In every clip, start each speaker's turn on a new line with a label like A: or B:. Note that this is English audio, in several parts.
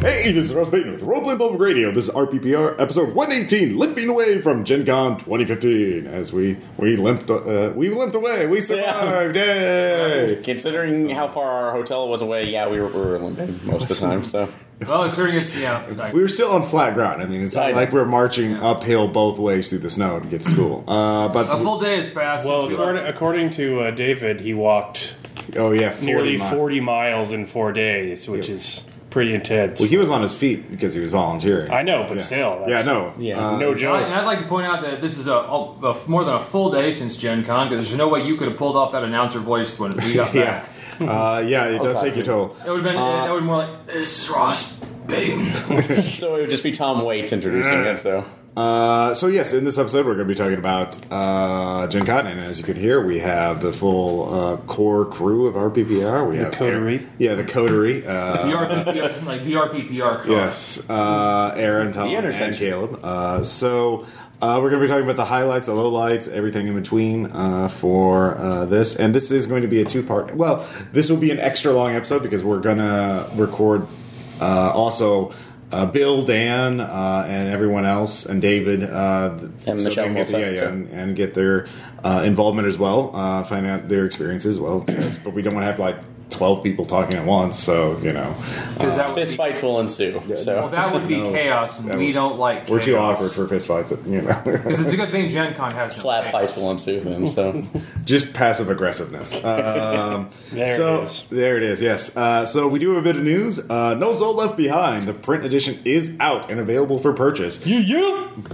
A: Hey, this is Ross Payton with Roleplay Public Radio. This is RPPR episode 118, limping away from Gen Con 2015. As we we limped uh, we limped away, we survived. Yay!
B: Considering how far our hotel was away, yeah, we were, we were limping most of the time. So
C: Well, it's very it's yeah. Like,
A: We were still on flat ground. I mean, it's
B: I
A: not
B: know.
A: like we're marching uphill both ways through the snow to get to school. Uh, but
C: a full day has passed.
D: Well,
C: since we
D: according,
C: last-
D: according to uh, David, he walked
A: oh yeah, 40
D: nearly
A: miles.
D: 40 miles in four days, which is pretty intense.
A: Well, he was on his feet because he was volunteering.
D: I know, but
A: Yeah.
D: still.
A: yeah,
D: that's-
A: no,
B: Yeah,
D: No
C: Uh, and
D: joke.
C: I'd like to point out that this is a, a, a- more than a full day since Gen Con because there's no way you could have pulled off that announcer voice when we got
A: yeah,
C: back.
A: uh, yeah, it does
B: God.
A: take your toll.
C: Oh,
A: Uh,
C: It would have been that would have been more like this is Ross Payton.
B: so it would just be Tom Waits introducing it. So
A: Uh, so yes, in this episode, we're going to be talking about uh, Gen Con, and as you can hear, we have the full uh, core crew of RPPR. We have
D: coterie.
A: yeah, the coterie. Uh,
C: VR, like VRPPR. call.
A: yes, uh, Aaron, Tom,
B: The
A: and
B: intersection.
A: Caleb. Uh, so uh, we're going to be talking about the highlights, the lowlights, everything in between uh, for uh, this, and this is going to be a two-part. Well, this will be an extra long episode because we're going to record uh, also. Uh, Bill, Dan, uh, and everyone else, and David, uh, th-
B: And
A: so they
B: Michelle
A: can get,
B: also,
A: yeah, yeah,
B: so.
A: and, and get their uh, involvement as well, uh, find out their experience as well. but we don't want to have like twelve people talking at once, so you know,
C: 'Cause that would
B: fist
C: be,
B: fights will ensue.
C: well,
B: So
C: that would be chaos, and
A: That
C: we
A: would-
C: don't like.
A: We're too
C: chaos.
A: awkward for fistfights, you know.
C: Because it's a good thing Gen Con has no
B: slap
C: chaos.
B: fights will ensue then. So
A: Just passive aggressiveness. Um,
D: There
A: so
D: it is.
A: there it is. Yes. Uh, so we do have a bit of news. Uh, no Soul Left Behind. The print edition is out and available for purchase.
D: You, you!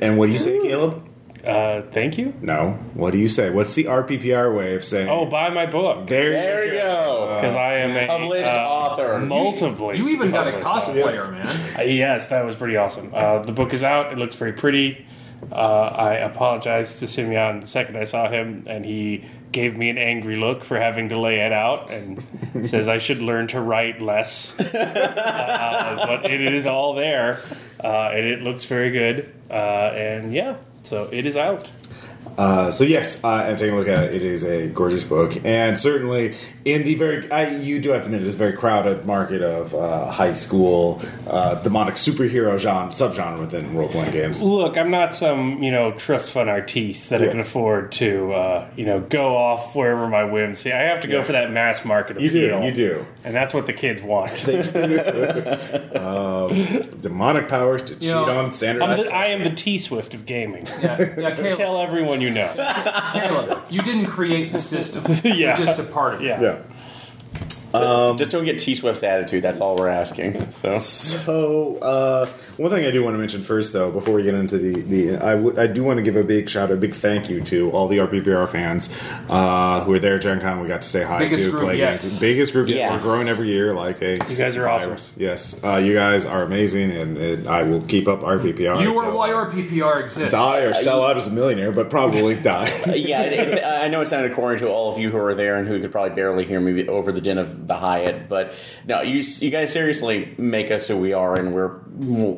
A: And what do you say, Caleb?
D: Uh, thank you.
A: No. What do you say? What's the RPPR way of saying?
D: Oh, buy my book.
A: there,
B: there you go.
D: Because I am a
B: Published
D: uh,
B: author.
D: Multiply.
C: Uh, You even got a
D: published
C: cosplayer, man.
D: author. Uh, yes, that was pretty awesome. Uh, the book is out. It looks very pretty. Uh, I apologized to Simeon the second I saw him, and he gave me an angry look for having to lay it out and says I should learn to write less. uh, but it is all there, uh, and it looks very good. Uh, and yeah, so it is out.
A: Uh, so yes, uh, I'm taking a look at it. It is a gorgeous book, and certainly in the very I, you do have to admit it is a very crowded market of uh, high school uh, demonic superhero genre subgenre within role playing games.
D: Look, I'm not some you know trust fund artiste that
A: Yeah.
D: I can afford to uh, you know go off wherever my whims. See, I have to go
A: Yeah.
D: for that mass market
A: You
D: appeal.
A: do, you do.
D: and that's what the kids want.
A: Um, Demonic powers to cheat
C: know,
A: on standard.
D: I'm the, I am the T Swift of gaming.
C: Yeah, yeah Caleb,
D: Tell everyone you know.
C: Caleb, you didn't create the system.
D: Yeah.
C: You're just a part of it.
D: Yeah.
A: yeah.
B: just don't get T Swift's attitude. That's all we're asking. So
A: So uh, one thing I do want to mention first, though, before we get into the the, I, w- I do want to give a big shout, a big thank you to all the RPPR fans uh, who were there at Gen Con. We got to say hi
C: Biggest
A: to
C: group
A: play
C: yet.
A: games. Biggest group yet.
B: Yeah.
A: We're growing every year. Like, hey,
D: You guys are awesome.
A: Yes, uh, you guys are amazing, and, and I will keep up RPPR.
C: You are
A: till
C: why
A: I
C: RPPR exists.
A: Die or sell out as a millionaire, but probably die.
B: yeah, it, it's, I know it sounded corny to all of you who are there and who could probably barely hear me over the din of the Hyatt, but no, you you guys seriously make us who we are, and we're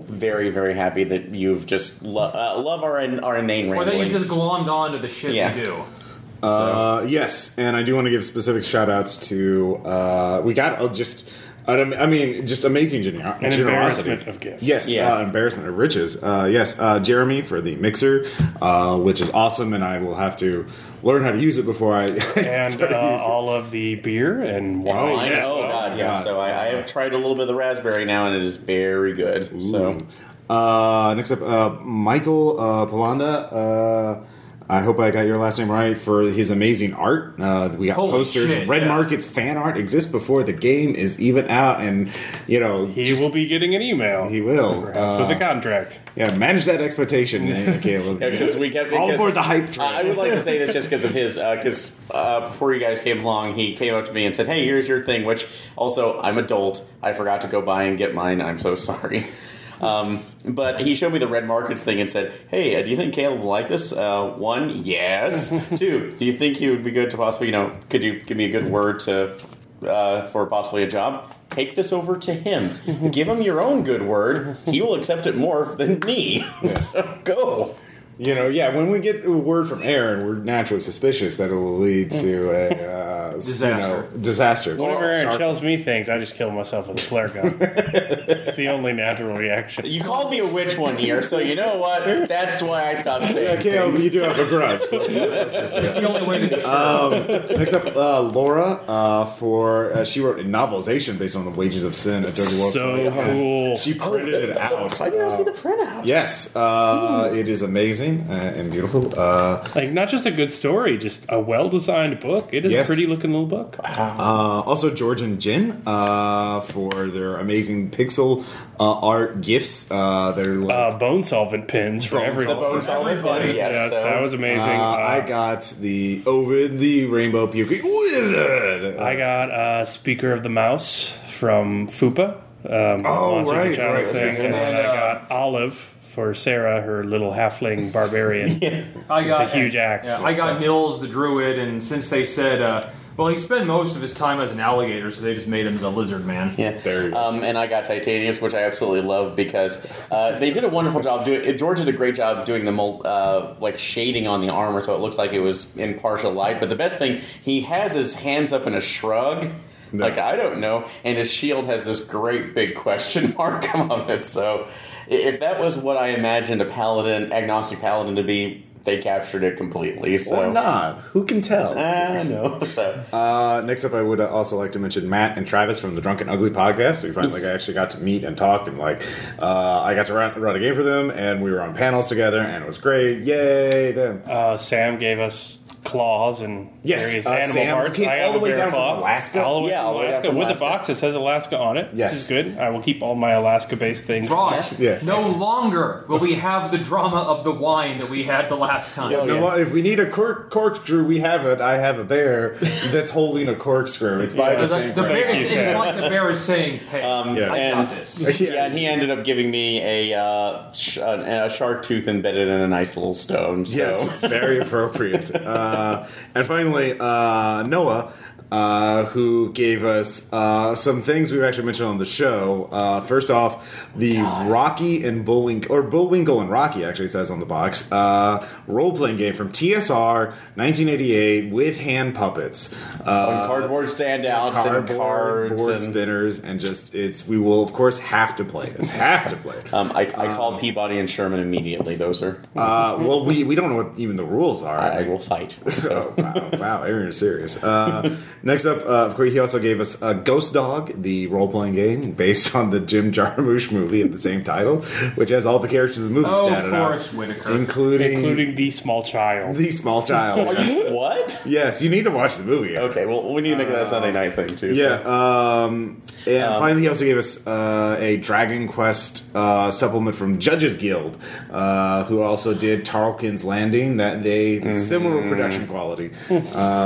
B: very very happy that you've just lo- uh, love our our inane
C: Or that you
B: ramblings.
C: just glommed on to the shit
B: Yeah.
C: you do.
A: Uh, yes, and I do want to give specific shout outs to uh, we got uh, just an, am- I mean just amazing gener-
D: An
A: generosity
D: embarrassment of gifts.
A: Yes,
B: Yeah.
A: uh, embarrassment of riches. Uh, yes, uh, Jeremy for the mixer, uh, which is awesome, and I will have to learn how to use it before I
D: And
A: start using
D: uh,
A: it.
D: all of the beer and wine.
B: Oh, I
A: yes.
B: know, oh god, yeah.
A: God.
B: So I, I have tried a little bit of the raspberry now, and it is very good. So
A: Uh, next up, uh, Michael uh, Palanda. Uh, I hope I got your last name right for his amazing art. Uh, we got
C: Holy
A: posters.
C: shit,
A: Red
C: yeah.
A: Market's fan art exists before the game is even out, and you know
D: He will be getting an email.
A: He will.
D: perhaps,
A: Uh,
D: with the contract.
A: yeah, manage that expectation, eh, Caleb.
B: because we kept
A: all
B: because-
A: aboard the hype
B: I-
A: train.
B: I would like to say this just because of his, because uh, before you guys came along, he came up to me and said, "Hey, here's your thing." Which also, I'm adult. I forgot to go buy and get mine. I'm so sorry. Um, but he showed me the red markets thing and said, "Hey, uh, do you think Caleb will like this? Uh, one, yes. Two, do you think he would be good to possibly, you know, could you give me a good word to uh, for possibly a job?" Take this over to him. Give him your own good word. He will accept it more than me. so go.
A: You know, yeah. When we get a word from Aaron, we're naturally suspicious that it will lead
B: Mm.
A: to a uh,
C: Disaster.
A: You know, disaster.
D: Whenever Aaron
A: Shark-
D: tells me things, I just kill myself with a flare gun. it's the only natural reaction.
B: You called me a witch one year, so you know what? That's why I stopped
A: yeah,
B: saying
A: Caleb,
B: things.
A: you do have a grudge.
C: It's the only way to destroy.
A: Next up, uh, Laura. Uh, for uh, she wrote a novelization based on the wages of sin. A dirty world.
D: So
A: story.
D: cool.
A: Oh, She printed it out.
B: Why did I
A: Uh,
B: see the printout?
A: Yes, uh, it is amazing uh, and beautiful. Uh,
D: Like not just a good story, just a well-designed book. It is
A: Yes.
D: a pretty-looking little book.
A: Uh, also, George and Jin uh, for their amazing pixel uh, art gifts. Uh, they're like,
D: Uh, bone solvent pins for
A: Bone
D: everyone.
B: The bones all in buns, yes.
D: Yes,
B: so-
D: that was amazing.
A: uh,
D: Uh,
A: I got the over the rainbow puking wizard.
D: I got uh, Speaker of the Mouse from Fupa. Um,
A: Oh,
D: Monsters
A: right,
D: and
A: right,
D: Child's Thing.
A: right.
D: And then
C: Yeah.
D: I got Olive for Sarah, her little halfling barbarian.
C: I got
D: The huge axe.
C: Yeah, I got Nils the druid, and since they said, uh, well, he spent most of his time as an alligator, so they just made him as a lizard man.
B: Yeah.
A: There you go.
B: Um, and I got Titanius, which I absolutely love because uh, they did a wonderful job doing. George did a great job doing the mul- uh, like shading on the armor, so it looks like it was in partial light. But the best thing, he has his hands up in a shrug.
A: No.
B: Like I don't know, and his shield has this great big question mark on it. So, i- if that was what I imagined a paladin, agnostic paladin, to be, they captured it completely. So,
A: or not? Who can tell?
B: I know. So,
A: Uh, next up, I would also like to mention Matt and Travis from the Drunken Ugly podcast. We finally like, actually got to meet and talk, and like uh, I got to run, run a game for them, and we were on panels together, and it was great. Yay! Them.
D: Uh, Sam gave us claws and
A: Yes,
D: various
A: uh,
D: animal
A: Sam
D: parts.
A: came
D: I
A: all
D: have
A: the
D: a
A: way
D: bear
A: down from
D: claw.
A: Alaska?
D: All the way
B: Yeah,
D: from
B: all the way down
D: Alaska
B: from
D: with
B: Alaska.
D: a box that says Alaska on it.
A: Yes.
D: This is good. I will keep all my Alaska-based things.
C: Ross,
A: Yeah.
C: no longer will we have the drama of the wine that we had the last time.
B: Oh, Yeah.
A: No, well, if we need a cork, corkscrew, we have it. I have a bear that's holding a corkscrew. It's by the
C: Because, uh,
A: same Um,
C: the bear,
A: price.
D: Thank
C: it's,
D: you,
C: it's
D: Sam.
C: like the bear is saying, hey,
A: Yeah.
C: I
B: Um, and,
C: got this.
A: Yeah.
B: Yeah. and he ended up giving me a uh, sh- a, a shark tooth embedded in a nice little stone. So.
A: Yes, very appropriate. Uh, and finally, uh, Noah, uh, who gave us uh, some things we've actually mentioned on the show. Uh, first off,
B: Oh,
A: the Rocky and Bullwink or Bullwinkle and Rocky, actually, it says on the box, uh, role playing game from TSR 1988 with hand puppets.
B: On
A: Uh,
B: cardboard standouts and
A: cardboard,
B: cards.
A: board
B: and,
A: spinners, and just it's. We will of course have to play this. Have to play. It.
B: um, I, I called Peabody and Sherman immediately. Those are.
A: Uh, well, we we don't know what even the rules are.
B: I, I will fight.
A: So,
B: So.
A: Oh, wow, wow, Aaron is serious. Uh, next up, uh, of course, he also gave us uh, Ghost Dog, the role playing game based on the Jim Jarmusch movie of the same title, which has all the characters of the movie
C: Oh,
A: standing
C: Forrest
A: out,
C: Whitaker.
A: including,
D: including the small child.
A: the small child. yes.
B: what?
A: Yes, you need to watch the movie. Aaron.
B: Okay, well, we need to make that a Sunday night thing, too. so.
A: Yeah. Um, and finally, he also gave us uh, a Dragon Quest uh, supplement from Judges Guild, uh, who also did Tarleton's Landing. That they
C: Mm-hmm.
A: similar production quality. Uh,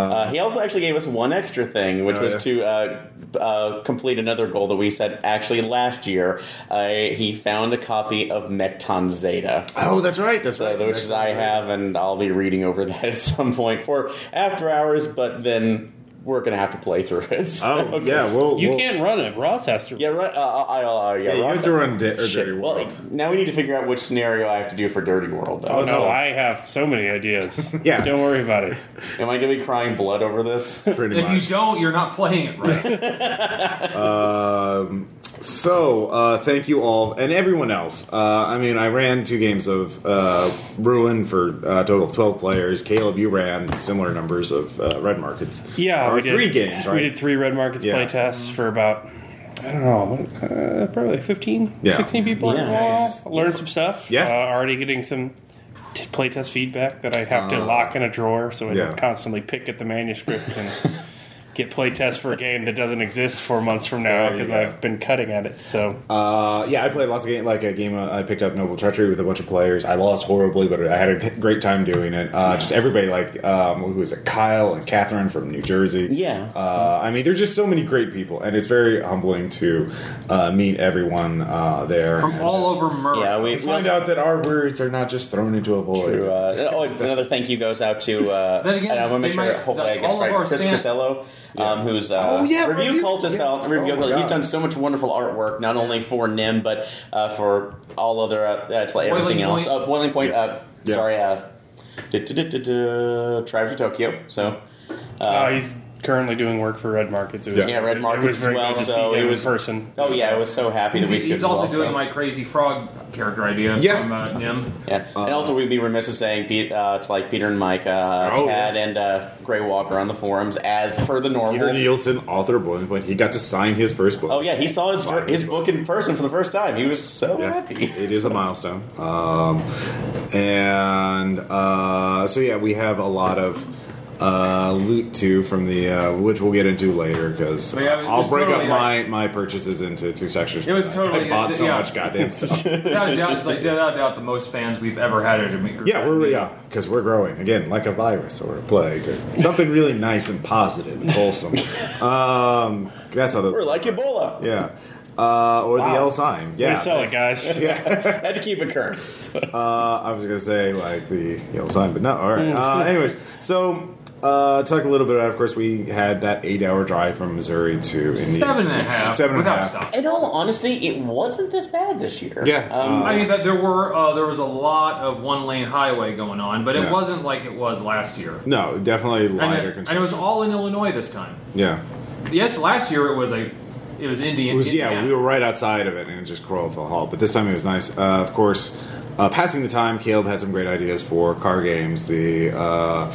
B: Uh, he also actually gave us one extra thing, which
A: Oh,
B: was
A: yeah.
B: to uh, uh, complete another goal that we set actually last year. Uh, he found a copy of Mecton Zeta.
A: oh, that's right. That's
B: So,
A: right.
B: which is I have, and I'll be reading over that at some point for after hours. But then we're gonna have to play through it. So,
A: Oh, yeah. Well,
D: You
A: well-
D: can't run it. Ross has to.
B: yeah, right. Uh, I, I, uh, yeah,
A: Yeah, you
B: Ross-
A: have to run di- or
B: shit.
A: Dirty
B: Well,
A: World.
B: now we need to figure out which scenario I have to do for Dirty World. Though.
A: Oh,
D: No,
A: So-
D: I have so many ideas.
A: Yeah.
D: Don't worry about it.
B: Am I gonna be crying blood over this?
A: pretty
C: If you
A: much.
C: don't, you're not playing it right.
A: Um, so, uh, thank you all and everyone else. Uh, I mean, I ran two games of uh, Ruin for uh, a total of 12 players. Caleb, you ran similar numbers of uh, Red Markets.
D: Yeah,
A: Or
D: we did-
A: three games, right?
D: We did three Red Markets
A: Yeah.
D: play tests for about I don't know, uh, probably 15,
A: Yeah.
D: 16 people.
B: Yeah.
D: Nice. Learned some stuff.
A: Yeah.
D: uh, already getting some t- playtest feedback that I have to lock in a drawer, so I
A: Uh, yeah.
D: don't constantly pick at the manuscript and get playtest for a game that doesn't exist four months from now
A: There you
D: because
A: go.
D: I've been cutting at it. So
A: Uh, yeah, I played lots of games. Like a game uh, I picked up Noble Treachery with a bunch of players. I lost horribly, but I had a g- great time doing it. Uh, just everybody, like um, who was it? Kyle and Catherine from New Jersey.
B: Yeah.
A: Uh, I mean, there's just so many great people, and it's very humbling to uh, meet everyone uh, there
C: From
A: and
C: all
A: just
C: over Murray.
B: yeah, we
A: Find out that our words are not just thrown into a void.
B: To, uh, oh, another thank you goes out to. Uh,
C: Then again,
B: and I'm gonna
C: they
B: make sure.
C: might-
B: hopefully, I
C: the-
B: get
C: all of
B: right.
C: our
B: Chris
C: fan-
B: Casello um, who's uh,
A: Oh, yeah,
B: review,
A: Review-
B: cultist.
A: yes.
B: out- Review
A: Oh, my
B: cultist. He's
A: God.
B: done so much wonderful artwork, not only for Nim but uh, for all other uh, that's like
C: Boiling
B: everything else.
C: Point.
B: Uh, Boiling Point.
A: Yeah.
B: Uh,
A: Yeah.
B: Sorry, uh, du-du-du-du-du, Tribes of Tokyo. So. Uh,
D: Uh, he's currently doing work for Red Markets. It was-
A: Yeah.
B: yeah, Red
D: It was
B: Markets as
D: very
B: well.
D: good to
B: So
D: see
B: it
D: him
B: was
D: in person.
B: Oh yeah, I was so happy
C: He's,
B: that we could.
C: he's also
B: well, so-
C: doing my crazy frog character idea
A: Yeah.
C: from uh, Nim.
B: Yeah, and also we'd be remiss in saying Pete, uh, to like Peter and Mike, uh,
A: Oh,
B: Tad
A: yes.
B: and uh, Gray Walker on the forums as per the normal.
A: Peter Nielsen, author of Boiling Point, he got to sign his first book.
B: Oh yeah, he saw his
A: Fine.
B: his book in person for the first time. He was so
A: Yeah,
B: happy.
A: It is a milestone. Um, and uh, so, yeah, we have a lot of uh, loot too from the, uh, which we'll get into later because
C: But yeah, it
A: I'll
C: was
A: break
C: totally
A: up my, my purchases into two sections.
C: It was totally-
A: I bought so
C: yeah.
A: much goddamn stuff.
C: Without a doubt, it's like without a doubt the most fans we've ever had at a meet group.
A: yeah, we're yeah because we're growing again like a virus or a plague or something really nice and positive and wholesome. um, that's how the
B: We're like Ebola.
A: yeah. Uh, or the L sign. Yeah.
D: We sell it, guys.
B: Had to keep it current.
A: Uh, I was gonna say like the yellow sign, but no. All right.
C: Mm.
A: Uh, anyways, so uh, talk a little bit about. Of course, we had that eight-hour drive from Missouri to Indiana.
C: Seven and a half
A: Seven and a
C: without
A: half.
C: stop.
B: In all honesty, it wasn't this bad this year.
A: Yeah.
B: Um,
C: I mean, that there were uh, there was a lot of one lane highway going on, but it
A: Yeah.
C: wasn't like it was last year.
A: No, definitely
C: And
A: lighter.
C: it, and it was all in Illinois this time.
A: yeah.
C: Yes, last year it was a it was Indian.
A: It was yeah.
C: Indiana.
A: We were right outside of it and it just crawled to a halt. But this time it was nice. Uh, of course, uh, passing the time, Caleb had some great ideas for car games. The uh,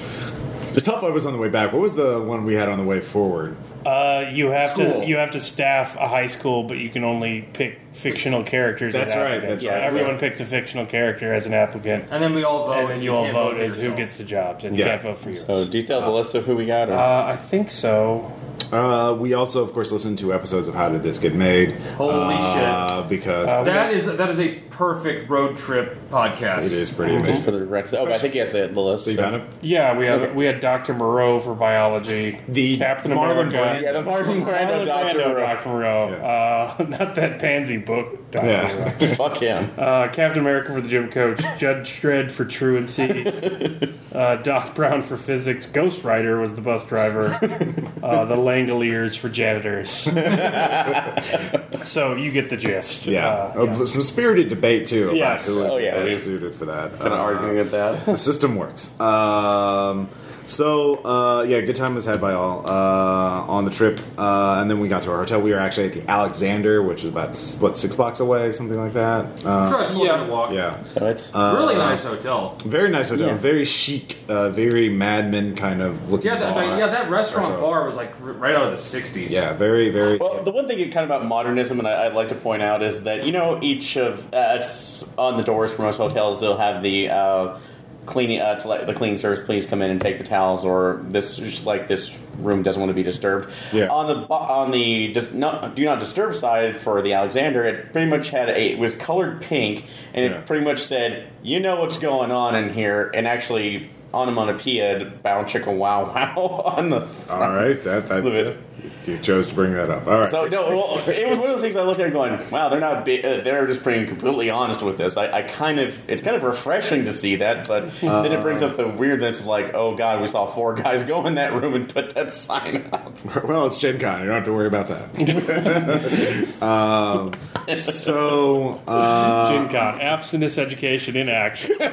A: the tough one was on the way back. What was the one we had on the way forward?
D: Uh, you have
C: School.
D: to you have to staff a high school, but you can only pick fictional characters.
A: That's
D: as
A: right,
D: applicants.
A: that's
D: So
A: right.
D: Everyone picks a fictional character as an applicant,
C: and then we all vote,
D: and then you all
C: can't
D: vote
C: for
D: as who
C: yourself.
D: gets the jobs, and
A: Yeah.
D: you can't vote for yours.
B: so do you tell the list of who we got? Or?
D: Uh, I think so.
A: Uh, we also, of course, listened to episodes of How Did This Get Made?
C: Holy
A: uh, shit! Because
D: Uh,
C: That is that is a perfect road trip podcast.
A: it is pretty amazing.
B: just for the record. Oh, but I think he has the, the list.
A: So you
B: so-
A: found him?
D: Yeah, we had we had Doctor Moreau for biology.
A: The
D: Captain
A: Marlon
D: America.
A: Brando.
B: Yeah, the Martin Brando
D: Marlon
B: Doctor.
D: Brando, Dr. Moreau. Uh, not that pansy book, Dr. Moreau.
A: Yeah.
B: Fuck him.
D: Uh, Captain America for the gym coach, Judge Dredd for truancy, uh, Doc Brown for physics, Ghost Rider was the bus driver, uh, the Langoliers for janitors. so you get the gist.
A: Yeah.
D: Uh,
A: Oh, but Some spirited debate, too, about
D: Yes.
A: who would
B: Oh,
A: be
B: yeah,
A: best
B: we-
A: suited for that.
B: Kind of
A: Uh,
B: arguing at that.
A: The system works. Um, so, uh, yeah, good time was had by all uh, on the trip. Uh, and then we got to our hotel. We were actually at the Alexander, which is about, what, six blocks away, something like that?
C: It's
A: Uh,
C: about a 12 minute walk.
A: yeah. Uh,
B: So it's
C: really nice hotel.
A: Very nice hotel.
B: Yeah.
A: Very chic, uh, very madman kind of looking
C: Yeah, that,
A: bar.
C: yeah, that restaurant
A: Restaurant.
C: bar was like r- right out of the '60s.
A: Yeah, very, very.
B: Well, the one thing kind of about modernism, and I, I'd like to point out, is that you know each of uh, it's on the doors for most hotels they'll have the uh, cleaning uh, to let the cleaning service please come in and take the towels, or this just like this room doesn't want to be disturbed.
A: Yeah.
B: On the bo- on the dis, not, do not disturb side for the Alexander, it pretty much had a it was colored pink, and
A: Yeah.
B: it pretty much said you know what's going on in here, and actually onomatopoeia'd bow chicka wow wow on the front.
A: All right, that, that
B: Look at-
A: you chose to bring that up. All right.
B: So no, well, it was one of those things I looked at going, wow, they're not, bi- uh, they're just being completely honest with this. I, I kind of, it's kind of refreshing to see that, but then it brings up the weirdness of like, oh god, we saw four guys go in that room and put that sign up.
A: Well, it's Gen Con. You don't have to worry about that. um, so, uh,
D: Gen Con, abstinence education in action.
C: It's like,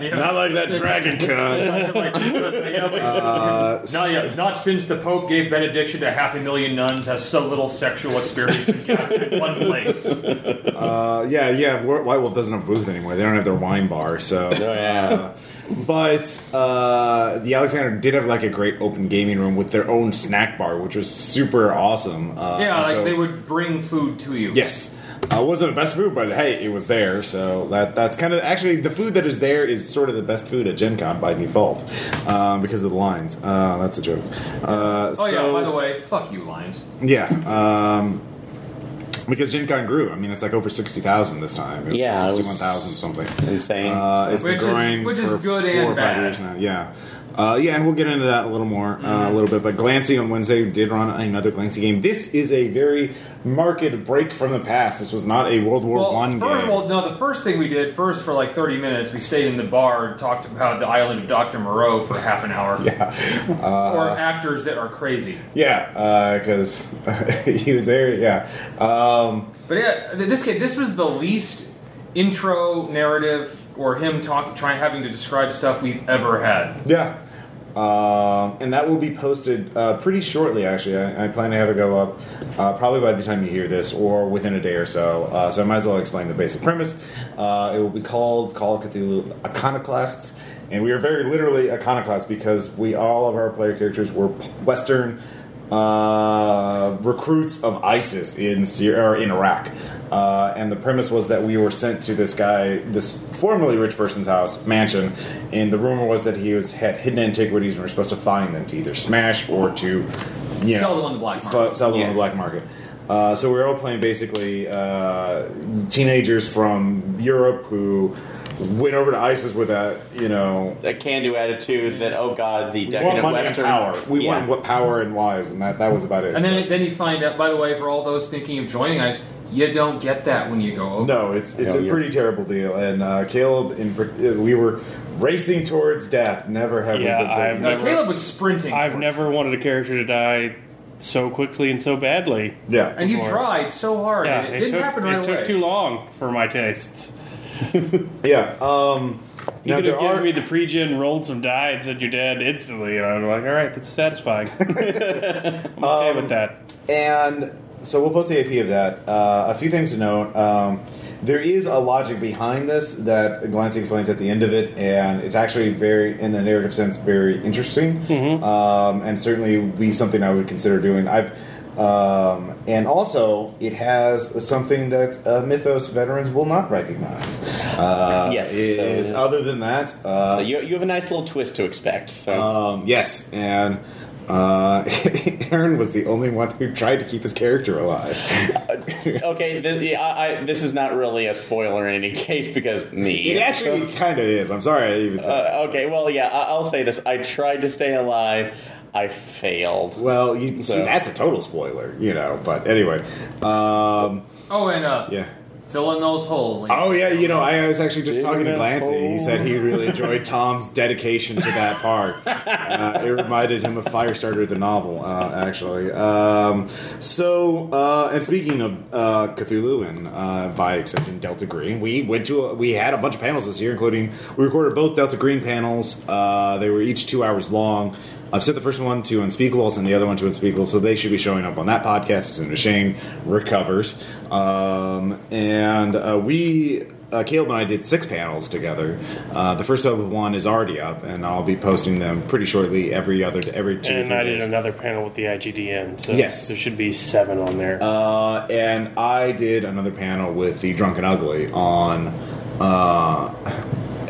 C: yeah,
A: not like that Dragon Con.
C: it's like, yeah, like-
A: Uh,
C: Not, yeah, not since the Pope gave benediction to half a million nuns has so little sexual experience been gathered in one place.
A: Uh, yeah, yeah. Wh- White Wolf doesn't have a booth anymore. They don't have their wine bar. So,
B: Oh,
A: uh,
B: yeah.
A: but uh, the Alexander did have like a great open gaming room with their own snack bar, which was super awesome. Uh,
C: Yeah,
A: and
C: like
A: so-
C: they would bring food to you.
A: Yes. Uh, it wasn't the best food, but hey, it was there. So that that's kind of actually the food that is there is sort of the best food at Gen Con by default um, because of the lines. Uh, that's a joke. Uh,
C: Oh yeah.
A: so-
C: By the way, fuck you, Lions.
A: yeah. Um, because Gen Con grew. I mean, it's like over 60,000 this time. It was
B: Yeah, it was
A: 61,000 something.
B: insane.
A: Uh, it's
C: Which
A: been
C: is-
A: growing
C: which is
A: for
C: good
A: four
C: and
A: or five
C: bad.
A: years now. Yeah. Uh, yeah, and we'll get into that a little more, uh,
C: Mm-hmm.
A: a little bit. But Glancy on Wednesday did run another Glancy game. This is a very marked break from the past. This was not a World War
C: Well,
A: One
C: first,
A: game.
C: well, no, the first thing we did, first for like 30 minutes, we stayed in the bar and talked about the island of Dr. Moreau for half an hour.
A: yeah, Uh,
C: or actors that are crazy.
A: yeah, because he was there. Yeah, um,
C: But yeah, th- this kid, this was the least intro narrative or him talk, trying having to describe stuff we've ever had.
A: yeah, um, and that will be posted uh, pretty shortly. Actually, I, I plan to have it go up uh, probably by the time you hear this, or within a day or so. Uh, so I might as well explain the basic premise. Uh, it will be called Call of Cthulhu Iconoclasts. And we are very literally iconoclasts because we all of our player characters were Western uh, recruits of ISIS in Syria or in Iraq, uh, and the premise was that we were sent to this guy, this formerly rich person's house mansion, and the rumor was that he was had hidden antiquities and we're supposed to find them to either smash or to you know,
C: Sell them on the black market.
A: sell- sell them on
B: Yeah.
A: the black market. Uh, so we were all playing basically uh, teenagers from Europe who went over to ISIS with a you know
B: a can-do attitude that oh god, the
A: we want
B: decadent
A: money
B: Western
A: and power. We
B: Yeah.
A: want what power and wives, and that, that was about it.
C: And then,
A: So-
C: then you find out, by the way, for all those thinking of joining us, you don't get that when you go over.
A: No, it's it's
B: No,
A: a
B: you're-
A: pretty terrible deal. And uh, Caleb, in par- uh, we were racing towards death. Never have
D: Yeah,
A: we been so.
D: I've
C: Now,
D: never-
C: Caleb was sprinting.
D: I've
C: towards-
D: never wanted a character to die so quickly and so badly.
A: yeah,
C: And you
D: before.
C: tried so hard,
D: Yeah,
C: and it,
D: it,
C: didn't
D: took,
C: happen
D: it
C: right
D: took
C: away.
D: too long for my tastes.
A: yeah. Um,
D: You
A: now
D: could
A: there
D: have given
A: are
D: me the pre-gen, rolled some die, and said you're dead instantly, and I'm like, all right, that's satisfying. I'm okay with that.
A: Um, and so we'll post the AP of that. Uh, a few things to note. Um, there is a logic behind this that Glancy explains at the end of it, and it's actually very, in a narrative sense, very interesting,
D: Mm-hmm.
A: um, and certainly would be something I would consider doing. I've um, and also it has something that uh, Mythos veterans will not recognize. Uh,
B: Yes,
A: it
B: so-
A: is- other than that, uh,
B: So you, you have a nice little twist to expect. So
A: um, yes, and uh, Aaron was the only one who tried to keep his character alive.
B: okay, th- the, I, I, this is not really a spoiler in any case because me.
A: It actually kind of is. I'm sorry I even said.
B: Uh, okay, well, yeah, I, I'll say this. I tried to stay alive. I failed.
A: well, you see,
B: so-
A: that's a total spoiler, you know. But anyway, um,
C: Oh, and uh,
A: yeah.
C: fill in those holes. Like,
A: Oh yeah, you know, I was actually just talking to
D: Digging a
A: Glancy. He said he really enjoyed Tom's dedication to that part. Uh, it reminded him of Firestarter, the novel, uh, actually. Um, so, uh, and speaking of uh, Cthulhu and uh, by exception Delta Green, we went to a, we had a bunch of panels this year, including we recorded both Delta Green panels. Uh, they were each two hours long. I've sent the first one to Unspeakables and the other one to Unspeakables, so they should be showing up on that podcast as soon as Shane recovers. Um, and uh, we, uh, Caleb and I, did six panels together. Uh, the first of one is already up, and I'll be posting them pretty shortly every other every two. or
D: And
A: three
D: I did
A: days.
D: another panel with the IGDN, so
A: Yes.
D: there should be seven on there.
A: Uh, and I did another panel with the Drunken Ugly on uh,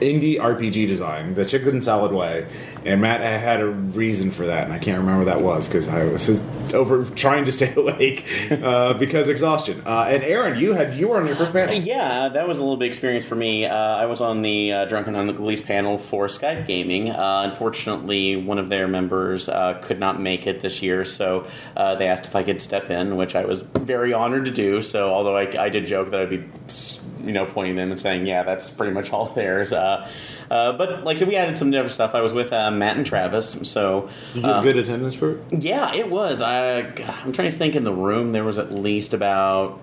A: indie RPG design, the chicken salad way. And Matt I had a reason for that, and I can't remember what that was because I was just over trying to stay awake uh, because exhaustion. Uh, and Aaron, you had you were on your first panel.
B: Yeah, that was a little bit experience for me. Uh, I was on the uh, Drunken on the Police panel for Skype Gaming. Uh, unfortunately, one of their members uh, could not make it this year, so uh, they asked if I could step in, which I was very honored to do. So, although I, I did joke that I'd be, you know, pointing them and saying, "Yeah, that's pretty much all theirs." Uh, uh, but like I said, we added some other stuff. I was with uh, Matt and Travis, so
A: Did you
B: uh,
A: have good attendance for it?
B: yeah, it was. I, God, I'm trying to think in the room, there was at least about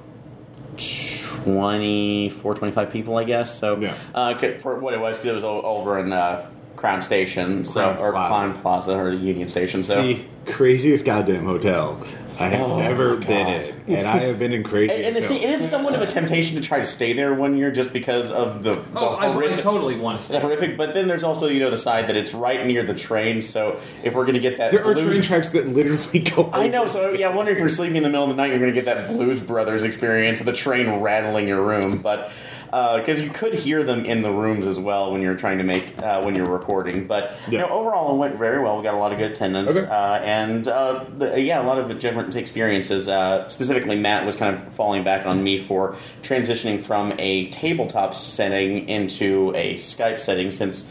B: 24, 25 people, I guess. So,
A: Yeah.
B: uh, c- for what it was, because it was o- over in uh, Crown Station, so,
A: Crown
B: or
A: Plaza.
B: Crown Plaza, or the Union Station. So,
A: The craziest goddamn hotel I have
B: Oh,
A: never
B: God.
A: been in, and I have been in crazy.
B: and, and it's, it
A: hotels.
B: is somewhat of a temptation to try to stay there one year just because of the, the
C: Oh, I, I
B: horrific.
C: totally want to
B: the
C: stay.
B: horrific, but then there's also you know the side that it's right near the train. So if we're gonna get that,
A: There are
B: blues-
A: train tracks that literally go.
B: I know.
A: over.
B: So yeah, I wonder if you're sleeping in the middle of the night, you're going to get that Blues Brothers experience of the train rattling your room, but because you could hear them in the rooms as well when you're trying to make uh, when you're recording. But you
A: Yeah.
B: know, overall, it went very well. We got a lot of good attendance,
A: Okay.
B: uh, and uh, the, yeah, a lot of different experiences. Uh, specifically, Matt was kind of falling back on me for transitioning from a tabletop setting into a Skype setting since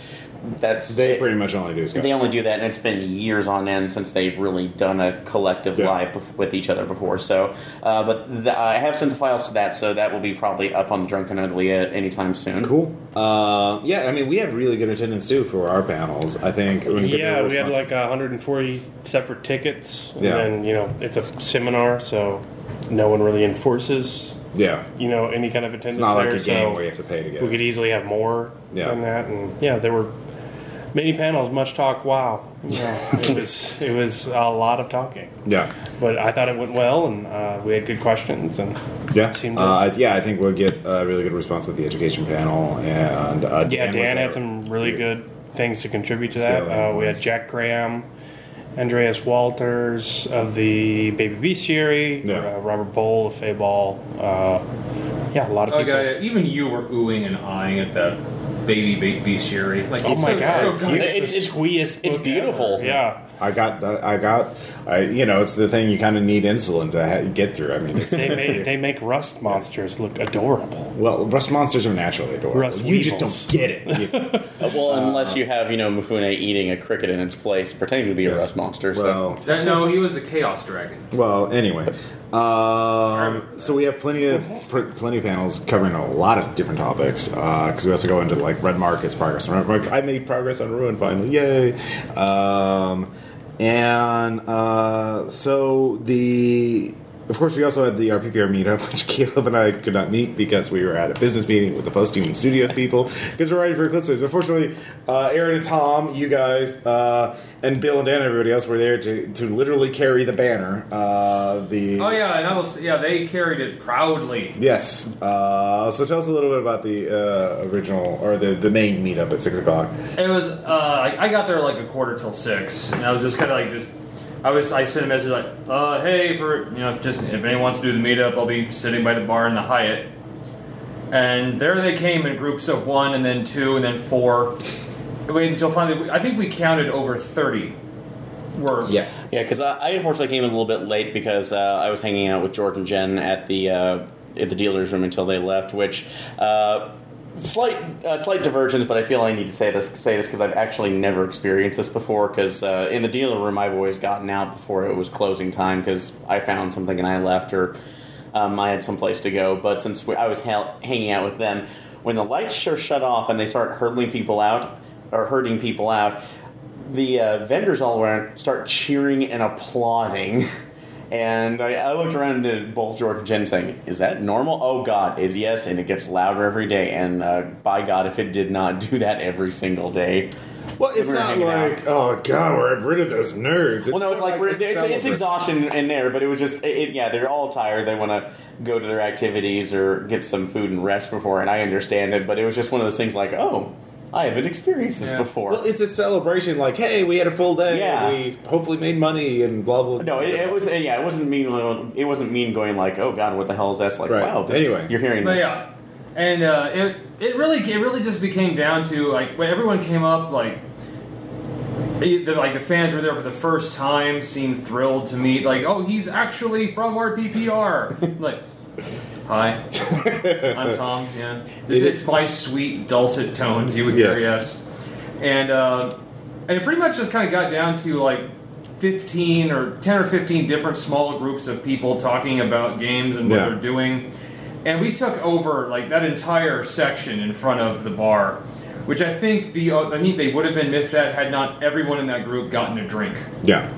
B: that's
A: They pretty much only do Scott.
B: They only do that, and it's been years on end since they've really done a collective
A: Yeah.
B: live bef- with each other before. So, uh, but th- I have sent the files to that, so that will be probably up on the Drunken Ugly at any time soon.
A: Cool. Uh, yeah, I mean, we had really good attendance too for our panels. I think. I mean,
D: Yeah, we had
A: response-
D: like 140 separate tickets, and
A: Yeah.
D: then you know it's a seminar, so no one really enforces
A: yeah.
D: you know any kind of attendance.
A: It's not like
D: there,
A: a game
D: so
A: where you have to pay to get.
D: we could
A: it.
D: easily have more
A: Yeah.
D: than that, and yeah, there were many panels, much talk. Wow, yeah, it was it was a lot of talking,
A: Yeah.
D: but I thought it went well, and uh, we had good questions, and
A: Yeah.
D: Seemed
A: Uh, I- yeah, I think we'll get a really good response with the education panel and uh,
D: yeah,
A: was there.
D: Dan had some really good things to contribute to
A: Sailing
D: that. Uh, we had
A: ones.
D: Jack Graham, Andreas Walters of the Baby Bestiary,
A: Yeah.
D: uh, Robert Bowl of Fable. Uh, yeah, a lot of
C: Oh
D: people.
C: yeah, yeah, even you were oohing and eyeing at that baby ba- bestiary. Like,
D: Oh
C: it's
D: my
C: so,
D: god,
C: so
D: you-
C: good.
B: It's-
D: the
B: it's-
D: sweetest
B: it's
D: book
B: beautiful.
D: ever. Yeah,
A: I got. the- I got. I you know, it's the thing you kind of need insulin to ha- get through. I mean, it's,
D: they make they make rust monsters look adorable.
A: well, rust monsters are naturally adorable.
D: Rust
A: you just
D: weevils.
A: don't get it. You-
B: Uh, well, unless you have you know Mufune eating a cricket in its place, pretending to be a
A: Yes.
B: rust monster. So.
A: well,
C: That- Uh, no, he was the chaos dragon.
A: Well, anyway, um, so we have plenty of pr- plenty of panels covering a lot of different topics because we also go into like red markets, progress on red markets. I made progress on ruin finally, yay! Um, and uh, so the. Of course, we also had the RPPR meetup, which Caleb and I could not meet because we were at a business meeting with the Post Human Studios people because we're writing for Eclipse Waves. Unfortunately, uh, Aaron and Tom, you guys, uh, and Bill and Dan and everybody else were there to, to literally carry the banner. Uh, the
C: Oh yeah, and I will. s- Yeah, they carried it proudly.
A: Yes. Uh, so tell us a little bit about the uh, original or the, the main meetup at six o'clock.
C: It was. Uh, I I got there like a quarter till six, and I was just kind of like just. I was. I sent a message like, uh, "Hey, for you know, if just if anyone wants to do the meetup, I'll be sitting by the bar in the Hyatt." And there they came in groups of one, and then two, and then four. I waited until finally, I think we counted over thirty. Were
B: Yeah, because I, I unfortunately came in a little bit late because uh, I was hanging out with George and Jen at the uh, at the dealer's room until they left, which. Uh, Slight, uh, slight divergence, but I feel I need to say this, say this because I've actually never experienced this before. Because uh, in the dealer room, I've always gotten out before it was closing time because I found something and I left, or um, I had someplace to go. But since we, I was ha- hanging out with them, when the lights are shut off and they start hurdling people out or herding people out, the uh, vendors all around start cheering and applauding. And I, I looked around at both George and Jen saying, Is that normal? Oh, God, it, yes, and it gets louder every day. And uh, by God, if it did not do that every single day.
A: Well, it's
B: We were
A: not
B: hanging
A: like oh god, we're rid of those nerds.
B: Well, no, it's like we're, it's, it's, exhaustion in there, but it was just, it, it- yeah, they're all tired. They want to go to their activities or get some food and rest before, and I understand it, but it was just one of those things like, oh, I haven't experienced this
C: Yeah.
B: before.
A: Well, it's a celebration. Like, hey, we had a full day.
B: Yeah.
A: We hopefully made money and blah blah.
B: No, it, it was yeah, it wasn't mean. It wasn't mean going like, oh god, what the hell is that? It's like,
A: Right.
B: wow, this,
A: Anyway.
B: you're hearing
C: But
B: this.
C: yeah, and uh, it it really it really just became down to like when everyone came up like. it- The, like the fans were there for the first time, seemed thrilled to meet. Like, oh, he's actually from RPPR. like, hi, I'm Tom. Yeah, This-
A: Is it-
C: it's my sweet dulcet tones you would hear.
A: Yes.
C: Yes, and uh, and it pretty much just kind of got down to like 15 or 10 or 15 different small groups of people talking about games and what
A: Yeah.
C: they're doing. And we took over like that entire section in front of the bar, which I think the uh, I think they would have been miffed at had not everyone in that group gotten a drink.
A: yeah.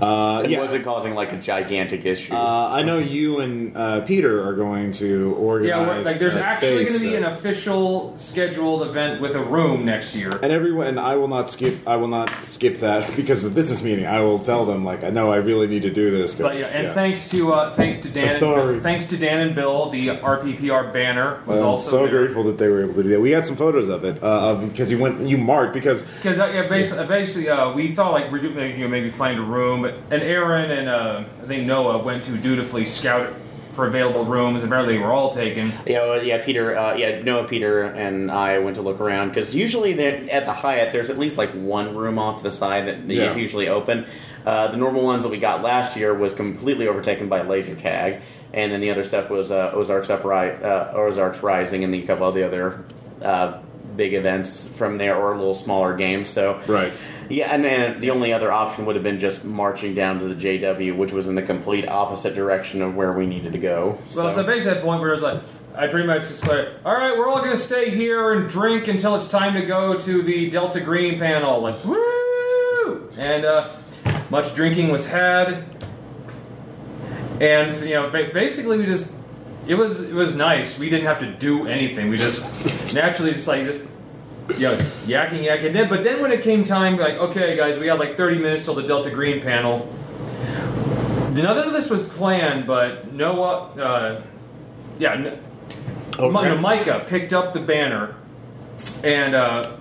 A: Uh,
B: It
A: yeah.
B: wasn't causing like a gigantic issue.
A: Uh, I know you and uh, Peter are going to organize.
C: Yeah, we're, like there's
A: a
C: actually going
A: space,
C: to be
A: uh,
C: an official scheduled event with a room next year.
A: And everyone, and I will not skip. I will not skip that because of the business meeting. I will tell them like, I know I really need to do this. 'cause-
C: But yeah, and thanks to uh, thanks to Dan,
A: I'm sorry.
C: And, thanks to Dan and Bill, the RPPR banner was
A: I'm
C: also
A: so
C: there.
A: grateful that they were able to do that. We had some photos of it uh, of because you went, you marked because
C: Because uh, yeah, basically, basically uh, we thought like we're gonna you know, maybe find a room, but and Aaron and uh, I think Noah went to dutifully scout for available rooms. Apparently, they were all taken.
B: Yeah, well, yeah, Peter, uh, yeah, Noah, Peter, and I went to look around because usually they're- at the Hyatt, there's at least like one room off to the side that is
A: Yeah.
B: usually open. Uh, the normal ones that we got last year was completely overtaken by laser tag, and then the other stuff was uh, Ozarks Upri- uh, Ozarks Rising, and then a couple of the other uh, big events from there or little smaller games. So
A: Right.
B: yeah, and then the only other option would have been just marching down to the JW, which was in the complete opposite direction of where we needed to go.
C: Well, so, basically, at that point where it's like, I pretty much just like, all right, we're all going to stay here and drink until it's time to go to the Delta Green panel. Like, woo! And uh, much drinking was had, and you know, ba- basically, we just it was it was nice. We didn't have to do anything. We just naturally just like just. Yeah, yakking, yakking. Then, but then when it came time, like, okay, guys, we got like 30 minutes till the Delta Green panel. None of this was planned, but Noah, uh, yeah, n- Mi- no, Micah picked up the banner, and uh,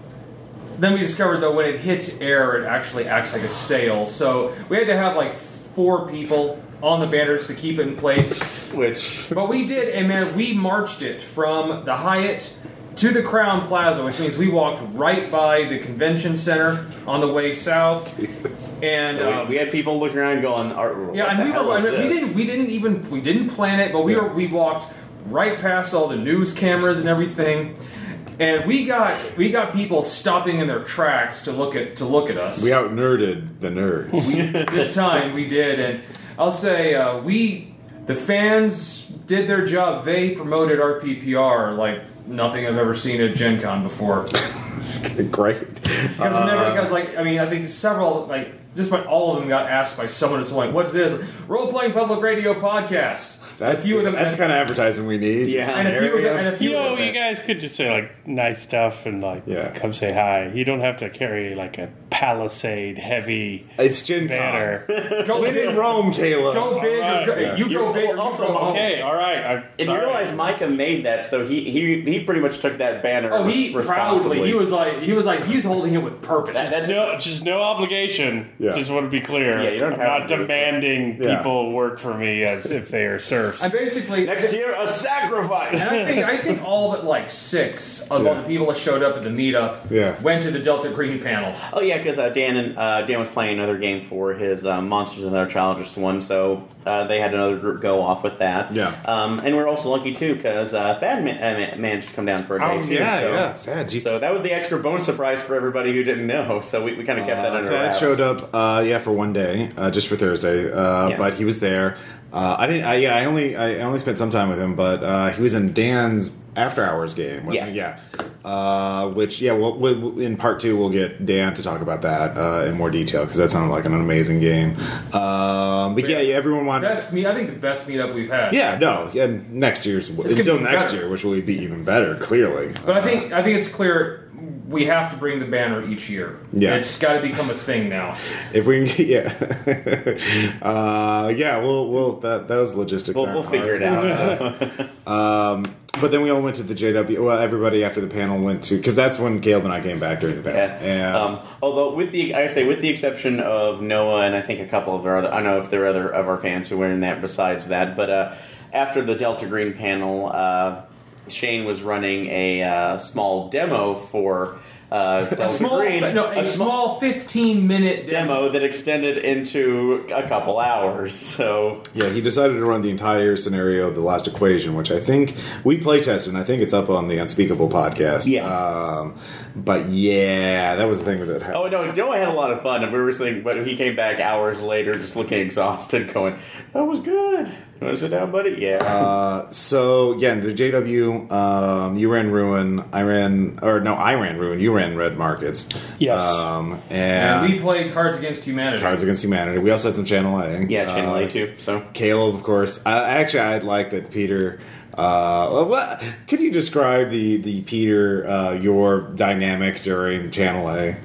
C: then we discovered though when it hits air, it actually acts like a sail. So we had to have like four people on the banners to keep it in place.
B: which
C: But we did, and man, we marched it from the Hyatt to the Crown Plaza, which means we walked right by the convention center on the way south, and.
B: So we-
C: um,
B: we, had people looking around going, "Are-
C: yeah,
B: what
C: and
B: the
C: we
B: hell
C: were.
B: is
C: I mean, we
B: this?"
C: didn't. We didn't even. We didn't plan it, but we
B: Yeah.
C: were. We walked right past all the news cameras and everything, and we got we got people stopping in their tracks to look at to look at us.
A: We out nerded the nerds.
C: this time we did, and I'll say uh, we the fans did their job. They promoted our PPR like nothing I've ever seen at Gen Con before.
A: Great. Uh,
C: Because whenever I was like, I mean, I think several, like, just about all of them got asked by someone at some point, what's this? Role playing public radio podcast.
A: That's
C: a few of them.
A: that's kind of advertising we need.
B: Yeah.
C: and a few of them, and a few
D: You know,
C: of them.
D: you guys could just say like nice stuff and like
A: Yeah.
D: come say hi. You don't have to carry like a Palisade heavy
A: It's Gen
D: banner.
A: Con.
C: Go
A: Win in Rome, Caleb.
C: Go big or go,
D: Alright.
C: you go big or you
D: also
C: go home.
D: okay. All right, I'm
B: And
D: sorry.
B: you realize Micah made that, so he he, he pretty much took that banner.
C: Oh, he
B: res-
C: proudly,
B: responsibly.
C: he was like, he was like, he's holding it with purpose.
B: That- that's-
D: no, just no obligation.
A: Yeah.
D: Just want to be clear.
B: Yeah, you don't
D: I'm
B: have
D: not
B: to do this.
D: demanding
A: Yeah.
D: people work for me as if they are serfs.
C: I basically,
B: next year a sacrifice.
C: And I think I think all but like six of all
A: Yeah.
C: the people that showed up at the meetup
A: Yeah.
C: went to the Delta Green panel.
B: oh yeah, because uh, Dan and uh, Dan was playing another game for his uh, Monsters and Their Childish one, so uh, they had another group go off with that.
A: Yeah.
B: um, and we're also lucky too because uh, Thad ma- uh, ma- managed to come down for a day
A: Oh
B: too.
A: yeah,
B: so.
A: yeah. Thad, geez.
B: So that was the extra bonus surprise for everybody who didn't know. So we, we kind of kept that
A: Uh,
B: under
A: Thad
B: wraps.
A: showed up, uh, yeah, for one day, uh, just for Thursday. Uh,
B: Yeah.
A: But he was there. Uh, I didn't. I, yeah, I only I only spent some time with him, but uh, he was in Dan's after hours game. Wasn't yeah, he? yeah. Uh, which yeah, we'll, we- we, in part two we'll get Dan to talk about that uh, in more detail because that sounded like an amazing game. Um, but yeah, yeah, everyone wanted.
C: Best meet, I think the best meetup we've had.
A: yeah, no, yeah, next year's
C: gonna
A: until
C: be
A: next
C: better.
A: year, which will be even better, clearly.
C: But I think I think it's clear we have to bring the banner each year.
A: Yeah.
C: It's got to become a thing now.
A: If we can, get, yeah, uh, yeah, we'll, we'll that that was logistics.
B: We'll,
A: aren't
B: we'll figure
A: hard.
B: it out. so.
A: Um, but then we all went to the JW. Well, everybody after the panel went to because that's when Caleb and I came back during the panel.
B: Yeah.
A: And-
B: Um, although with the I say with the exception of Noah and I think a couple of our other I don't know if there are other of our fans who were in that besides that, but uh, after the Delta Green panel, uh, Shane was running a uh, small demo for uh, Delta
C: Small,
B: Green,
C: no, a, small 15 minute
B: demo that extended into a couple hours. So
A: yeah, he decided to run the entire scenario of the last equation, which I think we play tested, and I think it's up on the Unspeakable podcast.
B: Yeah.
A: Um, but yeah, that was the thing that happened.
B: Oh no, Noah had a lot of fun, and we were thinking, but he came back hours later, just looking exhausted, going, "That Oh, was good." You want to sit down, buddy? Yeah.
A: Uh, so yeah, the JW, um, you ran Ruin, I ran, or no, I ran Ruin, you ran Red Markets.
D: Yes.
A: Um,
C: And
A: and,
C: we played Cards Against Humanity.
A: Cards Against Humanity. We also had some Channel A.
B: yeah, Channel
A: Uh,
B: A too. So
A: Caleb, of course. I, actually, I'd like that Peter. Uh, well, what, could you describe the the Peter uh, your dynamic during Channel A?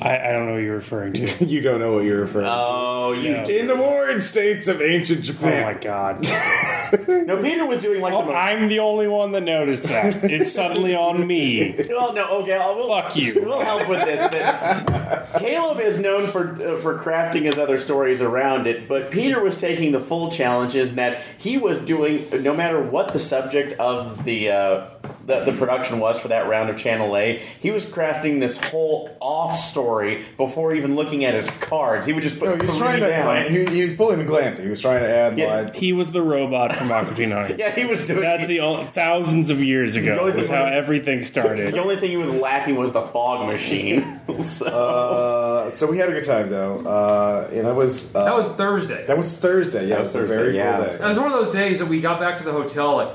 D: I, I don't know what you're referring to.
A: You don't know what you're referring.
B: Oh, you
D: Yeah.
A: to. In the warring states of ancient
D: Oh my
A: Japan.
D: god.
B: No, Peter was doing like the
D: Oh,
B: most.
D: I'm the only one that noticed that. It's suddenly on me.
B: well, no, okay, I'll, we'll,
D: Fuck you.
B: We'll help with this. Then. Caleb is known for uh, for crafting his other stories around it, but Peter was taking the full challenge in that he was doing no matter what the subject of the. Uh, the, the production was for that round of Channel A. He was crafting this whole off story before even looking at his cards. He would just put
A: No, he was
B: three
A: trying to.
B: down.
A: He, he was pulling a glance. He was trying to add
B: Yeah.
A: like.
D: He was the robot from Aquatine on.
B: Yeah, he was doing.
D: That's the only, thousands of years ago.
B: only
D: That's
B: thing-
D: how everything started.
B: The only thing he was lacking was the fog machine. so,
A: Uh, so we had a good time though, uh, and that was uh,
C: That was Thursday.
A: that was Thursday. Yeah,
B: That
A: it
B: was
A: was the
B: Thursday,
A: very
B: yeah.
A: full day.
C: That was one of those days that we got back to the hotel like,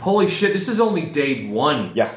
C: holy shit, this is only day one.
A: Yeah.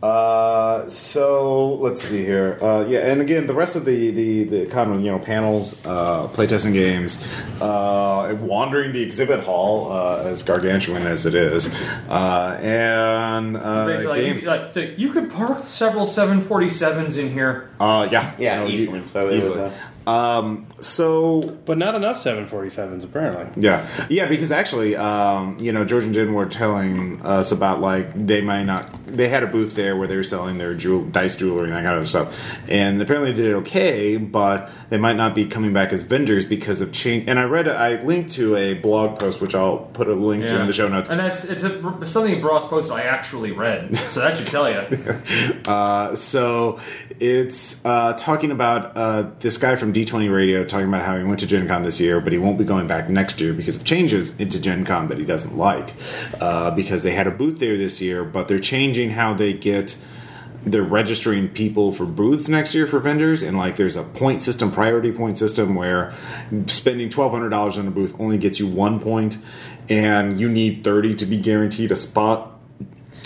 A: Uh, so let's see here. Uh, yeah, and again, the rest of the the the con, you know, panels, uh, playtesting games, uh, wandering the exhibit hall uh, as gargantuan as it is, uh, and uh,
C: Basically, like,
A: games.
C: like, so you could park several 747s in here.
A: Uh, yeah,
B: Yeah, easily. So it was,
A: um, so
D: But not enough 747s, apparently.
A: Yeah, yeah, because actually, um, you know, George and Jen were telling us about like they might not. They had a booth there where they were selling their jewel, dice jewelry and that kind of stuff, and apparently they did okay, but they might not be coming back as vendors because of change. And I read, I linked to a blog post which I'll put a link to in the show notes.
C: And that's it's a, something Bros posted I actually read, so that should tell you.
A: Uh, so it's uh, talking about uh, this guy from D20 Radio talking about how he went to Gen Con this year, but he won't be going back next year because of changes into Gen Con that he doesn't like. Uh, because they had a booth there this year, but they're changing how they get. They're registering people for booths next year for vendors, and like there's a point system, priority point system, where spending twelve hundred dollars on a booth only gets you one point, and you need thirty to be guaranteed a spot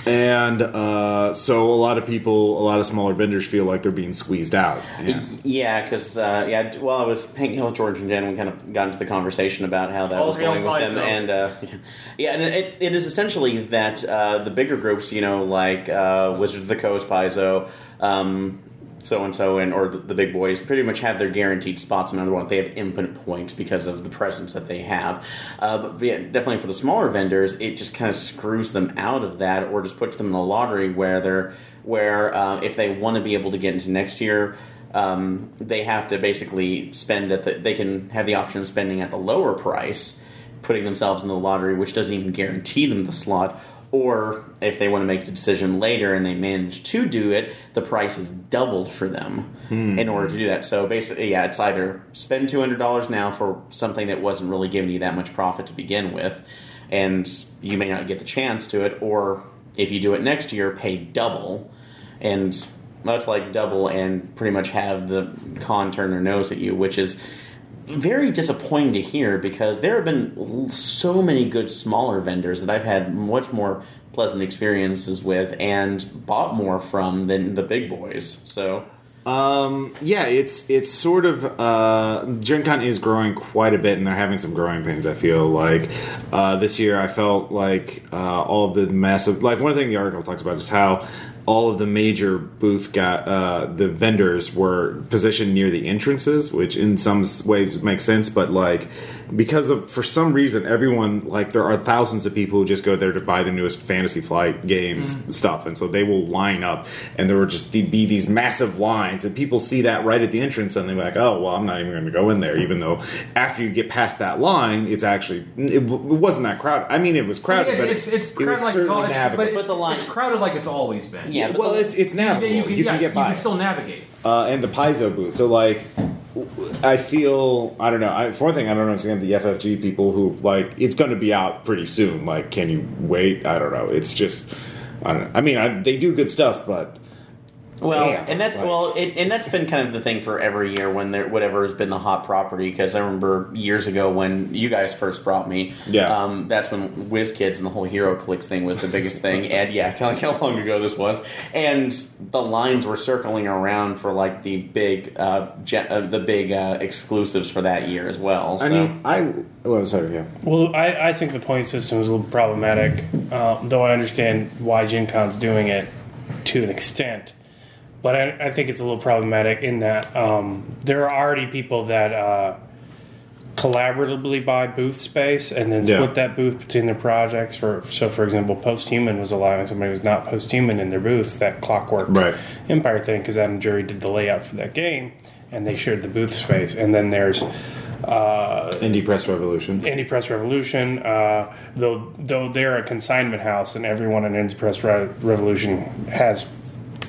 A: and uh, so a lot of people, a lot of smaller vendors feel like they're being squeezed out. Yeah.
B: yeah, because uh, yeah, while I was hanging out with George and Jen, we kind of got into the conversation about how that
C: All
B: was
C: hail
B: going with them,
C: Paizo.
B: and uh, yeah. yeah, and it, it is essentially that uh, the bigger groups, you know, like uh, Wizards of the Coast, Paizo. Um, so and so, and or the, the big boys pretty much have their guaranteed spots. Another one, they have infinite points because of the presence that they have. Uh, but yeah, definitely for the smaller vendors, it just kind of screws them out of that, or just puts them in a lottery where they're where uh, if they want to be able to get into next year, um, they have to basically spend at the they can have the option of spending at the lower price, putting themselves in the lottery, which doesn't even guarantee them the slot. Or if they want to make the decision later and they manage to do it, the price is doubled for them in order to do that. So basically, yeah, it's either spend two hundred dollars now for something that wasn't really giving you that much profit to begin with, and you may not get the chance to it, or if you do it next year, pay double and much like double and pretty much have the con turn their nose at you which is very disappointing to hear because there have been l- so many good smaller vendors that i've had much more pleasant experiences with and bought more from than the big boys so
A: Um, yeah, it's it's sort of uh, Gen Con is growing quite a bit, and they're having some growing pains. I feel like uh, this year, I felt like uh, all of the massive, like one thing the article talks about is how all of the major booth got uh, the vendors were positioned near the entrances, which in some s- ways makes sense, but like because of for some reason everyone like there are thousands of people who just go there to buy the newest Fantasy Flight games stuff, and so they will line up, and there will just be these massive lines, and people see that right at the entrance, and they're like, "Oh, well, I'm not even going to go in there," even though after you get past that line, it's actually it, w- it wasn't that crowded. I mean, it was crowded,
C: It's,
A: but
C: it's, it's
A: it
C: crowded
A: was
C: like it's, all,
A: certainly
C: it's, but
A: navigable.
C: it's,
B: But the line-
C: it's crowded like it's always been.
B: Yeah, but
A: well,
B: the-
A: it's it's
C: You,
A: navigable.
C: you can,
A: you
C: yeah,
A: can get
C: you
A: by.
C: can still navigate.
A: uh, and the piezo booth. So like, I feel I don't know. I, for one thing, I don't understand the FFG people who like it's going to be out pretty soon. Like, can you wait? I don't know. It's just I don't know. I mean, I, they do good stuff, but
B: Well,
A: Damn.
B: and that's
A: Like-
B: well, it, and that's been kind of the thing for every year when there whatever has been the hot property. Because I remember years ago when you guys first brought me,
A: Yeah.
B: um, that's when Whiz Kids and the whole Hero Clicks thing was the biggest thing. And yeah, telling how long ago this was, and the lines were circling around for like the big, uh, gen, uh, the big uh, exclusives for that year as well. So.
A: I mean, I well, sorry, yeah.
D: Well, I, I think the point system is a little problematic, uh, though I understand why Gen Con's doing it to an extent. But I, I think it's a little problematic in that um, there are already people that uh, collaboratively buy booth space and then
A: Yeah.
D: split that booth between their projects. For so, for example, Post Human was allowing somebody who's not Post Human in their booth that Clockwork
A: Right.
D: Empire thing because Adam Jury did the layout for that game and they shared the booth space. And then there's. Uh,
A: Indie Press Revolution.
D: Indie Press Revolution, uh, though though they're a consignment house and everyone in Indie Press Re- Revolution has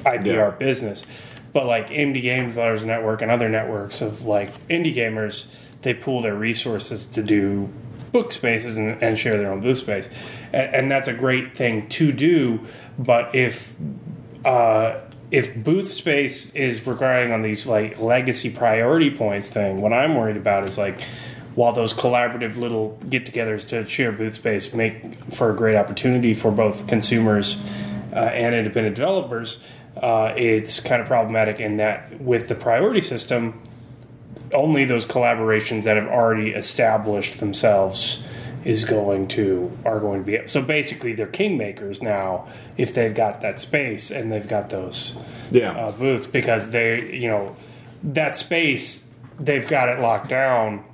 D: IPR
A: Yeah.
D: business, but like Indie Game Developers Network and other networks of like indie gamers, they pool their resources to do book spaces and, and share their own booth space, and, and that's a great thing to do. But if uh, if booth space is requiring on these like legacy priority points thing, what I'm worried about is like while those collaborative little get-togethers to share booth space make for a great opportunity for both consumers uh, and independent developers, uh, it's kind of problematic in that with the priority system, only those collaborations that have already established themselves is going to are going to be so basically they're kingmakers now if they've got that space and they've got those
A: Yeah.
D: uh, booths because they you know that space they've got it locked down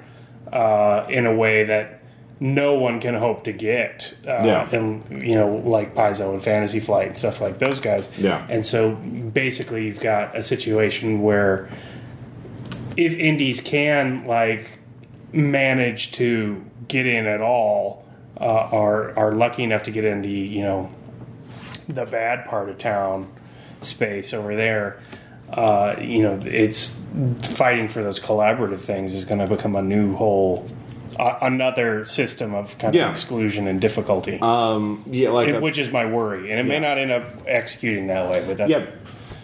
D: uh, in a way that no one can hope to get uh,
A: Yeah.
D: and you know like Paizo and Fantasy Flight and stuff like those guys
A: Yeah.
D: and so basically you've got a situation where if indies can like manage to get in at all uh, are are lucky enough to get in the you know the bad part of town space over there uh, you know it's fighting for those collaborative things is going to become a new whole uh, another system of kind
A: Yeah.
D: of exclusion and difficulty
A: yeah, like
D: it-
A: a-
D: which is my worry and it may
A: Yeah.
D: not end up executing that way but that's
A: Yeah.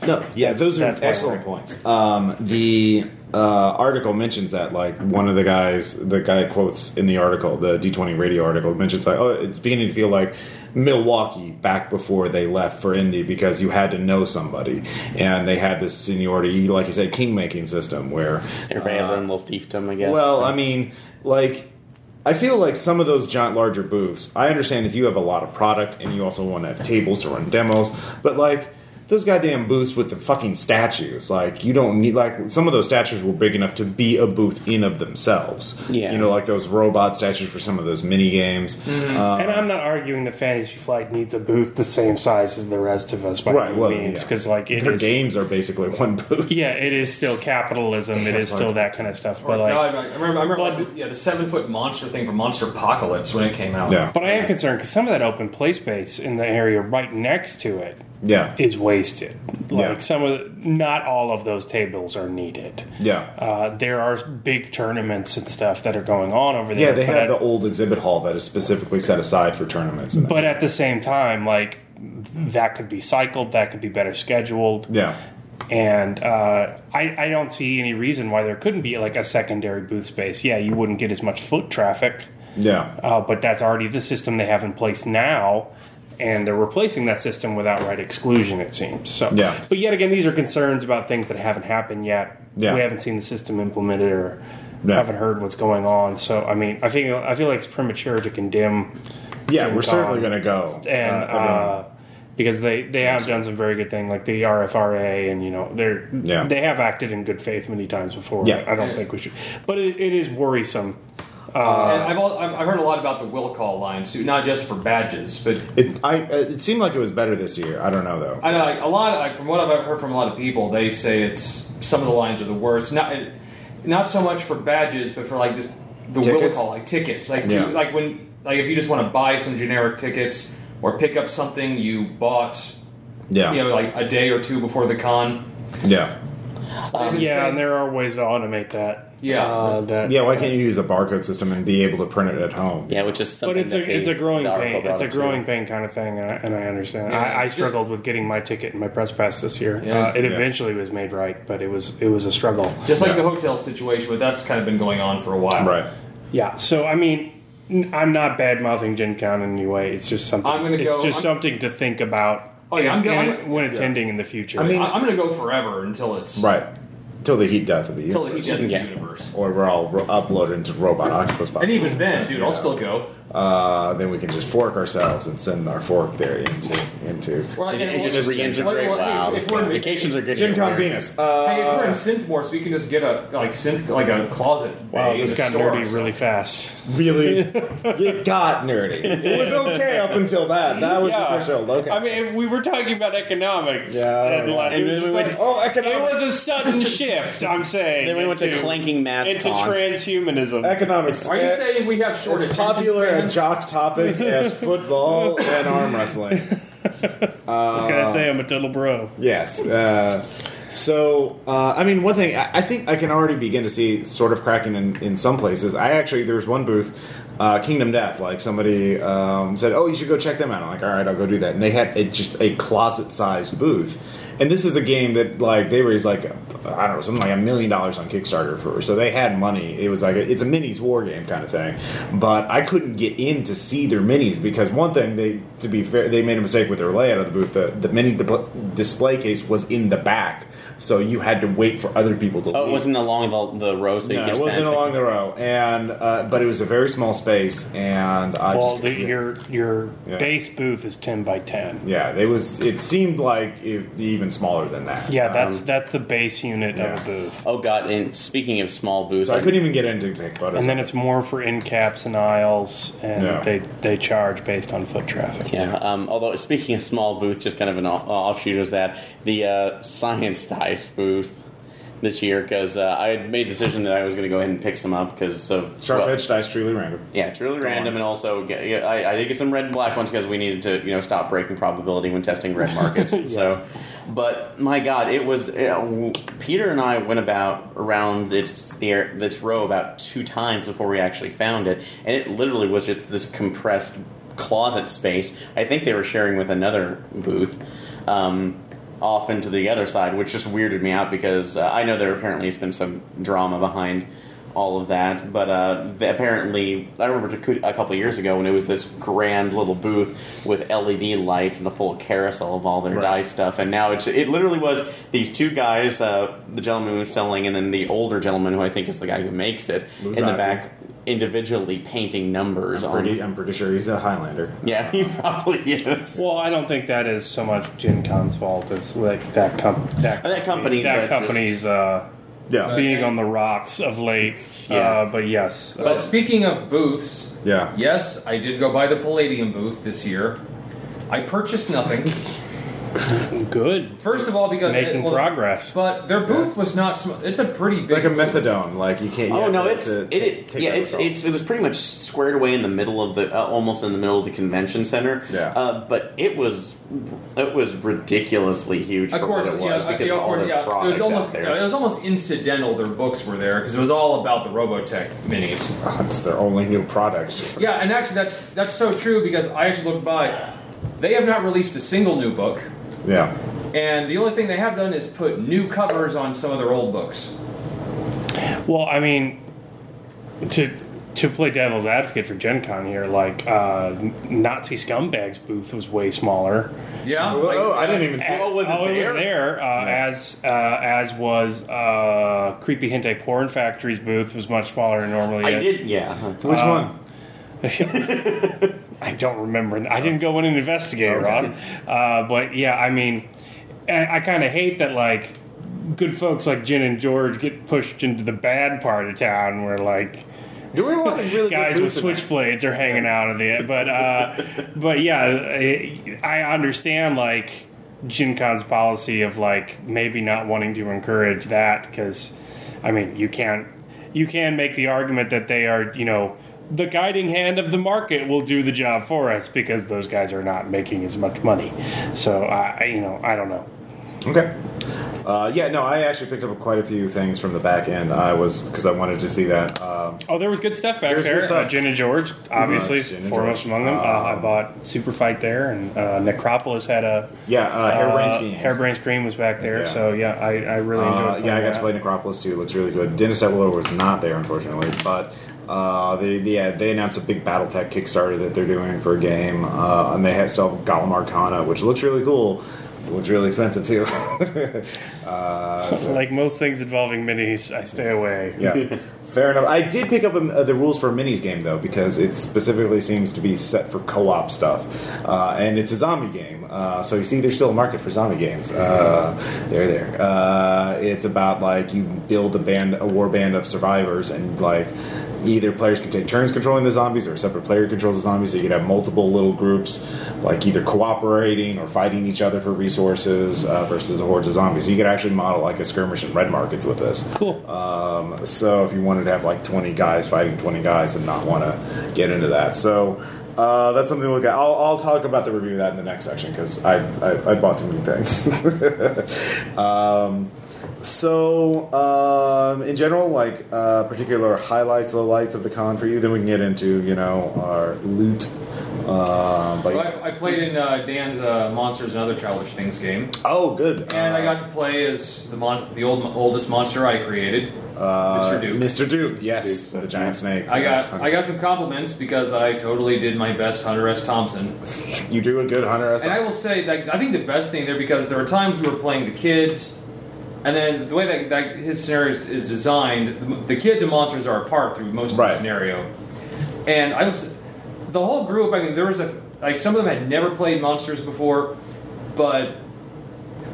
A: No, yeah, those are
D: that's my
A: excellent points. Um, the uh, article mentions that, like, one of the guys, the guy quotes in the article, the D20 radio article, mentions, like, oh, it's beginning to feel like Milwaukee back before they left for Indy because you had to know somebody. And they had this seniority, like you said, kingmaking system where. uh,
B: Everybody has their own little fiefdom, I guess.
A: Well, I mean, like, I feel like some of those giant larger booths. I understand if you have a lot of product and you also want to have tables to run demos, but like those goddamn booths with the fucking statues, like you don't need like some of those statues were big enough to be a booth in of themselves.
B: Yeah.
A: you know, like those robot statues for some of those mini games.
C: Mm-hmm.
A: Uh,
D: Mm-hmm. And I'm not arguing that Fantasy Flight needs a booth the same size as the rest of us by
A: Right,
D: any
A: well,
D: means,
A: yeah.
D: because like it
A: their
D: is,
A: games are basically one booth.
D: yeah, it is still capitalism. It is
A: Yeah,
D: still
A: like-
D: that kind of stuff.
C: Or
D: But like,
C: God, I remember, I remember
D: But-
C: like, this- yeah, the seven foot monster thing from Monster Apocalypse when it came out.
A: Yeah.
D: but I am concerned because some of that open play space in the area right next to it
A: Yeah,
D: is wasted. Like
A: Yeah.
D: some of, the, not all of those tables are needed.
A: yeah.
D: Uh, there are big tournaments and stuff that are going on over there.
A: yeah, they
D: but
A: have the
D: at-
A: old exhibit hall that is specifically set aside for tournaments. And that.
D: but at the same time, like that could be cycled. That could be better scheduled.
A: yeah,
D: and uh, I, I don't see any reason why there couldn't be like a secondary booth space. Yeah, you wouldn't get as much foot traffic,
A: yeah.
D: uh, but that's already the system they have in place now, and they're replacing that system with outright exclusion. It seems so.
A: Yeah.
D: But yet again, these are concerns about things that haven't happened yet.
A: Yeah.
D: We haven't seen the system implemented or
A: Yeah.
D: haven't heard what's going on. So I mean, I think I feel like it's premature to condemn
A: Yeah,
D: Gen
A: we're certainly
D: Con.
A: going to go.
D: and uh,
A: everyone.
D: because they, they have done some very good thing like the RFRA and you know they're
A: Yeah.
D: they have acted in good faith many times before.
A: Yeah.
D: I don't
C: Yeah.
D: think we should, but it, it is worrisome.
C: Uh,
D: Uh,
C: And I've, al- I've I've heard a lot about the will call lines too, not just for badges, but
A: It, I, uh, it seemed like it was better this year. I don't know though.
C: I know like, a lot. Like, from what I've heard from a lot of people, they say it's some of the lines are the worst. Not not so much for badges, but for like just the will
A: Tickets?
C: call, like tickets, like
A: Yeah.
C: to, like when like if you just want to buy some generic tickets or pick up something you bought,
A: yeah,
C: you know, like a day or two before the con.
A: yeah,
C: They've been
D: yeah,
C: saying-
D: and there are ways to automate that.
C: Yeah.
D: uh, that
A: yeah. Why can't you use a barcode system and be able to print it at home?
B: yeah, which is something
D: But it's
B: that
D: a
B: they-
D: it's a growing
B: the article
D: pain.
B: brought
D: It's a
B: up, too.
D: growing pain kind of thing, and I, and I understand.
C: Yeah.
D: I, I struggled with getting my ticket and my press pass this year.
C: Yeah.
D: Uh, it
A: Yeah.
D: eventually was made right, but it was it was a struggle.
C: Just like
A: Yeah.
C: the hotel situation, but that's kind of been going on for a while.
A: Right.
D: Yeah, so I mean, n- I'm not bad mouthing Gen Con in any way. It's just something.
C: I'm gonna
D: it's
C: go-
D: just
C: I'm-
D: something to think about.
C: Oh, yeah, I'm
D: if-
C: go-
D: in-
C: I'm-
D: when attending in the future.
A: I mean-
C: I, am going to go forever until it's
A: Right. Till the heat death of the
C: until
A: universe.
C: the heat death of the
B: Yeah.
C: universe.
A: Or we're all ro- uploaded into robot octopus.
C: And even then, dude, I'll still go.
A: Uh, then we can just fork ourselves and send our fork there into into.
C: Well,
B: And,
C: and
B: and
C: we'll
B: just
A: just-
B: reintegrate.
C: well, well,
B: Wow,
C: if- if we're-
B: vacations are good.
A: Gen
B: here.
A: Con Venus.
C: Hey, if we're in
A: Uh,
C: synth wars, we can just get a like synth like a closet.
D: wow,
C: bay in
D: this
C: the
D: got
C: store.
D: nerdy really fast.
A: really, it got nerdy. It was okay up until that. That was your threshold. Okay.
D: I mean, if we were talking about economics.
A: Yeah,
D: and,
A: yeah.
D: like,
B: And
D: it was
B: then we went-
A: oh,
D: It
A: economics.
D: was a sudden shift. I'm saying.
B: Then we went to clanking mask
D: into
B: con.
D: transhumanism.
A: economics.
C: Are you
A: Eh,
C: saying we have short
A: as
C: attention
A: popular a
C: spans?
A: jock topic as football and arm wrestling.
D: What can I say? I'm a total bro.
A: Yes. Uh, so, uh, I mean, one thing I, I think I can already begin to see sort of cracking in, in some places. I actually there was one booth uh, Kingdom Death. Like somebody um, said, "Oh, you should go check them out." I'm like, "All right, I'll go do that." And they had a, just a closet-sized booth. And this is a game that like they raised like I don't know something like a million dollars on Kickstarter for, so they had money. It was like a, it's a minis war game kind of thing. But I couldn't get in to see their minis because one thing they to be fair they made a mistake with their layout of the booth. The, the mini dip- display case was in the back, so you had to wait for other people to.
B: Oh, it
A: leave.
B: wasn't along the, the row, so you
A: No,
B: could
A: it
B: just
A: wasn't
B: manage
A: along the row, and uh, but it was a very small space, and I
D: well,
A: just
D: the, your your
A: Yeah.
D: base booth is ten by ten.
A: yeah, it was. It seemed like it, even smaller than that.
D: Yeah, that's
A: Um,
D: that's the base unit
A: yeah.
D: of a booth,
B: Oh god! And speaking of small booths,
A: so I
B: I-
A: couldn't even get in to take photos.
D: and then it's more for in caps and aisles, and
A: Yeah.
D: they they charge based on foot traffic.
B: Yeah. Um, although speaking of small booth, just kind of an off- offshoot was that the uh, science dice booth this year because uh, I had made the decision that I was going to go ahead and pick some up because of
A: sharp
B: well,
A: edge dice, truly random.
B: Yeah, it's really
A: on.
B: random, and also get, yeah, I, I did get some red and black ones because we needed to, you know, stop breaking probability when testing red markets. So, but my God, it was you know, Peter and I went about around this the, this row about two times before we actually found it, and it literally was just this compressed closet space. I think they were sharing with another booth. Um, off into the other side, which just weirded me out because uh, I know there apparently has been some drama behind all of that, but uh, the- apparently I remember t- a couple of years ago when it was this grand little booth with LED lights and the full carousel of all their
A: Right.
B: dice stuff, and now it's it literally was these two guys, uh, the gentleman who was selling, and then the older gentleman who I think is the guy who makes it in
A: Muzaki.
B: the back, individually painting numbers on.
A: Pretty, I'm pretty sure he's a Highlander.
B: Yeah, he probably is.
D: Well, I don't think that is so much Gen Con's fault. It's like that com- that,
B: Uh, That company,
D: that
B: but
D: company's
B: just-
D: uh,
A: Yeah,
C: Right.
D: being on the rocks of late.
B: Yeah.
D: Uh, but yes,
C: But speaking of booths,
A: yeah.
C: yes, I did go by the Palladium booth this year. I purchased nothing.
D: uh, good
C: First of all, because
D: making
C: well,
D: progress.
C: But their booth was not. Sm- it's a pretty big.
A: It's like a
C: booth.
A: methadone. Like you can't. you
B: Oh
A: have
B: no,
A: to-
B: it's
A: to
B: it,
A: take-
B: it
A: take
B: yeah,
A: that
B: it's
A: withdrawal.
B: it's it was pretty much squared away in the middle of the uh, almost in the middle of the convention center.
A: Yeah.
B: uh, but it was it was ridiculously huge
C: Of
B: for
C: course,
B: what it
C: yeah,
B: was
C: uh,
B: because
C: yeah,
B: of
C: of
B: all
C: course,
B: the
C: yeah. It
B: products
C: was almost
B: out there.
C: yeah, it was almost incidental their books were there because it was all about the Robotech minis.
A: Oh, it's their only new product.
C: Yeah, and actually that's that's so true because I actually looked by. They have not released a single new book,
A: Yeah.
C: and the only thing they have done is put new covers on some of their old books.
D: Well, I mean, to to play devil's advocate for Gen Con here, like uh, Nazi scumbags booth was way smaller.
C: Yeah,
A: Whoa,
C: like-
A: I didn't even see.
B: Oh, was it there?
D: was there. Uh, As uh, as was uh, creepy hentai porn factories booth was much smaller than normally.
B: I
D: is.
B: did, yeah.
A: Which
D: Uh,
A: one?
D: I don't remember. I didn't go in and investigate, Ross. Uh, but yeah, I mean, I, I kind of hate that like good folks like Jen and George get pushed into the bad part of town where like
A: Do we want a really
D: guys
A: good
D: with
A: booth in there?
D: switchblades are hanging out of the but uh but yeah I- i understand like Gen Con's policy of like maybe not wanting to encourage that because i mean you can't you can make the argument that they are you know the guiding hand of the market will do the job for us because those guys are not making as much money so i I- you know i don't know
A: Okay. Uh, yeah, no, I actually picked up quite a few things from the back end. I was because I wanted to see that. Um,
D: Oh, there was good stuff back
A: There was
D: there.
A: good stuff.
D: Uh, Gin and George, obviously,
A: Gin and
D: foremost
A: George.
D: among them. Uh, I
A: Um,
D: bought Super Fight there, and uh, Necropolis had a
A: yeah, uh, Hairbrained
D: uh,
A: Schemes.
D: Hairbrained Scream was back there.
A: Yeah.
D: So yeah, I, I really enjoyed.
A: Uh,
D: playing
A: yeah, I got
D: that.
A: to play Necropolis too. Looks really good. Dennis Evelor was not there, unfortunately, but uh, they they- yeah they announced a big BattleTech Kickstarter that they're doing for a game, uh, and they have self Golem Arcana, which looks really cool. Looks really expensive too. uh, so-
D: Like most things involving minis, I stay away.
A: yeah, fair enough. I did pick up um, uh, the rules for a minis game though, because it specifically seems to be set for co-op stuff, uh, and it's a zombie game. Uh, so you see, there's still a market for zombie games. Uh, they're there. Uh, it's about like you build a band, a war band of survivors, and like either players can take turns controlling the zombies, or a separate player controls the zombies. So you can have multiple little groups, like either cooperating or fighting each other for resources uh, versus hordes of zombies. So you could actually model like a skirmish in red markets with this.
D: Cool.
A: Um, so if you wanted to have like 20 guys fighting 20 guys and not want to get into that. So uh, that's something to look at. I'll, I'll talk about the review of that in the next section because I, I, I bought too many things. um, So, um, in general, like uh, particular highlights, lowlights of the con for you. Then we can get into you know our loot. Uh,
C: So
A: like,
C: I, I played in uh, Dan's uh, Monsters and Other Childish Things game,
A: oh, good.
C: and I
A: Uh,
C: got to play as the mon- the old oldest monster I created.
A: uh,
C: Mr. Duke.
A: Mr. Duke, yes,
B: Duke,
A: the giant snake.
C: I got
A: Hunter.
C: I got some compliments because I totally did my best Hunter S. Thompson.
A: You do a good hunter.
C: And I will say that I think the best thing there because there were times we were playing the kids, and then the way that, that his scenario is, is designed, the, the kids and monsters are apart through most of
A: Right.
C: the scenario. And I was the whole group. I mean, there was a like some of them had never played monsters before, but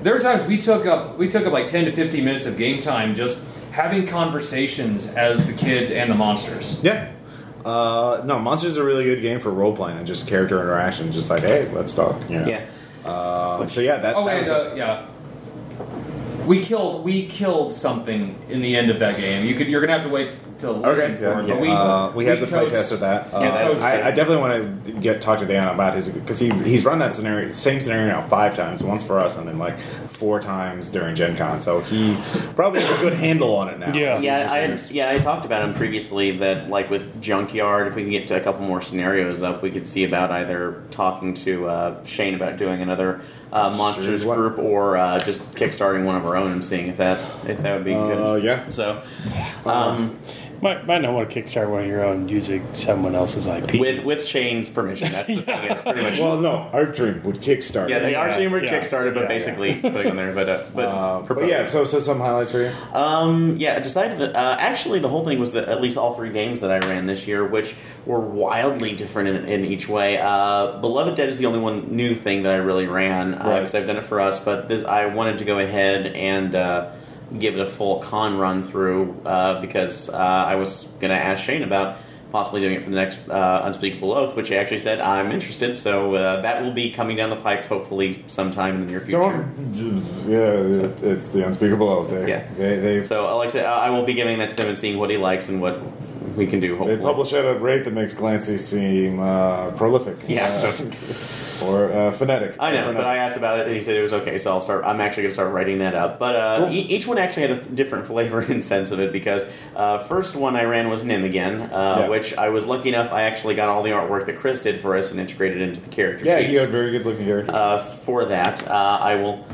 C: there were times we took up we took up like ten to fifteen minutes of game time just having conversations as the kids and the monsters.
A: Yeah. Uh, no, Monsters is a really good game for role playing and just character interaction. Just like, hey, let's talk. You know?
B: Yeah.
A: Uh, so yeah, that.
C: Oh, and
A: that was
C: uh, yeah. We killed we killed something in the end of that game. You could you're gonna have to wait till listen
A: Okay,
C: for
A: yeah,
C: it.
A: yeah.
C: But we
A: uh, we had the
C: we
A: play
C: totes-
A: test of that. Uh,
B: Yeah, that's
A: I,
B: good.
A: I definitely want to get talk to Dan about his because he he's run that scenario same scenario now five times, once for us and then like four times during Gen Con. So he probably has a good handle on it now.
D: Yeah.
B: Yeah, I had, yeah, I talked about him previously that like with Junkyard, if we can get to a couple more scenarios up, we could see about either talking to uh, Shane about doing another uh, monsters
A: what-
B: group or uh, just kickstarting one of our own and seeing if that's if that would be
A: Uh,
B: good.
A: yeah.
B: So, um,
D: Might, might not want to kickstart one of your own using someone else's IP.
B: with with Shane's permission, that's the thing. It's pretty much.
A: Well, no, our dream would kickstart.
B: Yeah,
A: it.
B: they are
D: Yeah,
B: chamber
D: yeah,
B: kickstarted, but
D: yeah,
B: basically putting on there, but uh, but,
A: Uh, but
B: proposed.
A: yeah, so so some highlights for you.
B: Um, yeah, I decided that uh, actually the whole thing was that at least all three games that I ran this year, which were wildly different in, in each way. Uh, Beloved Dead is the only one new thing that I really ran because
A: Right.
B: I've done it for us, but this, I wanted to go ahead and uh, give it a full con run through uh, because uh, I was going to ask Shane about possibly doing it for the next uh, Unspeakable Oath, which he actually said I'm interested. So uh, that will be coming down the pipes hopefully sometime in the near future.
A: Yeah, it, it's the unspeakable out there.
B: Yeah.
A: They, they,
B: So, Alexa, I I will be giving that to them and seeing what he likes and what we can do. Hopefully,
A: they publish at a rate that makes Glancy seem uh, prolific.
B: Yeah,
A: Uh, or uh, phonetic.
B: I know,
A: Phonetic.
B: but I asked about it and he said it was okay. So I'll start. I'm actually going to start writing that up. But uh,
A: Cool.
B: e- each one actually had a different flavor and sense of it because uh, first one I ran was Nim again, uh,
A: Yeah.
B: which I was lucky enough. I actually got all the artwork that Chris did for us and integrated into the character.
A: yeah,
B: sheets.
A: you had very good looking character.
B: uh, for that. Uh, I will.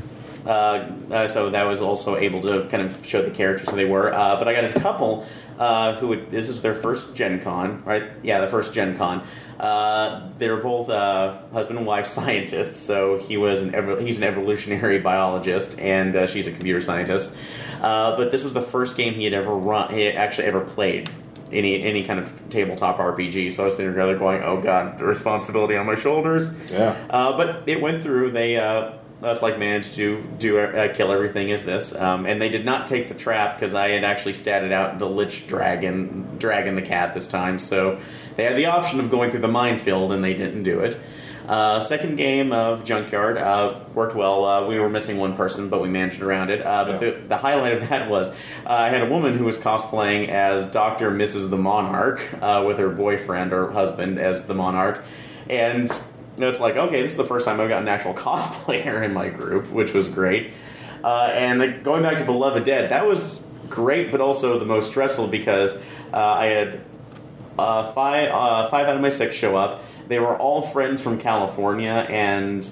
B: Uh, uh, so that was also able to kind of show the characters who they were. Uh, but I got a couple uh, who would, this is their first Gen Con, right? Yeah, the first Gen Con. Uh, they're both uh, husband and wife scientists. So he was an evo- he's an evolutionary biologist, and uh, she's a computer scientist. Uh, but this was the first game he had ever run, he had actually ever played any any kind of tabletop RPG. So I was sitting there going, "Oh God, the responsibility on my shoulders."
A: Yeah.
B: Uh, but it went through. They uh, that's like managed to do uh, kill everything. Is this? Um, and they did not take the trap because I had actually statted out the lich dragon, dragon the cat this time. So they had the option of going through the minefield, and they didn't do it. Uh, second game of Junkyard uh, worked well. Uh, we were missing one person, but we managed around it. Uh, but
A: Yeah.
B: the, the highlight of that was uh, I had a woman who was cosplaying as Doctor Mrs. the Monarch uh, with her boyfriend or husband as the Monarch, and it's like okay, this is the first time I've got an actual cosplayer in my group, which was great. Uh, and like, going back to Beloved Dead, that was great, but also the most stressful because uh, I had uh, five uh, five out of my six show up. They were all friends from California and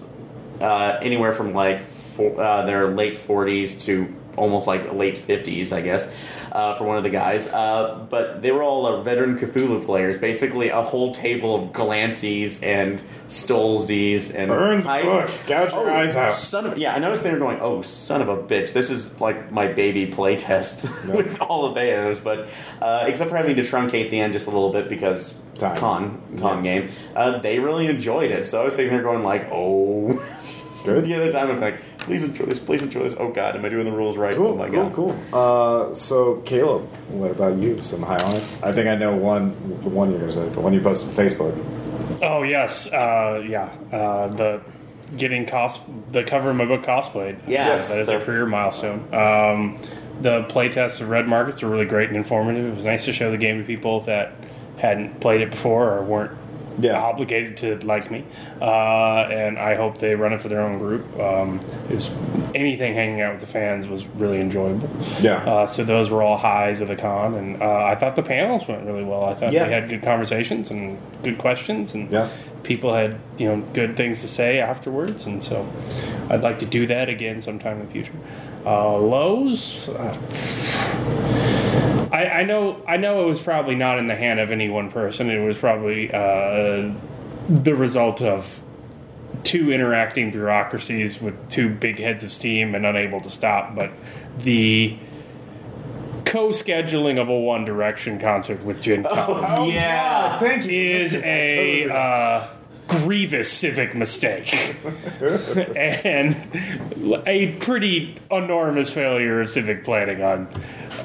B: uh, anywhere from like four, uh, their late forties to almost like late fifties, I guess, uh, for one of the guys. Uh, but they were all uh, veteran Cthulhu players, basically a whole table of Glancies and Stolzis and
A: Burn the
B: Heist-
A: book, gouge your
B: Oh,
A: eyes out.
B: Son of yeah, I noticed they were going, oh son of a bitch, this is like my baby playtest
A: No.
B: with all of theirs, but uh, except for having to truncate the end just a little bit because
A: Time.
B: con con game, uh, they really enjoyed it. So I was sitting there going like, oh,
A: Good.
B: the other time I'm like, please enjoy this, please enjoy this. Oh god, am I doing the rules right?
A: Cool,
B: oh my
A: cool,
B: god,
A: cool. Uh, so, Caleb, what about you? Some highlights? I think I know one. The one you're going to say, the one you posted on Facebook.
D: Oh yes, uh, yeah. Uh, the getting cos the cover of my book cosplayed.
B: Yeah,
D: Yes, that is
B: so-
D: a career milestone. Um, the playtests of Red Markets were really great and informative. It was nice to show the game to people that hadn't played it before or weren't
A: Yeah.
D: obligated to like me, uh, and I hope they run it for their own group. Um, it was, anything hanging out with the fans was really enjoyable.
A: Yeah.
D: Uh, so those were all highs of the con, and uh, I thought the panels went really well. I thought
A: Yeah.
D: we had good conversations and good questions, and
A: Yeah.
D: people had you know good things to say afterwards. And so I'd like to do that again sometime in the future. Uh, lows. Uh, I, I know. I know. It was probably not in the hand of any one person. It was probably uh, the result of two interacting bureaucracies with two big heads of steam and unable to stop. But the co-scheduling of a One Direction concert with Jin Collins
A: Oh,
B: Yeah.
A: God, thank you.
D: is a uh, grievous civic mistake and a pretty enormous failure of civic planning on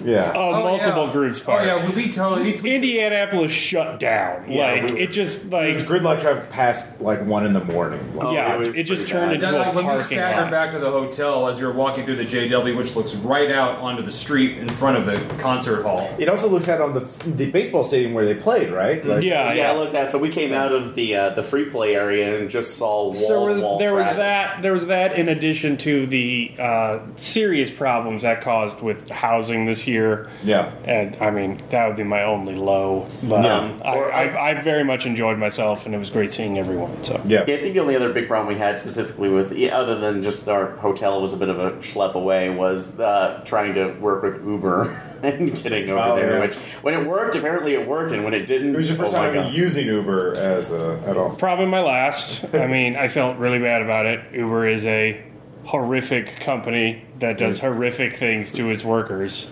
A: yeah.
D: uh, multiple
C: Oh, yeah.
D: groups part.
C: Oh yeah, we, we tell we, we
D: Indianapolis shut down.
A: Yeah,
D: like
A: we were-
D: it just like
A: Because gridlock traffic passed like one in the morning. Like,
D: yeah,
B: it was
D: it, just
B: pretty
D: turned
B: bad.
D: into
C: Yeah,
D: a
C: like, when we
D: parking
C: staggered
D: lot.
C: back to the hotel as we were walking through the JW, which looks right out onto the street in front of the concert hall.
A: It also looks out on the the baseball stadium where they played, right? Like,
D: Mm-hmm.
B: yeah,
D: Yeah, yeah.
B: I looked at. So we came out of the uh, the free play area and just saw wall
D: So
B: to wall
D: there was
B: traffic.
D: that. There was that in addition to the uh, serious problems that caused with housing this year.
A: Yeah.
D: and I mean that would be my only low. But
A: Yeah.
D: um, I,
B: Or-
D: I, I very much enjoyed myself, and it was great seeing everyone. So
A: Yeah.
B: Yeah, I think the only other big problem we had specifically with, yeah, other than just our hotel was a bit of a schlep away, was uh, trying to work with Uber and getting over
A: Oh,
B: there.
A: yeah.
B: Which, when it worked, apparently it worked, and when it didn't,
A: It was your first
B: oh my
A: time
B: God.
A: using Uber as a, at all.
D: probably my last. I mean, I felt really bad about it. Uber is a horrific company that does horrific things to its workers.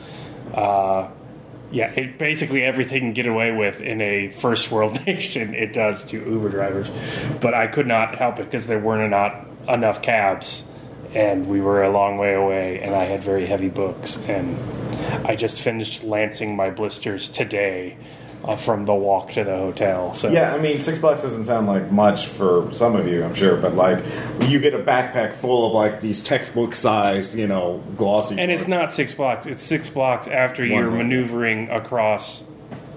D: Uh, yeah, it basically everything you can get away with in a first world nation, it does to Uber drivers. But I could not help it because there weren't not enough cabs, and we were a long way away, and I had very heavy books, and I just finished lancing my blisters today uh, from the walk to the hotel. So
A: Yeah, I mean, six bucks doesn't sound like much for some of you, I'm sure, but like you get a backpack full of like these textbook sized, you know, glossy.
D: And it's
A: words.
D: not six blocks. It's six blocks after
A: One
D: you're
A: way.
D: maneuvering across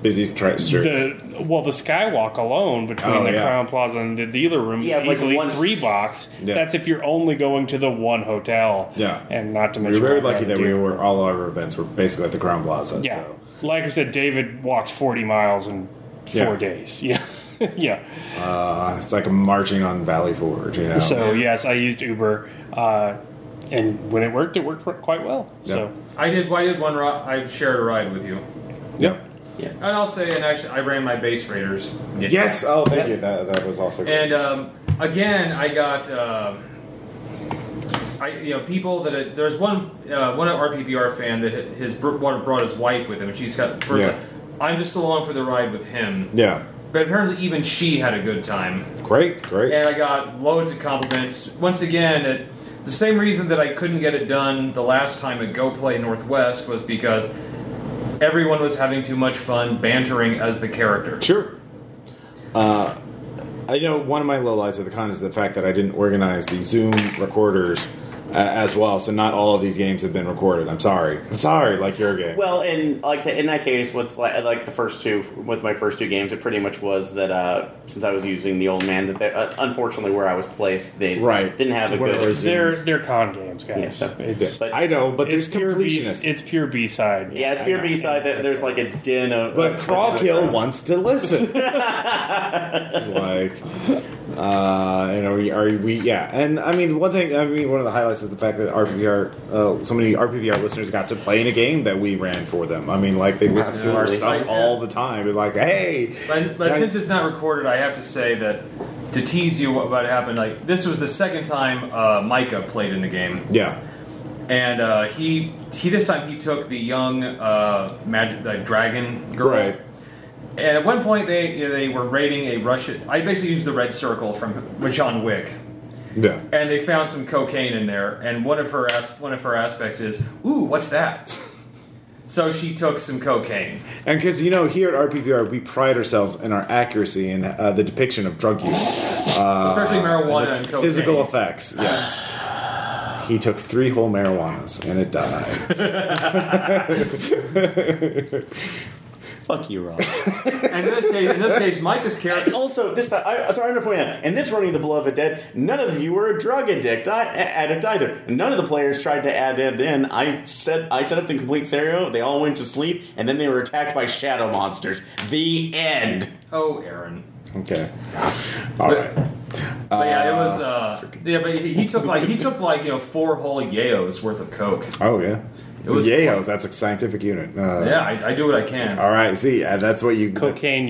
A: busy street.
D: the well, the skywalk alone between
A: Oh,
D: the
A: yeah.
D: Crown Plaza and the dealer room
B: Yeah, it's
D: is
B: like
D: easily
B: one-
D: three blocks.
A: Yeah.
D: That's if you're only going to the one hotel.
A: Yeah.
D: and not to
A: We were
D: mention
A: very
D: all the
A: lucky
D: other
A: that we
D: deal.
A: were all our events were basically at the Crown Plaza.
D: Yeah,
A: So.
D: like I said, David walked forty miles in
A: Yeah.
D: four days. Yeah, yeah.
A: Uh, it's like marching on Valley Forge, you know.
D: So yes, I used Uber, uh, and when it worked, it worked quite well.
A: Yeah.
D: So
C: I did. I did one. ri- I shared a ride with you,
A: yep.
C: and I'll say, and actually, I ran my base raiders.
A: Yes. Oh, thank you. That, that was also good.
C: And um, again, I got. Um, I, you know, people that had, there's one uh, one RPBR fan that had- his br- brought brought his wife with him, and she's got first.
A: Yeah.
C: I'm just along for the ride with him,
A: yeah.
C: but apparently even she had a good time.
A: Great. Great.
C: and I got loads of compliments. Once again, it, the same reason that I couldn't get it done the last time at Go Play Northwest was because everyone was having too much fun bantering as the character.
A: Sure. Uh, I know one of my lowlights of the con is the fact that I didn't organize the Zoom recorders uh, as well, so not all of these games have been recorded. I'm sorry. I'm sorry, like your game.
B: Well, and like I said, in that case, with like, like the first two, with my first two games, it pretty much was that uh, since I was using the old man, that they, uh, unfortunately where I was placed, they
A: Right.
B: didn't have a
A: Whatever
B: good.
A: is-
D: they're they're con games, guys.
B: Yeah.
A: Yeah.
D: It's
B: but-
A: I know, but there's
D: it's pure B.
A: completionists.
D: It's pure B side.
B: Yeah, it's pure B side. That there's like a din of.
A: but
B: of-
A: Crawkill wants to listen. like, uh, and are we, are we, yeah. And I mean, one thing, I mean, one of the highlights is the fact that RPVR, uh, so many RPVR listeners got to play in a game that we ran for them. I mean, like, they listen to our
B: Absolutely.
A: stuff all the time. They're like, hey.
C: But, but
A: Right.
C: since it's not recorded, I have to say that to tease you about what happened, like this was the second time uh, Micah played in the game.
A: Yeah.
C: and uh, he he this time he took the young uh, magic the dragon girl.
A: Right.
C: And at one point they you know, they were raiding a Russian. I basically used the red circle from with John Wick,
A: Yeah.
C: and they found some cocaine in there. And one of her as, one of her aspects is, ooh, what's that? So she took some cocaine.
A: And because you know, here at RPVR, we pride ourselves in our accuracy and uh, the depiction of drug use, uh,
C: Especially marijuana
A: its
C: and cocaine.
A: physical effects. Yes, he took three whole marijuanas and it died.
B: Fuck you, Rob.
C: And in this case, in this case, Micah's character.
B: And also, this time, I, sorry, I'm going to point out, in this running the Beloved Dead, none of you were a drug addict, I, addict either. None of the players tried to add it in. I set, I set up the complete scenario. They all went to sleep, and then they were attacked by shadow monsters. The end.
C: Oh, Aaron.
A: Okay. All right.
C: But yeah, it was. Uh, yeah, but he, he took like he took like you know four whole yayos worth of coke.
A: Oh yeah.
C: It was-
A: Yayos, that's a scientific unit. Uh,
C: Yeah, I, I do what I can.
A: All right. See, uh, that's what you
D: Cocaine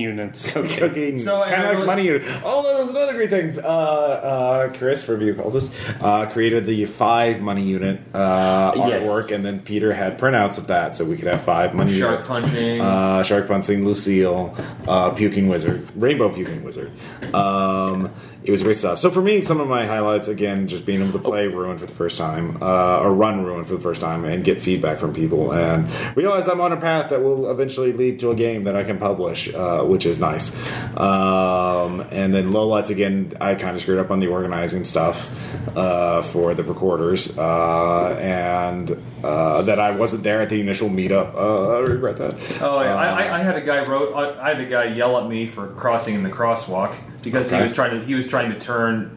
D: units.
A: cooking.
C: So, and
A: kind
C: I
A: of like
C: really-
A: money unit. Oh, that was another great thing. Uh, uh, Chris for View Cultist uh, created the five money unit uh,
B: Yes.
A: artwork, and then Peter had printouts of that, so we could have five money
C: Shark
A: units.
C: punching.
A: Uh, shark punching Lucille, uh, puking wizard, rainbow puking wizard. Um, it was great stuff. So for me, some of my highlights again, just being able to play ruined for the first time, uh, or run ruined for the first time, and get feedback from people, and realize I'm on a path that will eventually lead to a game that I can publish, uh, which is nice. Um, and then lowlights again, I kind of screwed up on the organizing stuff uh, for the recorders, uh, and uh, that I wasn't there at the initial meetup. Uh, I regret that.
C: Oh, yeah. I,
A: uh,
C: I, I had a guy wrote. I, I had a guy yell at me for crossing in the crosswalk because
A: Okay.
C: he was trying to he was trying to turn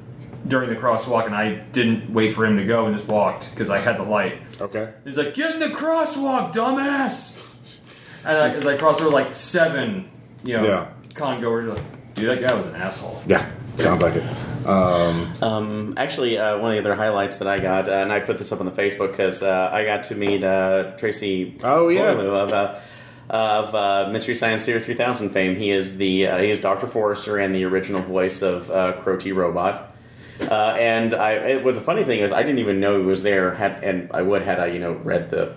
C: during the crosswalk, and I didn't wait for him to go and just walked because I had the light.
A: Okay.
C: He's like, "Get in the crosswalk, dumbass!" And I, as I crossed over, like seven, you know,
A: Yeah.
C: congoers like, "Dude, that guy was an asshole."
A: Yeah. Sounds like it.
B: Um, actually, uh, one of the other highlights that I got, uh, and I put this up on the Facebook because uh, I got to meet uh, Tracy.
A: Oh, yeah.
B: Borlu of uh, of uh, Mystery Science Theater 3000 fame. He is the uh, he is Doctor Forrester and the original voice of uh, Crow T Robot. Uh, and I, it, well, the funny thing is, I didn't even know he was there, had, and I would had I you know read the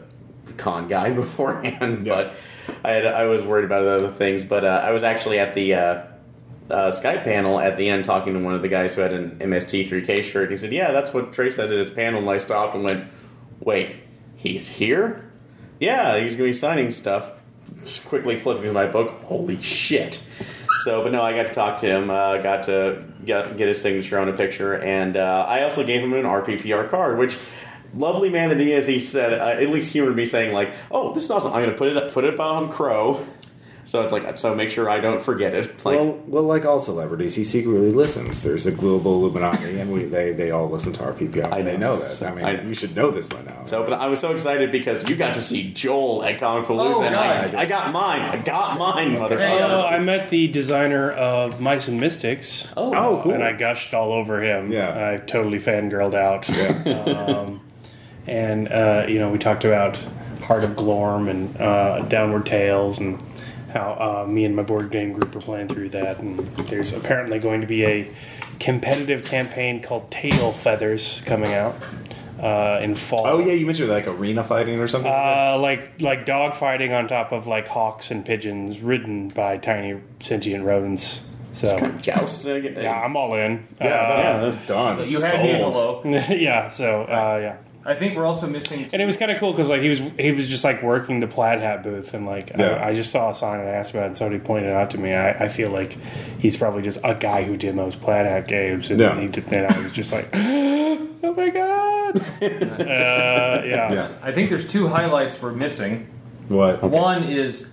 B: con guide beforehand,
A: Yeah.
B: but. I, had, I was worried about other things, but uh, I was actually at the uh, uh, Skype panel at the end talking to one of the guys who had an MST3K shirt. He said, "Yeah, that's what Trey said at his panel." And I stopped and went, "Wait, he's here? Yeah, he's going to be signing stuff." Just quickly flipping through my book. Holy shit! So, but no, I got to talk to him. Uh, got to get, get his signature on a picture, and uh, I also gave him an RPPR card, which. Lovely man that he is, he said. Uh, at least humored me saying like, "Oh, this is awesome. I'm going to put it up, put it on Crow." So it's like, so make sure I don't forget it. It's like,
A: well, well, like all celebrities, he secretly listens. There's a global Illuminati, and we, they they all listen to our PPL.
B: I
A: I they
B: know.
A: know that. I mean,
B: I-
A: you should know this by now.
B: So, but I was so excited because you got to see Joel at Comic Palooza,
C: Oh,
B: and
C: God.
B: I, I got mine. I got mine,
C: Hey,
B: motherfucker.
D: Oh, I met the designer of Mice and Mystics. Uh,
B: Oh,
A: oh, cool.
D: And I gushed all over him.
A: Yeah.
D: I totally fangirled out.
A: yeah.
D: um, and uh, you know we talked about Heart of Glorm and uh, Downward Tales and how uh, me and my board game group are playing through that and there's apparently going to be a competitive campaign called Tail Feathers coming out uh, in fall.
A: Oh yeah, you mentioned like arena fighting or something.
D: Uh, like like dog fighting on top of like hawks and pigeons ridden by tiny sentient rodents. So
B: Joust.
D: yeah, I'm all in.
A: yeah,
D: Uh,
A: no, done.
C: You had me at hello.
D: yeah. So uh, yeah.
C: I think we're also missing.
D: And it was kind of cool because like he was he was just like working the plaid hat booth and like
A: Yeah.
D: I, I just saw a sign and I asked about it and somebody pointed it out to me. I, I feel like he's probably just a guy who demos plaid hat games and
A: Yeah.
D: he did, and I was just like, oh my god, uh, yeah.
A: Yeah.
C: I think there's two highlights we're missing.
A: What?
C: One is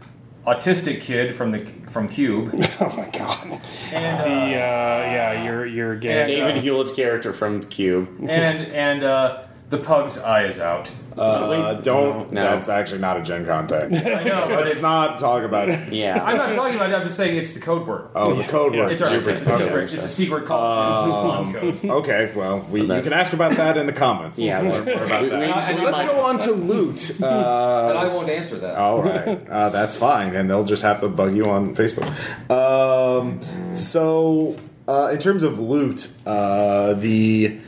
C: autistic kid from the from Cube,
D: oh my god,
C: and
D: the, uh,
C: uh,
D: yeah, your your game.
C: And-
B: David Hewlett's character from Cube.
C: and and uh, the pug's eye is out.
A: Uh, don't.
B: No.
A: That's actually not a Gen contact.
C: I know, but
A: Let's
C: it's
A: not talk about it.
B: Yeah.
C: I'm not talking about it. I'm just saying it's the code word.
A: Oh, the code
D: Yeah.
A: word. um,
C: It's our
B: Jupiter.
C: it's a secret.
B: Okay.
C: It's a secret call. response code.
A: Okay, well, we, you
B: that's-
A: can ask about that in the comments.
B: yeah. Let's,
A: Or about
B: we-
A: that.
B: we-
C: And
B: we
A: Let's
B: might-
A: go on to loot. Uh,
E: But I won't answer that.
A: All right, uh, that's fine, and they'll just have to bug you on Facebook. Um, so, uh, in terms of loot, uh, the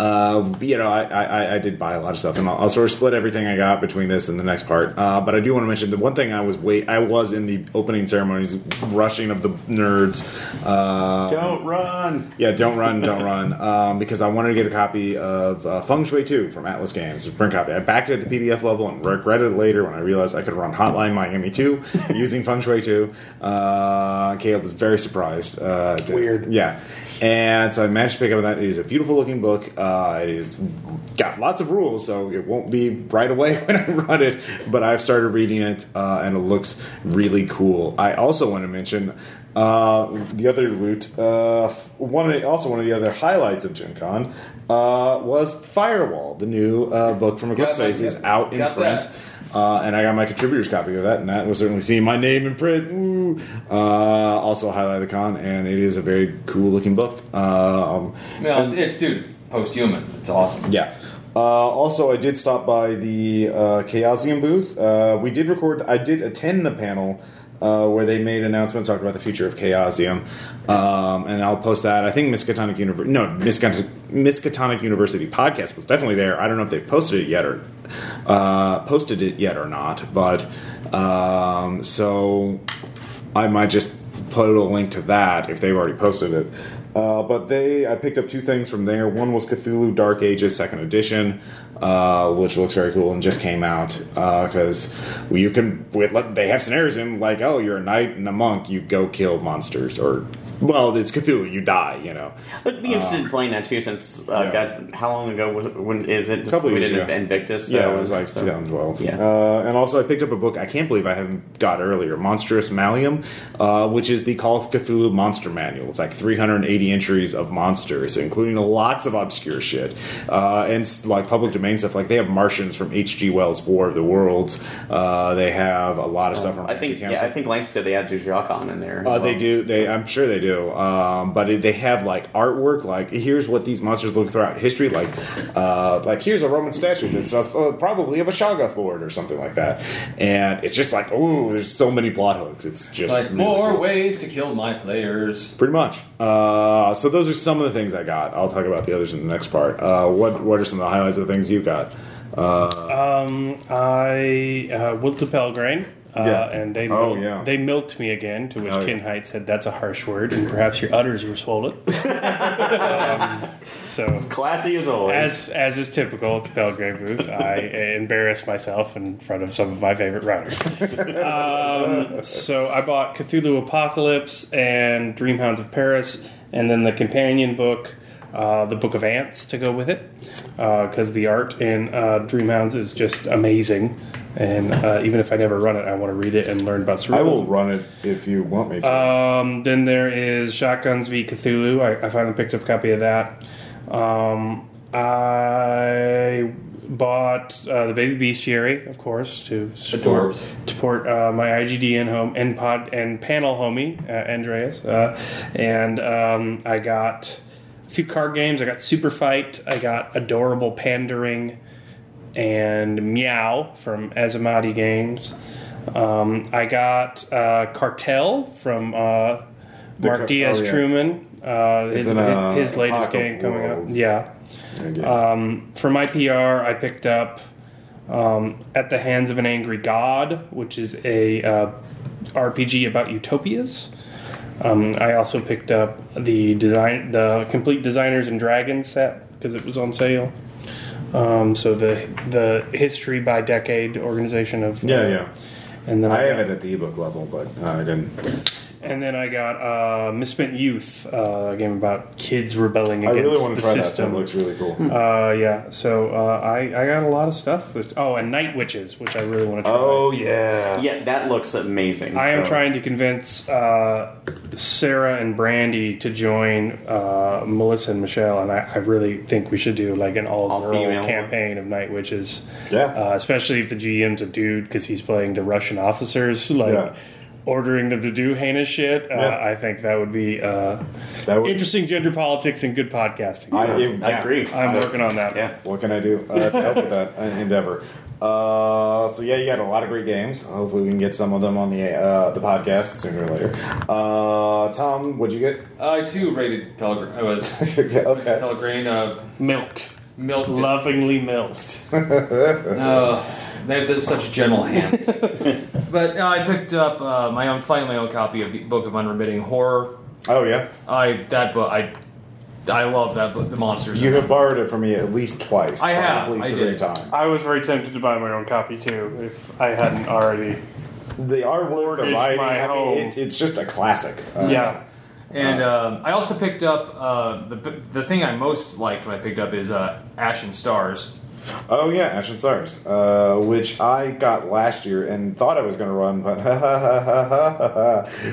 A: uh, you know, I, I, I- I did buy a lot of stuff, and I'll, I'll sort of split everything I got between this and the next part. Uh, but I do want to mention the one thing I was wait, I was in the opening ceremonies, rushing of the nerds. Uh,
B: Don't run.
A: yeah, don't run, don't run, um, because I wanted to get a copy of uh, Feng Shui 2 from Atlas Games, a print copy. I backed it at the PDF level and regretted it later when I realized I could run Hotline Miami 2 using Feng Shui 2. Uh, Caleb was very surprised. Uh,
D: Weird.
A: Yeah. And so I managed to pick up that. It is a beautiful looking book. Uh, Uh, it is got lots of rules, so it won't be right away when I run it. But I've started reading it, uh, and it looks really cool. I also want to mention uh, the other loot. Uh, one of the, also one of the other highlights of Gen Con uh, was Firewall, the new uh, book from Eclipse
E: that.
A: is out in
E: Got
A: print.
E: that.
A: Uh, and I got my contributors copy of that, and that was certainly seeing my name in print. Ooh. Uh, also, highlight the con, and it is a very cool looking book. Um,
E: No, it's dude, post human. It's awesome.
A: yeah. Uh, also, I did stop by the uh, Chaosium booth. Uh, we did record. I did attend the panel uh, where they made announcements talking about the future of Chaosium, um, and I'll post that. I think Miskatonic University, no, Miskatonic, Miskatonic University podcast was definitely there. I don't know if they've posted it yet or uh, posted it yet or not, but um, so I might just put a link to that if they've already posted it. Uh, but they, I picked up two things from there. One was Cthulhu Dark Ages Second Edition, uh, which looks very cool and just came out because you can. with- let- They have scenarios in like, oh, you're a knight and a monk, you go kill monsters, or well, it's Cthulhu, you die, you know.
B: I'd be interested in playing that too, since uh,
A: yeah.
B: God, how long ago was it, when is it?
A: Couple
B: we
A: years
B: did
A: ago.
B: Invictus. so-
A: Yeah, it was like
B: um, so-
A: 2012.
B: Yeah.
A: Uh, and also, I picked up a book I can't believe I haven't got earlier Monstrous Malleum, uh, which is the Call of Cthulhu Monster Manual. It's like 380 entries of monsters, including lots of obscure shit. Uh, and s- like public domain stuff. Like they have Martians from H.G. Wells' War of the Worlds. Uh, they have a lot of stuff from
B: Oh, I think
A: Ramsey
B: yeah,
A: Council.
B: I think Lanks said they had Dujak on in there. as
A: Uh, they
B: well.
A: do. They, I'm sure they do. Um, but it, they have like artwork. Like here's what these monsters look throughout history. Like, uh, like here's a Roman statue that's uh, probably of a Shoggoth lord or something like that. And it's just like, ooh, there's so many plot hooks. It's just
E: Like
A: really
E: more
A: cool.
E: ways to kill my players.
A: Pretty much. Uh, so those are some of the things I got. I'll talk about the others in the next part. Uh, what What are some of the highlights of the things you got? Uh,
D: Um, I uh, went to Pelgrane. Uh,
A: Yeah.
D: And they
A: Oh,
D: milked,
A: yeah.
D: they milked me again, to which
A: Oh, yeah.
D: Ken Height said, "That's a harsh word, and perhaps your udders were swollen." um, so,
B: classy as always.
D: as as is typical at the Belgrade booth, I embarrassed myself in front of some of my favorite writers. Um, so I bought Cthulhu Apocalypse and Dreamhounds of Paris, and then the companion book, uh, the Book of Ants, to go with it, because the art in uh, Dreamhounds is just amazing. And uh, even if I never run it, I want to read it and learn about.
A: I will
D: rules.
A: run it if you want me to.
D: Um, then there is Shotguns v Cthulhu. I, I finally picked up a copy of that. Um, I bought uh, the Baby Bestiary, of course, to support,
E: Adorbs.
D: to support uh, my IGDN home and pod and panel homie uh, Andreas. Uh, and um, I got a few card games. I got Super Fight. I got Adorable Pandering and Meow from Azamati Games. Um, I got uh, Cartel from uh, Mark
A: car-
D: Diaz
A: oh, yeah.
D: Truman. Uh, his,
A: in, uh,
D: his latest
A: Pocket
D: game coming out.
A: World.
D: Yeah. Um, for my PR, I picked up um, At the Hands of an Angry God, which is a uh, RPG about utopias. Um, I also picked up the design, the complete Designers and Dragons set because it was on sale. Um, so the the history by decade organization of uh,
A: yeah, yeah.
D: and then
A: I
D: I,
A: have
D: got,
A: it at the ebook level, but uh, I didn't.
D: and then I got uh, Misspent Youth, uh, a game about kids rebelling
A: I
D: against
A: really want
D: the
A: to try that.
D: system.
A: That looks really cool.
D: Uh, yeah. So uh, I I got a lot of stuff. With, oh, and Night Witches, which I really want to try.
A: Oh yeah.
B: yeah, that looks amazing.
D: I am
B: so-
D: trying to convince uh, Sarah and Brandy to join uh, Melissa and Michelle, and I, I really think we should do like an
B: All-female
D: all-girl
B: one.
D: campaign of Night Witches.
A: Yeah.
D: Uh, especially if the GM's a dude because he's playing the Russian officers, like
A: Yeah.
D: ordering them to do heinous shit. Uh,
A: Yeah.
D: I think that would be uh,
A: That would-
D: interesting gender politics and good podcasting.
A: I,
B: I agree.
D: am working on that.
B: Yeah.
A: What can I do uh, to help with that uh, endeavor? Uh, so yeah, you got a lot of great games. Hopefully, we can get some of them on the uh, the podcast sooner or later. Uh, Tom, what'd you get?
C: I too rated Pellegrin. I was
A: okay.
C: Pellegrin. Uh,
D: Milked,
C: milked. it.
D: lovingly milked.
C: Uh, they have such gentle hands. but uh, I picked up uh, my own, finally my own copy of the Book of Unremitting Horror.
A: Oh yeah,
C: I that book I I love that book. The monsters.
A: you have borrowed it from me at least twice.
C: I have.
A: probably
C: I
A: three
C: did.
A: times.
D: I was very tempted to buy my own copy too, if I hadn't already.
A: They are worth the
D: Mortgage
A: writing.
D: my
A: I mean,
D: home.
A: it, it's just a classic. Uh,
D: yeah,
C: And um, I also picked up uh, the the thing I most liked when I picked up is uh, Ashen Stars.
A: Oh yeah, Ashen Stars, uh, which I got last year and thought I was going to run, but ha ha ha ha ha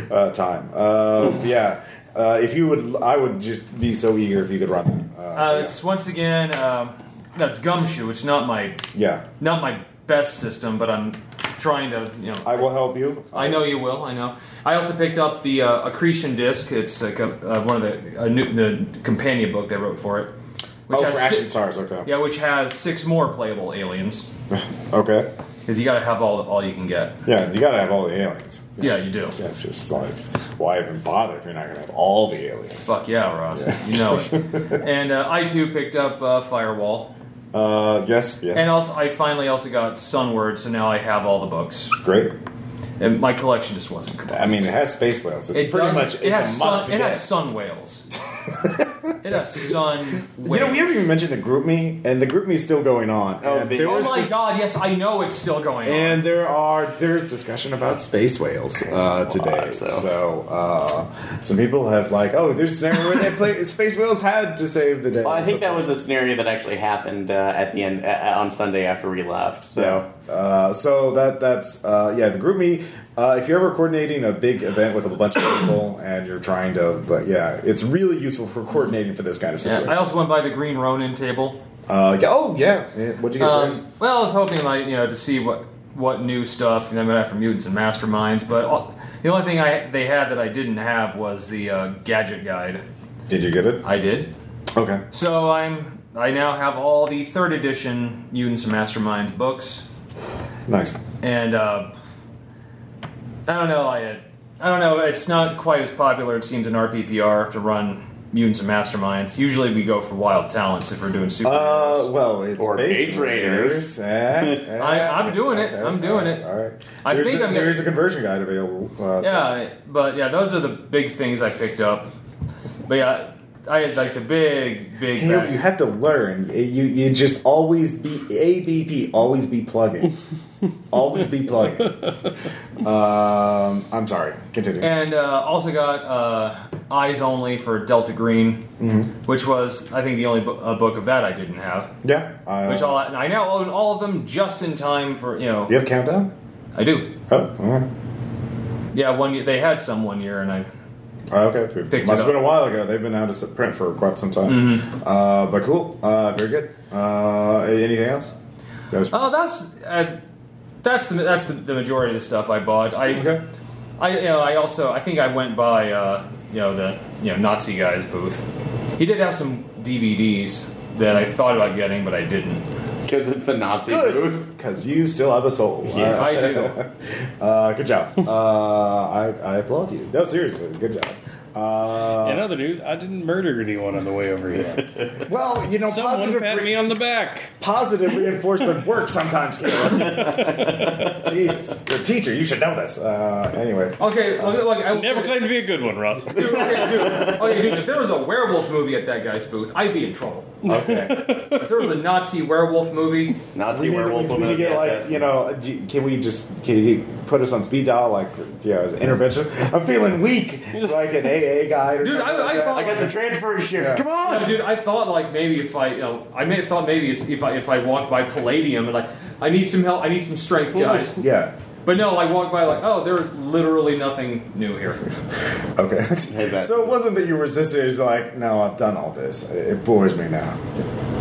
A: ha uh, time. Uh, yeah, uh, if you would, I would just be so eager if you could run. that. Uh,
C: Uh,
A: yeah.
C: It's once again um, that's Gumshoe. It's not my
A: yeah,
C: not my best system, but I'm trying to you know.
A: I will help you.
C: I know you will. I know. I also picked up the uh, accretion disc. It's like a, uh, one of the a new, the companion book they wrote for it. Which
A: Oh,
C: has
A: for
C: si-
A: Ashen Stars, okay,
C: Yeah, which has six more playable aliens
A: okay,
C: because you got to have all all you can get.
A: yeah. You got to have all the aliens.
C: Yeah, you do.
A: That's just like why even bother if you're not going to have all the aliens.
C: Fuck yeah, Ross. You know it. and uh, I too picked up uh, Firewall,
A: Uh, yes, yeah,
C: and also I finally also got Sunward, so now I have all the books.
A: great.
C: And my collection just wasn't complete.
A: I mean, it has space whales. It's
C: It
A: pretty
C: does-
A: much it's
C: it has
A: a must
C: sun.
A: to
C: It
A: get.
C: has sun whales. it has sun. Whales.
A: You know, we haven't even mentioned the group me, and the group me is still going on.
B: Oh,
A: and
B: the-
A: there
C: Oh
A: was
C: my
A: dis-
C: god! Yes, I know it's still going
A: and there are there's discussion about space whales uh,
B: There's a lot,
A: today. so
B: so.
A: uh, some people have like, oh, there's a scenario where they play space whales had to save the day.
B: Well, I think that was a scenario that actually happened uh, at the end uh, on Sunday after we left. So
A: Uh, so that that's uh, yeah the group me uh, if you're ever coordinating a big event with a bunch of people and you're trying to but yeah it's really useful for coordinating for this kind
C: on.
A: of situation
C: Yeah, I also went by the Green Ronin table.
A: uh, yeah, oh yeah Yeah, what'd you get Greg?
C: Um, well, I was hoping like you know to see what what new stuff you know, they have for mutants and masterminds, but all, the only thing I they had that I didn't have was the uh, gadget guide.
A: did you get it
C: I did.
A: okay
C: So I'm I now have all the third edition mutants and masterminds books,
A: nice
C: and uh, I don't know. I I don't know. It's not quite as popular it seems in RPPR to run. Mutants and Masterminds. Usually, we go for wild talents if we're doing super.
A: Uh, well, it's
B: Or Base Raiders.
A: Eh, eh,
C: I- I'm doing it. I'm doing
A: alright,
C: it.
A: alright.
C: I
A: There's
C: think
A: a,
C: I'm
A: there
C: gonna-
A: is a conversion guide available. Uh, so-
C: Yeah, but yeah, those are the big things I picked up. But yeah, I had like the big, big.
A: Caleb,
C: bag.
A: you have to learn. You you just always be ABP. Always be plugging. always be plugging. Um, I'm sorry. Continue.
C: and uh, also got uh, Eyes Only for Delta Green,
A: Mm-hmm.
C: which was I think the only bo- uh, book of that I didn't have.
A: yeah. Uh,
C: Which all and I now own all of them just in time for you know
A: you have countdown.
C: I do
A: Oh, alright.
C: yeah one year they had some one year and I
A: Oh, okay.
C: Picked
A: Must
C: it
A: have
C: up.
A: been
C: Mm-hmm.
A: a while ago. They've been out of print for quite some time. Uh, but cool. Uh, very good. Uh, anything else? That was-
C: oh that's uh, that's the that's the, the majority of the stuff I bought I
A: okay.
C: I you know, I also I think I went by uh, you know the you know Nazi guy's booth. He did have some DVDs that I thought about getting, but I didn't.
B: because it's the Nazi booth.
A: Because you still have a soul.
B: Yeah,
C: I
A: do. uh, good job. Uh, I, I applaud you. No, seriously, good job. Uh,
D: In other news, I didn't murder anyone on the way over here.
A: well, you know,
D: Someone
A: positive,
D: pat
A: re-
D: me on the back.
A: positive reinforcement works sometimes, Caleb. Jesus. You're a teacher. You should know this. Uh, anyway.
C: Okay, look, look I will
D: Never
C: say-
D: claimed to be a good one, Ross.
C: Dude, okay, dude. Okay, dude, if there was a werewolf movie at that guy's booth, I'd be in trouble.
A: Okay.
C: If there was a Nazi werewolf movie,
B: Nazi
A: we need,
B: werewolf
A: we, we
B: woman.
A: need to get,
B: yes,
A: like,
B: yes.
A: you know, d- can we just can you put us on speed dial, like, for, yeah, as an intervention? I'm feeling weak. Like an AA guide or
C: Dude,
A: something.
C: I-
A: like
C: I
A: that.
B: I
C: thought-
B: got the transfer shifts.
A: Yeah.
B: Come on.
C: No, dude, I thought like maybe if I, you know, I may thought maybe it's if I if I walked by Palladium and like I need some help, I need some strength, guys.
A: Yeah.
C: But no, I walked by like, oh, there's literally nothing new here.
A: Okay.
B: that-
A: so it wasn't that you resisted. It's like, no, I've done all this. It, it bores me now.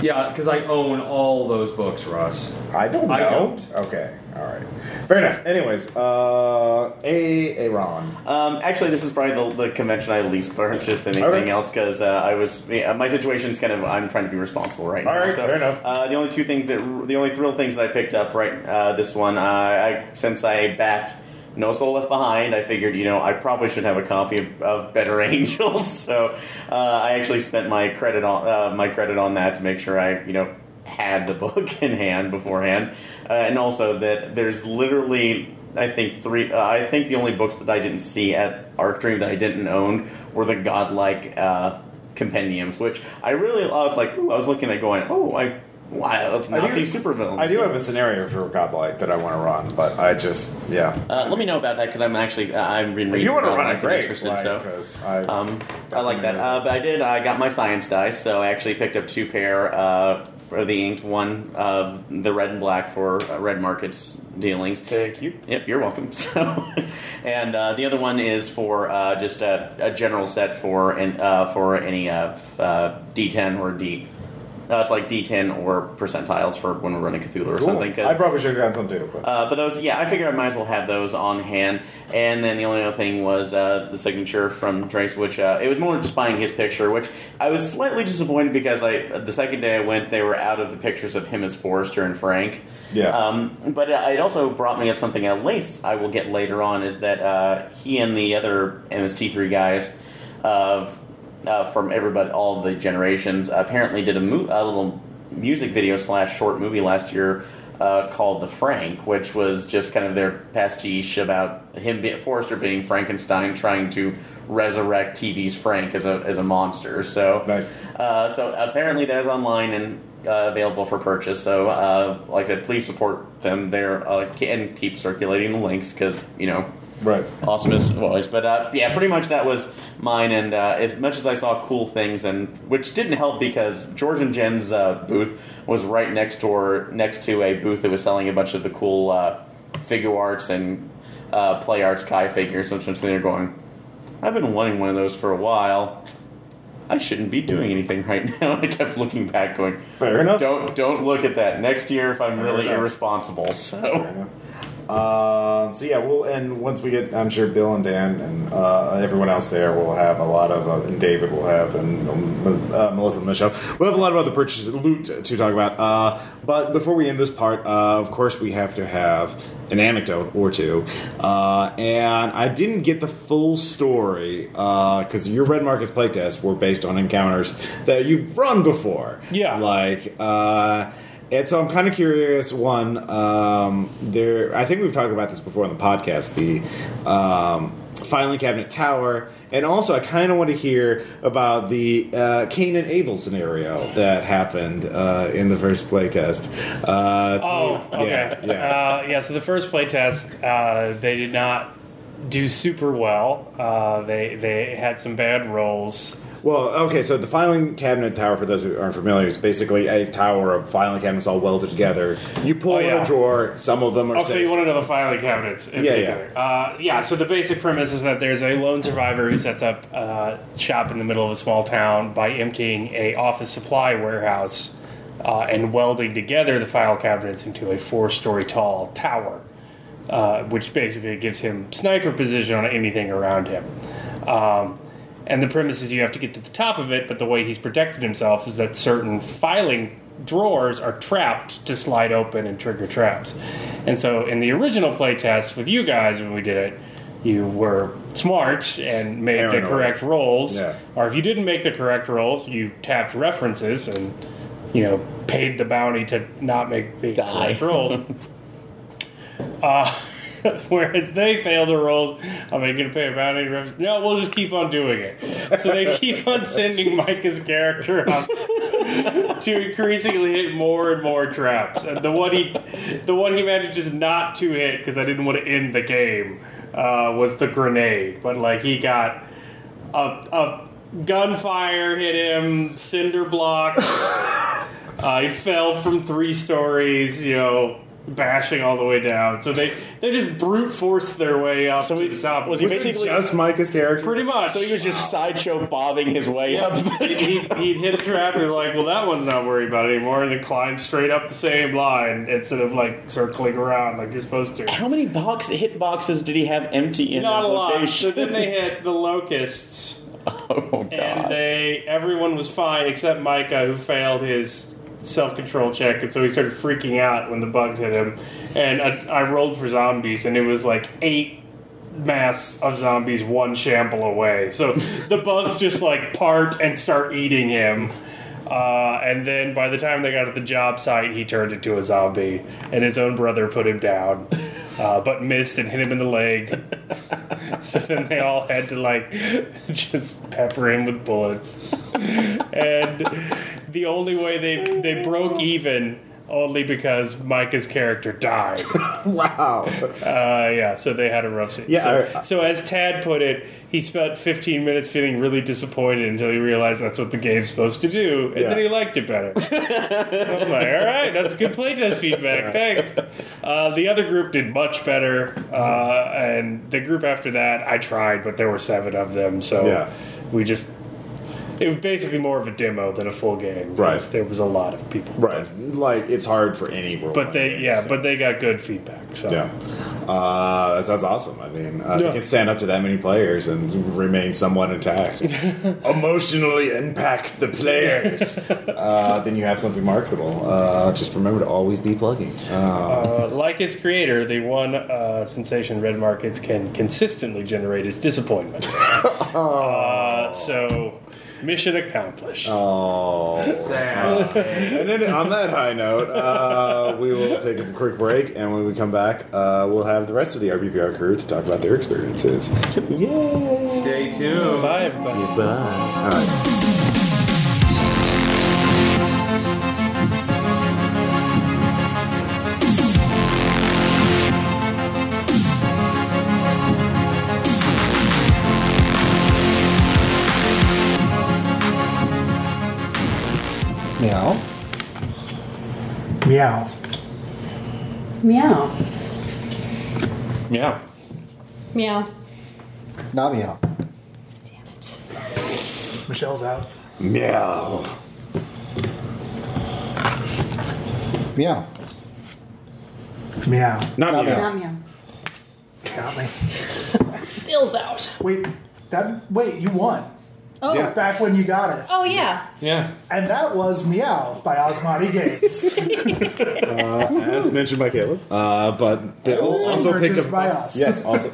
C: Yeah, because I own all those books, Ross.
A: I don't know.
C: I don't.
A: Okay. All right. Fair enough. Anyways, uh, a Aaron.
B: Um, actually, this is probably the, the convention I least purchased anything
A: Okay.
B: else because uh, I was yeah, my situation's kind of I'm trying to be responsible right now.
A: All right,
B: so,
A: fair enough.
B: Uh, the only two things that the only thrill things that I picked up right uh, this one uh, I since I backed No Soul Left Behind, I figured you know I probably should have a copy of, of Better Angels, so uh, I actually spent my credit on uh, my credit on that to make sure I you know had the book in hand beforehand, uh, and also that there's literally I think three. Uh, I think the only books that I didn't see at Arc Dream that I didn't own were the godlike uh, compendiums, which I really I was like, ooh, I was looking at going, oh, I wild
A: I do-
B: Nazi supervillain.
A: I do have a scenario for Godlight that I want to run, but I just yeah.
B: Uh, let me know about that because I'm actually uh, I'm reading.
A: if you want to
B: about
A: run
B: it,
A: a
B: I'm
A: great,
B: interested, so.
A: I,
B: Um, I
A: that's
B: like that.
A: amazing.
B: Uh, but I did. I got my science dice, so I actually picked up two pair uh, for the inked one of the red and black for uh, red markets dealings.
D: Thank you.
B: Yep, you're welcome. So, and uh, the other one is for uh, just a, a general set for an, uh, for any uh, f- uh, D10 or D. Uh, it's like D10 or percentiles for when we're running Cthulhu or
A: cool.
B: something. 'cause
A: I probably should have gotten some too, but
B: uh, but those, yeah, I figured I might as well have those on hand. And then the only other thing was uh, the signature from Trace, which uh, it was more just buying his picture, which I was slightly disappointed because I the second day I went, they were out of the pictures of him as Forrester and Frank.
A: Yeah.
B: Um, but it also brought me up something at least I will get later on is that uh, he and the other MST3 guys of uh, from everybody, all the generations, apparently did a, mo- a little music video slash short movie last year uh, called The Frank, which was just kind of their pastiche about him, be- Forrester being Frankenstein, trying to resurrect TV's Frank as a as a monster. So
A: Nice.
B: uh, so apparently that is online and uh, available for purchase. So, uh, like I said, please support them there uh, and keep circulating the links because you know
A: right.
B: awesome as always. But uh, yeah, pretty much that was mine. And uh, as much as I saw cool things, and which didn't help because George and Jen's uh, booth was right next door, next to a booth that was selling a bunch of the cool uh, figure arts and uh, play arts Kai figures. Sometimes they're going, I've been wanting one of those for a while. I shouldn't be doing anything right now. I kept looking back, going,
A: Fair enough.
B: Don't don't look at that next year if I'm
A: Fair
B: really
A: enough.
B: irresponsible.
A: Fair
B: So.
A: enough. Um, so yeah, we'll and once we get, I'm sure Bill and Dan and uh, everyone else there will have a lot of, uh, and David will have, and um, uh, Melissa and Michelle, we'll have a lot of other purchases loot to talk about. Uh, but before we end this part, uh, of course, we have to have an anecdote or two. Uh, and I didn't get the full story because your Red Markets playtests were based on encounters that you've run before.
D: Yeah.
A: like. Uh, and so I'm kind of curious. One, um, there, I think we've talked about this before on the podcast. The um, filing cabinet tower, and also I kind of want to hear about the uh, Cain and Abel scenario that happened uh, in the first playtest. Uh,
D: Oh, okay.
A: yeah, yeah.
D: Uh, yeah so the first playtest, uh, they did not do super well. Uh, they they had some bad rolls.
A: Well, okay. So the filing cabinet tower, for those who aren't familiar, is basically a tower of filing cabinets all welded together. You pull
D: Oh,
A: out
D: yeah.
A: a drawer. Some of them are.
D: Oh, so you
A: six.
D: want to know the filing cabinets? in
A: Yeah,
D: particular. Uh, yeah. So the basic premise is that there's a lone survivor who sets up uh, shop in the middle of a small town by emptying a office supply warehouse uh, and welding together the file cabinets into a four-story tall tower, uh, which basically gives him sniper position on anything around him. Um, and the premise is you have to get to the top of it, but the way he's protected himself is that certain filing drawers are trapped to slide open and trigger traps. And so in the original playtest with you guys when we did it, you were smart and made the
A: Paranoid.
D: correct rolls.
A: Yeah.
D: Or if you didn't make the correct rolls, you tapped references and you know, paid the bounty to not make the
B: Die.
D: correct rolls. Uh, whereas they fail the rolls, I'm going to pay a bounty. to ref- No, we'll just keep on doing it. So they keep on sending Micah's character up to increasingly hit more and more traps. And the one he, the one he manages not to hit because I didn't want to end the game uh, was the grenade. But like he got a, a gunfire hit him, cinder blocks. I fell from three stories, you know, bashing all the way down. So they they just brute forced their way up to the top.
B: was he
A: Is
D: It
A: it
B: basically-
A: just Micah's character.
D: pretty much?
B: So he was just sideshow bobbing his way up.
D: he'd, he'd- he'd hit a trap and like, well, that one's not worried about anymore, and then climb straight up the same line instead of like circling around like you're supposed to.
B: How many box hit boxes did he have empty in
D: Not
B: his
D: a lot. So
B: location?
D: then they hit the locusts.
B: oh god!
D: and they everyone was fine except Micah, who failed his self control check, and so he started freaking out when the bugs hit him. And I, I rolled for zombies, and it was like eight mass of zombies, one shamble away. So the bugs just like part and start eating him. Uh, and then by the time they got to the job site, he turned into a zombie, and his own brother put him down, uh, but missed and hit him in the leg. So then they all had to like just pepper him with bullets, and the only way they they broke even only because Micah's character died.
A: Wow.
D: Uh, yeah, so they had a rough scene.
A: Yeah,
D: so,
A: I-
D: so as Tad put it, he spent 15 minutes feeling really disappointed until he realized that's what the game's supposed to do, and
A: Yeah.
D: then he liked it better. I'm like, all right, that's good playtest feedback. Thanks. Uh, the other group did much better, uh, and the group after that, I tried, but there were seven of them, so
A: Yeah.
D: we just. It was basically more of a demo than a full game.
A: Right.
D: because There was a lot of people.
A: Right. Like it's hard for any role.
D: But they,
A: playing
D: yeah,
A: game,
D: but they got good feedback. So.
A: so- yeah. Uh, that sounds awesome. I mean, uh,
D: Yeah.
A: you can stand up to that many players and remain somewhat intact. Emotionally impact the players. uh, then you have something marketable. Uh, just remember to always be plugging. Uh,
D: Uh, like its creator, the one uh, sensation red markets can consistently generate is disappointment. uh, so, mission accomplished.
A: oh.
C: Sad.
A: And then on that high note, uh, we will take a quick break, and when we come back, uh, we'll have the rest of the RBPR crew to talk about their experiences. Yay!
C: Stay tuned.
D: Bye, everybody.
A: Bye. All right.
F: Meow. Meow.
G: Meow.
B: Yeah.
G: Meow.
F: Not meow.
G: Damn it.
F: Michelle's out.
A: Meow.
F: Meow. Meow.
A: Not meow.
G: Not meow.
F: Got me.
G: Bill's out.
F: Wait, that wait, you won.
G: Oh.
A: Yeah.
F: Back when you got her.
G: Oh yeah.
B: Yeah.
F: And that was Meow by Osmati Games.
A: Uh, As mentioned by Caleb, uh, but Bill
F: Also
A: also picked
F: purchased
A: up.
F: by us.
A: Yes, also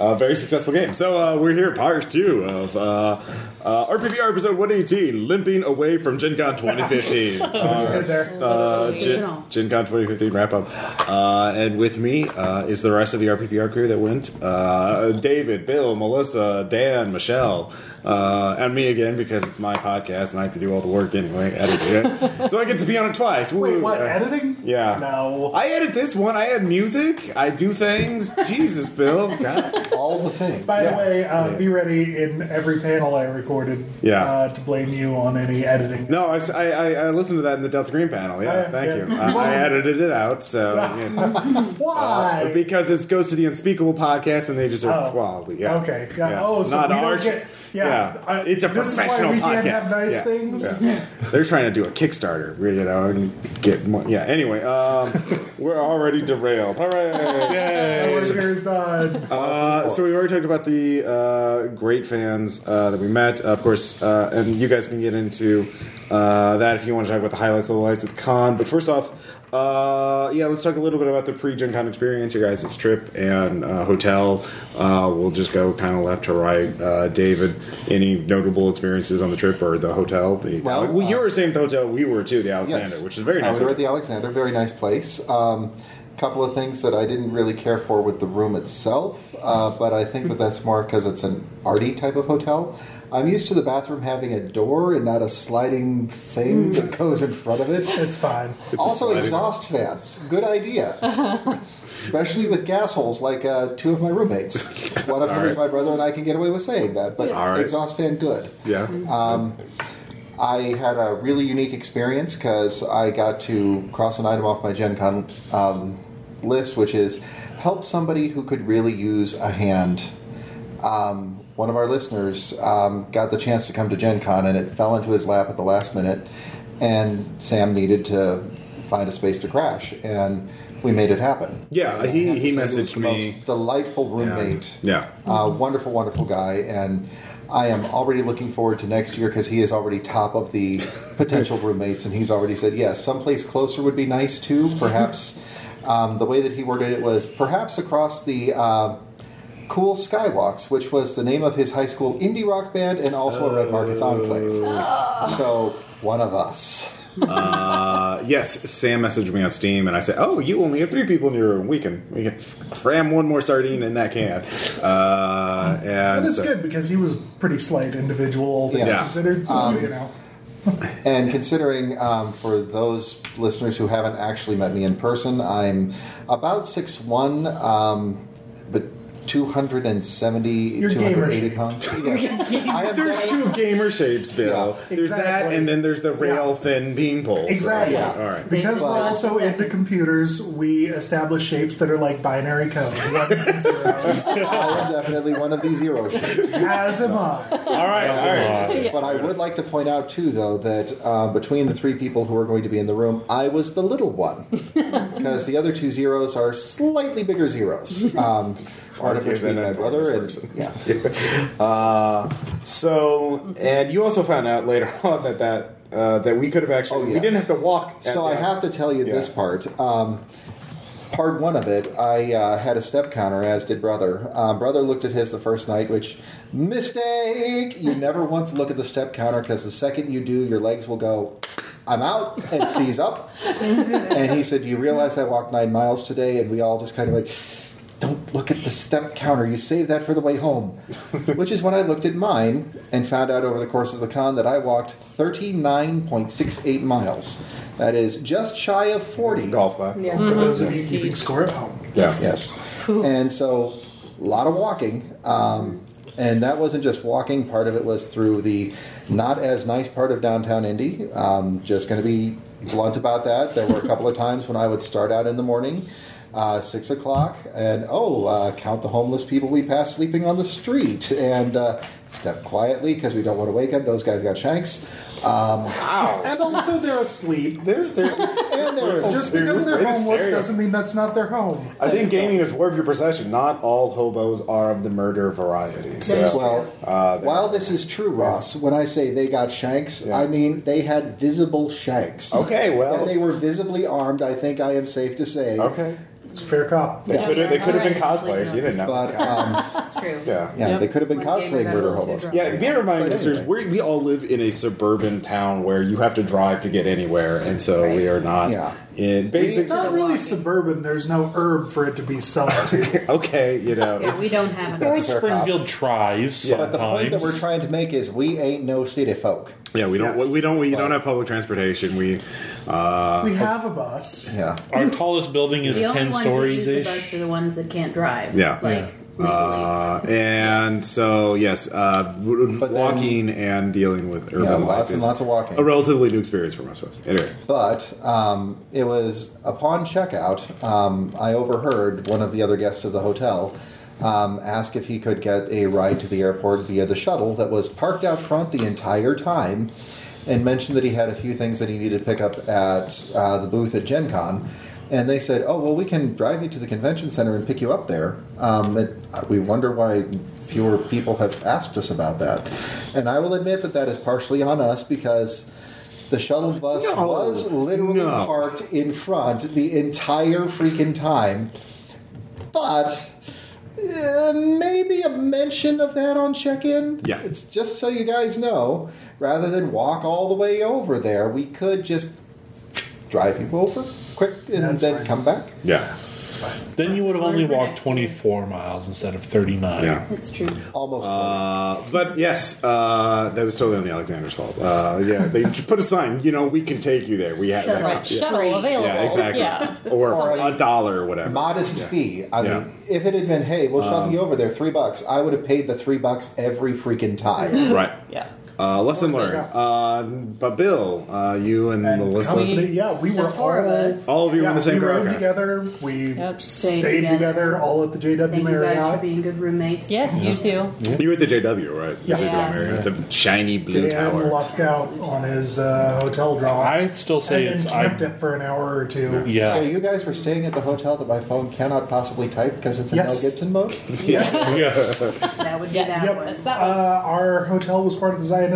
A: a very successful game. So uh, we're here, part two of uh, uh, RPPR episode 118, limping away from Gen Con 2015.
F: Good there.
A: uh, Gen,
G: Original.
A: Gen Con 2015 wrap up. Uh, and with me uh, is the rest of the RPPR crew that went uh, David, Bill, Melissa, Dan, Michelle, uh, and me again because it's my podcast and I have to do all the work anyway, editing it. so I get to be on it twice.
F: Wait,
A: Woo.
F: what?
A: Uh,
F: Editing?
A: Yeah.
F: No.
A: I edit this one. I add music. I do things. Jesus, Bill. God.
H: all the things.
F: by
A: Yeah.
F: the way, uh,
A: Yeah.
F: be ready in every panel I recorded
A: Yeah.
F: uh, to blame you on any editing.
A: No, I, s- I- I- I listened to that in the Delta Green panel. Yeah,
F: Yeah,
A: thank
F: yeah.
A: you. I, I edited it out, so Oh, yeah.
F: Why?
A: because it goes to the Unspeakable podcast and they deserve
F: Oh.
A: quality. Yeah.
F: Okay. Yeah. Oh, so
A: Not
F: we don't
A: ours.
F: get- yeah. I-
A: it's a
F: this is why
A: professional
F: we
A: podcast.
F: can't have nice
A: Yeah.
F: things.
A: Yeah. They're trying to do a Kickstarter, you know, and get more. Yeah. Anyway, um, we're already derailed. Hooray!
F: Our workers done.
A: Uh, so we already talked about the uh, great fans uh, that we met, of course, uh, and you guys can get into uh, that if you want to talk about the highlights, of the lights at the con. But first off, uh, yeah, let's talk a little bit about the pre-Gen Con experience, your guys' trip and uh, hotel. Uh, we'll just go kind of left to right. Uh, David, any notable experiences on the trip or the hotel? The,
H: Well,
A: well, you
H: uh,
A: were staying at the hotel we were too, the Alexander,
H: Yes.
A: which is a very
H: Uh,
A: nice.
H: we were at
A: hotel.
H: the Alexander, very nice place. A couple of things that I didn't really care for with the room itself, uh, but I think that that's more because it's an arty type of hotel. I'm used to the bathroom having a door and not a sliding thing that goes in front of it.
F: Mm. It's fine.
H: also,
A: sliding-
H: exhaust fans. Good idea. Especially with gas holes, like uh, two of my roommates. One of them is
A: Alright.
H: my brother, and I can get away with saying that, but
A: Alright.
H: exhaust fan good. Um,
A: yeah.
H: I had a really unique experience because I got to cross an item off my Gen Con um, list, which is help somebody who could really use a hand. Um, one of our listeners um, got the chance to come to Gen Con and it fell into his lap at the last minute, and Sam needed to find a space to crash, and we made it happen.
A: Yeah,
H: And I
A: he-
H: have to
A: he
H: say was
A: messaged
H: the
A: me.
H: most Delightful roommate.
A: Yeah.
H: Uh, wonderful, wonderful guy, and I am already looking forward to next year because he is already top of the potential roommates, and he's already said yes. Someplace closer would be nice too. Perhaps um, the way that he worded it was perhaps across the. Uh, Cool Skywalks, which was the name of his high school indie rock band and also a Red Markets Enclave. So, one of us.
A: Uh, yes, Sam messaged me on Steam, and I said, "Oh, you only have three people in your room. We can we can cram one more sardine in that can." Uh,
F: But
A: and
F: it's
A: so-
F: good because he was a pretty slight individual, all things
H: Yeah.
A: Um,
F: considered. So, you know.
H: And considering, um, for those listeners who haven't actually met me in person, I'm about 6'1, um, but 270,
F: You're gamer
H: 280 pounds. Yes. I am
A: There's two gamer shapes, Bill.
H: Yeah,
A: There's that,
F: exactly.
A: and then there's the rail thin bean poles.
F: Exactly.
A: Right? All right.
F: Because we're
H: Well-
F: also into computers, we establish shapes that are like binary code. Ones and zeros.
H: I am definitely one of these zero shapes.
F: As am I.
A: All right. All right.
H: But I would like to point out, too, though, that uh, between the three people who are going to be in the room, I was the little one. Because the other two zeros are slightly bigger zeros. Um, part of
A: Okay,
H: which
A: then
H: being my
A: I'm the
H: brother.
A: oldest
H: And, yeah.
A: Uh, so, and you also found out later on that that uh, that we could have actually
H: Oh,
A: we
H: yes.
A: didn't have to walk.
H: So I have to tell you
A: Yeah.
H: this part. Um, part one of it, I uh, had a step counter, as did brother. Um, brother looked at his the first night, which mistake. You never want to look at the step counter because the second you do, your legs will go. I'm out and seize up. and he said, "Do you realize I walked nine miles today?" And we all just kind of went. Don't look at the step counter. You save that for the way home. Which is when I looked at mine and found out over the course of the con that I walked 39.68 miles. That is just shy of Mm-hmm. 40.
A: golf ball.
G: Yeah.
F: For those of you keeping score at home.
A: Yeah.
H: Yes. And so, a lot of walking. Um, and that wasn't just walking, part of it was through the not as nice part of downtown Indy. Um, just going to be blunt about that. There were a couple of times when I would start out in the morning. Uh, six o'clock, and oh, uh, count the homeless people we passed sleeping on the street, and uh, step quietly because we don't want to wake up. Those guys got shanks. Um,
F: And also they're asleep.
A: They're, they're,
H: and there is
F: Just because they're
A: Way to
F: homeless
A: stereo-
F: doesn't mean that's not their home.
A: I think gaming is war of your possession. Not all hobos are of the murder variety. So,
H: Well,
A: uh, there-
H: while this is true, Ross, when I say they got shanks,
A: Yeah.
H: I mean they had visible shanks.
A: okay, well,
H: And they were visibly armed, I think I am safe to say.
A: okay.
F: It's fair cop.
A: They
G: Yeah.
A: could have they could have been
G: Alright.
A: cosplayers. You didn't know.
H: But, um,
I: That's true.
A: yeah.
H: yeah,
G: Yep.
H: they could have been
I: One game
H: cosplaying
I: got a
H: murder
I: little too
H: hobos.
I: drunk.
A: Yeah, be a reminder,
H: But
A: listeners,
H: anyway.
A: we we all live in a suburban town where you have to drive to get anywhere, and so we are not
H: Yeah.
A: in
F: It's
A: basic.
F: not really suburban. There's no herb for it to be sold to.
A: Okay, you know.
I: Yeah, we don't have
H: That's
I: enough.
H: a fair cop.
D: Springfield tries
H: But the point that we're
D: sometimes.
H: trying to make is we ain't no city folk.
A: Yeah, we don't.
F: Yes.
A: We don't. We
H: Well-
A: don't have public transportation. We. Uh,
F: We have a bus.
H: Yeah.
D: Our tallest building is
I: The only
D: ten
I: ones
D: stories
I: that use the bus
D: ish.
I: are the ones that can't drive.
A: Yeah.
I: Like,
A: uh, and so yes, uh, w-
H: But then-
A: walking and dealing with urban
H: Yeah,
A: life
H: lots and
A: is
H: lots of walking.
A: A relatively new experience for most of us. Anyways,
H: But um, it was upon checkout, um, I overheard one of the other guests of the hotel um, ask if he could get a ride to the airport via the shuttle that was parked out front the entire time and mentioned that he had a few things that he needed to pick up at uh, the booth at Gen Con. And they said, oh, well, we can drive you to the convention center and pick you up there. Um, it, we wonder why fewer people have asked us about that. And I will admit that that is partially on us because the shuttle bus
A: No.
H: was literally
A: No.
H: parked in front the entire freaking time. But uh, maybe a mention of that on check-in.
A: Yeah.
H: it's just so you guys know. Rather than walk all the way over there, we could just drive you over quick and
F: That's
H: then
F: fine.
H: come back.
A: yeah,
D: Then you would have
I: Sorry
D: only
I: for
D: walked
I: next year.
D: 24 miles instead of 39.
A: yeah.
I: that's true.
H: Almost.
A: Uh, but yes, uh, that was totally on the Alexander's fault. Uh, yeah, they just put a sign. You know, we can take you there. We have
G: Shuttle,
A: that. Yeah,
G: shuttle
I: Free.
G: available.
A: yeah, exactly.
G: Yeah.
A: Or
H: Sorry.
A: a dollar or whatever.
H: Modest fee. I
A: Yeah. Um,
H: mean, if it had been, hey, we'll shuttle you over there, three bucks. I would have paid the three bucks every freaking time.
A: right.
G: Yeah.
A: Uh, lesson
F: Or
A: learned.
F: figure out.
A: Uh, but Bill, uh, you and,
F: And
A: Melissa,
F: company- yeah, we
I: The
F: were
I: four of
F: all-
I: us.
A: all of you
F: yeah,
A: in the same
F: we
A: row.
F: rode
A: Okay.
F: together. We
G: Yep.
F: stayed,
I: Stayed
F: together,
I: together.
F: all at the JW
I: Thank you
F: Marriott.
I: guys for being good roommates.
G: Yes, you too.
A: You were at the JW, right?
F: Yeah.
A: The, JW
I: Yes.
A: Marriott, the shiny blue
F: Dan
A: tower.
F: lucked out on his uh, hotel draw.
D: I still say
F: and then
D: it's
F: camped
D: I,
F: it for an hour or two.
D: yeah.
H: So you guys were staying at the hotel that my phone cannot possibly type because it's in
F: Yes.
H: Mel Gibson mode.
F: Yes.
D: yeah.
I: That would be
G: Yes.
I: that
G: Yep.
I: one.
G: That's that one.
F: Uh, our hotel was part of the Zionist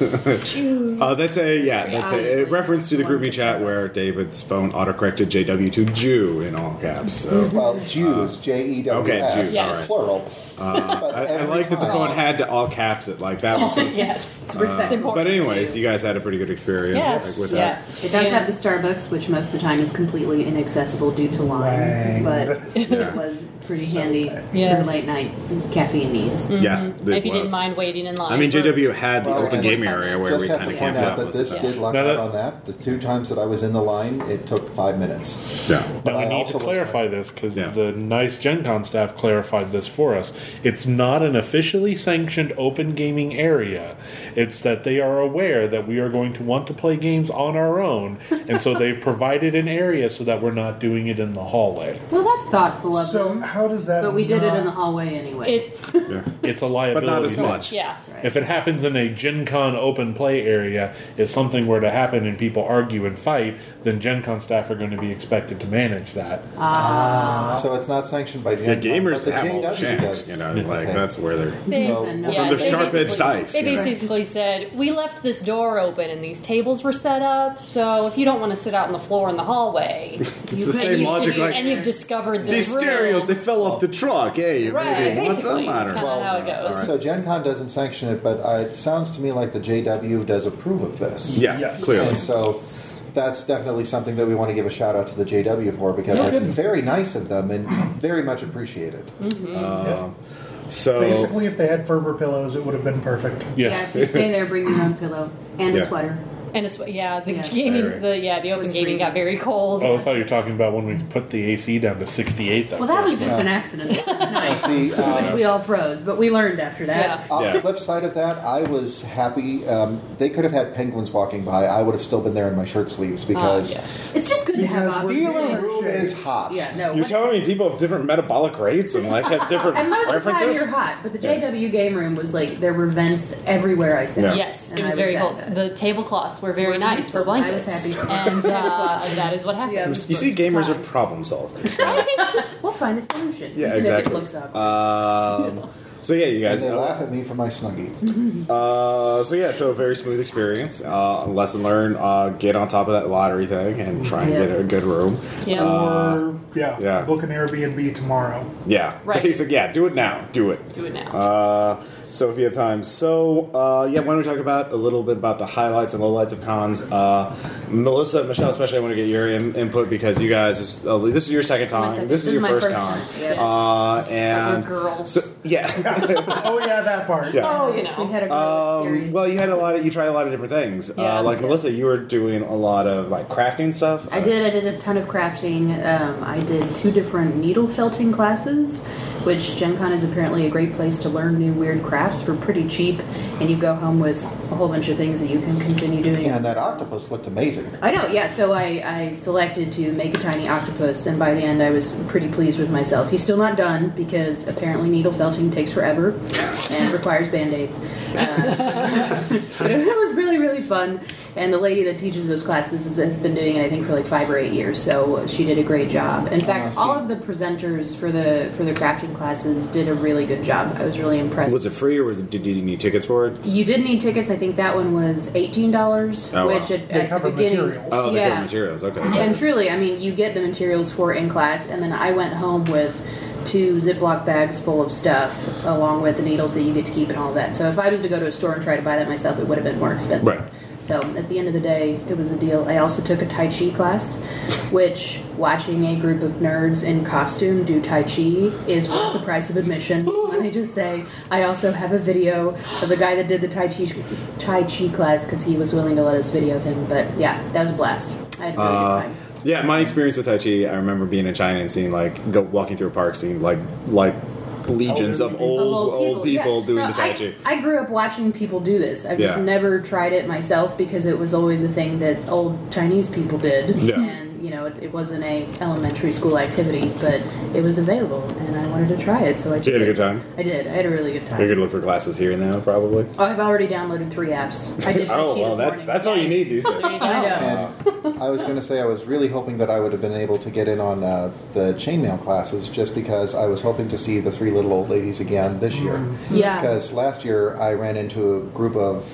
A: Uh, that's a yeah. That's a, a reference to the
I: One
A: groupie chat where David's phone autocorrected JW to Jew in all caps. So
H: Mm-hmm.
A: Uh,
H: Well, Jews, J E W
A: okay,
H: S,
A: Jews,
G: all right.
H: plural. but
A: Uh, I, I
H: every
A: like that the
H: time-
A: phone had to all caps it like that. Was, uh,
G: yes.
I: It's respectful.
A: but anyways, you guys had a pretty good experience
G: Yes.
A: like, with that.
G: yes.
I: It does have the Starbucks, which most of the time is completely inaccessible due to
F: Right.
I: line, but
A: Yeah.
I: it was pretty handy for
G: Yes.
I: late night caffeine needs.
A: Yeah, it
G: Mm-hmm. If you
A: was.
G: didn't mind waiting in line.
A: I mean,
G: for
A: JW had the
H: Well,
A: open
H: and
A: game area where
H: just
A: we
H: have
A: kind
H: to
A: of
H: point
A: camped
H: out
A: out.
H: that
A: most
H: this
A: of the
H: did luck
D: Now
H: out
D: that-
H: on that. The two times that I was in the line, it took five minutes.
A: time. yeah.
H: But
D: Now we
H: I
D: need
H: also
D: to
H: was
D: clarify this because
A: Yeah.
D: the nice Gen Con staff clarified this for us. It's not an officially sanctioned open gaming area. It's that they are aware that we are going to want to play games on our own, and so they've provided an area so that we're not doing it in the hallway.
I: Well, that's thoughtful of
F: So
I: them.
F: how does that?
I: But we did it
F: not-
I: in the hallway anyway.
G: It,
D: It's a
A: But
D: liability.
A: not as
D: thing.
A: much.
G: yeah.
D: If it happens in a Gen Con open play area, if something were to happen and people argue and fight, then Gen Con staff are going to be expected to manage that.
F: Ah.
H: So it's not sanctioned by Gen
A: The
H: Con,
A: gamers
H: but the
A: have all the
H: JW
A: chance,
H: does.
A: you know, like that's where they're.
G: They,
H: So-
I: From
G: yeah,
A: the
G: they
A: sharp-edged
G: basically-
A: dice,
G: They
A: you know.
G: basically said, We left this door open and these tables were set up, so if you don't want to sit out on the floor in the hallway,
A: It's
I: You
A: the
I: could-
A: same
I: you
A: logic.
I: just-
A: Like
G: and you've discovered this
A: these
G: room.
A: stereos, they fell off the truck. Hey, you
G: Right,
A: maybe what the
G: basically,
A: matter?
G: kinda how it goes.
A: all right.
H: So Gen Con doesn't sanction it, but uh, it sounds to me like the JW does approve of this.
A: Yeah,
F: Yes.
A: clearly.
H: And so that's definitely something that we want to give a shout out to the JW for because it's very nice of them and very much appreciated.
G: Mm-hmm.
A: Um, so
F: Basically, if they had firmer pillows, it would have been perfect.
I: Yeah, if you stay there, bring your own pillow and
A: Yeah.
I: a sweater.
G: And it's, yeah, the
I: Yeah.
A: Very.
G: gaming, the, yeah, the open
I: was
G: gaming got
I: freezing.
G: very cold.
D: Oh, I thought you were talking about when we put the AC down to 68. That
I: Well, that was
D: first
I: just an accident.
A: Oh.
H: I see. um,
F: uh,
I: Which we all froze, but we learned after that.
G: Yeah.
H: On
A: Yeah.
H: the flip side of that, I was happy. Um, they could have had penguins walking by. I would have still been there in my shirt sleeves because
G: Ah, yes.
I: It's just good to have
F: Because
H: the
I: options.
F: we're
H: dealer
F: Yeah.
H: room is hot.
I: Yeah, no.
A: you're
I: what-
A: telling me people have different metabolic rates and like have different
I: and most of the time
A: preferences.
I: you're hot, but the JW game room was like there were vents everywhere. I said
A: Yeah.
G: Yes,
I: And
G: it was
I: I was
G: very
I: at
G: cold.
I: that.
G: The tablecloths were very
I: Were
G: nice for
I: beautiful. I
G: blankets.
I: was happy.
G: And uh, that is what happened.
I: Yeah.
A: you see, gamers are problem solvers.
I: We'll find a solution.
A: Yeah,
I: even
A: exactly. Uh,
I: If it looks up.
A: Um, so yeah, you
H: And
A: guys.
H: they
A: uh,
H: laugh at me for my snuggie.
A: Uh, so yeah, so a very smooth experience. Uh, lesson learned: uh, get on top of that lottery thing and try and
I: Yeah.
A: get a good room.
G: Yeah.
A: Uh,
F: or yeah,
A: yeah.
F: book an Airbnb tomorrow.
A: yeah.
G: Right.
A: Basic. Yeah. Do it now. Do it.
G: Do it now.
A: Uh, so if you have time, so uh, yeah, why don't we talk about a little bit about the highlights and lowlights of cons? Uh, Melissa, and Michelle, especially, I want to get your in- input because you guys, this is, uh, this is your second
I: My
A: time.
I: second-
A: This, is your
I: my
A: first,
I: first
A: con.
I: time, yes.
A: Uh, and
G: But we're girls.
A: so- yeah.
F: Oh yeah, that part.
A: Yeah.
G: oh, you
I: we
G: know.
I: had a great
A: Um,
I: experience.
A: well, you had a lot of you tried a lot of different things.
G: Yeah.
A: uh, like Melissa, you were doing a lot of like crafting stuff.
I: I did. I did a ton of crafting. Um, I did two different needle felting classes, which Gen Con is apparently a great place to learn new weird crafts for pretty cheap, and you go home with a whole bunch of things that you can continue doing.
H: And that octopus looked amazing.
I: I know, yeah. So I, I selected to make a tiny octopus, and by the end, I was pretty pleased with myself. He's still not done because apparently needle felting takes forever and requires band aids. but it was really, really fun. And the lady that teaches those classes has- has been doing it, I think, for like five or eight years. So she did a great job. In fact,
H: see.
I: all of the presenters for the for the crafting classes did a really good job. I was really impressed.
A: Was it free or was it, did you need tickets for it?
I: You did need tickets. I think that one was eighteen dollars,
A: Oh, wow.
I: which at,
F: They
I: at
F: cover
I: the beginning,
F: materials.
A: Oh, they
I: yeah.
A: covered materials. Okay.
I: And truly, I mean, you get the materials for it in class, and then I went home with two Ziploc bags full of stuff, along with the needles that you get to keep and all that. So if I was to go to a store and try to buy that myself, it would have been more expensive.
A: Right.
I: So at the end of the day, it was a deal. I also took a Tai Chi class, which watching a group of nerds in costume do Tai Chi is worth the price of admission. Let me just say, I also have a video of the guy that did the Tai Chi Tai Chi class because he was willing to let us video him. But yeah, that was a blast. I had a really good
A: Uh,
I: time.
A: yeah, my experience with Tai Chi, I remember being in China and seeing like go walking through a park, seeing like like legions of
F: Elderly people.
A: old old people,
I: yeah.
A: doing
I: No,
A: the Tai
I: I-
A: Chi.
I: I, grew up watching people do this. I've just
A: Yeah.
I: never tried it myself because it was always a thing that old Chinese people did,
A: Yeah.
I: and you know it, it wasn't a elementary school activity, but it was available, and I wanted to try it, so I
A: Did you
I: took
A: have a
I: it.
A: good time?
I: I did. I had a really good
A: You're
I: time.
A: gonna look for classes here and now, probably.
I: Oh, I've already downloaded three apps. I did. Tai
A: oh
I: Chi
A: well,
I: this
A: that's
I: morning.
A: that's all you need these days.
I: I know.
H: And I was going to say I was really hoping that I would have been able to get in on uh, the chainmail classes just because I was hoping to see the three little old ladies again this year.
I: Mm-hmm. Yeah.
H: Because last year I ran into a group of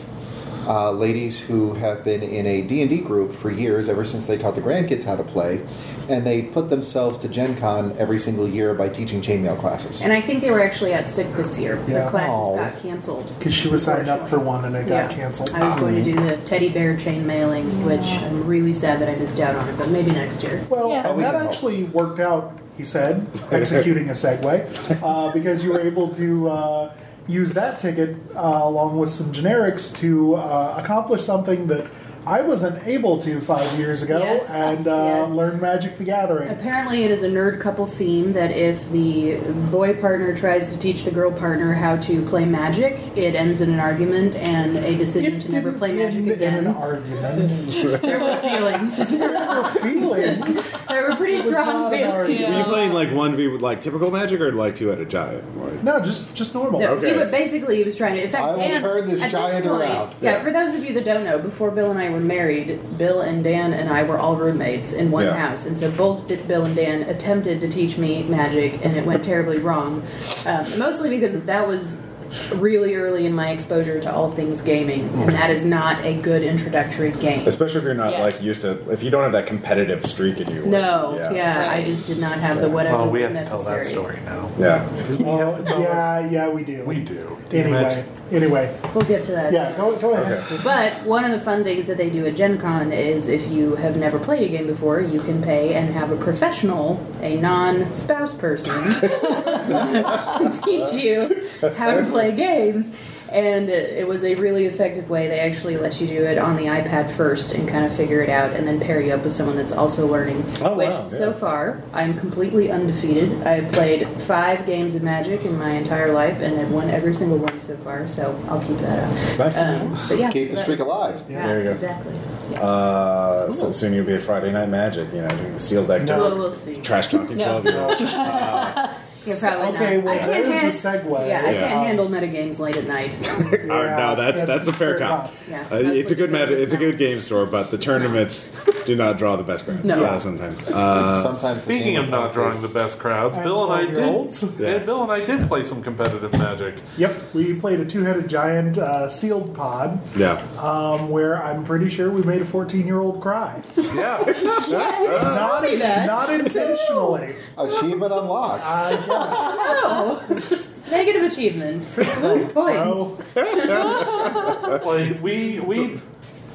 H: uh, ladies who have been in a D&D group for years, ever since they taught the grandkids how to play, and they put themselves to Gen Con every single year by teaching chainmail classes.
I: And I think they were actually out sick this year.
F: Yeah.
I: Their classes
H: Oh.
I: got canceled.
F: Because she was signed up for one and it got canceled.
I: I was going to do the teddy bear chain mailing, which I'm really sad that I missed out on it, but maybe next year.
F: Well,
G: Yeah.
F: and that actually worked out, he said, executing a segue, uh, because you were able to uh, use that ticket uh, along with some generics to uh, accomplish something that I wasn't able to five years ago
I: Yes.
F: and uh,
I: Yes.
F: learn Magic the Gathering.
I: Apparently, it is a nerd couple theme that if the boy partner tries to teach the girl partner how to play magic, it ends in an argument and a decision
F: It
I: to never
F: didn't
I: play
F: end
I: magic
F: In an
I: again.
F: argument.
I: There were feelings.
F: there were feelings.
I: there were pretty
F: It was
I: strong
F: not an
I: feelings.
A: Were you
G: Yeah.
A: playing like one v with like typical magic or like two at a giant? Like,
F: No, just just normal.
I: No,
A: Okay.
I: he was basically he was trying to. In fact,
H: I will
I: Dan-
H: turn this
I: at
H: giant
I: point-
H: around.
I: Yeah,
A: Yeah.
I: for those of you that don't know, before Bill and I were married, Bill and Dan and I were all roommates in one
A: Yeah.
I: house, and so both did, Bill and Dan attempted to teach me magic, and it went terribly wrong. Um, mostly because that was really early in my exposure to all things gaming, and that is not a good introductory game.
A: Especially if you're not
G: Yes.
A: like used to, if you don't have that competitive streak in you. where-
I: No, yeah, I
G: Right.
I: just did not have the whatever
J: Oh, we
I: was
J: have to tell
I: necessary.
J: that story now.
A: yeah.
J: Do we
F: Oh,
J: have to tell
F: yeah, yeah, we do.
J: it? We do. Damn it.
F: Anyway, anyway,
I: We'll get to that.
F: yeah. Go, go ahead.
A: Okay.
I: But one of the fun things that they do at Gen Con is if you have never played a game before, you can pay and have a professional, a non spouse person, teach you how to play games. And it was a really effective way. They actually let you do it on the iPad first and kind of figure it out and then pair you up with someone that's also learning.
A: Oh,
I: which
A: wow, yeah.
I: so far I'm completely undefeated. I have played five games of Magic in my entire life and have won every single one so far, so I'll keep that up.
A: Nice.
I: Um, but yeah,
H: Keep
I: so
H: the
I: that-
H: streak alive.
I: yeah,
A: There you go.
I: Exactly. Yes.
A: Uh, so soon you'll be at Friday Night Magic, you know, doing the seal deck
I: well,
A: to
I: we'll see.
A: trash talking
G: No.
A: twelve year olds. Uh,
I: Yeah, probably
F: okay,
I: not.
F: well,
I: I can't
F: there's
I: hand-
F: the segue.
I: Yeah, I
A: Yeah.
I: can't handle metagames late at night.
A: uh, no, that, that's, a fair
F: cop.
A: cop.
I: Yeah,
A: Uh,
I: that's
A: it's a
I: what
A: good
I: they
A: meta,
I: do.
A: it's a good game store, but the tournaments do not draw the best crowds.
I: No.
A: Yeah, sometimes. Uh,
H: Sometimes the
J: Speaking
H: game
J: of not drawing the best crowds,
F: And
J: Bill and I
F: twelve-year-olds.
J: did.
A: Yeah.
J: Yeah, Bill and I did play some competitive magic.
F: Yep, we played a two-headed giant uh, sealed pod,
A: yeah.
F: um, where I'm pretty sure we made a 14-year-old cry.
J: Yeah,
F: not, not intentionally.
H: achievement unlocked.
F: I guess.
I: Oh, negative achievement for smooth points.
F: Bro,
A: Oh.
J: like we we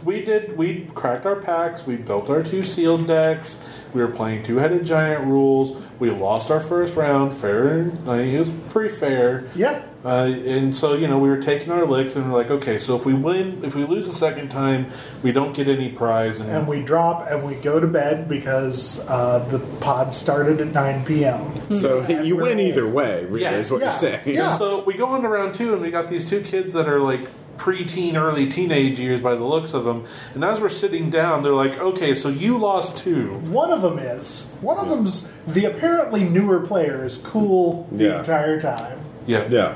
J: we did. We cracked our packs. We built our two sealed decks. We were playing two-headed giant rules. We lost our first round fair. and I mean, it was pretty fair.
F: yeah,
J: Uh, and so you know we were taking our licks and we're like, okay, so if we win, if we lose the second time, we don't get any prize. And,
F: and we drop and we go to bed because uh, the pod started at 9 p.m.
J: Hmm.
A: So you
F: we're
A: win
F: old.
A: either way, really,
J: Yeah.
A: is what
F: Hmm. Yeah.
A: you're saying.
F: Yeah.
J: so we go into round two and we got these two kids that are like preteen, early teenage years by the looks of them. And as we're sitting down, they're like, okay, so you lost two.
F: One of them is. One of them's the apparently newer player is cool the
A: Yeah.
F: entire time.
J: Yeah,
A: Yeah.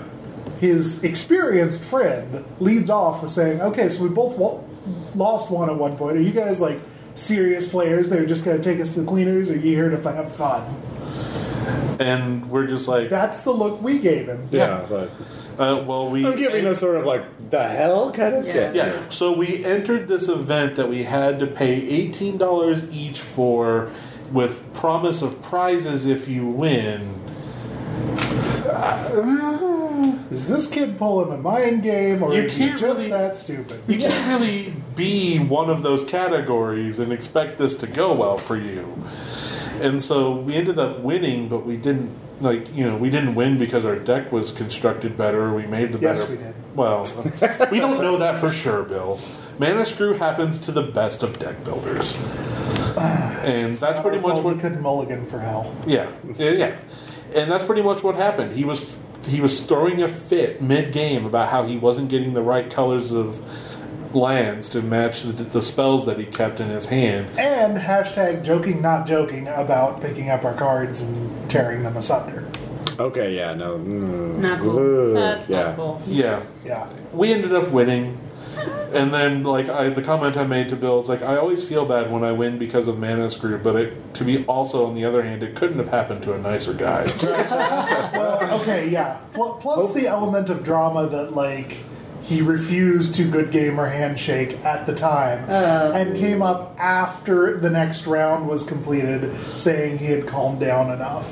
F: His experienced friend leads off with saying, "Okay, so we both wa- lost one at one point. Are you guys like serious players? They're just going to take us to the cleaners? Or are you here to have fun?"
J: And we're just like, uh,
F: That's the look we gave him.
A: Yeah. but
J: well, we.
A: I'm giving a sort of like the hell kind of
I: Yeah.
A: thing.
J: Yeah, so we entered this event that we had to pay eighteen dollars each for, with promise of prizes if you win.
F: Uh, Is this kid pulling a mind game, or
J: You
F: is he
J: can't
F: just
J: really-
F: that stupid?
J: You can't really be one of those categories and expect this to go well for you. And so we ended up winning, but we didn't like you know we didn't win because our deck was constructed better. We made the
F: Yes,
J: better.
F: we did.
J: Well, we don't know that for sure, Bill. Mana screw happens to the best of deck builders, and that's pretty much
F: Well,
J: what
F: he couldn't mulligan for hell.
J: yeah, yeah, yeah. and that's pretty much what happened. He was he was throwing a fit mid game about how he wasn't getting the right colors of lands to match the, the spells that he kept in his hand.
F: And hashtag joking, not joking about picking up our cards and tearing them asunder.
A: Okay, yeah, no. mm,
I: Not cool.
A: ugh,
G: That's
A: yeah.
G: not cool.
J: Yeah,
F: Yeah.
J: we ended up winning. And then, like I, the comment I made to Bill is like, I always feel bad when I win because of mana screw, but it, to be also on the other hand, it couldn't have happened to a nicer guy.
F: Well, okay, yeah. Pl- Plus the element of drama that, like, he refused to good gamer handshake at the time
A: Oh.
F: and came up after the next round was completed saying he had calmed down enough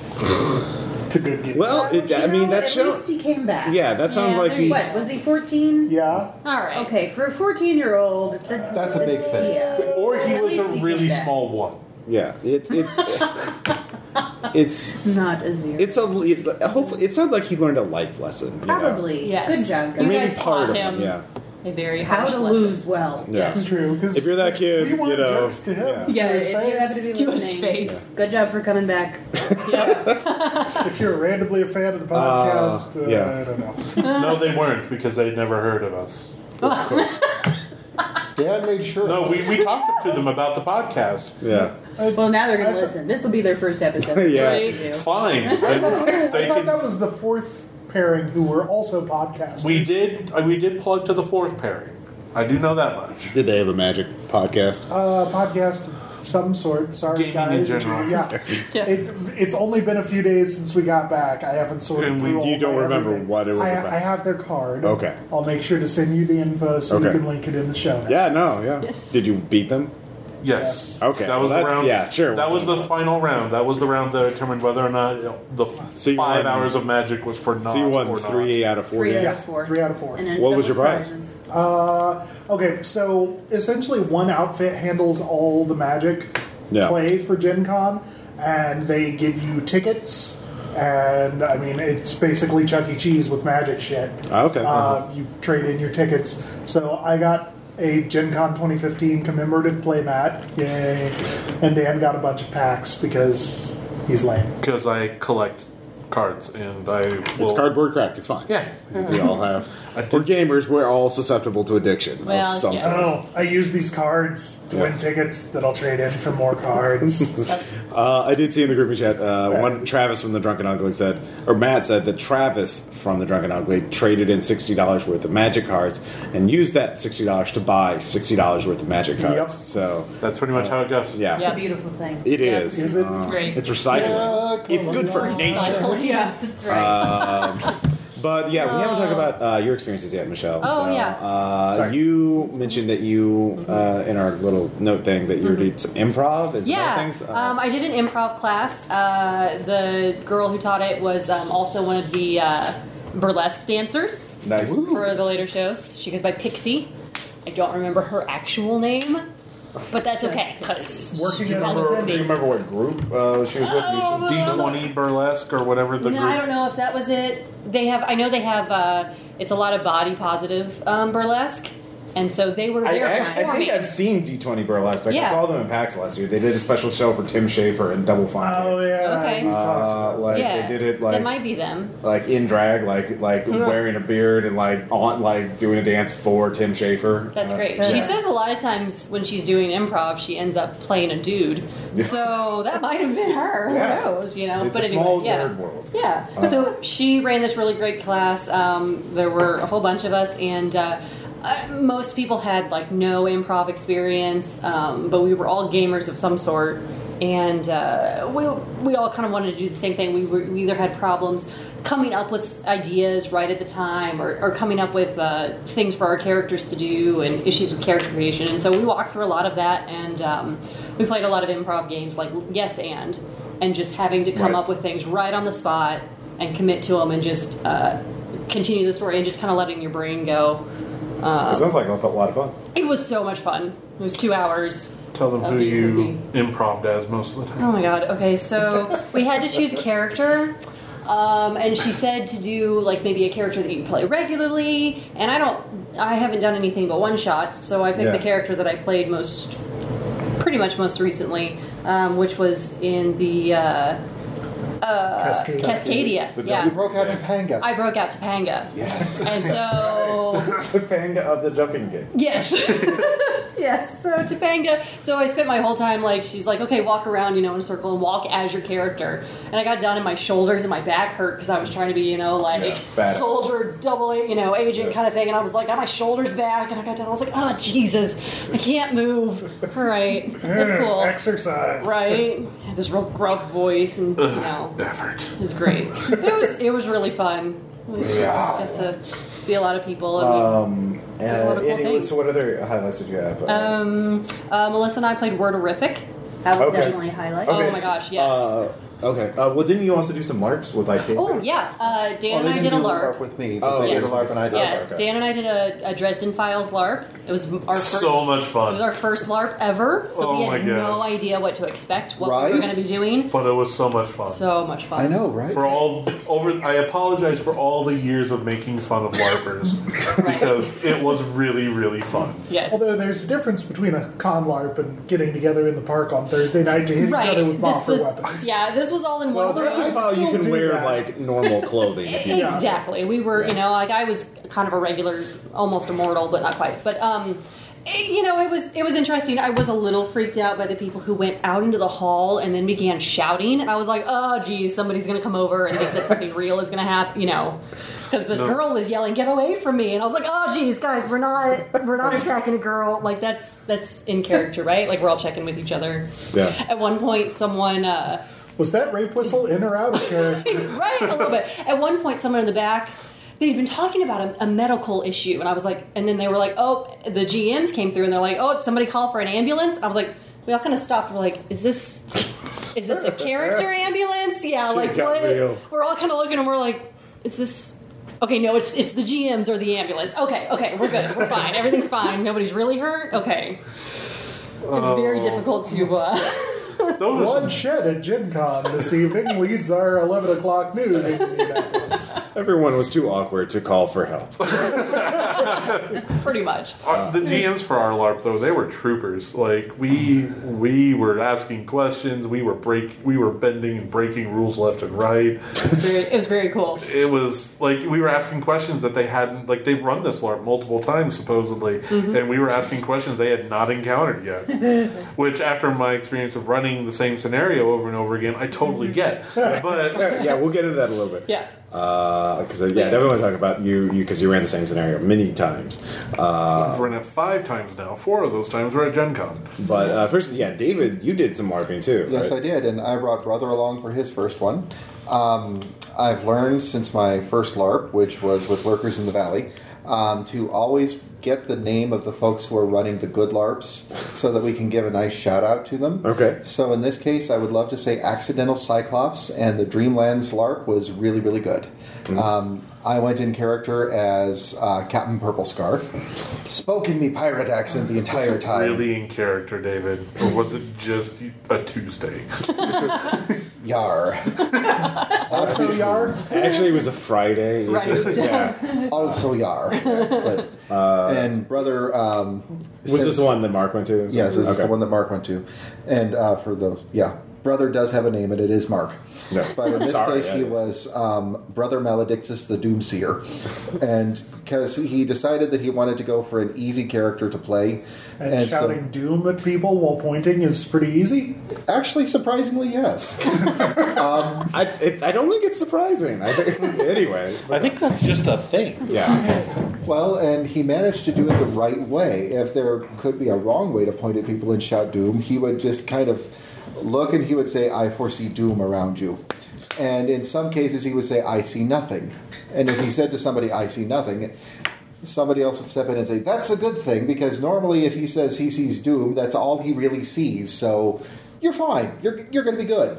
F: to good gamer.
A: Well, it,
I: You
A: I mean,
I: know,
A: that
I: at least
A: shows.
I: he came back.
A: Yeah, that sounds
G: Yeah,
A: like
G: maybe-
A: he's.
I: What was he? Fourteen?
F: yeah.
G: All right.
I: Okay, for a fourteen-year-old, that's
H: That's a big thing.
I: Yeah.
J: or he
I: At
J: was
I: least
J: a
I: he
J: really
I: came back.
J: small one.
A: Yeah, it, it's. it's
I: Not a zero.
A: it's a hopefully it sounds like he learned a life lesson. you know?
I: Probably.
G: Yes.
I: Good job,
G: You
I: guys.
A: Maybe
G: guys
A: part
G: taught
A: of him.
G: him.
A: Yeah.
G: A very
I: How
G: harsh
I: to
G: lesson.
I: lose well.
A: Yeah.
F: That's true. Because
A: If you're that kid,
F: we
A: you
F: want
A: know.
F: jokes to him.
I: Yeah,
F: to his
I: if you happen
F: face.
I: to be
G: To his
I: listening,
G: face.
I: good job for coming back.
F: if you're randomly a fan of the podcast, uh,
A: yeah.
F: I don't know.
J: No, they weren't because they'd never heard of us.
H: Dan made sure.
J: No, we, we talked to them about the podcast.
A: Yeah.
I: Well, now they're going
F: I-
I: to listen. This will be their first episode.
A: Yeah.
I: What do you do?
J: Fine. They, they
F: I thought that
J: can,
F: was the fourth pairing who were also podcasters.
J: we did uh, we did plug to the fourth pairing. I do know that much.
A: Did they have a magic podcast?
F: uh, podcast of some sort. Sorry,
J: Gaming in
F: guys.
J: general.
F: Yeah.
G: Yeah.
F: It, it's only been a few days since we got back. I haven't sorted
J: And we-
F: through all
A: you don't
F: my
A: remember
F: everything.
A: what it was
F: I,
A: about.
F: I have their card.
A: Okay.
F: I'll make sure to send you the info so you
A: Okay.
F: can link it in the show notes.
A: Yeah, no, yeah. Did you beat them?
J: Yes.
A: Okay,
J: That was
A: well, that's-
J: the round.
A: yeah, sure,
J: That
A: we'll
J: was
A: send
J: the final round. That was the round that determined whether or not you know, the f-
A: So you
J: five
A: won-
J: hours of magic was for not.
A: So you
J: or
A: won
J: not.
A: three out of four.
I: Three
A: games.
I: out
F: Yeah,
I: of four.
F: three out of four.
I: And then
A: What was your
I: double
A: prize?
I: prizes.
F: Uh, okay, so essentially one outfit handles all the magic
A: Yeah.
F: play for Gen Con, and they give you tickets. And I mean, it's basically Chuck E. Cheese with magic shit.
A: Ah, Okay. Uh-huh.
F: Uh, you trade in your tickets. So I got a Gen Con 2015 commemorative playmat. Yay. And Dan got a bunch of packs because he's lame.
J: because I collect cards and I.
A: It's
J: will-
A: cardboard crack. It's fine.
J: Yeah.
A: we all have. Uh, We're gamers. We're all susceptible to addiction.
G: Well,
A: of some
G: yeah.
A: sort.
F: Oh, I use these cards to win tickets that I'll trade in for more cards.
A: Uh, I did see in the grouping chat uh, one Travis from the Drunken Ugly said, or Matt said that Travis from the Drunken Ugly traded in sixty dollars worth of magic cards and used that sixty dollars to buy sixty dollars worth of magic cards.
F: Yep.
A: So uh,
J: That's pretty much how it goes.
A: yeah,
I: It's a beautiful thing.
A: it
G: Yeah.
A: is. Uh,
F: Is it?
G: It's great.
A: It's recycling.
H: Yeah,
A: it's good for
H: come
A: nature. Um,
G: Yeah, that's right.
A: But yeah, we haven't talked about uh, your experiences yet, Michelle.
G: Oh,
A: so,
G: yeah.
A: Uh,
F: Sorry.
A: You mentioned that you uh, in our little note thing that you did some improv and some
G: Mm-hmm. yeah,
A: other things. Uh,
G: um, I did an improv class. Uh, the girl who taught it was um, also one of the uh, burlesque dancers
A: nice.
G: for the later shows. She goes by Pixie. I don't remember her actual name, but that's okay. 'cause
F: Working
G: she
F: as
G: called
F: a
G: me
F: burlesque
A: Do you
G: Pixie.
A: remember what group uh, she was with?
G: Oh,
J: D twenty burlesque or whatever the
G: No,
J: group.
G: I don't know if that was it. They have. I know they have. Uh, it's a lot of body positive um, burlesque, and so they were
A: I,
G: there
A: actually, I think
G: performing.
A: I've seen D20 Burlesque. Like, I
G: Yeah.
A: saw them in PAX last year. They did a special show for Tim Schafer and Double Fine.
F: Oh yeah.
G: Okay.
F: we talked
A: Uh,
F: about
A: like
G: yeah, Uh-huh.
A: they did it like
G: that might be them.
A: like in drag, like like wearing a beard and like on like doing a dance for Tim Schafer.
G: That's
A: Uh,
G: great.
A: yeah.
G: She says a lot of times when she's doing improv, she ends up playing a dude. So that might have been her.
A: Yeah.
G: Who knows? You know.
A: It's
G: but
A: a
G: anyway,
A: small
G: yeah.
A: nerd world. Uh,
G: Yeah. so she ran this really great class. Um, there were a whole bunch of us, and uh, uh, most people had like no improv experience, um, but we were all gamers of some sort, and uh, we we all kind of wanted to do the same thing. We, were, we either had problems coming up with ideas right at the time, or, or coming up with uh, things for our characters to do, and issues with character creation. And so we walked through a lot of that, and um, we played a lot of improv games like Yes and. And just having to come
A: Right.
G: up with things right on the spot and commit to them and just uh, continue the story and just kind of letting your brain go. Um,
A: It sounds like a lot of fun.
G: It was so much fun. It was two hours.
J: Tell them
G: of
J: who
G: being
J: you
G: busy.
J: improved as most of the time.
G: Oh my god. Okay, so we had to choose a character. Um, and she said to do like maybe a character that you play regularly, and I don't, I haven't done anything but one shots, so I picked
A: Yeah.
G: the character that I played most, pretty much most recently, um, which was in the uh,
F: Cascade.
G: Cascadia.
H: You
G: yeah,
H: broke out Topanga.
G: I broke out Topanga,
H: yes.
G: and so
A: the bang of the jumping game.
G: Yes. yes. So Topanga. So I spent my whole time like she's like, okay, walk around, you know, in a circle and walk as your character. And I got down and my shoulders and my back hurt because I was trying to be, you know, like
A: Yeah, badass.
G: soldier, double, A- you know, agent
A: Yeah.
G: kind of thing. And I was like, got my shoulders back, and I got down. I was like, oh Jesus, I can't move. All right,
A: Mm.
G: that's
F: Yeah,
G: cool.
F: Exercise.
G: Right, Had this real gruff voice, and you know,
J: Effort.
G: it was great. It was it was really fun. We got to see a lot of people. and we-
A: Um,
G: There's a lot
A: and
G: of cool
A: it
G: things.
A: was, Um, so what other highlights did you have? Uh,
G: um, uh, Melissa and I played Wordorific,
I: That was
A: Okay.
I: definitely a highlight.
G: Oh my gosh, yes.
A: Uh, okay. Uh, well, didn't you also do some LARPs with like? David?
G: oh yeah, uh, Dan
H: they
G: and I
H: didn't
G: did a
H: do
G: LARP.
H: with me.
A: Oh,
H: they did
A: yes.
H: a LARP and I did
G: Yeah,
H: a LARP.
G: Dan and I did a, a Dresden Files LARP. It was our first.
J: So
G: It
J: much
G: was
J: fun.
G: our first LARP ever, so
J: Oh
G: we
J: my
G: had
J: gosh.
G: no idea what to expect, what we
H: Right?
G: were going to be doing.
J: But it was so much fun.
G: So much fun.
H: I know, right?
J: for all over, I apologize for all the years of making fun of LARPers because it was really, really fun.
G: Yes.
F: Although there's a difference between a con LARP and getting together in the park on Thursday night to hit each
G: right.
F: other with
G: This
F: Moffer
G: was,
F: weapons.
G: yeah, this was all in
A: Well,
G: one.
A: there's
G: room.
A: a file you
F: still
A: can
F: do
A: wear
F: that.
A: like normal clothing. If you
G: Exactly. We were, you know, like I was kind of a regular, almost immortal, but not quite. But um, it- you know, it was it was interesting. I was a little freaked out by the people who went out into the hall and then began shouting, and I was like, oh, geez, somebody's gonna come over and think that something real is gonna happen, you know, because this girl was yelling, "Get away from me!" and I was like, oh, geez, guys, we're not we're not attacking a girl. Like that's that's in character, right? Like we're all checking with each other.
A: Yeah.
G: At one point, someone. uh
F: Was that rape whistle in or out of character?
G: right a little bit at one point someone in the back they'd been talking about a, a medical issue and i was like and then they were like oh the gms came through and they're like oh did somebody call for an ambulance i was like we all kind of stopped we're like is this is this a character ambulance yeah like
A: got
G: what
A: real.
G: we're all kind of looking and we're like is this okay no it's it's the gms or the ambulance okay okay we're good we're fine everything's fine nobody's really hurt okay it's
H: Oh.
G: very difficult to uh
J: Those are
F: Blood shed at Gen Con this evening leads our 11 o'clock news in Indianapolis.
A: Everyone was too awkward to call for help.
G: pretty much
J: Our, Uh, the GMs for our LARP though they were troopers. Like we we were asking questions, we were break we were bending and breaking rules left and right.
G: it's very, it was very cool
J: It was like we were asking questions that they hadn't like they've run this LARP multiple times supposedly, and we were asking questions they had not encountered yet. Which after my experience of running the same scenario over and over again, I totally get. But
A: yeah, we'll get into that in a little bit.
G: yeah
A: Because uh, yeah, I definitely want to talk about you because you ran the same scenario many times. Uh,
J: I've run it five times now. Four of those times were at Gen Con.
A: but uh, first, yeah, David, you did some LARPing too.
H: Yes,
A: right?
H: I did, and I brought brother along for his first one. Um, I've learned since my first LARP, which was with Lurkers in the Valley, um, to always get the name of the folks who are running the good LARPs so that we can give a nice shout out to them.
A: Okay.
H: So in this case, I would love to say Accidental Cyclops, and the Dreamlands LARP was really, really good.
A: Mm-hmm.
H: Um, I went in character as uh, Captain Purple Scarf, spoke in me pirate accent the entire time.
J: really in character, David, or was it just a Tuesday?
H: Yar.
F: So, Yar,
A: Actually, it was a Friday.
G: Right.
A: yeah. Uh,
H: also Yar. But, Uh, and brother. Um,
A: Was this
H: since-
A: the one that Mark went to?
H: Yes, this is the
A: Okay.
H: one that Mark went to. And uh, for those, yeah. Brother does have a name, and it is Mark.
A: No.
H: But in this
A: Sorry,
H: case,
A: I-
H: he was um, Brother Maledictus the Doomseer. And because he decided that he wanted to go for an easy character to play.
F: and,
H: so-
F: shouting doom at people while pointing is pretty easy.
H: actually, surprisingly, yes. Um,
A: I, it, I don't think it's surprising. I think, anyway.
D: I think that's just a thing.
A: Yeah.
H: Well, and he managed to do it the right way. If there could be a wrong way to point at people and shout doom, he would just kind of look and he would say, I foresee doom around you. And in some cases, he would say, I see nothing. And if he said to somebody, I see nothing, somebody else would step in and say, That's a good thing, because normally if he says he sees doom, that's all he really sees. So you're fine. You're, you're going to be good.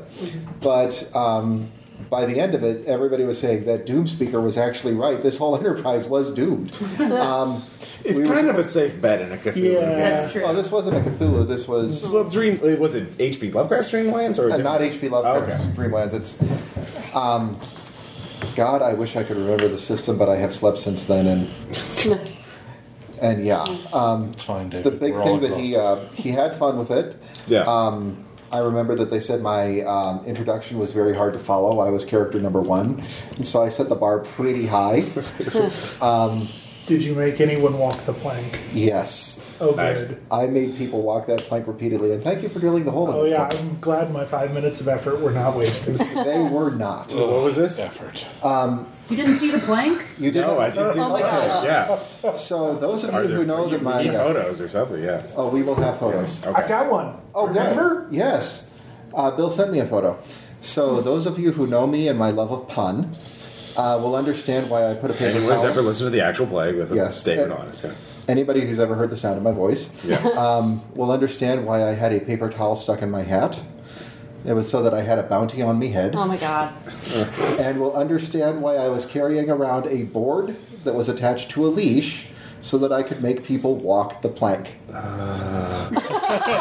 H: But um, by the end of it, everybody was saying that Doom Speaker was actually right. This whole enterprise was doomed. Um,
A: It's
H: we were-
A: kind of a safe bet in a Cthulhu
F: Yeah.
A: game.
I: That's true.
H: Well, this wasn't a Cthulhu. This was
A: Well, Dream uh, was it H.P. Lovecraft's Dreamlands or
H: uh, not H.P. Lovecraft's
A: Okay.
H: Dreamlands. It's. Um, God, I wish I could remember the system, but I have slept since then, and and yeah,
I: Mm.
H: um,
J: It's fine, David.
H: the big thing that he uh, he had fun with it.
A: Yeah.
H: Um, I remember that they said my um, introduction was very hard to follow. I was character number one, and so I set the bar pretty high. Um,
F: Did you make anyone walk the plank?
H: yes,
F: Oh,
A: Nice.
F: good.
H: I made people walk that plank repeatedly, and thank you for drilling the hole. in
F: Oh,
H: it.
F: yeah, I'm glad my five minutes of effort were not wasted.
H: they were not.
A: What was this?
J: effort.
I: You didn't see the plank?
H: Um, You did
A: No, I
H: not.
A: didn't see.
G: Oh my gosh.
A: Yeah.
H: So those of you
A: Are there
H: who know
A: you
H: that my
A: need
H: uh,
A: photos or something? Yeah.
H: oh, we will have photos.
A: Okay.
F: I've got one.
H: Oh, good.
F: remember?
H: Yes, uh, Bill sent me a photo. So
A: Hmm.
H: those of you who know me and my love of pun uh, will understand why I put a paper
A: Anyone who's
H: towel.
A: ever listened to the actual play with
H: Yes.
A: David on it? yeah.
H: anybody who's ever heard the sound of my voice
A: Yeah.
H: um, will understand why I had a paper towel stuck in my hat. It was so that I had a bounty on me head,
G: Oh my god.
H: and will understand why I was carrying around a board that was attached to a leash so that I could make people walk the plank.
A: Uh,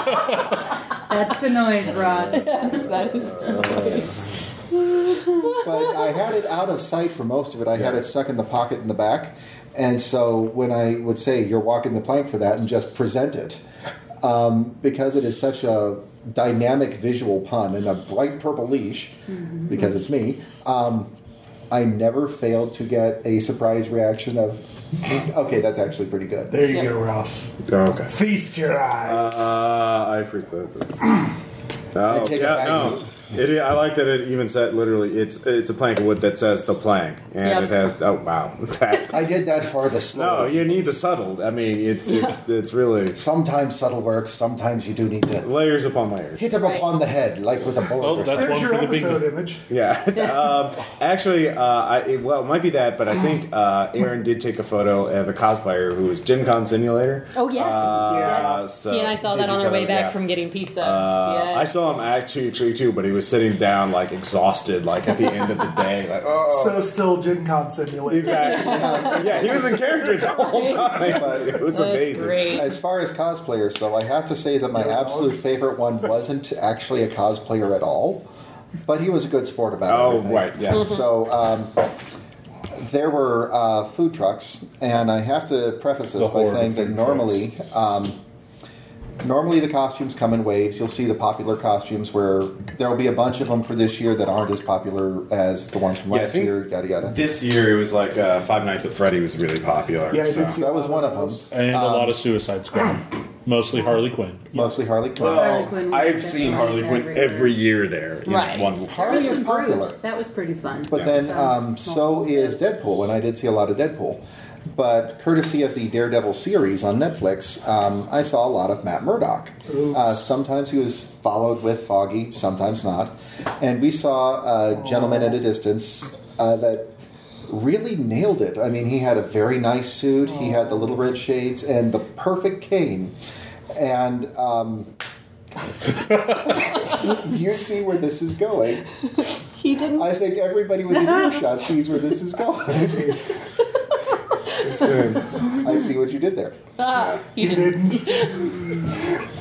K: That's the noise, Ross.
G: Yes, that
A: Uh,
G: is.
H: but I had it out of sight for most of it. I had it stuck in the pocket in the back. And so when I would say, you're walking the plank for that, and just present it, um, because it is such a dynamic visual pun and a bright purple leash, because it's me, um, I never failed to get a surprise reaction of, okay, that's actually pretty good.
F: There you go, Ross.
A: Okay.
F: Feast your eyes.
A: Uh, I appreciate that. Oh,
H: take it
A: yeah,
H: back.
A: no. It, I like that it even said literally it's it's a plank of wood that says the plank, and
G: Yep.
A: it has oh wow. That-
H: I did that for the
A: no,
H: slow.
A: you need the subtle. I mean, it's it's it's really
H: Sometimes subtle works, sometimes you do need to
A: layers upon layers.
H: hit them
G: Right.
H: upon the head, like with a bullet.
D: Oh,
H: or
D: that's
H: something.
D: one
F: There's your
D: for the big
F: episode image.
A: Yeah. um, actually, uh, I, it, well, it might be that, but I think uh, Aaron did take a photo of a cosplayer who was Gen Con Simulator.
G: Oh yes.
A: Uh,
G: yes.
A: so-
G: he and I saw that
A: did
G: on
A: you
G: our
A: saw
G: way
A: that?
G: back
A: Yeah.
G: from getting pizza.
A: Uh,
G: yes.
A: I saw him actually, actually too, but he was sitting down, like exhausted, like at the end of the day, like oh,
F: So still Gen Con simulator.
A: exactly. yeah, he was in character the whole time. It was
G: That's
A: amazing.
G: great.
H: As far as cosplayers, though, I have to say that my
F: Yeah.
H: absolute favorite one wasn't actually a cosplayer at all, but he was a good sport about it.
A: Oh,
H: everything.
A: right, yeah. Mhm.
H: So um, there were uh, food trucks, and I have to preface this
A: The
H: by
A: horde of
H: saying that
A: food
H: normally, um, normally the costumes come in waves. You'll see the popular costumes where there will be a bunch of them for this year that aren't as popular as the ones from
A: Yeah, I
H: last
A: think
H: year. Yada yada.
A: oh, This year, it was like uh, Five Nights at Freddy was really popular.
F: Yeah, I
A: so.
F: did see
H: That was one of Um, them.
F: those.
D: And a lot of Suicide Squad. Mostly Harley Quinn.
H: Mostly Harley Quinn.
I: Harley
A: Well,
I: Quinn was
A: I've seen Harley
I: definitely
A: Quinn
I: everywhere.
A: every year there. in
G: Right.
A: One
H: Harley
I: Mr.
H: is
I: Brute.
H: popular.
I: That was pretty fun.
H: But then, um, so is Deadpool, and I did see a lot of Deadpool. But courtesy of the Daredevil series on Netflix, um, I saw a lot of Matt Murdock. Uh, sometimes he was followed with Foggy, sometimes not. And we saw a gentleman at a distance uh, that really nailed it. I mean, he had a very nice suit, he had the little red shades, and the perfect cane. And um, you see where this is going.
G: he didn't.
H: I think everybody within earshot sees where this is going. I see what you did there.
G: ah, he
F: You
G: didn't.
F: didn't.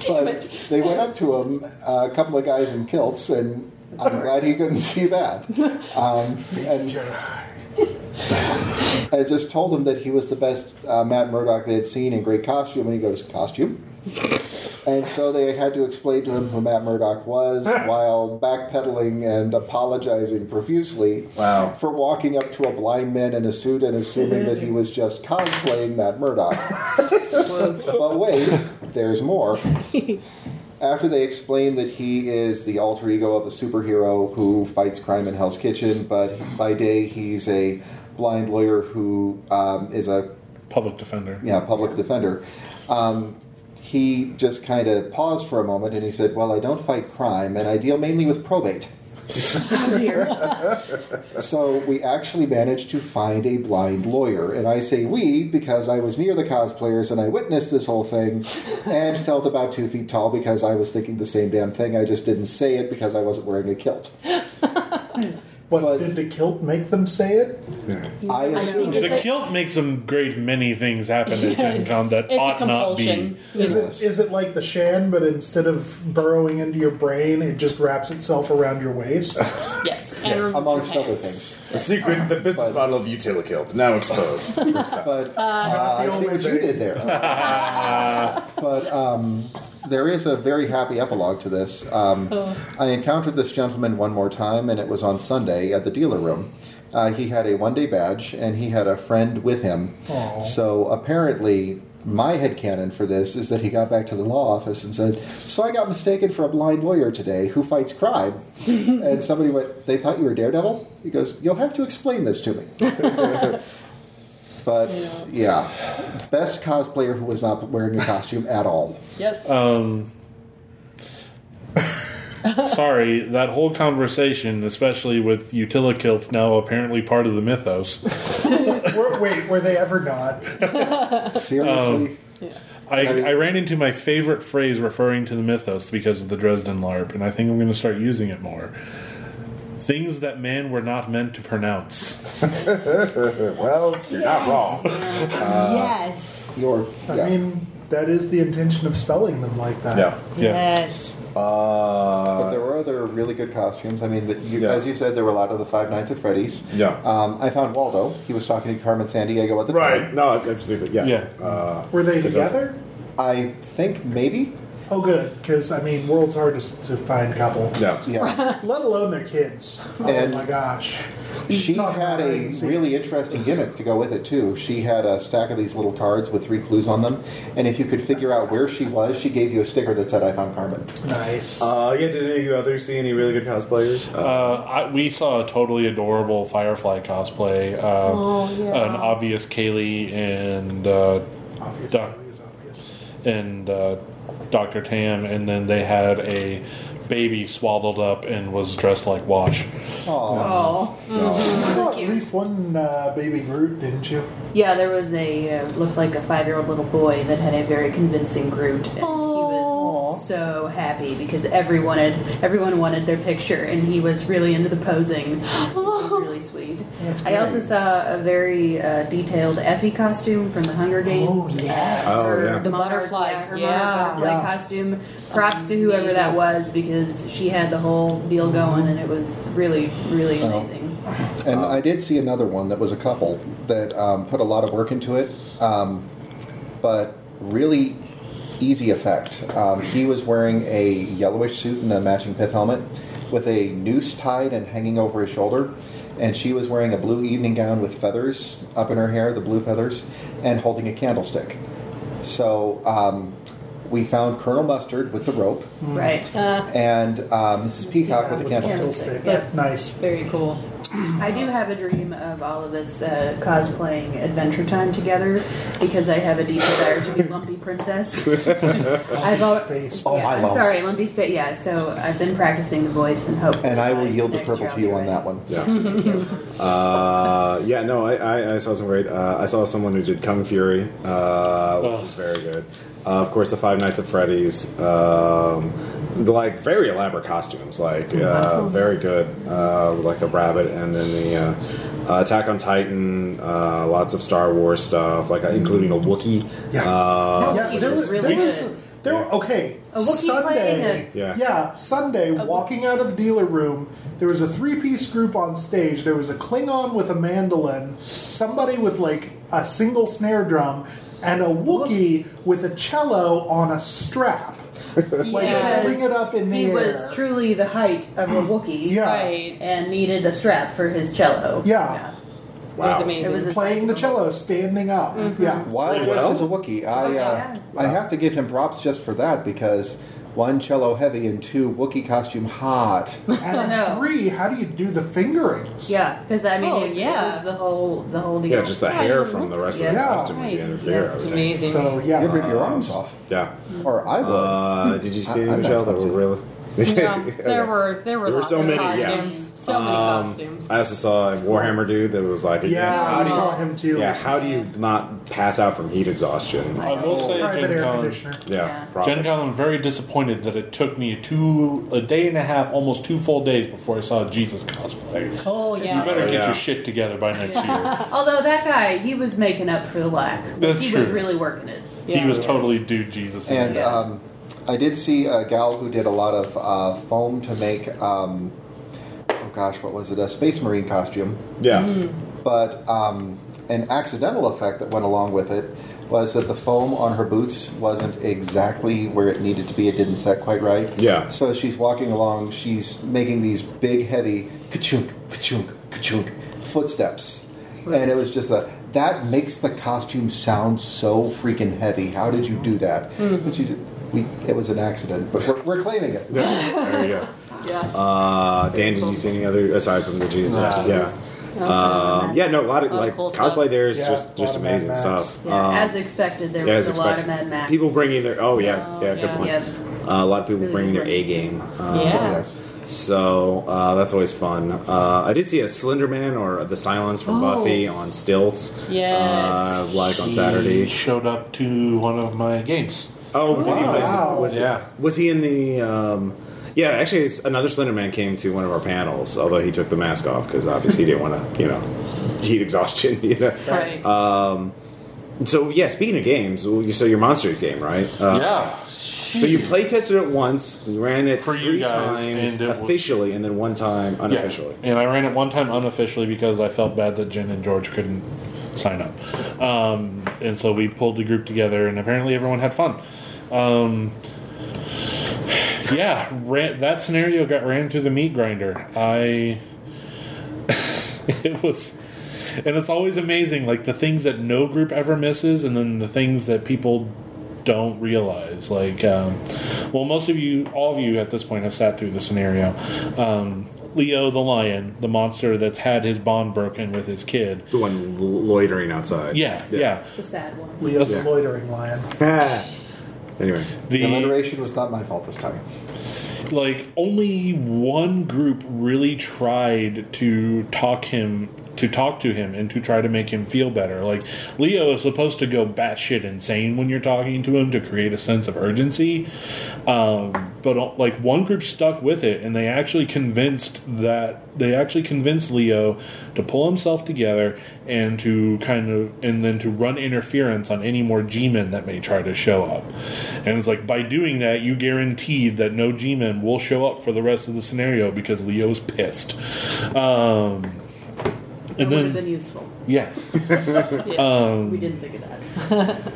H: But they went up to him, uh, a couple of guys in kilts, and I'm glad he couldn't see that. Um, and
F: Your eyes.
H: I just told him that he was the best uh, Matt Murdock they had seen in great costume, and he goes, Costume? And so they had to explain to him who Matt Murdock was while backpedaling and apologizing profusely
A: Wow.
H: for walking up to a blind man in a suit and assuming that he was just cosplaying Matt Murdock. but wait, there's more. After they explain that he is the alter ego of a superhero who fights crime in Hell's Kitchen, but by day he's a blind lawyer who um, is a
D: Public defender.
H: yeah, public defender. Um, he just kind of paused for a moment and he said, Well, I don't fight crime and I deal mainly with probate.
I: Oh, dear.
H: So we actually managed to find a blind lawyer. And I say we because I was near the cosplayers and I witnessed this whole thing and felt about two feet tall because I was thinking the same damn thing. I just didn't say it because I wasn't wearing a kilt.
F: What
H: But-
F: did the kilt make them say it?
H: I assumed
D: The kilt makes a great many things happen at Gen
G: Yes.
D: Con that
G: It's a
D: ought not be.
G: compulsion.
F: Is
H: Yes.
F: it is it like the Shan, but instead of burrowing into your brain, it just wraps itself around your waist?
G: Yes. and removed
H: amongst
G: your
H: other
G: pants.
H: things.
A: The secret, the business
H: But-
A: model of Utilikilts now exposed.
H: But uh, I see what you did there. but um, there is a very happy epilogue to this. Um, I encountered this gentleman one more time, and it was on Sunday at the dealer room. Uh, he had a one day badge, and he had a friend with him. So apparently, my headcanon for this is that he got back to the law office and said, So I got mistaken for a blind lawyer today who fights crime. and somebody went, They thought you were Daredevil? He goes, You'll have to explain this to me. But yeah, best cosplayer who was not wearing a costume at all.
G: Yes.
D: Um, sorry, that whole conversation, especially with Utilikilth now apparently part of the mythos,
F: were, wait, were they ever not?
J: Seriously? Um, I, I ran into my favorite phrase referring to the mythos because of the Dresden LARP, and I think I'm going to start using it more. Things that men were not meant to pronounce.
H: Oh,
A: well,
F: you're not Yes. wrong.
A: uh,
I: Uh,
G: yes.
A: Your,
F: I mean, that is the intention of spelling them like that.
H: Yeah.
G: Yes.
H: but there were other really good costumes. I mean, the, you, as you said, there were a lot of the Five Nights at Freddy's.
A: Yeah.
H: Um, I found Waldo. He was talking to Carmen San Diego at the
A: Right.
H: time.
A: No, absolutely. Yeah.
H: Yeah.
A: Uh,
F: Were they together?
H: I think maybe.
F: Oh, good, because I mean, world's hardest to find couple.
A: Yeah.
H: Yeah.
F: Let alone their kids. Oh
H: And-
F: my gosh.
H: She had a really interesting gimmick to go with it too. She had a stack of these little cards with three clues on them, and if you could figure out where she was, she gave you a sticker that said "I found Carmen."
F: Nice.
A: Uh, yeah, did any of you out there see any really good cosplayers?
J: Uh, I, we saw a totally adorable Firefly cosplay. Uh,
A: Oh, yeah.
J: An obvious Kaylee and uh, Doc- and uh, Doctor Tam, and then they had a baby swaddled up and was dressed like Wash.
I: Oh.
A: Mm-hmm.
F: You saw at least one uh, baby Groot, didn't you?
I: Yeah, there was a uh, looked like a five year old little boy that had a very convincing Groot, and he was so happy because everyone had everyone wanted their picture, and he was really into the posing. It was really sweet. I also saw a very uh, detailed Effie costume from the Hunger Games.
G: Oh, yes.
I: and
G: Oh,
I: her
G: yeah. The
I: monarch-
G: butterflies,
I: her
G: yeah.
I: monarch butterfly
G: Yeah.
I: costume. Props to whoever that
G: Amazing.
I: was because she had the whole deal going, and it was really, really amazing.
H: And I did see another one that was a couple that um, put a lot of work into it, um, but really easy effect. Um, he was wearing a yellowish suit and a matching pith helmet with a noose tied and hanging over his shoulder. And she was wearing a blue evening gown with feathers up in her hair, the blue feathers, and holding a candlestick. So um, we found Colonel Mustard with the rope
I: Right.
H: and uh, Mrs. Peacock Hmm. with the candlestick.
F: Nice.
G: Very cool.
I: I do have a dream of all of us uh, cosplaying Adventure Time together because I have a deep desire to be Lumpy Princess. I've al-
H: Oh,
I: yeah,
H: I
I: I'm
H: love
I: sorry, Lumpy Space. Yeah, so I've been practicing the voice and hope.
H: And I will yield the purple to you on that one.
A: Uh, yeah, no, I, I, I saw some great. Uh, I saw someone who did Kung Fury, uh, which was very good. Uh, of course, the Five Nights at Freddy's, um, the, like very elaborate costumes, like uh, very good, uh, like the rabbit, and then the uh, uh, Attack on Titan, uh, lots of Star Wars stuff, like uh, including a Wookiee. Yeah, uh,
F: yeah,
A: which
F: there
A: was
F: was, there
A: really
F: was, there were, okay,
A: A Wookiee
F: Sunday,
A: playing a- Yeah.
F: Sunday, walking out of the dealer room, there was a three-piece group on stage, there was a Klingon with a mandolin, somebody with, like, a single snare drum, and a Wookiee with a cello on a strap. like, holding it up in the
I: he
F: air.
I: was truly the height of a Wookiee,
F: Yeah. Right.
I: and needed a strap for his cello.
F: Yeah,
I: Wow. It was amazing. It was a Mm-hmm.
F: Playing the cello, standing up. Yeah,
H: Wild West is a Wookiee. I uh, I have to give him props just for that because one cello heavy and two Wookiee costume hot.
F: And three, how do you do the fingerings?
I: Yeah, because I mean,
G: Oh,
I: it,
G: yeah.
I: it was the whole the whole deal.
A: Yeah, just the hair from the rest of the
I: Yeah.
A: costume would be
I: Right.
A: interfere.
I: Yeah.
A: I would
I: It's
A: think.
I: amazing.
F: So, yeah. Uh,
H: You'd rip your arms off.
A: Yeah.
H: Or I would.
A: Uh, did you see
H: I-
A: any,
H: I'm not
A: Michelle? That were really.
G: Yeah, there
A: Okay.
G: were there were
A: There were
G: lots
A: so
G: of
A: many, yeah.
G: costumes. So many
A: Um,
G: costumes.
A: I also saw a Warhammer dude that was like,
F: Yeah,
A: how
F: I
A: do you-
F: saw him too.
A: Yeah, how do you not pass out from heat exhaustion?
J: I will say,
F: Private
J: Gen
F: air
J: Con,
F: conditioner.
A: Yeah, probably.
J: Gen Con, I'm very disappointed that it took me two, a day and a half, almost two full days before I saw a Jesus cosplay.
G: Oh
J: You
G: yeah.
J: better get
A: Yeah.
J: your shit together by next year.
I: Although that guy, he was making up for the lack.
J: That's
I: he was
J: true.
I: really working it.
J: He was totally dude Jesus. in
H: And
J: there.
H: um, I did see a gal who did a lot of uh, foam to make. Um, oh gosh, what was it? A space marine costume.
A: Yeah.
H: But um, an accidental effect that went along with it was that the foam on her boots wasn't exactly where it needed to be. It didn't set quite right.
A: Yeah.
H: So she's walking along. She's making these big, heavy ka-chunk, ka-chunk, ka-chunk footsteps, and it was just that. That makes the costume sound so freaking heavy. How did you do that? And she said, "We. It was an accident, but we're, we're claiming it."
A: There you go.
I: Yeah.
A: Uh, Dan, did you see any other aside from the Jesus?
H: Nah.
A: Yeah. Um, yeah, no, a lot of
I: A lot of
A: like
I: cool
A: cosplay
I: stuff.
A: there is
F: Yeah, a
A: just
F: lot
A: just
F: of Mad
A: amazing
F: Max.
A: stuff.
I: Yeah,
A: Um,
I: as expected, there
A: yeah,
I: was
A: as
I: a lot of
A: expected.
I: Mad Max.
A: People bringing their oh yeah yeah,
G: yeah.
A: good point.
I: Yeah.
A: Uh, a lot of people bringing their A game. Uh,
G: Yeah.
A: yes. So uh, that's always fun. Uh, I did see a Slender Man or the Silence from
G: Oh.
A: Buffy on stilts.
G: Yes.
A: Uh, like on Saturday.
J: He showed up to one of my games.
A: Oh, did he
J: Wow.
A: play?
J: Wow.
A: Was,
J: Yeah.
A: was he in the? Um, yeah, actually, it's, another Slender Man came to one of our panels, although he took the mask off because obviously he didn't want to, you know, heat exhaustion. You know.
G: Right.
A: Um, so yeah, speaking of games, well, you- so your monsters game, right? Uh,
J: yeah.
A: So you play tested it once, you ran it
J: For you
A: three
J: guys,
A: times
J: and it wa-
A: officially, and then one time
J: Yeah.
A: unofficially.
J: And I ran it one time unofficially because I felt bad that Jen and George couldn't sign up. Um, and so we pulled the group together, and apparently everyone had fun. Um, yeah, ran, that scenario got ran through the meat grinder. I. it was. And it's always amazing, like the things that no group ever misses, and then the things that people don't realize. Like, um, well, most of you, all of you at this point, have sat through the scenario. Um, Leo the lion, the monster that's had his bond broken with his kid.
A: The one lo- loitering outside.
J: Yeah, yeah.
I: The sad one.
F: Leo's
A: Yeah.
F: loitering lion.
A: anyway,
H: The
J: The
H: alliteration was not my fault this time.
J: like only one group really tried to talk him to talk to him and to try to make him feel better. Like Leo is supposed to go batshit insane when you're talking to him to create a sense of urgency, um, but uh, like one group stuck with it and they actually convinced that they actually convinced Leo to pull himself together and to kind of and then to run interference on any more G-men that may try to show up. And it's like by doing that, you guaranteed that no G-men will show up for the rest of the scenario because Leo's pissed. Um,
I: That
J: and
I: would have
J: then
I: been useful.
J: yeah,
A: Um,
J: Um,
I: we didn't think of that.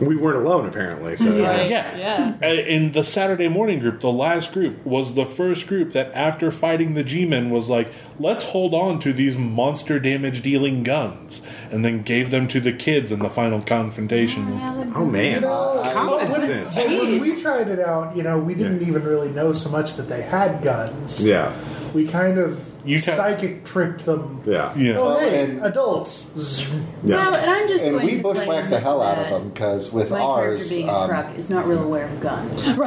A: we weren't alone apparently. So
G: Right.
J: yeah.
G: Yeah.
J: Uh, in the Saturday morning group, the last group was the first group that, after fighting the G Men, was like, let's hold on to these monster damage dealing guns, and then gave them to the kids in the final confrontation.
A: oh man, common
F: But
A: sense.
F: when we tried it out, you know, we didn't even really know so much that they had guns.
A: Yeah,
F: We kind of
J: You ca-
F: psychic tripped them.
A: yeah,
J: Yeah.
F: Oh, hey,
H: and-
F: adults. Zzz.
I: Well,
A: yeah.
I: and I'm just
H: And
I: going
H: we
I: to
H: bushwhacked
I: claim
H: the hell out
I: that
H: of them because with
I: My
H: ours,
I: character being a
H: um,
I: truck is not real aware of guns.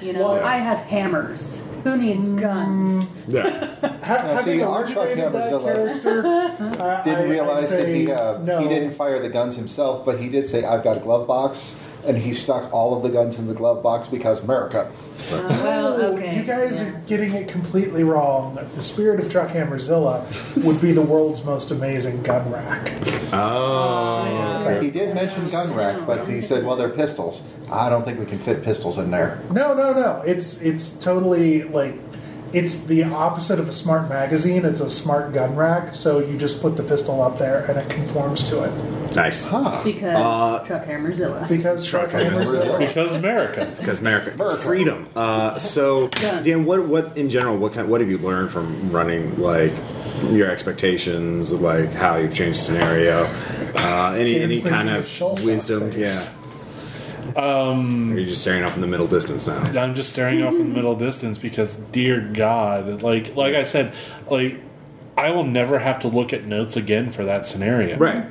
I: You know, I have hammers. Who needs
F: Mm.
I: guns?
A: yeah.
F: Ha-
H: Now,
F: having
H: see, our truck
F: originated that
H: Hammerzilla
F: character, I- I-
H: didn't
F: I
H: realize that
F: say
H: he uh,
F: no.
H: he didn't fire the guns himself, but he did say, "I've got a glove box," and he stuck all of the guns in the glove box because America.
I: well,
F: Oh,
I: okay.
F: You guys
I: yeah.
F: are getting it completely wrong. The spirit of Truck Hammerzilla would be the world's most amazing gun rack.
A: Oh,
H: He did mention gun rack, but he said, "Well, they're pistols. I don't think we can fit pistols in there."
F: No, no, no. It's it's totally like it's the opposite of a smart magazine. It's a smart gun rack, so you just put the pistol up there and it conforms to it.
A: nice.
I: because
A: Uh,
I: truck hammerzilla.
F: Because Truck
A: Truck
F: Hammerzilla.
J: Because America.
A: Because America,
H: America.
A: freedom. Uh, so,
I: Yeah.
A: Dan, what, what in general, what kind, what have you learned from running, like your expectations, like how you've changed scenario, uh, any
F: Dan's
A: any
F: making
A: kind
F: a shell
A: of
F: shock
A: wisdom? Yeah.
F: face.
A: Um, Are you just staring off in the middle distance now?
J: I'm just staring off in the middle distance because, dear God, like like I said, like I will never have to look at notes again for that scenario.
A: Right.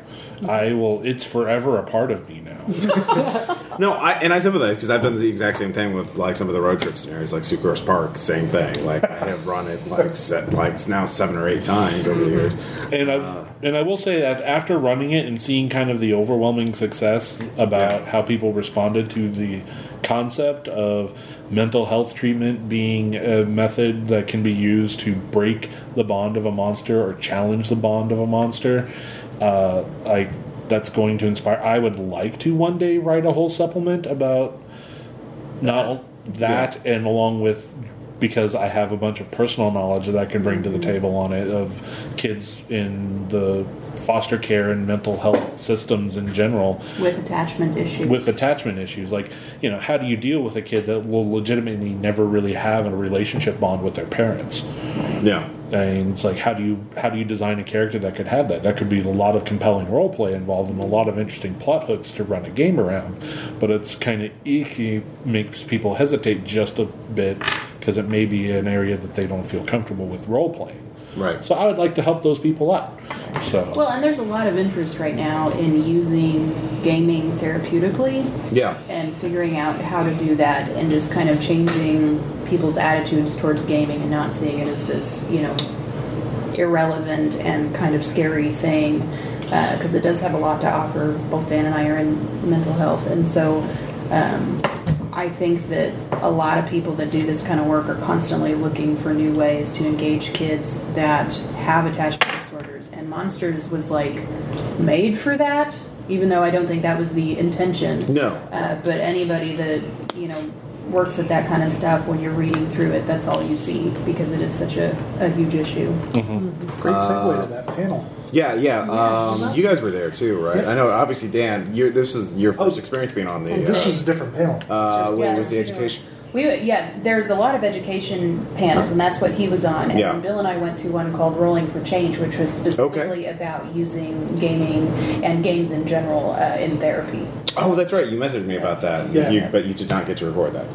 J: I will. It's forever a part of me now.
A: No, I, and I sympathize because I've done the exact same thing with like some of the road trip scenarios, like Sucrose Park, same thing. Like I have run it like set, like it's now seven or eight times over the years.
J: Mm-hmm.
A: Uh,
J: and I and I will say that after running it and seeing kind of the overwhelming success about how people responded to the concept of mental health treatment being a method that can be used to break the bond of a monster or challenge the bond of a monster, uh, like that's going to inspire. I would like to one day write a whole supplement about not that and along with because I have a bunch of personal knowledge that I can bring to the table on it of kids in the foster care and mental health systems in general
I: With attachment issues.
J: with attachment issues like you know how do you deal with a kid that will legitimately never really have a relationship bond with their parents
A: Yeah.
J: and it's like how do you how do you design a character that could have that that could be a lot of compelling role play involved and a lot of interesting plot hooks to run a game around but it's kind of icky makes people hesitate just a bit because it may be an area that they don't feel comfortable with role playing
A: Right.
J: so i would like to help those people out so
I: well, and there's a lot of interest right now in using gaming therapeutically
A: Yeah.
I: and figuring out how to do that and just kind of changing people's attitudes towards gaming and not seeing it as this, you know, irrelevant and kind of scary thing because it does have a lot to offer. Both Dan and I are in mental health, and so um, I think that a lot of people that do this kind of work are constantly looking for new ways to engage kids that have attachment disorders. And Monsters was like made for that, even though I don't think that was the intention.
A: No.
I: Uh, but anybody that you know works with that kind of stuff, when you're reading through it, that's all you see because it is such a, a huge issue.
F: Great segue
A: Uh,
F: to that panel.
A: Yeah, yeah. Um, you guys were there too, right?
F: Yeah. Oh.
A: I know. Obviously, Dan, you this was your first experience being on the.
F: This
A: uh,
F: was a different panel.
A: Uh, wait,
I: Yeah,
A: was the
I: that's true.
A: education?
I: We yeah, there's a lot of education panels, and that's what he was on. And
A: Yeah.
I: Bill and I went to one called Rolling for Change, which was specifically about using gaming and games in general uh, in therapy.
A: Oh, that's right. You messaged me about that.
F: Yeah.
A: You, but you did not get to record that.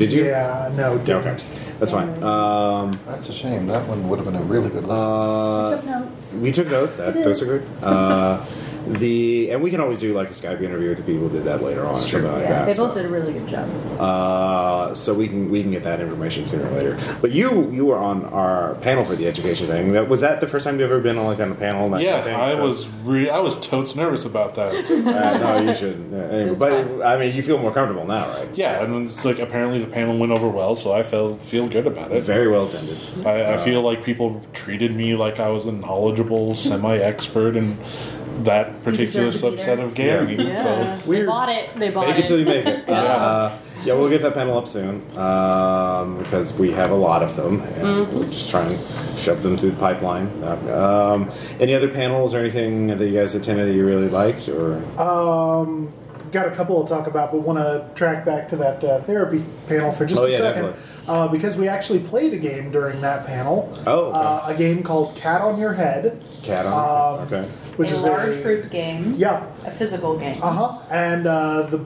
A: Did you?
F: Yeah, no,
A: Yeah, Okay. That's fine. Um,
H: That's a shame. That one would have been a really good listen.
A: uh, we took notes. That, those are good. Uh, the and we can always do like a Skype interview with the people who did that later on, or something like
I: yeah,
A: that.
I: they
A: so.
I: both did a really good job.
A: Uh, so we can we can get that information sooner or later. But you you were on our panel for the education thing. That was that the first time you have ever been on like on a panel? and that
J: Yeah,
A: kind of thing?
J: I
A: So-
J: was re- I was totes nervous about that.
A: Uh, no, you shouldn't. Uh, anyway, but I mean, you feel more comfortable now, right?
J: Yeah, and it's like apparently the panel went over well, so I feel feel good about it.
A: Very well attended. Uh,
J: I, I feel like people treated me like I was a knowledgeable semi-expert in that particular
G: deserve to be
J: subset of gaming.
G: Yeah,
J: So
G: they bought it. They bought
A: Fake it till you make it. Uh, yeah, we'll get that panel up soon um, because we have a lot of them, and
I: Mm-hmm.
A: we'll just try and shove them through the pipeline. Uh, Um, any other panels or anything that you guys attended that you really liked, or
F: Um, got a couple to talk about, but want to track back to that uh, therapy panel for just
A: Oh,
F: a
A: yeah,
F: second.
A: definitely.
F: Uh, because we actually played a game during that panel.
A: Oh, okay.
F: Uh, a game called Cat on Your Head,
A: cat on?
F: Um,
A: okay.
F: which
I: a
F: is
I: large
F: a,
I: group game,
F: Yeah,
I: a physical game.
F: uh huh. And uh, the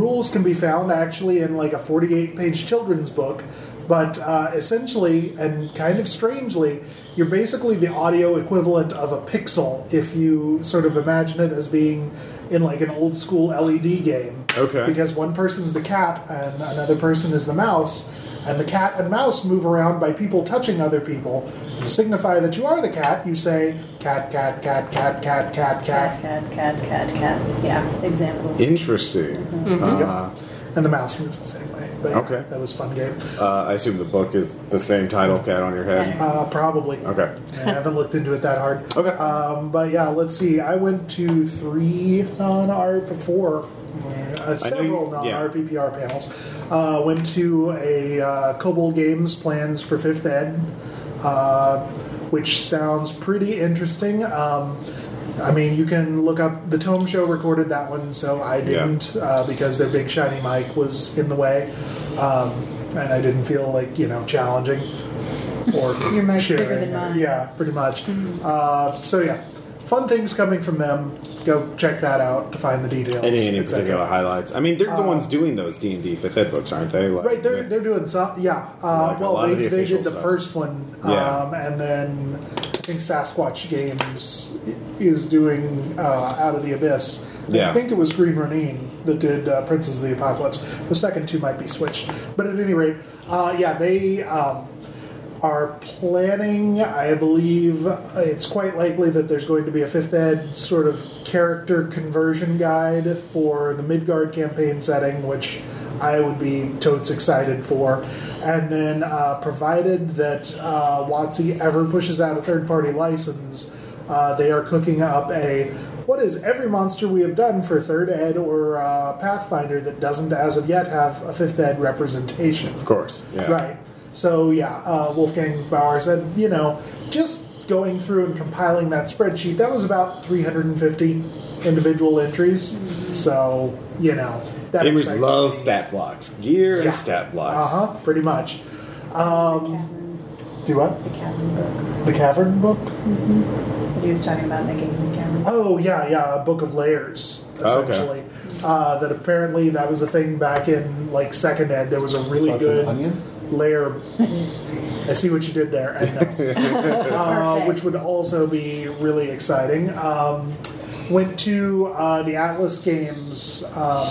F: rules can be found actually in like a 48 page children's book. But uh, essentially, and kind of strangely, you're basically the audio equivalent of a pixel if you sort of imagine it as being in like an old school LED game.
A: Okay.
F: Because one person's the cat and another person is the mouse, and the cat and mouse move around by people touching other people. To signify that you are the cat, you say cat, cat, cat, cat, cat, cat, cat,
I: Cat, cat, cat, cat, cat. Yeah, example.
A: Interesting.
F: Mm-hmm.
A: Uh,
F: And the mouse moves the same way. But
A: Okay.
F: That was a fun game.
A: uh, I assume the book is the same title, "Cat on Your Head."
F: Uh, probably.
A: Okay.
F: I haven't looked into it that hard.
A: Okay.
F: Um, but yeah, let's see. I went to three non RP four, uh, several non
A: yeah.
F: RPPR panels. Uh, went to a uh, Kobold Games plans for fifth ed, uh, which sounds pretty interesting. Um, I mean, you can look up the Tome Show recorded that one, so I didn't uh, because their big shiny mic was in the way, um, and I didn't feel like you know challenging or
K: Your mic's
F: sharing.
K: bigger than mine. Mm.
F: Yeah, pretty much. Uh, so yeah, fun things coming from them. Go check that out to find the details.
A: Any any
F: et cetera.
A: particular highlights? I mean, they're the ones doing those D and D fifth ed books, aren't they? Like,
F: Um, Right, they're, they're doing some, yeah. Uh,
A: Like a
F: well,
A: lot
F: they,
A: of the
F: they
A: official
F: did the
A: stuff.
F: first one, um,
A: Yeah.
F: and then I think Sasquatch Games is doing uh, Out of the Abyss. And
A: Yeah.
F: I think it was Green Ronin that did uh, Princes of the Apocalypse. The second two might be switched, but at any rate, uh, yeah, they um, are planning. I believe it's quite likely that there's going to be a fifth ed sort of character conversion guide for the Midgard campaign setting, which I would be totes excited for. And then, uh, provided that uh, WotC ever pushes out a third party license, uh, they are cooking up a what is every monster we have done for third ed or uh, Pathfinder that doesn't as of yet have a fifth ed representation.
A: of course. Yeah.
F: Right. So yeah, uh, Wolfgang Bauer said, you know, just going through and compiling that spreadsheet, that was about 350 individual entries.
A: Mm-hmm.
F: So you know, that
A: Gamers
F: excites
A: love
F: me.
A: stat blocks, gear
F: Yeah.
A: and stat
F: Uh
A: blocks.
F: huh. Pretty much. Um, do what?
I: The cabin book
F: The cavern book?
A: Mm-hmm.
I: that he was talking about making the cabin.
F: Oh yeah, yeah, a book of layers
A: Oh, okay.
F: essentially. Uh, that apparently that was a thing back in like second ed. There was a really
H: Slice
F: good
H: an onion.
F: layer. I see what you did there. I know. uh,
I: Perfect.
F: which would also be really exciting. Um, went to uh, the Atlas Games um,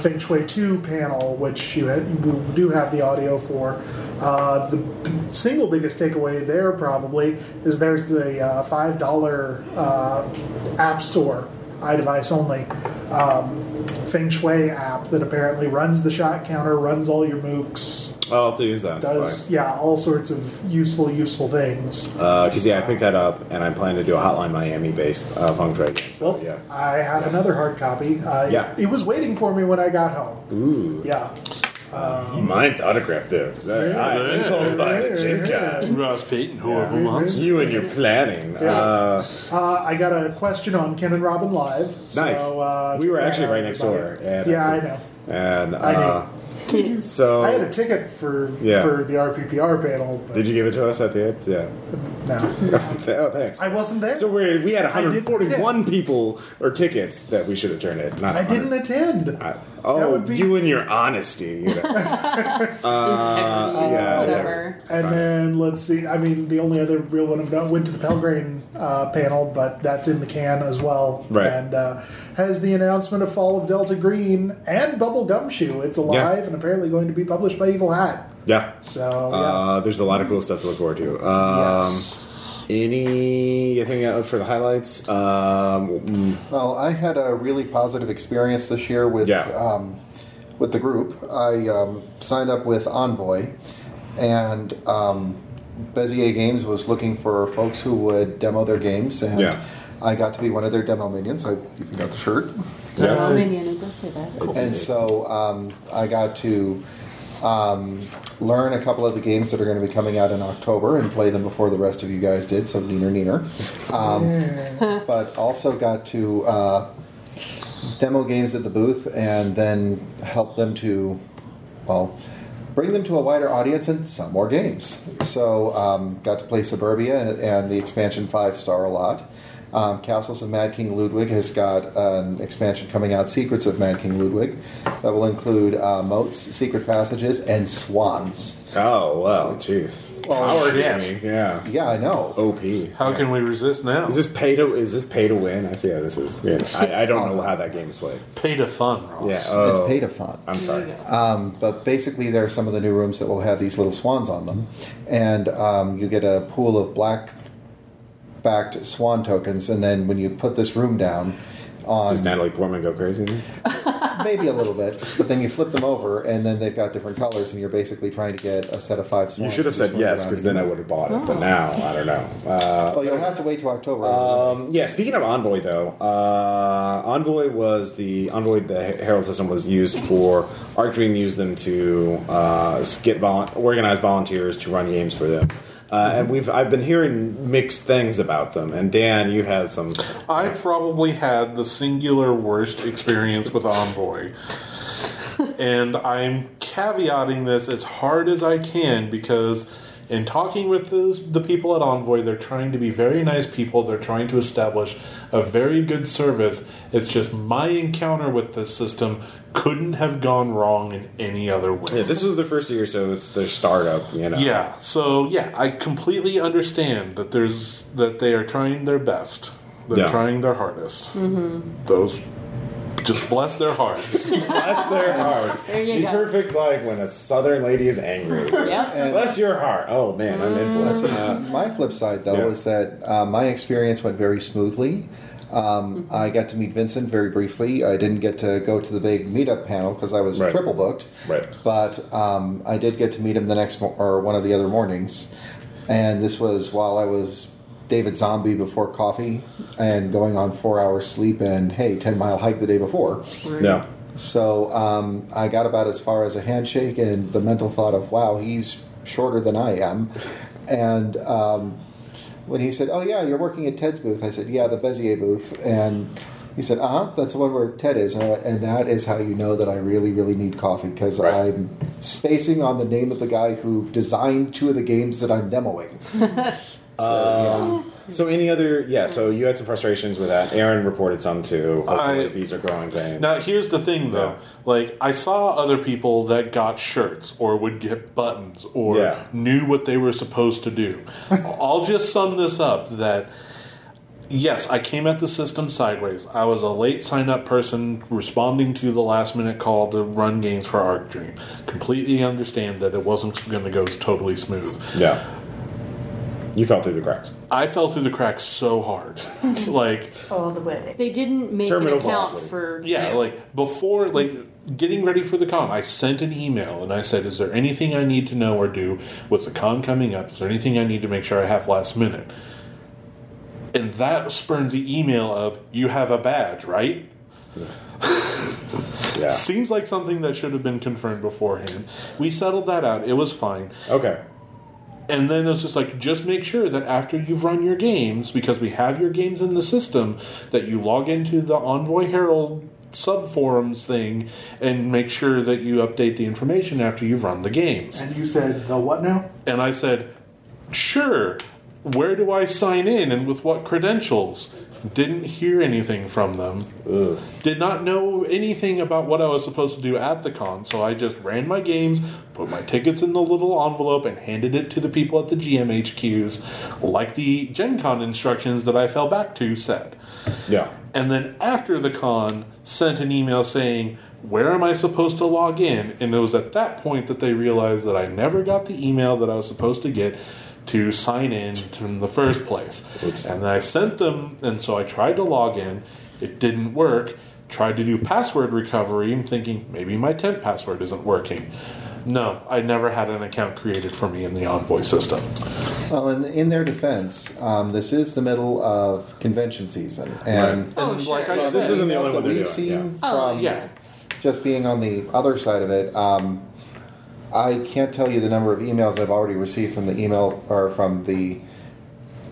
F: Feng Shui 2 panel, which you, had, you do have the audio for, uh, the b- single biggest takeaway there probably is there's the uh, $5 uh, app store, iDevice only, um, Feng Shui app that apparently runs the shot counter, runs all your moocs,
A: I'll have to use that.
F: does, yeah, all sorts of useful, useful things.
A: Because, uh, yeah, I picked that up and I plan to do a Hotline Miami based uh, Feng Shui game. So,
F: well,
A: yeah.
F: Oh, I have another hard copy. Uh,
A: Yeah.
F: It was waiting for me when I got home.
A: Ooh.
F: Yeah. Um,
A: Mine's autographed there. 'cause I, I impulse buy a chip card.
J: Ross Payton, horrible
A: Yeah.
J: monster.
A: You and your planning.
F: Yeah.
A: Uh,
F: Uh, I got a question on Ken and Robin Live. So,
A: Nice.
F: Uh,
A: we were
F: check that
A: actually
F: out,
A: right next door.
F: everybody.
A: And,
F: Yeah, I know.
A: And
F: I knew.
A: uh, so
F: I had a ticket for
A: Yeah.
F: for the RPPR panel, but
A: did you give it to us at the end? Yeah.
F: no,
A: oh, thanks.
F: I wasn't there.
A: So we we had
F: I didn't
A: 141 people or tickets that we should have turned in. Not
F: I didn't attend.
A: 100. I, oh,
F: would be-
A: you and your honesty. You know. uh,
G: Integrity,
A: yeah,
G: whatever.
F: And then let's see. I mean, the only other real one I've done went to the Pelgrane uh, panel, but that's in the can as well.
A: Right.
F: And uh, has the announcement of Fall of Delta Green and Bubble Gumshoe. It's alive and apparently going to be published by Evil Hat.
A: Yeah.
F: So yeah.
A: Uh, there's a lot of cool stuff to look forward to. Um,
F: yes.
A: Anything else for the highlights? Um, mm,
H: Well, I had a really positive experience this year with
A: Yeah.
H: um, with the group. I um, signed up with Envoy, and um, Bezier Games was looking for folks who would demo their games, and
A: Yeah.
H: I got to be one of their demo minions. I even got the shirt.
G: Oh,
A: yeah.
G: minion, it does say that.
H: And so um, I got to um, learn a couple of the games that are going to be coming out in October and play them before the rest of you guys did. So neener neener. Um, but also got to uh, demo games at the booth and then help them to, well, bring them to a wider audience and sell more games. So um, got to play Suburbia and the expansion Five Star a lot. Um, Castles of Mad King Ludwig has got an expansion coming out, Secrets of Mad King Ludwig, that will include uh, moats, secret passages, and swans.
A: Oh, well, jeez.
H: Well,
A: Power
J: shit.
A: gaming, yeah.
H: Yeah, I know.
A: OP.
J: How can we resist now?
A: Is this pay to is this pay to win? I see how this is. Yeah, I, I don't
H: Oh.
A: know how that game is played.
J: Pay to fun, Ross.
A: Yeah, oh,
H: It's paid a font.
A: I'm sorry.
H: Um, but basically, there are some of the new rooms that will have these little swans on them, and um, you get a pool of black backed swan tokens. And then when you put this room down,
A: Does
H: on
A: Natalie Portman go crazy?
H: maybe a little bit, but then you flip them over, and then they've got different colors, and you're basically trying to get a set of five
A: You
H: swans.
A: should have
H: to be
A: said
H: swung
A: yes,
H: around. Oh.
A: because then I would have bought it. But now I don't know. Uh,
H: Well, you'll have to wait till October.
A: Um, yeah, speaking of Envoy, though, uh, Envoy was the Envoy the Herald system was used for Arc Dream used them to uh, get vol- organize volunteers to run games for them, uh, and we've I've been hearing mixed things about them. And Dan, you had some.
J: I probably had the singular worst experience with Envoy. and I'm caveating this as hard as I can because in talking with those, the people at Envoy, they're trying to be very nice people. They're trying to establish a very good service. It's just my encounter with this system couldn't have gone wrong in any other way.
A: Yeah, this is the first year, so it's their startup. You know.
J: Yeah. So yeah, I completely understand that there's that they are trying their best. They're
A: Yeah.
J: trying their hardest. Mm-hmm. Those just bless their hearts.
A: Bless their hearts.
G: There you
A: the
G: go.
A: perfect like when a southern lady is angry.
G: Yep.
A: Bless your heart. Oh man, I'm in for this. Uh,
H: My flip side, though,
A: Yeah.
H: was that uh, my experience went very smoothly. Um,
A: Mm-hmm.
H: I got to meet Vincent very briefly. I didn't get to go to the big meetup panel because I was
A: Right.
H: triple booked.
A: Right.
H: But um, I did get to meet him the next mo- or one of the other mornings, and this was while I was David Zombie before coffee and going on four hours sleep and hey, ten mile hike the day before.
A: yeah.
H: So um, I got about as far as a handshake and the mental thought of, wow, he's shorter than I am. And um, when he said, oh, yeah, you're working at Ted's booth, I said, yeah, the Bezier booth. And he said, uh huh, that's the one where Ted is. And, I went, and that is how you know that I really, really need coffee because
A: Right.
H: I'm spacing on the name of the guy who designed two of the games that I'm demoing.
A: Um, So any other yeah? So you had some frustrations with that. Aaron reported some too. Hopefully
J: I-
A: these are growing pains.
J: now here's the thing though.
A: Yeah.
J: Like I saw other people that got shirts or would get buttons or
A: Yeah.
J: knew what they were supposed to do. I'll just sum this up that Yes, I came at the system sideways. I was a late sign up person responding to the last minute call to run games for Arc Dream. Completely understand that it wasn't going to go totally smooth.
A: Yeah. You fell through the cracks.
J: I fell through the cracks so hard. like,
K: all the way.
G: They didn't make
J: Terminal
G: an account
J: velocity.
G: for
J: yeah, like before, like getting ready for the con, I sent an email and I said, "Is there anything I need to know or do with the con coming up? Is there anything I need to make sure I have last minute?" And that spurns the email of, "You have a badge, right?"
A: Yeah.
J: Seems like something that should have been confirmed beforehand. We settled that out. It was fine.
A: Okay.
J: And then it's just like, just make sure that after you've run your games, because we have your games in the system, that you log into the Envoy Herald sub forums thing and make sure that you update the information after you've run the games.
F: And you said the what now?
J: And I said, sure, where do I sign in and with what credentials? Didn't hear anything from them. Did not know anything about what I was supposed to do at the con, so I just ran my games, put my tickets in the little envelope, and handed it to the people at the GMHQs, like the Gen Con instructions that I fell back to said.
A: Yeah.
J: And then after the con, sent an email saying, Where am I supposed to log in? And it was at that point that they realized that I never got the email that I was supposed to get to sign in to in the first place. And then I sent them, and so I tried to log in. It didn't work. Tried to do password recovery, I'm thinking maybe my temp password isn't working. No, I never had an account created for me in the Envoy system.
H: Well, in, in their defense, um, this is the middle of convention season, and
G: Oh,
A: Oh,
J: Right. And like I
H: Well,
J: said,
H: this isn't the only one they're doing, seen yeah. from-
J: Oh, yeah.
H: just being on the other side of it, um, I can't tell you the number of emails I've already received from the email or from the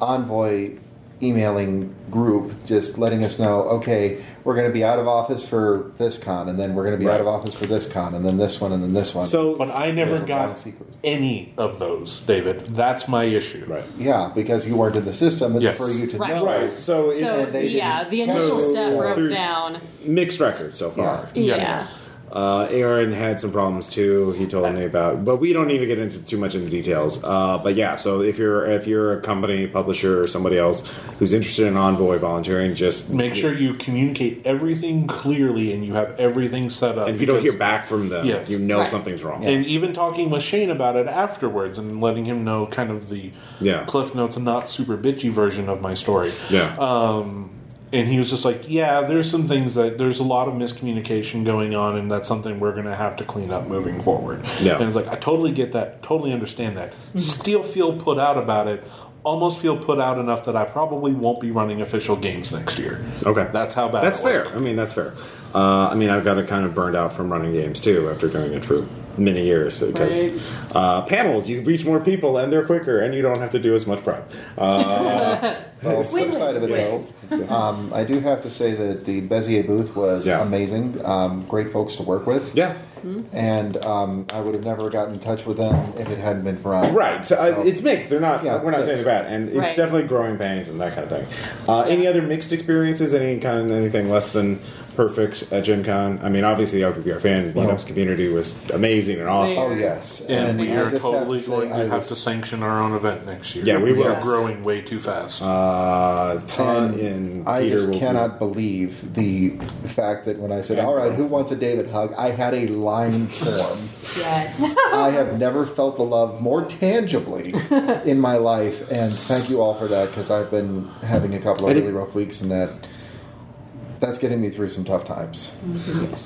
H: envoy emailing group, just letting us know, okay, we're going to be out of office for this con, and then we're going to be out of office for this con, and then this one, and then this one.
J: So, but I never
H: There's a long
J: got any of those, David. That's my issue. Right.
H: yeah, because you weren't in the system, it's
J: Yes.
H: for you to
G: Right.
H: know.
A: Right, so it-
G: So
A: And they
G: yeah,
A: didn't-
G: the initial
A: So-
G: step broke
A: through-
G: down.
A: Mixed record so far.
G: Yeah.
A: Uh, Aaron had some problems too. He told me about, but we don't need to get into too much into details. Uh, but yeah, so if you're if you're a company publisher or somebody else who's interested in Envoy volunteering, just
J: Make sure you communicate everything clearly and you have everything set up.
A: if you don't
J: because-
A: hear back from them,
J: Yes.
A: you know something's wrong.
J: And even talking with Shane about it afterwards and letting him know kind of the
A: Yeah.
J: Cliff Notes and not super bitchy version of my story.
A: Yeah.
J: Um, and he was just like, yeah, there's some things that there's a lot of miscommunication going on, and that's something we're going to have to clean up moving forward.
A: Yeah.
J: And it's like, I totally get that, totally understand that. Still feel put out about it, almost feel put out enough that I probably won't be running official games next year.
A: Okay,
J: That's how bad
A: that's
J: it was.
A: fair. I mean, that's fair. Uh, I mean, I've got it kind of burned out from running games too after doing it for many years because
J: Right.
A: uh, panels you reach more people and they're quicker and you don't have to do as much prep. Uh,
H: Well, flip
A: Wait,
H: side of it
A: wait,
H: though, um, I do have to say that the Bezier booth was
A: Yeah.
H: amazing. Um, great folks to work with.
A: Yeah.
F: Hmm?
H: And um, I would have never gotten in touch with them if it hadn't been for us.
A: Right. So, uh, it's mixed. They're not.
H: Yeah,
A: we're not saying
H: mixed.
A: it's bad, and it's
H: Right.
A: definitely growing pains and that kind of thing. Uh, Any other mixed experiences? Any kind anything less than perfect at Gen Con? I mean, obviously the LPBR fan
H: Well-
A: meetups community was amazing and awesome.
H: Oh, yes.
J: And, we
H: I
J: are
H: just have
J: totally
H: to say
J: going to
H: I
J: have
H: was-
J: to sanction our own event next year.
A: Yeah, we will.
J: are growing way too fast.
A: Uh, Todd
H: And
A: and
H: I
A: Peter
H: just
A: will be-
H: cannot believe the fact that when I said, "All right, who wants a David hug?" I had a line form.
G: Yes.
H: I have never felt the love more tangibly in my life, and thank you all for that because I've been having a couple of
A: And it-
H: really rough weeks, and that that's getting me through some tough times.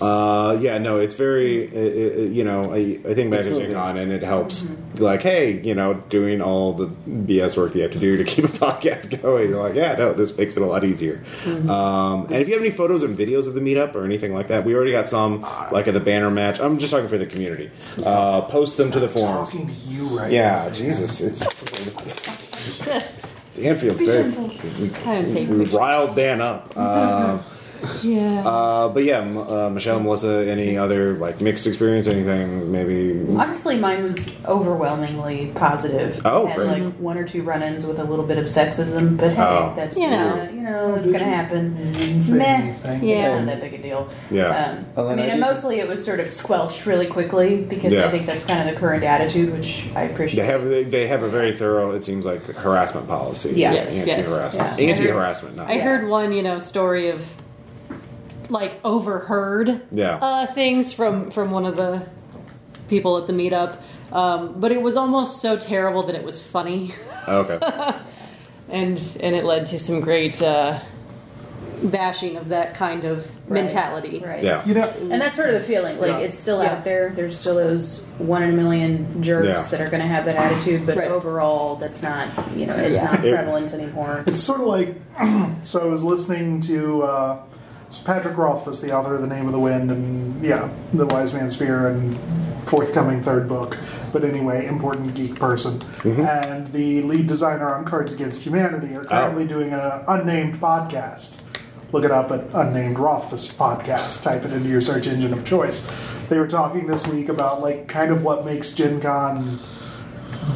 A: Uh, yeah, no, it's very, uh, uh, you know, I, I think back
H: It's
A: at
H: really
A: Gen Con and it helps, like, hey, you know, doing all the BS work that you have to do to keep a podcast going. You're like, yeah, no, this makes it a lot easier. Um, and if you have any photos and videos of the meetup or anything like that, we already got some, like at the banner match. I'm just talking for the community. Uh, post them to the forums.
F: Talking to you right
A: Yeah,
F: now.
A: Jesus, it's. Dan feels
F: Be
A: very.
F: gentle.
A: We,
F: Kind of take
A: we riled Dan up. Uh,
G: Yeah.
A: Uh, but yeah, M- uh, Michelle, Melissa, any other like mixed experience, anything maybe?
K: Honestly, mine was overwhelmingly positive.
A: Oh,
K: had
A: great.
K: like one or two run-ins with a little bit of sexism, but hey,
A: Oh.
K: that's
G: You
K: you
G: know.
K: know, you know, that's gonna happen. Meh, it's
G: Yeah.
K: not that big a deal.
A: Yeah.
K: Um, I mean, and mostly it was sort of squelched really quickly because
A: Yeah.
K: I think that's kind of the current attitude, which I appreciate.
A: They have they have a very thorough. It seems like harassment policy.
K: Yeah.
G: Yes, yes,
A: Anti-harassment.
G: yeah.
A: Anti-harassment. Not
G: I heard one, you know, story of like overheard
A: Yeah.
G: uh, things from from one of the people at the meetup, um, but it was almost so terrible that it was funny,
A: Okay.
G: and and it led to some great uh, bashing of that kind of mentality.
I: Right.
A: Yeah.
F: You know,
I: And that's sort of the feeling. Like
F: Yeah.
I: it's still
G: Yeah.
I: out there. There's still those one in a million jerks
A: Yeah.
I: that are going to have that attitude. But
G: Right.
I: overall, that's not you know it's
G: Yeah.
I: not
A: It-
I: prevalent anymore.
F: It's sort of like so. I was listening to uh, so Patrick Rothfuss, the author of *The Name of the Wind* and yeah, *The Wise Man's Fear* and forthcoming third book. But anyway, important geek person, and the lead designer on *Cards Against Humanity* are currently doing a unnamed podcast. Look it up at unnamed Rothfuss podcast. Type it into your search engine of choice. They were talking this week about like kind of what makes Gen Con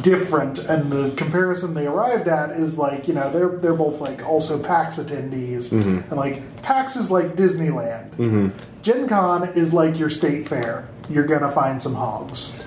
F: different and the comparison they arrived at is like you know they're they're both like also pax attendees and like pax is like disneyland
A: Mm-hmm.
F: gen con is like your state fair you're gonna find some hogs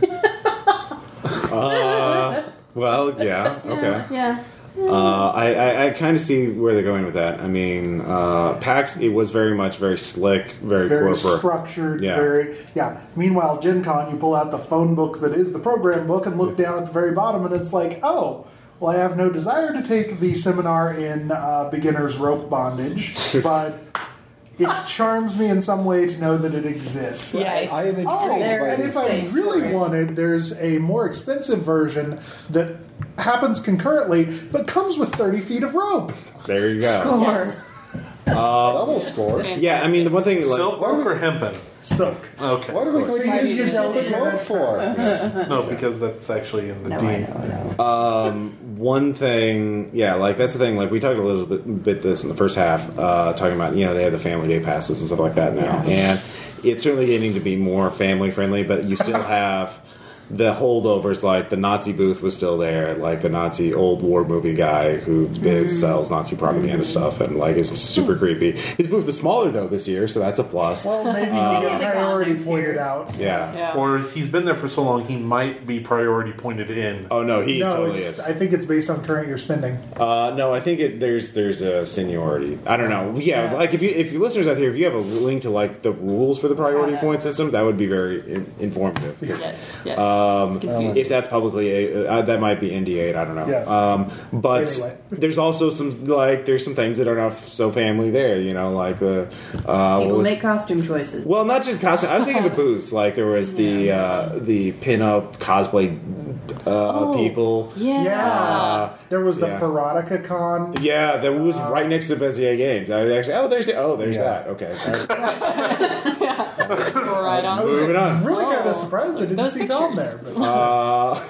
A: Uh, Well, yeah. Okay.
G: Yeah.
A: Uh, I, I, I kind of see where they're going with that. I mean, uh, PAX it was very much very slick, very,
F: very
A: corporate.
F: structured
A: Yeah.
F: very yeah meanwhile gen con you pull out the phone book that is the program book and look down at the very bottom and it's like oh well, I have no desire to take the seminar in uh, beginner's rope bondage, but it charms me in some way to know that it exists.
G: Yes.
H: I am intrigued
F: Oh,
H: by
F: and
H: this.
F: if I
I: space for
F: really
I: it.
F: wanted, there's a more expensive version that happens concurrently, but comes with 30 feet of rope.
A: There you go.
H: double score.
A: Uh, Yeah, I mean the one thing like
J: Silk work or hempen?
F: Silk.
J: Okay.
H: What are we going to use this double score for?
J: No, because that's actually in the D.
A: Um, one thing, yeah, like that's the thing. Like we talked a little bit, bit this in the first half, uh, talking about you know they have the family day passes and stuff like that now, and it's certainly getting to be more family friendly. But you still have the holdovers, like the Nazi booth was still there, like the Nazi old war movie guy who
F: Mm-hmm.
A: big sells Nazi propaganda stuff, and like it's super creepy. His booth is smaller though this year, so that's a plus. Um,
F: Well, maybe he
I: Yeah,
F: got
I: the
F: priority
I: condoms
F: pointed
I: here.
F: out.
A: Uh, yeah.
G: Yeah.
J: Or he's been there for so long, he might be priority pointed in.
A: Oh no, he
F: no,
A: totally
F: it's,
A: is.
F: I think it's based on current year spending.
A: Uh, no, I think it, there's there's a seniority. I don't know. Yeah, like if you if you listeners out here, if you have a link to like the rules for the priority
I: Yeah.
A: point system, that would be very in- informative.
G: Yes. Yes.
A: Um,
G: It's confusing.
A: if that's publicly, uh, that might be ND8. I don't know.
F: Yeah.
A: Um, but
F: Anyway.
A: there's also some like there's some things that are not so family there. You know, like the uh, what
I: People
A: was-
I: make costume choices.
A: well, not just costume. I was thinking the booths. Like there was the uh, the pinup cosplay uh,
G: Oh,
A: people.
G: Yeah.
A: Uh,
F: there was the Uh,
A: yeah.
F: Veronica Con.
A: Yeah, that was right next to Bezier Games. I was actually, oh, there's the, oh, there's
H: Yeah.
A: that. Okay, All right.
G: Right
F: I
G: on.
F: was
A: moving on.
F: really kind
G: Oh,
F: of surprised I didn't
G: those
F: see Tom there.
G: pictures.
F: But
A: Uh,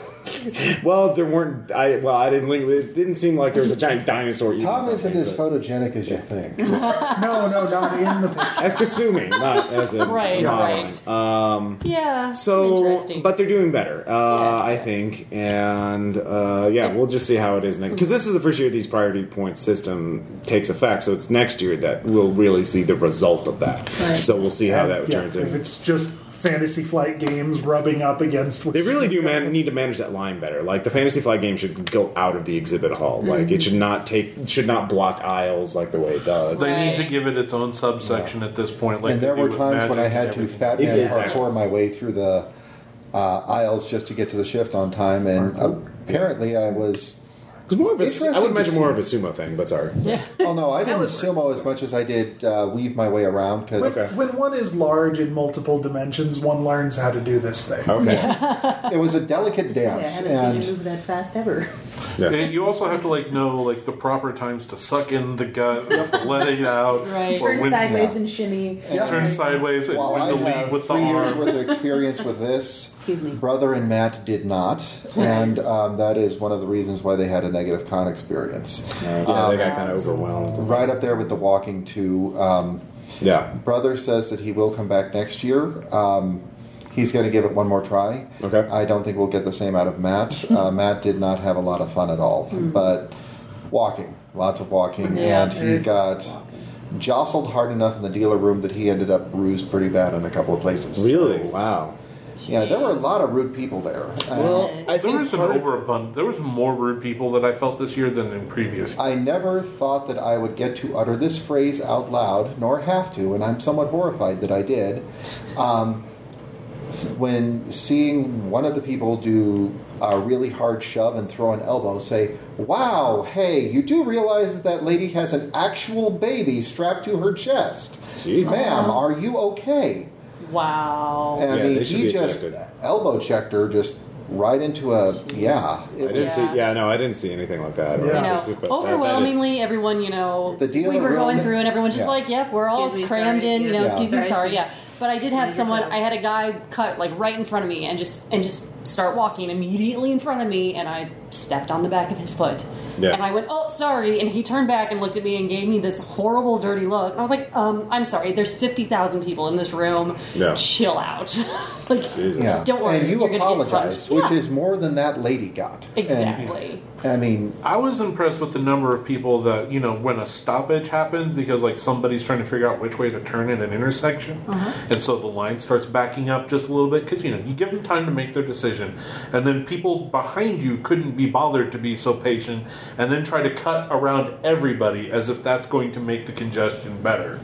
A: well, there weren't. I well, I didn't. link- It didn't seem like there was a giant dinosaur. eating
H: Tom isn't
A: something,
H: as
A: but-
H: photogenic as you think.
F: no, no, not in the picture.
A: as consuming, not as a
G: Right.
A: not
G: Right.
A: on. Um,
G: Yeah.
A: so,
G: Interesting.
A: but they're doing better, uh,
G: Yeah.
A: I think, and uh, yeah, we'll just see how it is next. Because this is the first year these priority point system takes effect, so it's next year that we'll really see the result of that.
I: Right.
A: So we'll see how that
F: Yeah,
A: turns
F: if
A: in.
F: it's just Fantasy Flight games rubbing up against.
A: They really do man- need to manage that line better. Like the Fantasy Flight game should go out of the exhibit hall. Like
F: Mm-hmm.
A: it should not take, should not block aisles like the way it does.
J: Uh, They need
G: Right.
J: to give it its own subsection at this point. Like
H: and
J: they
H: there
J: do
H: were
J: with
H: times when
J: Magic
H: I
J: and
H: had to
J: everything.
H: fat man
A: Exactly.
H: hardcore my way through the uh, aisles just to get to the shift on time, and apparently I was.
A: It's more of a, I
H: Interesting
A: would
H: to
A: imagine
H: see.
A: more of a sumo thing, but sorry.
G: yeah.
H: Oh no, I didn't sumo as much as I did uh, weave my way around because
F: When,
A: Okay.
F: when one is large in multiple dimensions, one learns how to do this thing.
A: Okay.
H: it was a delicate
I: Yeah, I
H: dance,
I: haven't
H: and
I: seen it move that fast ever.
A: Yeah.
J: And you also have to like know like the proper times to suck in the gut, to let it out,
G: Right.
J: or
I: Turn
J: when,
I: sideways
H: yeah.
I: and shimmy.
J: turn sideways, and
H: while
J: when
H: I
J: to lead
H: have
J: with the
H: three years
J: arm.
H: worth of experience with this,
I: Excuse me.
H: brother and Matt did not, and um, that is one of the reasons why they had a negative con experience. Um,
A: Yeah, they got kind of overwhelmed.
H: Right up there with the walking to um,
A: Yeah.
H: Brother says that he will come back next year. Um, he's going to give it one more try.
A: Okay.
H: I don't think we'll get the same out of Matt. Uh, Matt did not have a lot of fun at all, but walking, lots of walking,
I: Hmm. Yeah,
H: and he
I: there's
H: got jostled hard enough in the dealer room that he ended up bruised pretty bad in a couple of places.
A: Really?
H: So-
A: Wow.
H: Yeah, there were a lot of rude people there. I-
A: Well, I
J: there
A: think
J: was an
A: part of-
J: overabundance. There was more rude people that I felt this year than in previous.
H: I never thought that I would get to utter this phrase out loud, nor have to, and I'm somewhat horrified that I did. Um, s- when seeing one of the people do a really hard shove and throw an elbow, say, Wow, hey, you do realize that lady has an actual baby strapped to her chest.
A: Jeez.
H: Ma'am, are you okay?
K: Wow.
H: And
A: Yeah,
H: I mean,
A: they should
H: he
A: be
H: just
A: ejected.
H: elbow checked her just right into
J: uh,
H: a. Yeah.
A: I
H: It
A: didn't
H: was,
A: see. Yeah, no, I didn't see anything like that.
G: You
F: Yeah.
G: know,
A: But that- that is-
G: overwhelmingly, everyone, you know,
H: The dealer
G: we were going
H: room-
G: through and everyone just
H: yeah.
G: like, yep, we're all
I: Excuse me,
G: crammed
I: sorry.
G: in, you know,
H: Yeah.
G: excuse me,
I: Sorry,
G: sorry,
I: sorry.
G: yeah. But I did have
I: Explain your
G: someone,
I: time.
G: I had a guy cut like right in front of me and just, and just start walking immediately in front of me and I stepped on the back of his foot.
A: Yeah.
G: And I went, oh, sorry. And he turned back and looked at me and gave me this horrible, dirty look. And I was like, um, I'm sorry. There's 50,000 people in this room.
A: Yeah.
G: Chill out. like,
A: Jesus.
H: Yeah.
G: Don't worry,
H: And you
G: you're gonna get
H: apologized,
G: punched.
H: which
G: Yeah.
H: is more than that lady got. And,
G: exactly.
H: I mean,
J: I was impressed with the number of people that you know when a stoppage happens because like somebody's trying to figure out which way to turn in an intersection,
F: Uh-huh.
J: and so the line starts backing up just a little bit because you know you give them time to make their decision, and then people behind you couldn't be bothered to be so patient and then try to cut around everybody as if that's going to make the congestion better.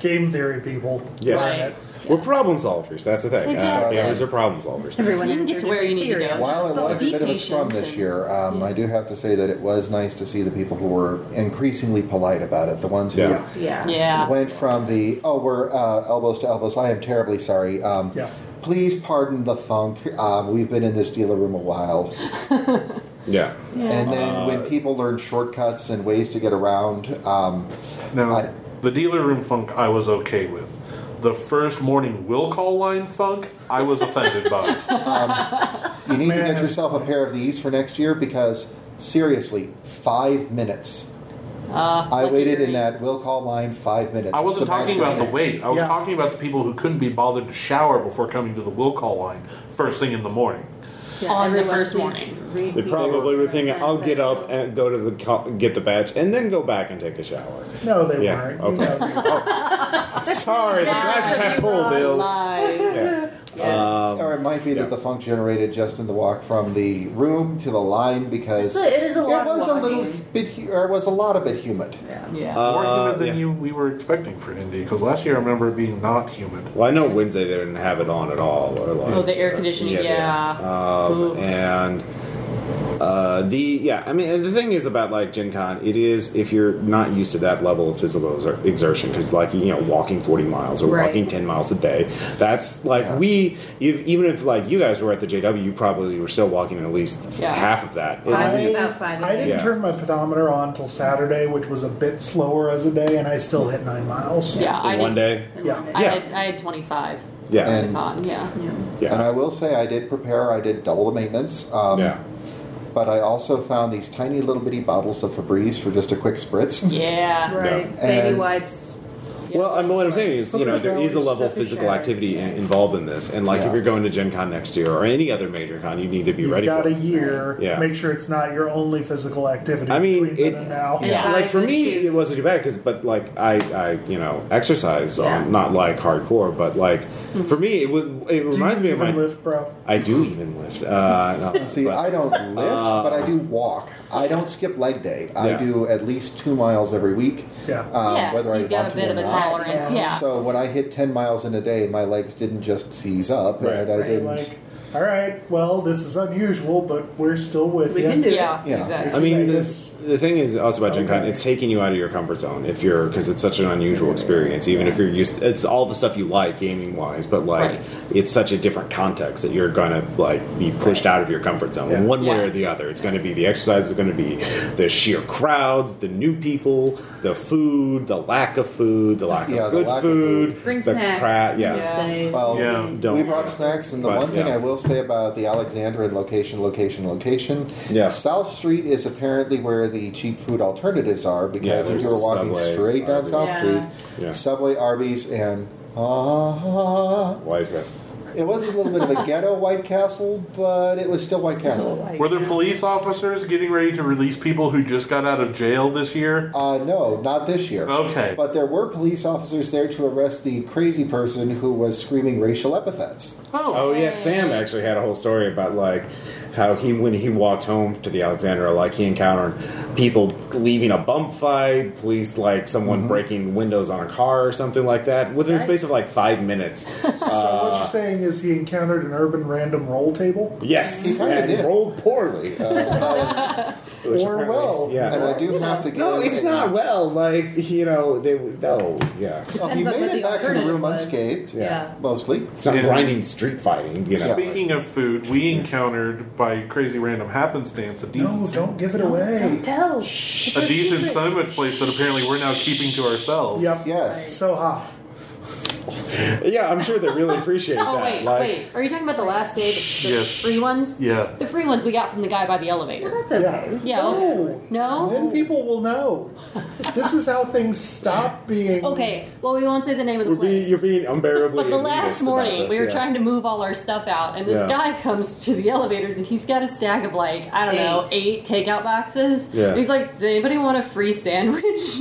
F: Game theory people.
A: Yes.
F: Darn it.
A: We're problem solvers. That's the thing. Uh,
H: Exactly.
A: gamers are problem solvers.
I: Everyone
G: You can
I: has
G: get
I: their
G: to where you
I: different
G: need to
I: theory
G: go.
I: on
H: while it
G: So
H: was a
G: be
H: bit of a scrum
G: patient
H: this
G: and-
H: year, um, I do have to say that it was nice to see the people who were increasingly polite about it. The ones who
A: Yeah.
I: Yeah.
G: Yeah.
H: went from the oh we're uh, elbows to elbows. I am terribly sorry. Um,
F: Yeah.
H: Please pardon the funk. Um, we've been in this dealer room a while.
A: Yeah. Uh,
H: And then when people learned shortcuts and ways to get around, um,
J: Now,
H: I-
J: the dealer room funk I was okay with. The first morning will call line funk I was offended by.
H: you need to
F: Man.
H: get yourself a pair of these for next year because seriously, five minutes. I
G: Ah, lucky
H: waited in
G: me.
H: that will call line five minutes.
J: I wasn't
H: It's the
J: talking
H: master
J: about the
H: plan.
J: wait. I was
F: Yeah.
J: talking about the people who couldn't be bothered to shower before coming to the will call line first thing in the morning.
I: Yeah,
G: On the
I: everyone
G: first
I: please
G: morning.
I: read
A: They
I: people.
A: probably were thinking, I'll get
I: Manifest.
A: up and go to the co- get the badge, and then go back and take a shower.
F: No, they
A: Yeah,
F: weren't.
A: okay. Oh.
F: You know,
A: Sorry, the glass is half full, Bill.
G: Lies.
A: Yeah. Um,
H: Uh, Or it might be
A: Yeah.
H: that the funk generated just in the walk from the room to the line because
I: It's a- it is a lot
H: it was
I: of
H: a little
I: walking.
H: bit, hu- or it was a lot of it humid.
I: Yeah.
G: Yeah.
A: Uh,
J: More humid than
A: yeah.
J: you we were expecting for Indy, because last year I remember it being not humid.
A: Well, I know Wednesday they didn't have it on at all, or like
G: Oh, the air conditioning, yeah.
A: Um,
G: Ooh.
A: and uh, the yeah, I mean, and the thing is about like Gen Con, it is if you're not used to that level of physical exer- exertion, because like you know, walking 40 miles or
I: Right.
A: walking 10 miles a day, that's like
H: Yeah.
A: we if, even if like you guys were at the JW, you probably were still walking at least
G: Yeah.
A: half of that. At
I: Five,
A: least.
I: about five.
F: I didn't
A: Yeah.
F: turn my pedometer on till Saturday, which was a bit slower as a day, and I still hit nine miles.
G: yeah, I
A: in one
G: did,
A: day,
F: Yeah.
G: I
A: Yeah.
G: had, I had 25
A: yeah,
G: at
H: And-
G: con, yeah.
A: yeah,
H: And I will say, I did prepare. I did double the maintenance. Um,
A: yeah.
H: But I also found these tiny little bitty bottles of Febreze for just a quick spritz.
G: Yeah.
I: Right.
H: Yeah.
I: Baby
H: And-
I: wipes.
A: Well, I mean, what I'm saying is, you know, there is a level of
I: Stuff in
A: physical
I: showers,
A: activity
I: yeah.
A: in- involved in this, and like if
H: Yeah.
A: you're going to Gen Con next year or any other major con, you need to be
F: You've
A: ready.
F: got
A: for
F: a
A: it.
F: year.
A: Yeah.
F: Make sure it's not your only physical activity.
A: I mean,
F: between
A: it-
F: then and now.
G: Yeah.
A: Like for
I: Buy the
A: me,
I: shoes.
A: it wasn't too bad because, but like I, I, you know, exercise,
I: Yeah.
A: um, not like hardcore, but like for me, it would. It
F: Do
A: reminds
F: you
A: me of
F: even
A: my.
F: lift, bro.
A: I do even lift. Uh, no,
H: See,
A: but- uh,
H: I don't lift, but I do walk. I don't skip leg day. I
A: Yeah.
H: do at least two miles every week.
F: Yeah.
H: um,
G: yeah,
H: whether
G: so
H: I
G: you've got
H: want
G: a
H: to
G: bit
H: or
G: of a
H: not.
G: tolerance, yeah.
H: So when I hit 10 miles in a day, my legs didn't just seize up,
A: Right.
H: and I
F: Right,
H: didn't.
F: like, all right, well, this is unusual, but we're still with
I: We
F: you.
I: can do
G: yeah,
H: Yeah.
G: exactly.
A: I mean, the,
F: Vegas.
A: the thing is also about Gen Con,
F: Okay.
A: it's taking you out of your comfort zone if you're because it's such an unusual experience. Even if you're used, it's all the stuff you like gaming wise, but like
G: Right.
A: it's such a different context that you're gonna like be pushed out of your comfort zone
F: Yeah.
A: one way
G: Yeah.
A: or the other. It's gonna be the exercise, it's gonna be the sheer crowds, the new people, the food, the lack of food, the lack
H: Yeah, the
A: of good
H: lack of
A: food,
I: Bring
A: the
I: snacks.
A: crowd.
I: Just
A: Yes.
I: say-
H: Well,
J: Yeah.
H: we
A: Don't.
H: brought snacks, and the
A: But,
H: one thing
A: yeah.
H: I will say about the Alexandria location, location, location.
A: Yeah.
H: South Street is apparently where the cheap food alternatives are
A: Yeah,
H: because if
A: there's
H: you were walking
A: Subway,
H: straight down
A: Arby's.
H: South
A: Yeah.
H: Street,
A: Yeah.
H: Subway, Arby's, and uh,
A: White Castle.
H: it was a little bit of a ghetto White Castle, but it was still White Castle.
J: Were there police officers getting ready to release people who just got out of jail this year? Oh,
H: Uh, no, not this year.
J: Okay.
H: But there were police officers there to arrest the crazy person who was screaming racial epithets.
A: Oh, yeah, Sam actually had a whole story about like how he when he walked home to the Alexandra, like he encountered people leaving a bump fight, police like someone breaking windows on a car or something like that within the space of like five minutes.
F: So what
A: uh,
F: you're saying is he encountered an urban random roll table?
A: Yes,
F: He kinda
A: and
F: did.
A: rolled poorly. Uh, Which
F: Or
A: apparently-
F: well.
A: yeah.
H: And I do have to
A: No,
H: give
A: it's
H: a-
A: not well. Like you know, they no, yeah.
H: Well, he made
I: Depends on what
H: it
I: the
H: back to the
I: alternative
H: room
I: was.
H: unscathed,
A: Yeah.
H: mostly.
A: It's not
J: Yeah.
A: grinding street fighting, you know.
J: Speaking of food, we encountered by crazy random happenstance a
F: No,
J: decent
F: don't give it away.
K: Tell.
J: a decent sandwich place that apparently we're now keeping to ourselves.
F: Yep.
H: Yes.
F: So hot.
A: yeah, I'm sure they really appreciate
G: Oh
A: that.
G: wait,
A: like,
G: wait. Are you talking about the last day, the
J: Yes.
G: free ones?
J: Yeah.
G: The free ones we got from the guy by the elevator.
I: That's okay.
G: Yeah.
F: No.
G: No.
F: Then people will know. This is how things stop being.
G: Okay. Well, we won't say the name of the
A: You're being,
G: place.
A: you're being unbearably.
G: But the
A: elitist
G: last
A: about
G: morning,
A: this,
G: we were
A: yeah.
G: trying to move all our stuff out, and this
A: Yeah.
G: guy comes to the elevators, and he's got a stack of like I don't know eight takeout boxes.
A: Yeah.
G: And he's like, "Does anybody want a free sandwich?"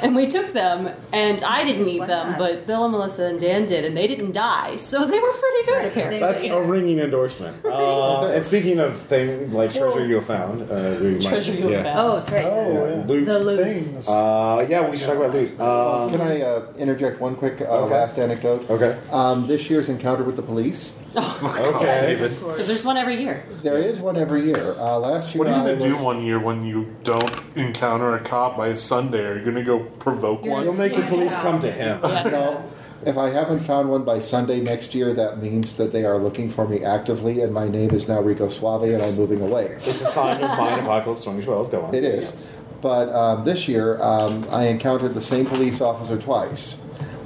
G: and we took them, and I didn't eat
I: Why
G: them,
I: not?
G: but Bill and Melissa and Dan did, and they didn't die, so they were pretty good apparently.
A: That's a ringing endorsement. Uh, and speaking of thing like treasure you have found, uh, we might-
G: Treasure you
A: yeah.
G: found.
I: Oh, right.
F: Oh,
A: Yeah,
F: yeah.
A: loot.
I: The loot.
F: Things.
A: Uh, yeah, we should talk about loot. Um,
H: Can I uh, interject one quick uh,
A: Okay.
H: last anecdote?
A: okay.
H: Um, this year's encounter with the police.
A: Okay.
G: Because there's one every year.
H: There is one every year. Uh, last year,
J: What are you
H: I
J: going to
H: was,
J: do one year when you don't encounter a cop by Sunday? Are you going to go provoke
G: You're-
J: one?
A: You'll make the police come to him.
H: No, if I haven't found one by Sunday next year, that means that they are looking for me actively, and my name is now Rico Suave, and I'm moving away.
A: It's a sign of mine apocalypse 2012. Go on.
H: It is. But um, this year, um, I encountered the same police officer twice.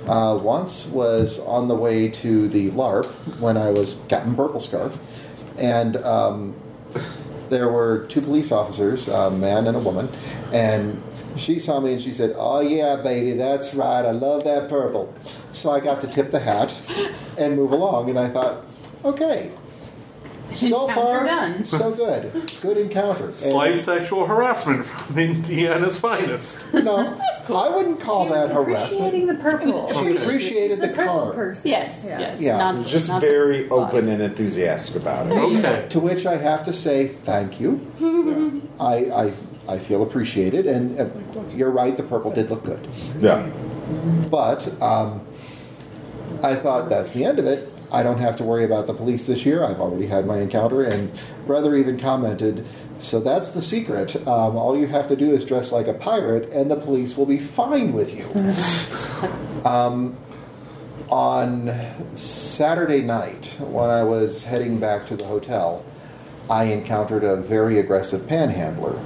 H: Uh, once was on the way to the LARP when I was Captain Purple Scarf, and um, there were two police officers, a man and a woman, and she saw me and she said, "Oh yeah, baby, that's right. I love that purple." So I got to tip the hat and move along, and I thought, okay. So
I: Encounter
H: far,
I: done.
H: so good. Good encounter. And-
J: Slight sexual harassment from Indiana's finest.
H: no, I wouldn't call
K: She
H: that
K: was
H: harassment.
K: appreciating the purple.
H: She appreciated the
I: the purple
H: color.
I: person.
G: Yes.
I: Yeah.
G: Yes.
H: Yeah.
A: He
G: Not,
A: was just
G: not the
A: very
G: body.
A: open and enthusiastic about it.
J: Okay.
H: To which I have to say thank you. I, I I feel appreciated, and, and you're right. The purple did look good,
A: Yeah.
H: but um, I thought that's the end of it. I don't have to worry about the police this year. I've already had my encounter, and brother even commented. So that's the secret. Um, all you have to do is dress like a pirate, and the police will be fine with you. Um, on Saturday night, when I was heading back to the hotel, I encountered a very aggressive panhandler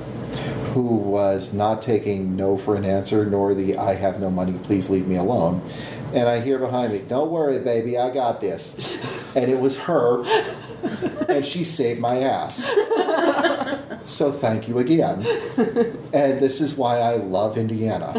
H: who was not taking no for an answer, nor the I have no money, please leave me alone. And I hear behind me, don't worry, baby, I got this. And it was her, and she saved my ass. So thank you again. And this is why I love Indiana.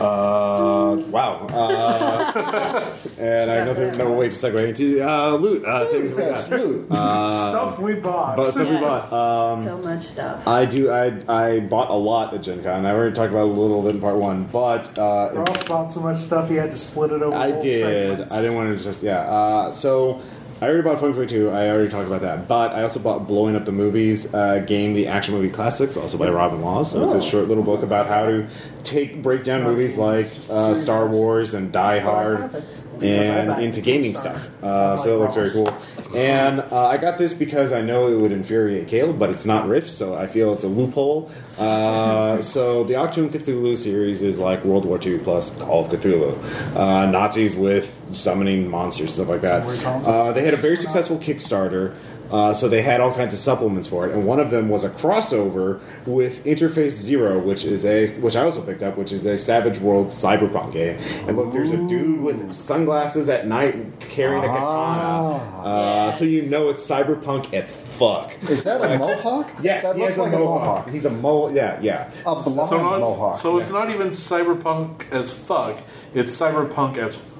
A: Uh, wow.
I: Oh.
A: Uh, and I have nothing, no way to segue into uh, loot uh, things we
H: Yes,
A: got. Uh,
H: dude.
F: Stuff we bought.
A: But stuff we
G: Yes.
A: bought. Um,
I: so much stuff.
A: I do. I I bought a lot at Gen Con. I already talked about it a little bit in part one, but uh, in
F: Ross bought so much stuff he had to split it over.
A: I
F: whole
A: did.
F: segments.
A: I didn't want to just yeah. Uh, so I already bought Fun Toy Two. I already talked about that. But I also bought Blowing Up the Movies uh, game, the action movie classics, also by Robin Law. So
F: Oh.
A: it's a short little book about how to take break down movies like uh, Star Wars and Die Hard.
F: Because I
A: And
F: like
A: into gaming
F: Star.
A: stuff,
F: I
A: uh,
F: like
A: so that looks very
F: Ross.
A: cool. And uh, I got this because I know it would infuriate Caleb, but it's not Rift, so I feel it's a loophole. Uh, so the Octoon Cthulhu series is like World War II plus Call of Cthulhu. Uh, Nazis with summoning monsters, stuff like that.
F: Somewhere calm.
A: Uh, they had a very successful Kickstarter. Uh, so they had all kinds of supplements for it, and one of them was a crossover with Interface Zero, which is a which I also picked up, which is a Savage World cyberpunk game. And look, there's a dude with sunglasses at night carrying a katana,
J: Ah.
A: uh, so you know it's cyberpunk as fuck.
H: Is that a mohawk?
A: Yes,
H: that
A: he
H: looks
A: has
H: like
A: a
H: a
A: mohawk.
H: mohawk.
A: He's a mole. Yeah, yeah.
H: A blonde
J: So, it's-
H: mohawk.
J: so it's not even cyberpunk as fuck. It's cyberpunk as fuck.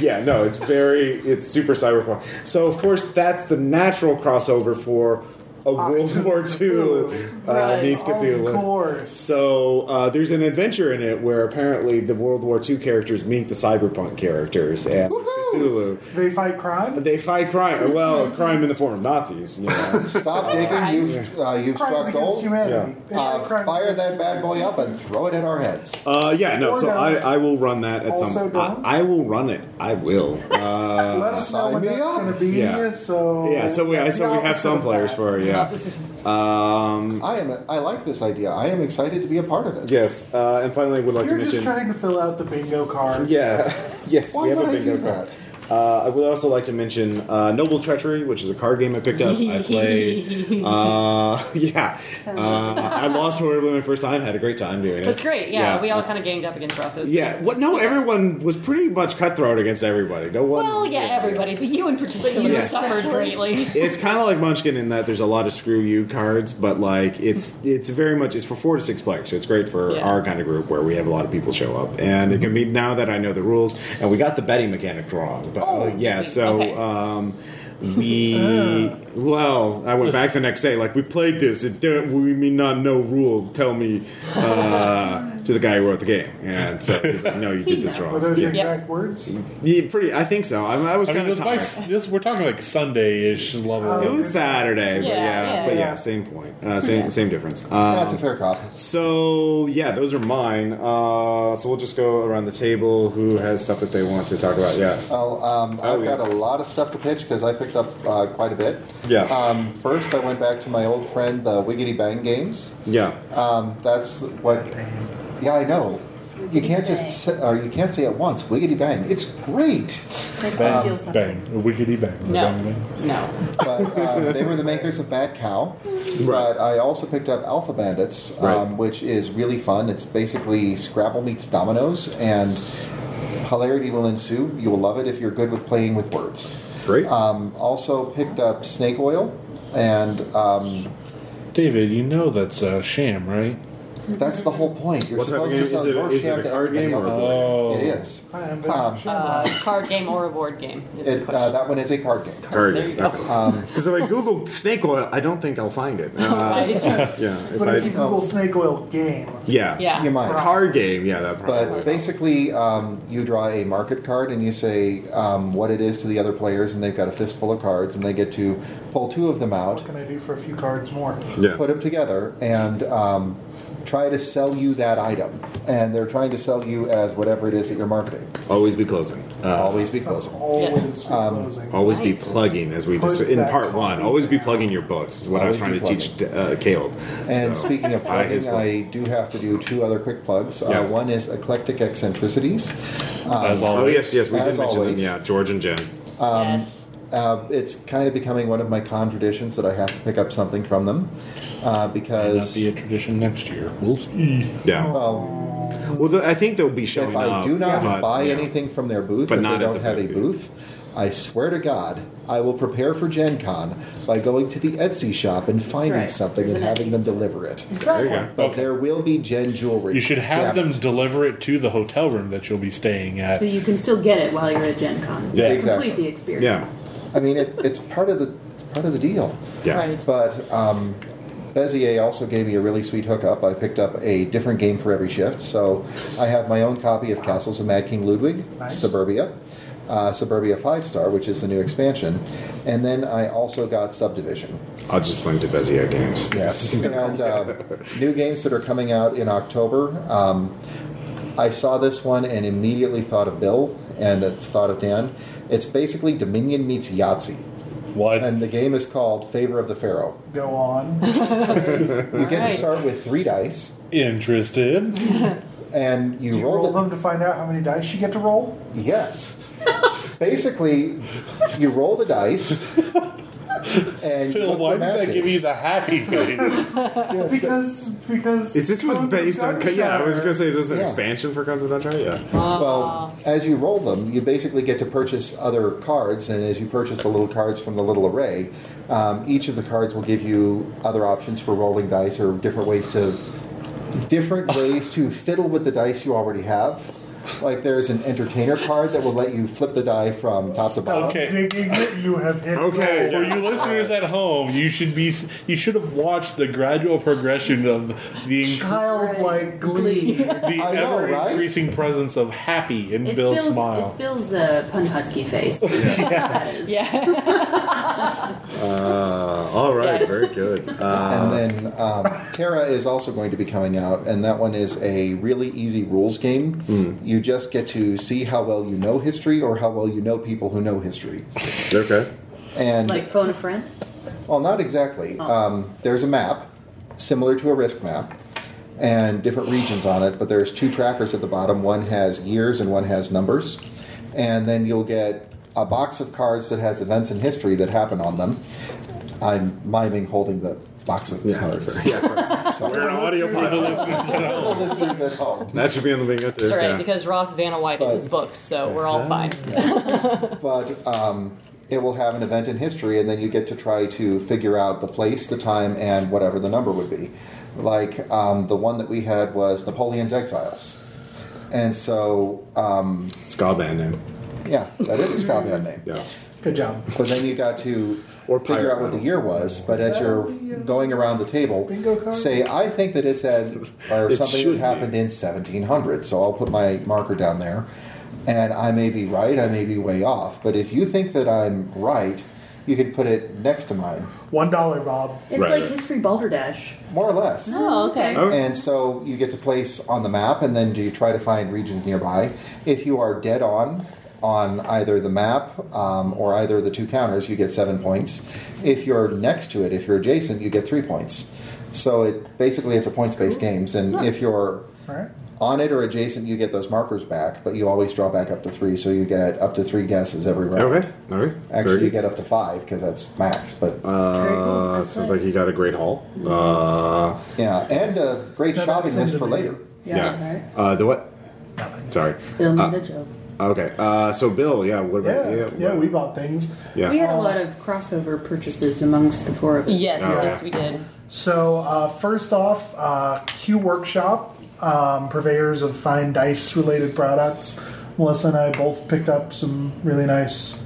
A: Yeah, no, it's very, it's super cyberpunk. So, of course, that's the natural crossover for a World War II uh,
F: Right,
A: meets
F: Oh, of
A: Cthulhu.
F: course.
A: So, uh, there's an adventure in it where apparently the World War II characters meet the cyberpunk characters and it's Cthulhu.
F: They fight crime.
A: They fight crime. Well, crime in the form of Nazis. You know.
H: Stop digging. You've uh, you've
F: Crimes
H: struck
F: against
H: gold.
F: humanity. They fight
H: Uh,
F: crimes
H: fire
F: against
H: that bad boy up and throw it at our heads.
A: Uh, yeah, no.
F: Or
A: so
F: don't.
A: I, I will run that at
F: Also
A: some.
F: don't.
A: I, I will run it. I will. Uh,
F: Let us know
H: sign
F: when
H: me
F: that's
H: up.
F: going to be.
A: Yeah.
F: So
A: yeah, so we I- so we have some players for it. Yeah. Um,
H: I am. I like this idea. I am excited to be a part of it.
A: yes, uh, and finally, I would like
F: You're
A: to mention.
F: just trying to fill out the bingo card.
A: Yeah. yes,
H: Why
A: we have
H: would
A: a
H: I
A: bingo
H: do
A: card.
H: that?
A: Uh, I would also like to mention uh, Noble Treachery, which is a card game I picked up. I played. Uh, yeah. Uh, I lost horribly my first time. Had a great time doing it.
G: That's great. Yeah, we all
A: uh,
G: kind of ganged up against Ross's.
A: Yeah. What? No, everyone was pretty much cutthroat against everybody. No one.
G: Well, yeah, everybody, but you in particular
A: Yeah.
G: suffered greatly.
A: it's kind of like Munchkin in that there's a lot of screw you cards, but like it's it's very much it's for four to six players, so it's great for
G: Yeah.
A: our kind of group where we have a lot of people show up, and it can be now that I know the rules, and we got the betting mechanic wrong, but
G: Oh,
A: uh, yeah,
G: did you?
A: so.
G: Okay.
A: Um, we well, I went back the next day. Like we played this. It didn't, we mean not no rule. Tell me uh, to the guy who wrote the game, and so he's like, "No, you did this wrong."
F: Were those your
A: Yeah.
F: exact words?
A: Yeah, pretty. I think so. I, mean, I was
D: I mean,
A: kind of
D: this, by,
A: tired.
D: this we're talking like Sunday-ish level.
H: Oh,
A: It was Saturday, but
G: Yeah,
A: yeah,
G: yeah,
A: but yeah,
F: yeah.
A: same point, uh, same same difference. Um,
H: That's a fair cop.
A: so yeah, those are mine. Uh, so we'll just go around the table. Who has stuff that they want to talk about? Yeah,
H: Well, um,
A: Oh,
H: I've
A: yeah.
H: got a lot of stuff to pitch because I picked up uh, quite a bit.
A: Yeah.
H: Um, first, I went back to my old friend, the Wiggity Bang Games.
A: yeah.
H: Um, that's what. Yeah, I know. You can't just say, or you can't say it once. Wiggity bang! It's great.
K: Makes me feel
D: Bang,
K: something.
D: bang, wiggity bang.
G: No.
D: Bang, bang.
G: No.
H: But uh, they were the makers of Bad Cow.
A: Right.
H: But I also picked up Alpha Bandits, um,
A: Right.
H: which is really fun. It's basically Scrabble meets Dominoes, and hilarity will ensue. You will love it if you're good with playing with words.
A: Great.
H: Um, also picked up snake oil, and um,
D: David, you know that's a sham, right?
H: that's the whole point. You're
A: What type
H: supposed
A: of
H: to
A: game
H: sell
A: is it?
H: your
A: Is it
H: sham
A: a
H: to
A: card game
H: everybody
A: or-
H: else.
D: Oh.
H: It is.
F: I am
H: Um,
F: Vincent Sherman.
G: Uh, card game or a board game. Is the
H: It, uh, Um,
G: question.
H: that one is a card game.
A: Heard
G: there you
A: it.
G: go.
A: Okay. Because if I Google snake oil, I don't think I'll find it. Uh,
G: Right.
A: yeah, if
F: but if you
A: I,
F: Google snake oil game,
A: yeah,
G: Yeah.
H: You might.
A: Card game, yeah, that probably.
H: But basically, um, you draw a market card and you say um, what it is to the other players, and they've got a fistful of cards, and they get to pull two of them out,
F: what can I do for a few cards more?
A: yeah.
H: put them together, and um, try to sell you that item. And they're trying to sell you as whatever it is that you're marketing.
A: always be closing. Uh,
H: Always be
F: That's
H: closing.
F: always
G: Yes.
F: be
H: Um,
F: closing.
A: Always be
G: Nice.
A: plugging, as we
F: Put
A: just in
F: that
A: part
F: coffee
A: one. Always be
F: down.
A: plugging your books. Is what I was trying
H: Always
A: to
H: be
A: teach uh, Caleb.
H: And
A: So,
H: speaking of
A: buy his
H: plugging, I do have to do two other quick plugs.
A: Yeah.
H: Uh, one is eclectic eccentricities. um,
D: As
A: Oh
D: always.
A: yes, yes, we did
H: As
A: mention
H: always.
A: them. Yeah, George and Jen.
G: yes.
H: Uh, it's kind of becoming one of my con traditions that I have to pick up something from them uh,
D: Might not
H: because
D: be a tradition next year. We'll see.
A: Yeah.
H: well,
A: Well, th- I think they'll be showing
H: if I
A: up.
H: do not
A: but,
H: buy
A: yeah.
H: anything from their booth,
A: But
H: if
A: not
H: they
A: as
H: don't
A: a
H: have a
A: benefit.
H: booth, I swear to God, I will prepare for Gen Con by going to the Etsy shop and finding
I: right.
H: something
I: There's
H: and
I: an
H: having
I: Etsy
H: them
I: store.
H: deliver it.
A: there you go.
H: But there will be Gen jewelry.
D: You should have
H: Damn
D: them
H: it.
D: deliver it to the hotel room that you'll be staying at.
I: So you can still get it while you're at Gen Con.
D: Yeah.
H: Exactly.
I: Complete the experience.
H: I mean, it, it's part of the it's part of the deal.
A: Yeah.
G: Right.
H: But um, Bezier also gave me a really sweet hookup. I picked up a different game for every shift, so I have my own copy of Castles of Mad King Ludwig,
F: Nice.
H: Suburbia, uh, Suburbia Five Star, which is the new expansion, and then I also got Subdivision.
A: I'll just link to Bezier Games.
H: Yes, and uh, new games that are coming out in October. Um, I saw this one and immediately thought of Bill and uh, thought of Dan. It's basically Dominion meets Yahtzee,
D: what?
H: and the game is called Favor of the Pharaoh.
F: Go on.
H: You get to
G: Alright.
H: start with three dice,
D: Interested?
H: and you,
F: Do you
H: roll,
F: roll
H: the-
F: them to find out how many dice you get to roll?
H: Yes. Basically, you roll the dice, and
D: Phil, why did that give you the happy feeling?
F: because because
A: Is this was
F: Cones of
A: based on?
F: Gunshot-
A: Yeah, I was gonna say, is this an
H: Yeah.
A: expansion for Guns of Gunshot? Yeah.
H: Well, as you roll them, you basically get to purchase other cards, and as you purchase the little cards from the little array, um, each of the cards will give you other options for rolling dice or different ways to different ways to fiddle with the dice you already have. Like there's an entertainer card that will let you flip the die from top to bottom.
D: Okay.
F: digging you have hit.
A: Okay.
D: For you listeners at home, you should be you should have watched the gradual progression of the inc-
F: Childlike glee.
D: the
H: I know,
D: ever
H: right?
D: increasing presence of happy in
I: It's
D: Bill's,
I: Bill's
D: smile.
I: It's Bill's uh, pun husky face. that is.
G: Yeah.
A: Uh, all right.
G: Yes.
A: Very good. Uh,
H: And then um, Terra is also going to be coming out, and that one is a really easy rules game.
A: Hmm.
H: You just get to see how well you know history or how well you know people who know history.
A: okay.
H: And,
I: Like phone a friend.
H: well, not exactly.
G: Oh.
H: Um, there's a map, similar to a risk map, and different regions on it, but there's two trackers at the bottom. One has years and one has numbers. And then you'll get a box of cards that has events in history that happen on them. I'm miming holding the box of
A: Yeah.
H: cards.
A: yeah.
H: So-
A: We're an audio pilot.
H: all the listeners at home.
A: That should be on the bingo too.
G: That's right,
A: yeah.
G: because Ross Vanna White in his books, so we're all fine.
H: But um, it will have an event in history, and then you get to try to figure out the place, the time, and whatever the number would be. Like um, the one that we had was Napoleon's Exiles. And so, um,
A: ska band name.
H: yeah, that is a ska band name.
A: Yeah.
F: Good job.
H: But then you got to
A: Or
H: figure
A: pirate
H: out what the
A: metal.
H: year was. But as you're going around the table,
F: uh, bingo card?
H: say, I think that it said, or
A: It
H: something
A: should
H: that
A: be.
H: happened in 1700. So I'll put my marker down there. And I may be right, I may be way off. But if you think that I'm right, you could put it next to mine,
F: One dollar, Bob.
I: It's
A: Right.
I: like history balderdash.
H: more or less.
G: Oh, okay.
A: Okay.
H: And so you get to place on the map, and then do you try to find regions nearby? If you are dead on on either the map um, or either of the two counters, you get seven points. If you're next to it, if you're adjacent, you get three points. So it basically it's a points-based games, and if you're
F: All right.
H: on it or adjacent, you get those markers back, but you always draw back up to three, so you get up to three guesses every round.
A: Okay. All right.
H: Actually, you
A: Very good.
H: get up to five because that's max, but
A: Uh, sounds like you got a great haul. Uh,
H: yeah, and a great
F: No,
H: shopping
F: that's in
H: list
F: the
H: for
F: video.
H: later.
A: yeah.
I: right.
A: Uh, the what? Sorry.
I: Bill
A: Uh,
I: made a joke.
A: Okay. Uh, so Bill, yeah. What about
F: Yeah, yeah,
A: what-
F: we bought things. Uh,
A: yeah.
I: We had a lot of crossover purchases amongst the four of us.
G: Yes,
A: All right.
G: yes, we did.
F: So uh, first off, uh, Q Workshop, um, purveyors of fine dice related products. Melissa and I both picked up some really nice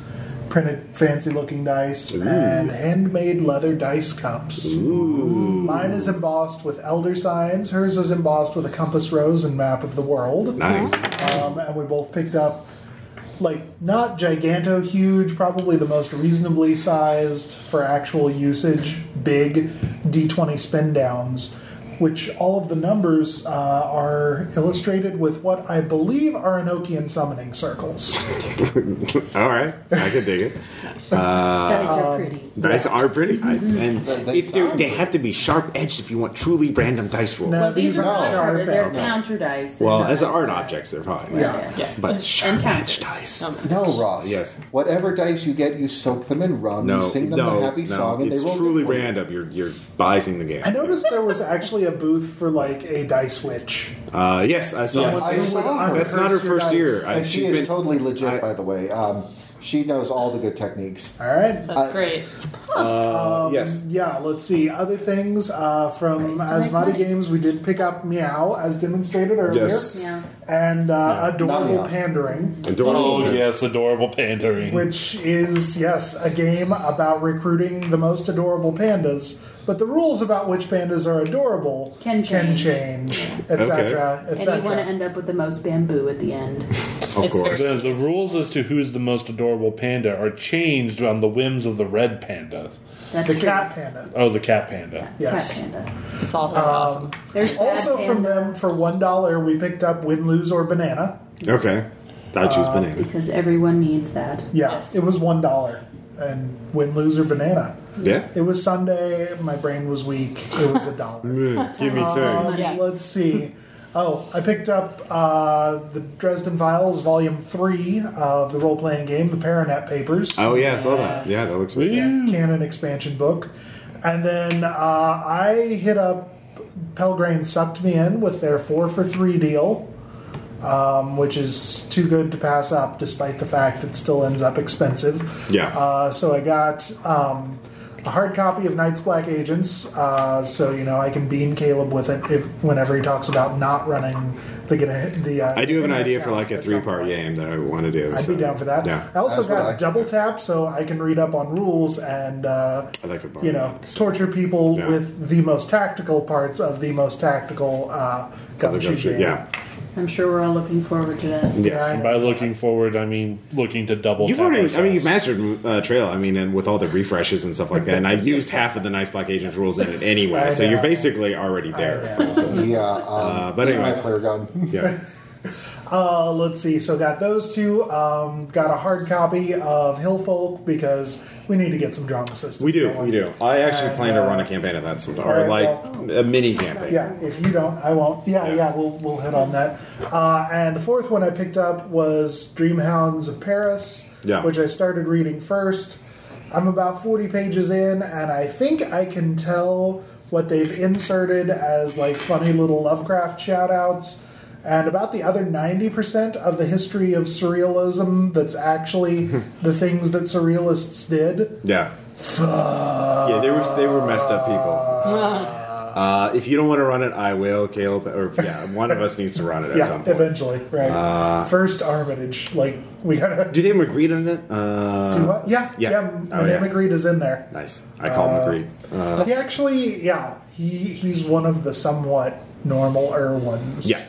F: printed, fancy looking dice and handmade leather dice cups. Mine is embossed with elder signs. Hers is embossed with a compass rose and map of the world.
A: nice.
F: Um, and we both picked up like not giganto huge, probably the most reasonably sized for actual usage, big D20 spin downs, which all of the numbers uh, are illustrated with what I believe are Enochian summoning circles.
A: All right. I can dig it. Uh,
I: Dice are pretty.
A: Dice are pretty, I, and
H: Mm-hmm. They-
A: if they're-
H: they
A: they have to be sharp edged if you want truly random dice rolls.
F: No.
I: Well, these are
H: are
I: not
H: sharp
I: sharp. They're
F: edges.
I: counter dice. They're
A: Well,
I: not-
A: as art objects, they're fine.
F: Yeah.
G: Yeah.
A: But sharp edged
I: counters.
A: dice.
H: No, Ross.
A: Yes.
H: Whatever dice you get, you soak them in rum,
A: no,
H: um, you sing them
A: no,
H: a happy
A: no.
H: song, and
A: it's
H: they roll.
A: truly
H: good for you.
A: random. You're you're biasing the game.
F: I noticed there was actually a booth for like a dice witch.
A: Uh, yes, I saw.
H: I saw her.
A: That's not her
F: Curse your
A: first
F: dice.
A: year. I-
H: And she
A: she's
H: is
A: been-
H: totally legit,
A: I-
H: by the way. Um, she knows all the good techniques.
F: All right.
G: That's
H: I-
G: great.
A: yes.
F: Um, Yeah, let's see. Other things uh, from
I: to make
F: Asmati
I: money.
F: Games, we did pick up Meow as demonstrated earlier.
A: Yes.
I: Meow.
F: And uh, Adorable
H: Not Meow.
F: Pandering,
A: Adorable.
D: Oh, yes, adorable pandering.
F: which is, yes, a game about recruiting the most adorable pandas. But the rules about which pandas are adorable
I: Can change.
F: change, etc.,
I: And you want to
F: etc.
I: end up with the most bamboo at the end.
A: Of
G: It's
A: course.
D: The, the rules as to who's the most adorable panda are changed on the whims of the red panda.
I: That's
F: The
I: true.
F: cat panda.
D: Oh, the cat panda.
F: Yes.
I: Cat panda.
G: It's all
A: Um,
G: awesome.
I: There's
F: Also
I: sad
F: from
I: panda
F: them, for one dollar, we picked up Win, Lose, or Banana.
A: Okay. I choose
F: Uh,
A: banana.
I: Uh, because everyone needs that.
F: Yeah,
G: Yes.
F: it was one dollar, and Win, Lose, or Banana.
A: Yeah.
F: It was Sunday. My brain was weak. It was a dollar.
A: Mm, Give me three.
F: Um,
G: Yeah.
F: Let's see. Oh, I picked up uh, the Dresden Files, Volume 3 of the role playing game, The Paranet Papers.
A: Oh yeah, I saw that. Yeah, that looks really
F: Yeah, canon expansion book. And then uh, I hit up Pelgrane sucked me in with their four for three deal, um, which is too good to pass up, despite the fact it still ends up expensive.
A: Yeah.
F: Uh, so I got um, a hard copy of Knights Black Agents, uh, so you know I can bean Caleb with it if, whenever he talks about not running the the. Uh,
A: I do have an
F: internet
A: idea for like a
F: account.
A: three part game that I want to do.
F: I'd
A: so-
F: be down for that.
A: Yeah.
F: I also
A: That's what
F: got
A: I-
F: double tap, so I can read up on rules and uh,
A: I like to borrow
F: you know torture people
A: Yeah.
F: with the most tactical parts of the most tactical uh, gumshoe game.
I: I'm sure we're all looking forward to that.
J: And by looking forward, I mean looking to double.
A: You've
J: tap
A: already, I mean,
J: ourselves.
A: you've mastered uh, Trail. I mean, and with all the refreshes and stuff like that, and I used half of the Nice Black Agents rules in it anyway,
F: I
A: so you're
F: know.
A: basically already there.
H: yeah,
F: um,
A: uh, but
H: my
A: anyway,
H: flare gun.
A: yeah,
F: Uh, let's see. So got those two. Um, got a hard copy of Hillfolk because we need to get some drama system.
A: we do, we do. I actually
F: And,
A: plan to
F: uh,
A: run a campaign of that sometime,
F: all
A: or
F: right,
A: like a mini campaign.
F: Yeah, if you don't, I won't. Yeah, yeah, we'll, we'll hit on that. Uh, and the fourth one I picked up was Dreamhounds of Paris,
A: Yeah.
F: which I started reading first. I'm about 40 pages in, and I think I can tell what they've inserted as like funny little Lovecraft shout outs. And about the other 90% of the history of surrealism that's actually the things that surrealists did.
A: Yeah. Yeah, they were they were messed up people. Uh, if you don't want to run it, I will, Caleb. Or yeah, one of us needs to run it at some
F: yeah,
A: point.
F: eventually, right.
A: Uh,
F: First Armitage, like, we gotta.
A: Do they McGreed on it? Uh,
F: Do what? Yeah, yeah.
A: yeah.
F: yeah.
A: Oh, yeah.
F: is in there.
A: Nice. I call
F: Uh,
A: him McGreed. Uh,
F: he actually, yeah, he he's one of the somewhat normal er ones.
A: Yeah.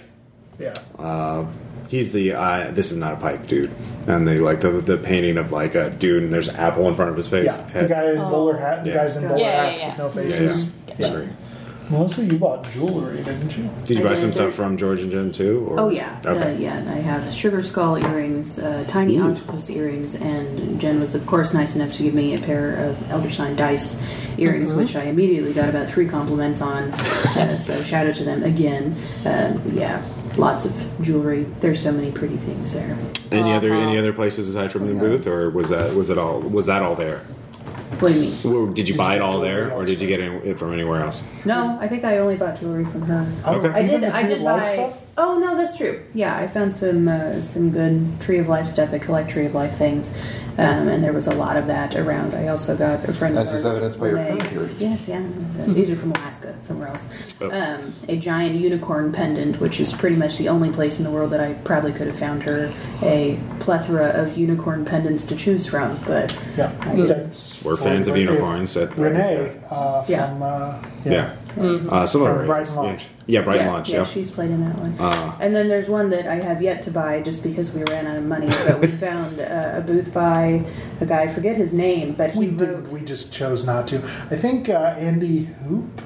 F: yeah.
A: Uh, he's the uh, this is not a pipe dude, and they like the the painting of like a dude and there's an apple in front of his face.
F: Yeah, the guy in bowler hat, the
A: Yeah.
F: guys in bowler
G: Yeah, yeah,
F: hats
G: yeah.
F: with no
A: Yeah, yeah.
F: faces.
A: Agree.
F: Melissa, you bought jewelry, didn't you?
A: Did you
I: I
A: buy some
I: did.
A: stuff from George and Jen too? Or?
I: Oh yeah,
A: Okay.
I: uh, yeah. and I have sugar skull earrings, uh, tiny octopus earrings, and Jen was of course nice enough to give me a pair of elder sign dice earrings,
A: Mm-hmm.
G: Mhm.
I: which I immediately got about three compliments on. uh, so shout out to them again. Uh, yeah, lots of jewelry. There's so many pretty things there.
A: Any other any other places aside from the booth, or was that was it all was that all there?
I: What do you mean?
A: Well, did you buy it all there, or did you get any- it from anywhere else?
I: No, I think I only bought jewelry from her.
A: Okay.
I: Oh, I
F: Even
I: did.
F: the
I: I
F: Tree
I: did
F: of Life
I: buy.
F: stuff?
I: Oh no, that's true. Yeah, I found some uh, some good Tree of Life stuff. I collect Tree of Life things, um, and there was a lot of that around. I also got a friend.
H: As
I: of
H: is
I: ours,
H: evidenced by your
I: Renee-
H: current periods.
I: Yes, yeah. uh, These are from Alaska, somewhere else.
A: Oh.
I: Um, a giant unicorn pendant, which is pretty much the only place in the world that I probably could have found her a plethora of unicorn pendants to choose from. But
F: Yeah,
I: I did.
F: that's
A: We're
F: for
A: fans of
F: right there.
A: unicorns. That
F: Renee uh,
I: Yeah.
F: from uh, yeah.
A: yeah, uh, some
F: From
A: of our-
F: Brighton Lodge.
A: Yeah, yeah Brighton Lodge. Yeah.
I: Mm-hmm. she's played in that one.
A: Uh,
I: And then there's one that I have yet to buy just because we ran out of money. But we found uh, a booth by a guy, I forget his name, but
F: We
I: he wrote
F: did. We just chose not to. I think uh, Andy Hoop,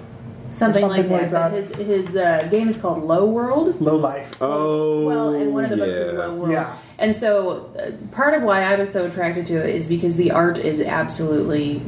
I: something,
F: something
I: like that.
F: like
I: But his his uh, game is called Low World.
F: Low Life.
A: oh,
I: Well, and one of the
A: yeah.
I: books is Low World.
F: Yeah.
I: And so uh, part of why I was so attracted to it is because the art is absolutely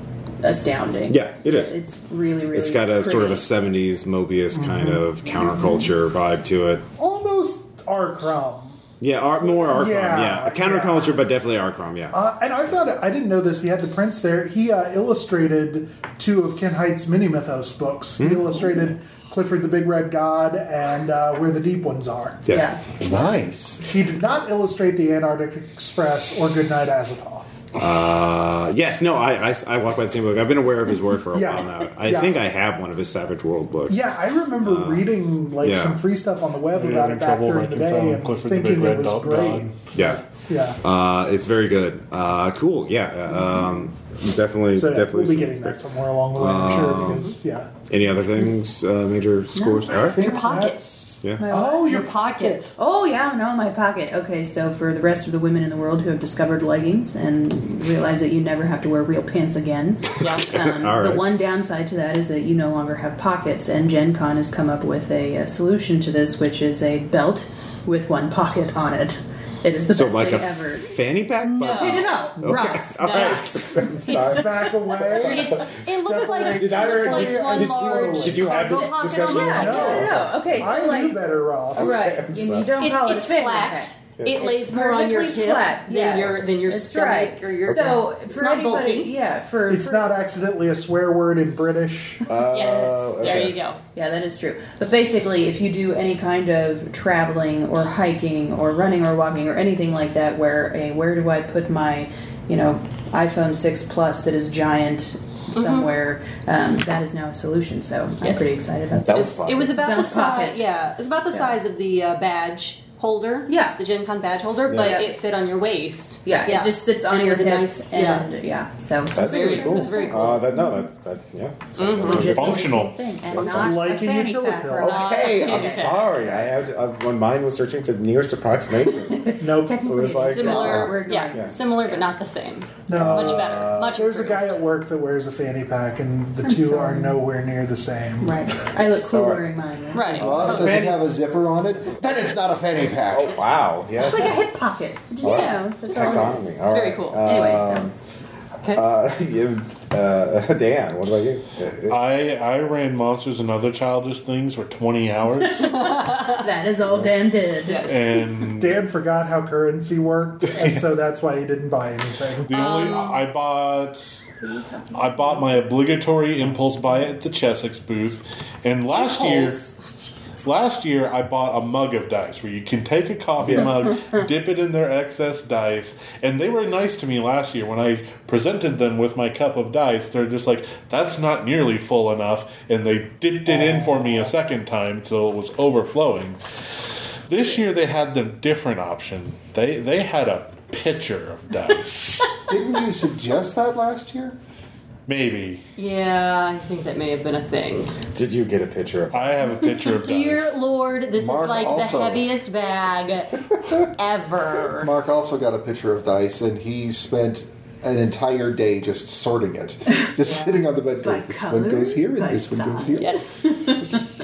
I: astounding.
A: Yeah, it is.
I: It's really, really.
A: it's got a sort of a
I: pretty. Mm-hmm.
A: '70s Mobius kind of counterculture vibe to it.
F: almost R. Crumb.
A: Yeah, ar- more Arkham.
F: Yeah,
A: Yeah, counterculture, but definitely Arkham. Yeah.
F: Uh, and I found I didn't know this. He had the prints there. He uh, illustrated two of Ken Height's mini mythos books.
A: Hmm.
F: He illustrated Clifford the Big Red God and uh, Where the Deep Ones Are.
A: yeah.
I: yeah.
H: Nice.
F: He did not illustrate the Antarctic Express or Goodnight Azathoth.
A: Uh, yes. No. I, I I walk by the same book. I've been aware of his work for a
F: Yeah.
A: while now. I
F: Yeah.
A: think I have one of his Savage World books.
F: Yeah, I remember reading like
A: uh, yeah.
F: some free stuff on the web
J: You're
F: about
J: having
F: it back
J: trouble
F: during the day
J: reconciling
F: and
J: Clifford the Big
F: thinking it
J: Red
F: was
J: Dog
F: great.
J: God.
A: Yeah.
F: Yeah.
A: Uh, it's very good. Uh, cool. Yeah. uh, Um, definitely.
F: So yeah,
A: definitely.
F: we'll be
A: some-
F: getting that somewhere along the way, I'm sure.
A: Um,
F: Because yeah,
A: Any other things? Uh, major scores. All
F: I
A: right.
F: think
G: Your
F: that's-
G: pockets.
A: Yeah.
I: My
F: Oh, your
G: Your pocket.
F: pocket.
I: Oh yeah, no, my pocket. Okay, so for the rest of the women in the world who have discovered leggings and realize that you never have to wear real pants again,
G: Yeah.
I: um,
A: All
I: the
A: right.
I: one downside to that is that you no longer have pockets. And Gen Con has come up with a, uh solution to this, which is a belt with one pocket on it. It is the
A: so
I: best
A: like
I: thing
A: a
I: ever.
A: fanny pack?
I: No,
A: but-
I: no, no.
A: Okay.
I: Rocks.
A: All right. I'm sorry.
F: Back away.
G: It's, it looks
F: Step
G: like,
F: away.
G: it looks like one
A: did,
G: large.
A: did you have this
G: cargo pocket
A: discussion?
G: on the
I: Yeah,
G: back.
I: no, no, no. Okay, so
F: I knew
I: like,
F: better, Ross.
I: right, and you don't
G: It's,
I: call
G: it's
I: it a fan
G: flat.
I: pack.
G: It lays more on your
I: Perfectly
G: hip
I: flat, yeah.
G: than your than your
I: That's
G: stomach
I: right.
G: or your.
I: so
G: it's
I: for
G: not
I: anybody,
G: bulky.
I: yeah, for
F: It's
I: for-
F: not accidentally a swear word in British.
A: Oh,
G: Yes, there
A: okay.
G: you go.
I: Yeah, that is true. But basically, if you do any kind of traveling or hiking or running or walking or anything like that, where a where do I put my, you know, iPhone six plus that is giant somewhere, um, that is now a solution. So I'm
G: Mm-hmm. Yes.
I: pretty excited about that.
A: That was
G: It's-
A: fun.
G: it was about the
I: Bounce pocket.
G: size. Yeah, it's about the size of the uh, badge holder.
I: Yeah.
G: the Gen Con badge holder, but
I: Yeah.
G: it fit on your waist.
I: Yeah, it just sits on
G: and
I: your
G: it was
I: hip
G: a nice
I: and
G: yeah.
I: yeah, so
A: That's
G: very-
A: really cool.
G: it was very cool. Mm-hmm.
A: Uh, that, no, that, that yeah.
I: legit
D: Functional.
I: thing and not
F: Like a
I: a fanny
F: utility
I: pack
F: bill.
I: or not-
A: Okay, I'm
G: Okay.
A: sorry. I had uh, my mind was searching for the nearest approximation.
F: Nope.
I: Technically,
A: was
I: it's
A: like,
I: similar.
A: uh,
I: we're
G: Yeah,
I: ignoring it.
G: similar but not the same.
F: No.
G: Much better. Much
F: There's a guy
G: improved.
F: at work that wears a fanny pack, and the two are nowhere near the same.
I: Right. I look cool
A: Sorry.
I: wearing mine. Right?
F: Oh,
G: Right.
H: Ross doesn't have a zipper on it. Then it's not a fanny pack.
A: Oh wow, yeah.
I: It's like a hip pocket. Just,
A: Wow.
I: you know, that's all it is.
A: Taxonomy. All
G: It's
A: right.
G: very cool.
I: Anyway, so.
A: Um, uh, you, uh, Dan, what about you? Uh,
J: I I ran monsters and other childish things for twenty hours,
I: That is all Dan did.
G: Yes.
J: and
F: Dan forgot how currency worked, and so that's why he didn't buy anything.
J: the
I: Um,
J: only
F: Um,
J: I bought I bought my obligatory impulse buy at the Chessex booth, and last year.
G: Holes. Oh, Jesus.
J: Last year, I bought a mug of dice where you can take a coffee
A: Yeah.
J: mug, dip it in their excess dice, and they were nice to me last year when I presented them with my cup of dice. They're just like, "That's not nearly full enough," and they dipped it in for me a second time till it was overflowing. This year, they had the different option. They they had a pitcher of dice,
H: Didn't you suggest that last year?
J: maybe.
G: Yeah, I think that may have been a thing.
A: did you get a picture of?
J: I have a pitcher of
G: Dear
J: dice.
G: Lord, this
H: Mark
G: is like
H: also.
G: the heaviest bag ever.
H: Mark also got a picture of dice, and he spent an entire day just sorting it, just sitting on the bed
I: By
H: going, "This one
I: color,
H: goes here, and
I: by
H: this one goes
I: size."
H: here."
G: Yes.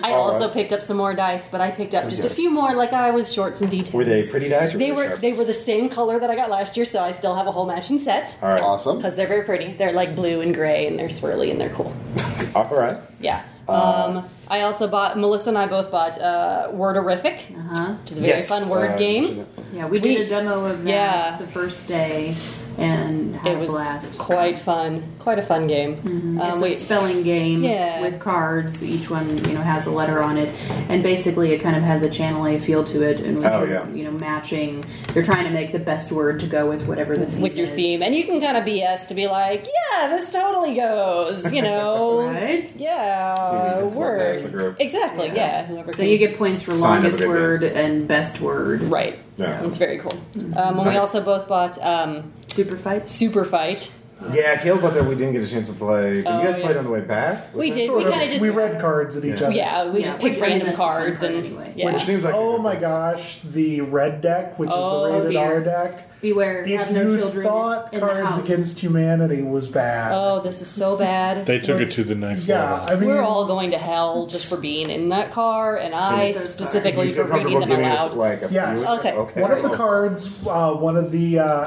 G: I also picked up some more dice, but I picked up
H: So
G: just a
H: yes.
G: few more. Like I was short some details.
A: Were they pretty dice? Or
G: They
A: really
G: were
A: sharp?
G: they were the same color that I got last year, so I still have a whole matching set
A: All right.
H: Awesome.
G: because they're very pretty. They're like blue and gray, and they're swirly and they're cool.
A: All right.
G: Yeah. Um, I also bought Melissa and I both bought uh, Wordorific,
I: Uh-huh.
G: which is a very
A: Yes,
G: fun word
A: uh,
G: game.
I: Yeah, we did
G: We-
I: a demo of that
G: yeah.
I: the first day and had
G: It was
I: a blast.
G: quite fun, quite a fun game. Um,
I: it's
G: we-
I: a spelling game
G: Yeah.
I: with cards. Each one, you know, has a letter on it, and basically it kind of has a Channel A feel to it. And which
A: Oh,
I: you're,
A: yeah.
I: you know, matching. You're trying to make the best word to go with whatever the theme
G: with your
I: is.
G: theme, and you can kind of BS to be like, yeah, this totally goes, you know,
I: Right?
A: See if
G: yeah,
A: you can flip past the
G: words,
A: group.
G: exactly, yeah. Whoever
I: So
G: can,
I: you get points for
A: Sign up
I: longest
A: again.
I: word and best word.
G: right.
A: Yeah.
G: It's very cool. Um, and we
A: Nice.
G: also both bought um,
I: Super fights.
G: Super Fight.
A: Yeah, Caleb, but that we didn't get a chance to play. But
G: Oh,
A: you guys
G: yeah.
A: played on the way back. Was
G: We
A: that
G: did.
A: sort
G: We
A: of-
G: kind of just
F: we read cards at each other.
G: yeah, we
I: Yeah,
G: just
I: we-
G: pick
I: I mean,
G: random
I: that's the fun
G: cards
I: part
G: and
I: anyway.
G: yeah.
A: Which seems like a
F: Oh
A: good
F: my
A: one.
F: gosh, the red deck, which
G: Oh,
F: is the rated
I: dear.
F: R deck.
I: Beware,
F: If
I: have no
F: you
I: children
F: thought
I: in the
F: Cards
I: house.
F: Against Humanity was bad,
G: oh, this is so bad.
J: They took it
F: let's-
J: to the next
F: yeah,
J: level.
F: I mean,
G: We're all going to hell just for being in that car, and I
I: Those
A: Do
G: specifically
A: you
G: for
A: feel
G: reading
A: comfortable
G: them
A: giving us
G: aloud.
A: like a few?
F: Yes.
G: Okay.
F: One of the cards, uh, one of the uh,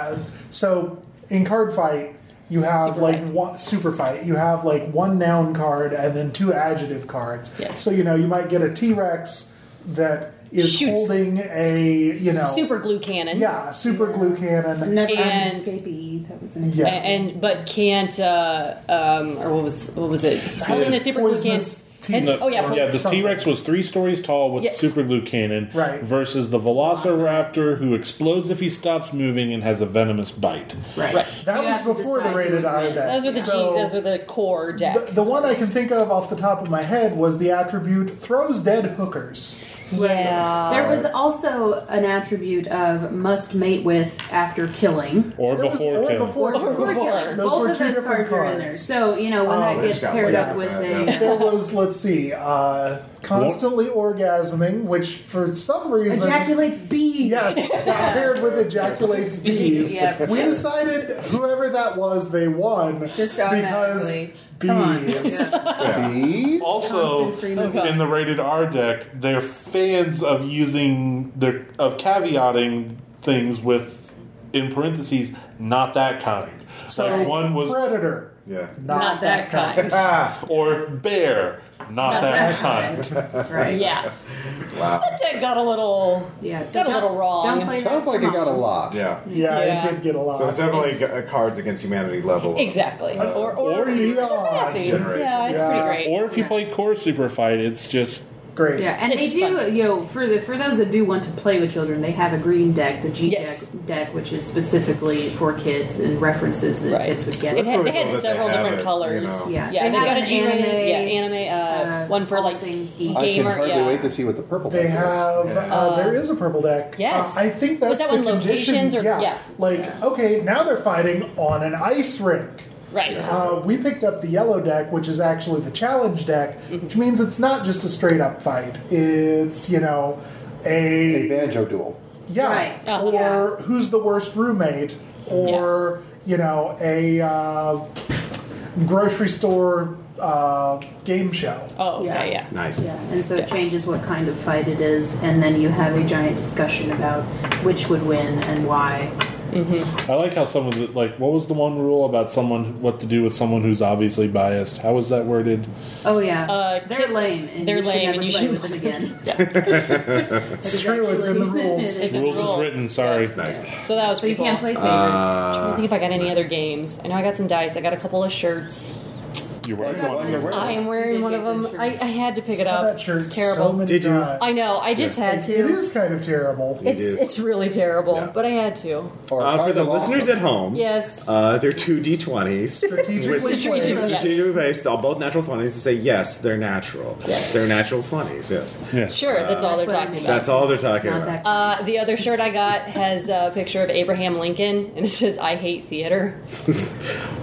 F: so in card fight you have
G: Super
F: like
G: fight.
F: one super fight. You have like one noun card and then two adjective cards.
G: Yes.
F: So you know you might get a T Rex that is
G: Shoots.
F: holding a you know
G: Super glue cannon.
F: yeah super glue cannon.
I: Never
G: And-
I: escapee. That was an
F: Yeah.
G: E, A- and but can't uh, um, or what was what was it? He's holding a super glue cannon.
F: poisonous
G: Hence-
F: tea.
J: The-
G: oh yeah,
J: the
F: something.
J: T Rex was three stories tall with
G: Yes.
J: super glue cannon
F: Right.
J: versus the Velociraptor who explodes if he stops moving and has a venomous bite.
I: Right.
G: Right.
F: That
I: You have to
F: was before the
I: decide who
F: rated
I: would
F: R
I: win.
F: deck.
G: Those were the
F: so,
G: G, those were the core deck.
F: the, the one I can think of off the top of my head was the attribute throws dead hookers.
G: yeah.
I: There was also an attribute of must mate with after killing.
J: Or
F: There was-
J: before
F: or
J: killing.
F: before
I: Or before
F: killing.
I: killing.
F: Those
I: Both
F: were
I: of
F: two
I: those
F: different
I: cards, are in there.
F: cards.
I: So, you know, when
F: Oh,
I: that
A: they
I: gets
A: just got
I: paired
A: laid
I: up
A: out.
I: with
F: There
I: a
F: was, let's see, uh, constantly orgasming, which for some reason.
I: ejaculates bees.
F: Yes, got paired with ejaculates bees.
I: Yep.
F: We decided whoever that was, they won
I: Just
F: because
I: automatically. Come on.
F: bees.
H: Bees?
J: Also,
I: Constant stream of-
J: in the rated R deck, they're fans of using their of caveating things with in parentheses, not that kind. So one was
F: predator.
A: Yeah.
F: Not,
I: that kind.
J: or bear, not,
G: Not
J: that,
G: that
J: kind.
I: Right.
G: Yeah.
A: Wow.
G: That day got a little
I: Yeah,
G: got a little wrong.
H: Sounds like it got a lot.
A: Yeah.
F: Yeah,
G: Yeah.
F: it did get a lot.
A: So it's definitely g- a Cards Against Humanity level.
G: Exactly.
F: Uh,
G: or or,
J: or
G: it's
F: beyond
G: fancy.
A: generation.
G: Yeah, it's
F: Yeah.
G: pretty great.
D: Or if you play Core Super Fight, it's just
F: Great.
I: Yeah, and
G: It's
I: they do.
G: fun.
I: You know, for the for those that do want to play with children, they have a green deck, the G
G: Yes.
I: deck, deck, which is specifically for kids and references that
G: Right.
I: kids would get.
G: It had,
A: really
G: they had
A: cool that they
G: several
A: have
G: different
A: it, you
G: colors.
A: know.
G: yeah.
I: Yeah. They
G: They have
I: have
G: got
I: an
G: an G rated,
I: anime,
G: yeah, anime, uh,
I: uh,
G: one for
I: all
G: like
I: things geek.
H: I can
G: gamer.
H: hardly
G: yeah.
H: wait to see what the purple
F: They
H: deck
F: have.
H: is.
F: Uh, there is a purple deck.
G: Yes.
F: Uh, I think that's
G: Was that
F: the
G: one locations
F: conditions.
G: or-
F: yeah.
G: yeah.
F: Like okay, now they're fighting on an ice rink.
G: Right.
F: Uh, we picked up the yellow deck, which is actually the challenge deck, which means it's not just a straight up fight. It's you know
H: A banjo duel.
F: yeah,
I: Right.
G: Uh-huh.
F: or
I: Yeah.
F: who's the worst roommate, or you know, a uh, grocery store uh, game show.
G: Oh,
I: Yeah.
G: okay, yeah.
A: Nice.
I: Yeah, and so it changes what kind of fight it is, and then you have a giant discussion about which would win and why.
J: I like how someone that- like what was the one rule about someone what to do with someone who's obviously biased? How was that worded?
I: Oh yeah,
G: Uh,
I: they're
G: kid-
I: lame. And
G: they're
I: you should
G: lame
I: never
G: and you
I: play
G: should-
I: with them again.
F: It's true, it's in the rules.
G: It's in
J: Rules
G: rules.
J: is written. Sorry.
A: Nice.
G: So that was
I: So you
G: pretty
I: can't
G: cool.
I: play favorites.
A: Uh,
G: I'm trying to think if I got any other games. I know I got some dice. I got a couple of shirts.
J: You're
H: Well,
J: right.
H: you want to wear
G: I am
H: it.
G: wearing
I: did
G: one
I: get
G: of
I: good
G: them.
I: shirts.
G: I, I had to pick it
F: Saw
G: up.
F: that shirt
G: It's terrible.
F: So many
A: Did you?
F: times.
G: I know. I just had to.
F: It is kind of terrible.
G: It's
A: is.
G: it's really terrible,
A: Yeah.
G: but I had to.
H: Or
A: Uh, for
H: kind
A: the
H: of awesome.
A: listeners at home,
G: Yes.
A: uh, they're two d20s.
F: Strategically
G: Which-
F: placed.
G: Yes.
A: Strategically based, all both natural 20s to say yes, they're natural.
G: Yes.
A: They're natural 20s, yes.
J: Yeah.
G: Sure, that's all they're
I: That's what I
G: talking
I: mean.
G: about.
A: That's all they're talking
I: Not
A: about.
I: that.
G: Uh, the other shirt I got has a picture of Abraham Lincoln, and it says "I hate theater."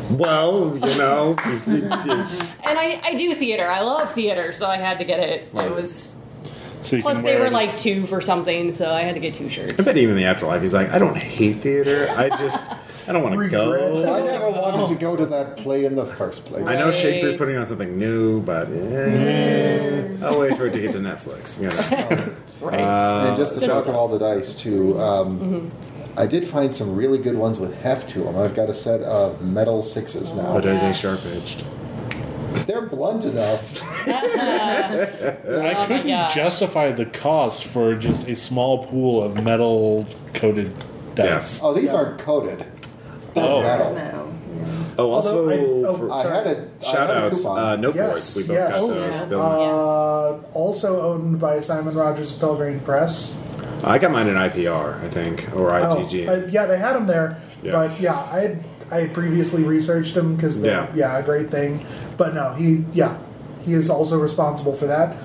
A: Well, you know, you- you- you-
G: And I, I do theater. I love theater, so I had to get it. It was
D: so you
G: plus
D: can
G: they
D: wear
G: were
D: it.
G: like two for something, so I had to get two
A: I
G: shirts.
A: bet even in the afterlife, he's like, I don't hate theater. I just, I don't want to go.
F: Regret.
H: I never wanted to go to that play in the first place.
A: I know Shakespeare's putting on something new, but eh, I'll wait for it to get to Netflix. You know.
G: Right. Mm-hmm.
H: and just to talk of all the dice too. Um, I did find some really good ones with heft to them. I've got a set of metal sixes now.
A: But are they sharp edged?
H: They're blunt enough.
G: Oh,
J: I couldn't
G: gosh.
D: justify the cost for just a small pool of metal coated dice.
H: Oh, these aren't coated. They're
D: Oh.
H: metal.
I: No.
A: Oh, also,
F: Although I- oh,
A: for-
H: I had a I had
A: shout
H: a
A: outs,
H: coupon.
A: uh, note
F: Yes,
A: boards. We both
F: yes.
A: got
F: Oh,
A: those.
G: yeah.
A: Bill-
F: Uh, also owned by Simon Rogers of Pelgrane Press.
A: I got mine in IPR, I think, or
F: Oh,
A: IGG.
F: uh, yeah, they had them there,
A: Yeah.
F: but yeah, I had, I had previously researched him because
A: Yeah.
F: yeah. yeah, a great thing. But no, he yeah, he is also responsible for that.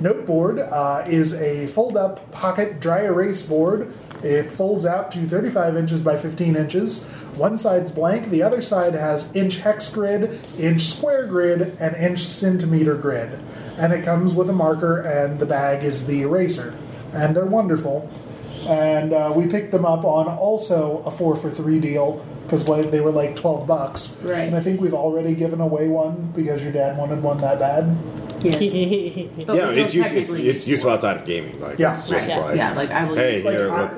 F: Noteboard uh, is a fold-up pocket dry erase board. It folds out to 35 inches by 15 inches. One side's blank. The other side has inch hex grid, inch square grid, and inch centimeter grid. And it comes with a marker, and the bag is the eraser. And they're wonderful and uh, we picked them up on also a four for three deal because like, they were like twelve bucks.
I: Right.
F: And I think we've already given away one because your dad wanted one that bad.
I: Yes. But
A: yeah,
I: we don't
A: it's, use, it's,
I: technically-
A: it's useful outside of gaming. Like,
F: Yeah.
A: it's just
I: yeah,
A: like,
I: yeah, like I will.
A: hey,
F: Like
A: here,
F: I,
A: look.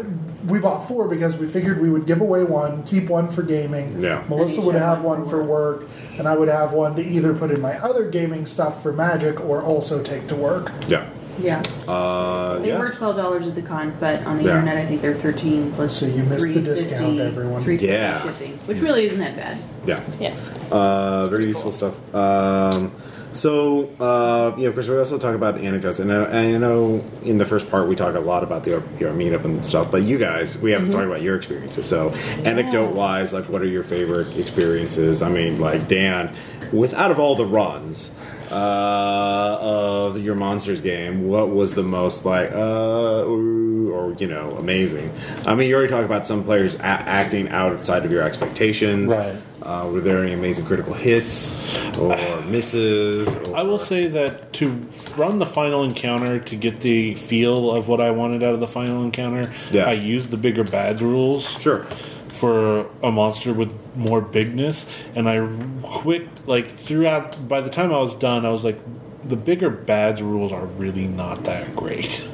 F: we bought four because we figured we would give away one, keep one for gaming.
A: Yeah.
F: Melissa
I: And
F: would
I: each
F: have
I: have
F: one for work, and I would have one to either put in my other gaming stuff for Magic or also take to work.
A: yeah.
I: Yeah,
A: Uh,
I: they
A: yeah.
I: were twelve dollars at the con, but on the
A: Yeah.
I: internet I think they're thirteen plus.
F: So you missed the discount,
I: 350,
F: everyone.
I: 350
A: Yeah.
I: shipping, which really isn't that bad.
A: yeah.
G: yeah.
A: Uh, very useful stuff. Um, so, uh, yeah, of course, we also talk about anecdotes. And I, and I know in the first part we talk a lot about the RPR meetup and stuff, but you guys, we
I: Mm-hmm.
A: haven't talked about your experiences. So, anecdote wise, like, what are your favorite experiences? I mean, like, Dan, with out of all the runs uh, of your Monsters game, what was the most, like, uh, ooh, or, you know, amazing? I mean, you already talked about some players a- acting outside of your expectations.
D: Right.
A: Uh, were there any amazing critical hits or misses? Or...
D: I will say that to run the final encounter to get the feel of what I wanted out of the final encounter,
A: Yeah.
D: I used the bigger badge rules.
A: Sure.
D: for a monster with more bigness and i quick like throughout by the time i was done i was like the bigger bads rules are really not that great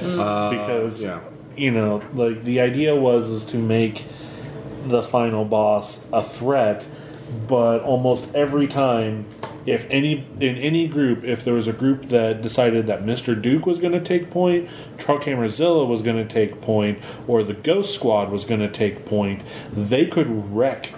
D: because
A: Yeah.
J: you know, like the idea was is to make the final boss a threat, but almost every time, if any in any group, if there was a group that decided that Mr. Duke was going to take point, Truckhammerzilla was going to take point, or the Ghost Squad was going to take point, they could wreck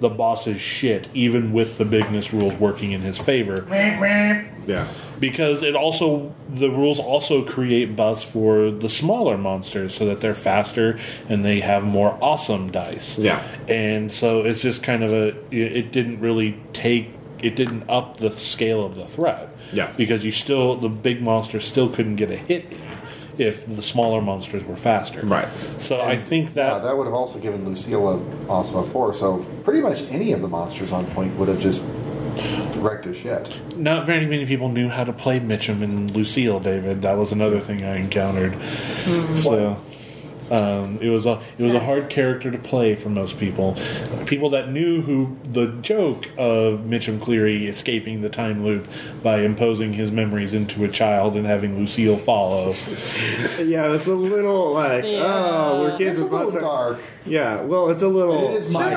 J: the boss's shit, even with the bigness rules working in his favor.
A: Yeah.
J: Because it also the rules also create buffs for the smaller monsters so that they're faster and they have more awesome dice.
A: Yeah.
J: And so it's just kind of a it didn't really take it didn't up the scale of the threat.
A: Yeah.
J: Because you still the big monster still couldn't get a hit in if the smaller monsters were faster.
A: Right.
J: So I think that
H: uh, that would have also given Lucille a awesome a four. So pretty much any of the monsters on point would have just wrecked his shit.
J: Not very many people knew how to play Mitchum and Lucille, David. That was another thing I encountered. So um, it was a it was a hard character to play for most people. People that knew who the joke of Mitchum Cleary escaping the time loop by imposing his memories into a child and having Lucille follow.
A: yeah, that's a little like oh, we're kids.
H: It's a
A: with lots
H: little
A: of-
H: dark.
A: Yeah, well, it's a little.
H: It is my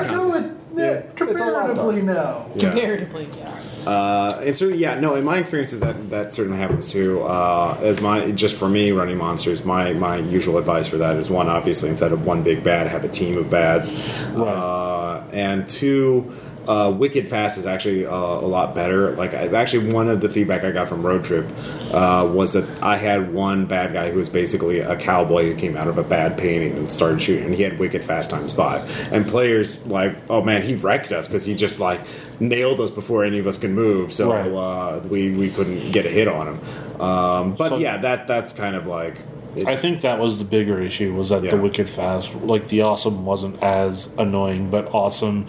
F: No, it, comparatively, no.
A: Yeah.
G: Comparatively, yeah.
A: Uh, and so, yeah, no. In my experiences, that that certainly happens too. Uh, as my just for me running monsters, my my usual advice for that is one, obviously, instead of one big bad, have a team of bads, uh, and two. Uh, Wicked Fast is actually uh, a lot better. Like, I, actually, one of the feedback I got from Road Trip uh, was that I had one bad guy who was basically a cowboy who came out of a bad painting and started shooting. And he had Wicked Fast times five. And players like, oh man, he wrecked us because he just like nailed us before any of us could move. So
J: Right.
A: uh, we we couldn't get a hit on him. Um, but
J: So-
A: yeah, that that's kind of like. It,
J: I think that was the bigger issue was that
A: Yeah.
J: the wicked fast, like the awesome, wasn't as annoying, but awesome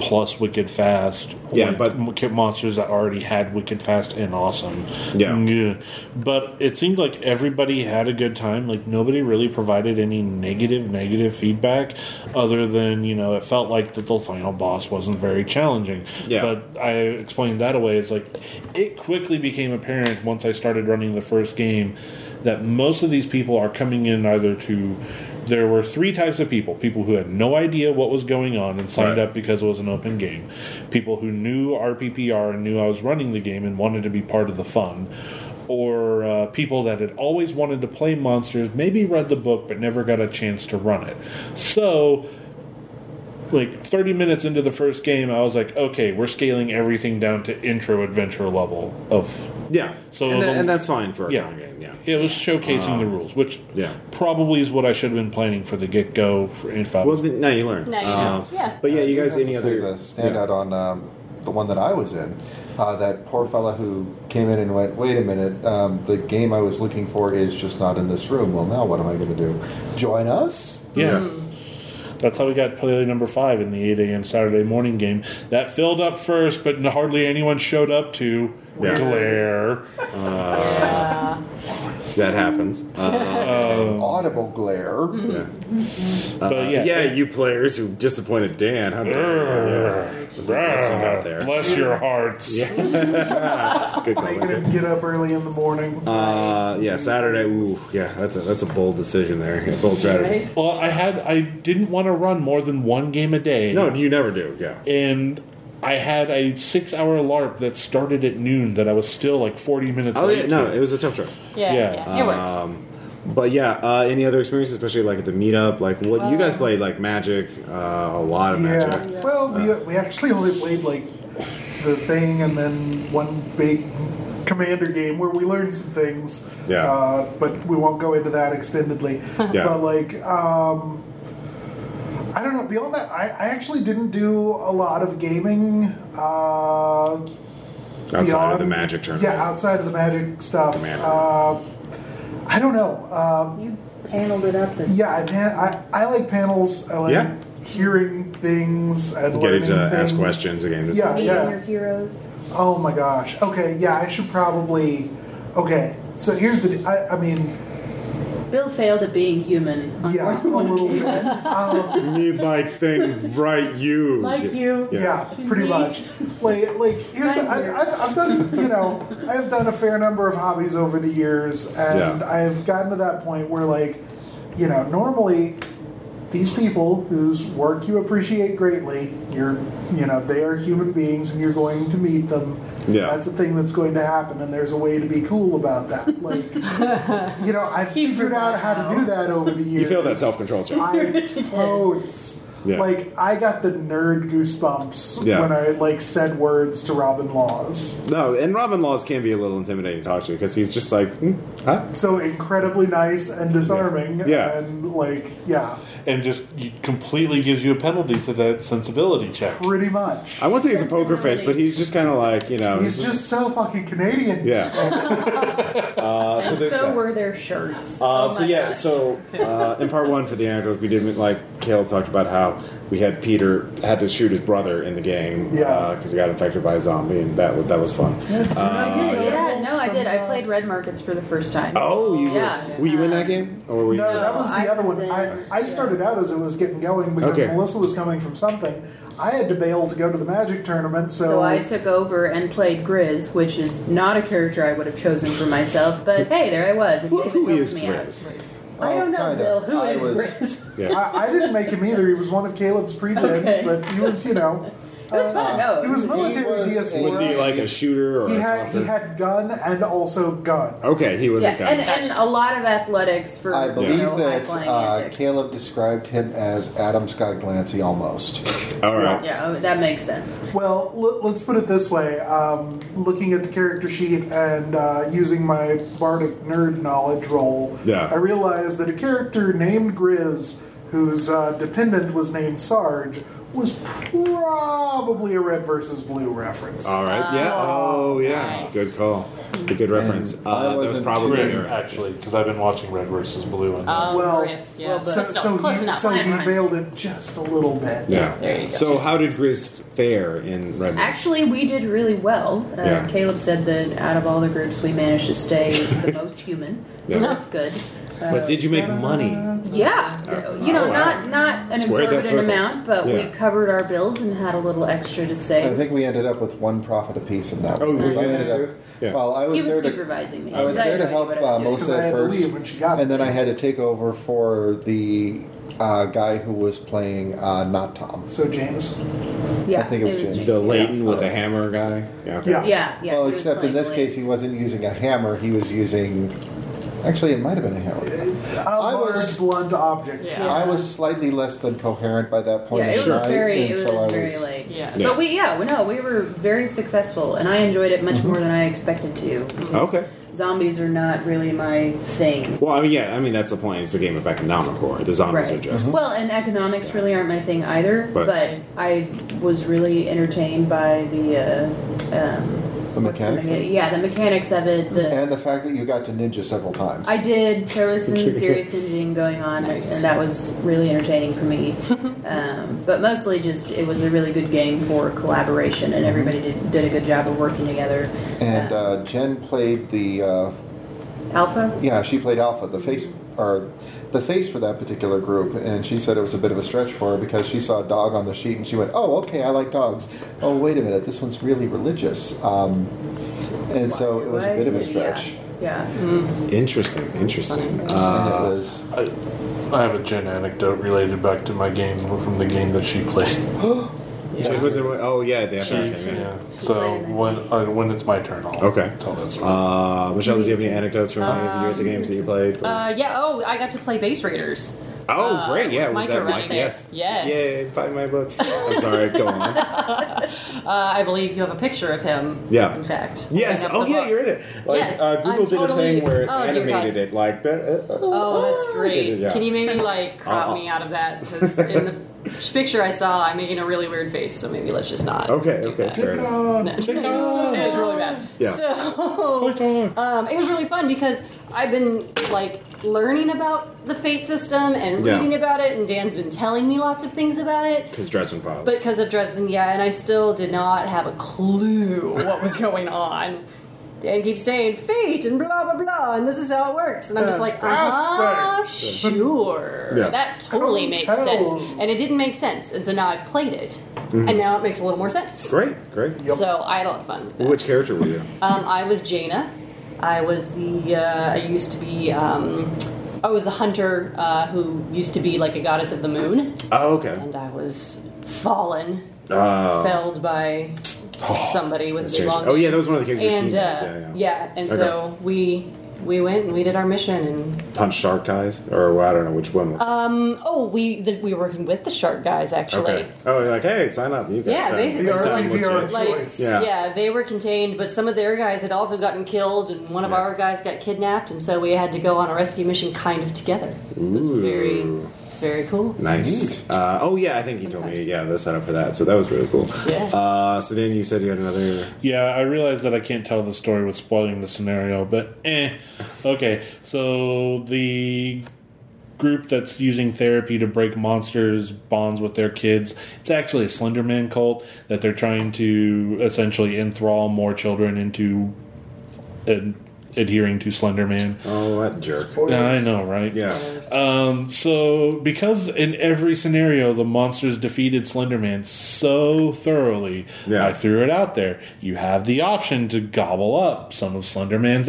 J: plus wicked fast.
A: Yeah,
J: with
A: but-
J: m- monsters that already had wicked fast and awesome.
A: Yeah.
J: Yeah. but it seemed like everybody had a good time. Like nobody really provided any negative negative feedback, other than you know it felt like that the final boss wasn't very challenging.
A: Yeah.
J: but I explained that away. It's like it quickly became apparent once I started running the first game that most of these people are coming in either to there were three types of people people who had no idea what was going on and signed
A: Right.
J: up because it was an open game people who knew rppr and knew i was running the game and wanted to be part of the fun or uh, people that had always wanted to play monsters maybe read the book but never got a chance to run it so like 30 minutes into the first game i was like okay we're scaling everything down to intro adventure level of
A: yeah, so
J: So it
A: and,
J: was
A: that-
J: a-
A: and that's fine for a
J: Yeah.
A: kind of game. Yeah, Um,
J: it was showcasing the rules, which
A: Yeah.
J: probably is what I should have been planning for the get go. If I
A: Well, th- now you learn.
G: Now you
A: Uh,
G: know. Yeah.
A: But yeah, you
H: I
A: guys,
H: have to
A: any
H: say
A: other
H: the standout on um, the one that I was in? Uh, that poor fella who came in and went, "Wait a minute, um, the game I was looking for is just not in this room." Well, now what am I going to do? Join us?
J: yeah. That's how we got play number five in the 8 a.m. Saturday morning game. That filled up first, but n- hardly anyone showed up to.
A: Yeah. Uh,
J: Glare.
A: that happens. Uh,
H: Audible glare.
A: yeah.
J: Um, But yeah.
A: Uh, yeah, you players who disappointed Dan. How dare you.
J: Grr.
A: Bless you out there.
J: Grr. Bless your hearts.
A: Good call.
F: Making him get up early in the morning.
A: Uh, yeah, Saturday. Ooh, yeah, that's a that's a bold decision there. A bold strategy.
J: Well, I had I didn't want to run more than one game a day.
A: No, you never do. Yeah.
J: and I had a six-hour LARP that started at noon that I was still like 40 minutes
A: Oh
J: late.
A: yeah, no,
J: to.
A: it was a tough choice.
G: Yeah,
J: Yeah.
G: yeah. It works.
A: Um, But yeah, uh, any other experience, especially like at the meetup, like what you guys played, like Magic, uh, a lot of
F: yeah.
A: Magic.
F: Well, we, uh, we actually only played like the thing and then one big commander game where we learned some things.
A: Yeah.
F: Uh, but we won't go into that extendedly.
A: Yeah.
F: But like, um, I don't know. Beyond that, I, I actually didn't do a lot of gaming. Uh,
A: Outside of the
F: beyond-
A: Magic tournament.
F: Yeah, outside of the magic stuff.
A: Commander.
F: Uh, I don't know. Uh,
I: You paneled it up. As,
F: yeah, I, pan- I I like panels. I like
A: Yeah.
F: hearing things and
A: Getting
F: learning
A: to ask
F: things.
A: questions again. just-
F: Yeah,
I: Meeting your
F: yeah.
I: heroes.
F: Oh my gosh. Okay, yeah. I should probably. Okay, so here's the. I, I mean,
I: Bill failed at being human. on
F: yeah,
I: more
F: a
I: than one
F: little bit.
I: occasion.
F: Um,
A: Need like thing right you.
I: Like you.
F: yeah. pretty much. Like, like here's the. I, I've, I've done. You know, I've done a fair number of hobbies over the years, and
A: Yeah.
F: I've gotten to that point where like. you know, normally these people whose work you appreciate greatly, you're, you know, they are human beings and you're going to meet them.
A: Yeah.
F: That's a thing that's going to happen, and there's a way to be cool about that. Like, you know, I've figured out how to do that over the years.
A: You failed that self-control check.
F: I totes.
A: Yeah.
F: Like I got the nerd goosebumps
A: Yeah.
F: when I like said words to Robin Laws.
A: No, and Robin Laws can be a little intimidating to talk to because he's just like, "Hmm, huh?
F: So incredibly nice and disarming.
A: Yeah.
F: And like, yeah,
J: and just you- completely gives you a penalty to that sensibility check.
F: pretty much.
A: I won't say he's a poker face, but he's just kind of like, you know,
F: He's just so fucking Canadian.
A: yeah. uh, so there's that.
I: were their shirts.
A: Uh, so yeah, so uh, in part one for the anecdote, we didn't like Kale talked about how we had Peter had to shoot his brother in the game because
F: Yeah.
A: he got infected by a zombie, and that was that was fun.
I: Oh, I did.
A: Uh,
I: yeah. no, I did. I played Red Markets for the first time.
A: Oh, you
I: Yeah.
A: were, were you in that game, or were you?
F: No, that was the
I: I
F: other one.
I: was in-
F: I, I started out as it was getting going because
A: Okay.
F: Melissa was coming from something. I had to bail to go to the magic tournament, so,
I: So I took over and played Grizz, which is not a character I would have chosen for myself, but hey, there I was. and
A: Who-
I: David
A: who
I: helped
A: is
I: me out.
A: Grizz?
I: I don't know,
H: Kinda.
I: Bill. Who
H: I
I: is
H: was-
I: Grizz?
A: Yeah.
F: I, I didn't make him either. He was one of Caleb's pre-gens,
I: Okay.
F: but he was, you know, uh,
I: It was fun. No,
F: he was military
H: was
F: PS4.
A: Was he like a shooter or
F: He
A: a
F: had he
A: talker?
F: had gun and also gun.
A: Okay, he was
I: yeah,
A: a guy.
I: and, and a lot of athletics for
H: I
I: you
H: believe
I: know,
H: that
I: high-flying
H: uh,
I: antics.
H: Caleb described him as Adam Scott Glancy almost.
A: All right.
I: Yeah, oh, that makes sense.
F: Well, l- let's put it this way: um, looking at the character sheet and uh, using my bardic nerd knowledge roll,
A: Yeah.
F: I realized that a character named Grizz, whose uh, dependent was named Sarge, was probably a red versus blue reference.
A: All right. Yeah. Oh, yeah.
G: nice.
A: Good call. A good reference.
H: And I
A: Uh, that was
H: wasn't
A: probably
J: Riff,
A: your-
J: actually, because I've been watching Red versus Blue. And
G: Um,
F: Well,
G: riff, yeah.
I: well, but-
F: so,
G: But still,
F: so
G: close
F: you,
G: enough.
F: so
G: Fine,
F: you
G: fine.
F: veiled it just a little bit.
A: Yeah.
G: There you go.
A: So how did Grizz fare in Red? Moon?
I: Actually, we did really well. Uh,
A: Yeah.
I: Caleb said that out of all the groups, we managed to stay the most human. So
A: Yeah.
I: that's good. Uh,
A: But did you make money?
I: yeah, you know,
A: Oh, wow.
I: not not an
A: Squared that
I: exorbitant
A: circle.
I: amount, but
A: Yeah.
I: we covered our bills and had a little extra to
H: I
I: save.
H: think we ended up with one profit apiece in that.
A: Oh,
H: one,
A: were
H: because
A: you
H: I
A: in
H: ended
A: that
H: up-
A: too? Yeah.
H: Well, I was
I: he was
H: there to
I: supervising me.
H: I was
I: so
H: there to
I: knew
H: help
I: what I was
H: uh,
I: doing.
H: Melissa
F: 'Cause I
H: at
F: had to
H: first,
F: leave when she got
H: and then
F: there.
H: I had to take over for the uh, guy who was playing uh, not Tom.
F: So James,
I: Yeah,
H: I think it was James.
A: The Leighton with a hammer guy. Yeah. okay.
F: yeah,
I: Yeah, yeah.
H: well,
I: he was
H: except in
I: playing
H: this
I: Blade.
H: case, he wasn't using a hammer. He was using. Actually, it might have been a hammer.
F: a
H: I
F: large
H: was-
F: blunt object.
G: Yeah.
H: I was slightly less than coherent by that point.
I: Yeah, it
H: in
I: was
H: time,
I: very,
H: and
I: it was
H: so I
I: very
H: was-
I: late.
G: Yeah.
A: Yeah.
I: But we, yeah, we- no, we were very successful, and I enjoyed it
H: Mm-hmm.
I: much more than I expected to. because
A: Okay.
I: Zombies are not really my thing.
A: Well, I mean, yeah. I mean, that's the point. It's a game of economic horror. The zombies are
I: Right.
H: Mm-hmm.
G: Mm-hmm.
A: just.
I: Well, and economics really aren't my thing either.
A: Right.
I: But I was really entertained by the uh, um,
H: The mechanics.
I: the mecha- yeah, the mechanics of it. The
H: And the fact that you got to ninja several times.
I: I did. There was some serious ninjing going on, and that was really entertaining for me. um, but mostly, just it was a really good game for collaboration, and everybody did, did a good job of working together.
H: and
I: Uh,
H: uh, Jen played the. Uh,
I: Alpha.
H: yeah, she played Alpha, the face or the face for that particular group, and she said it was a bit of a stretch for her because she saw a dog on the sheet and she went, "Oh, okay, I like dogs. Oh, wait a minute, this one's really religious." Um, and so it was a bit of a stretch.
I: Yeah.
A: Hmm. Interesting. Interesting.
H: And it
A: Uh,
H: was
J: I, I have a Jen anecdote related back to my game from the game that she played.
A: Jake was in- oh yeah, the
J: She-
A: Avatar game, yeah.
J: yeah. So when uh, when it's my turn, I'll
A: Okay.
J: tell that story.
A: Uh, Michelle, did you have any anecdotes from any of you at the games that you played?
G: Um, Uh, yeah. Oh, I got to play Base Raiders.
A: oh,
G: uh,
A: great! Yeah, was
G: micro
A: that Mike?
G: running.
A: Yes.
G: Yes.
A: Yay! Find my book. I'm sorry. Go on.
G: Uh, I believe you have a picture of him.
A: Yeah.
G: In fact.
A: Yes.
G: holding
A: Oh
G: up the
A: yeah,
G: book.
A: you're in it. Like
G: Yes,
A: uh, Google
G: I'm
A: did
G: totally-
A: a thing where it
G: Oh, dear God.
A: animated it like that. uh, uh,
G: Oh, that's
A: did
G: great.
A: it, yeah.
G: Can you maybe like crop
A: Uh-uh.
G: me out of that? Because in the picture I saw, I'm making a really weird face, so maybe let's just not.
A: Okay.
G: do
A: Okay.
G: that.
A: Fair enough.
G: No. it was really bad.
A: Yeah.
G: So um, it was really fun because I've been like learning about the fate system and
A: Yeah.
G: reading about it, and Dan's been telling me lots of things about it.
A: Because Dresden Files.
G: But because of Dresden, yeah, and I still did not have a clue what was going on. Dan keeps saying fate and blah blah blah, and this is how it works, and I'm just like, ah,
J: Aspects.
G: sure,
A: Yeah.
G: that totally makes sense,
F: Compels.
G: and it didn't make sense, and so now I've played it, and now it makes a little more sense.
A: Mm-hmm. great, great.
G: So I had a lot of fun. With that.
A: Which character were you?
G: Um, I was Jaina. I was the. Uh, I used to be um, I was the hunter uh, who used to be like a goddess of the moon,
A: Oh, okay.
G: and I was fallen,
A: Uh,
G: felled by somebody with a
A: Oh, that's
G: big
A: changed.
G: long.
A: Oh, yeah, that was one of the characters
G: And
A: he
G: uh,
A: made.
G: yeah,
A: Yeah, yeah.
G: and
A: Okay.
G: so we we went and we did our mission and
A: Punch shark guys, or well, I don't know which one was.
G: um oh we the, we were working with the shark guys actually.
A: okay. Oh, you're like, hey, sign up. You guys
G: Yeah,
A: sound-
G: basically,
A: sound
G: so like,
A: legit.
G: like yeah.
A: Yeah.
G: they were contained, but some of their guys had also gotten killed, and one of our guys got kidnapped, and so we had to go on a rescue mission kind of together. It's
A: Ooh.
G: very, it's very cool.
A: Nice. Uh, oh yeah, I think he told me. Yeah, the setup for that. So that was really cool.
G: Yeah.
A: Uh, so then you said you had another.
J: Yeah, I realize that I can't tell the story with spoiling the scenario, but eh. Okay, so the group that's using therapy to break monsters bonds with their kids. It's actually a Slenderman cult that they're trying to essentially enthrall more children into ad- adhering to Slenderman.
A: Oh, that jerk!
J: I know, right?
A: Yeah.
J: Um, so, because in every scenario the monsters defeated Slenderman so thoroughly, I threw it out there. You have the option to gobble up some of Slenderman's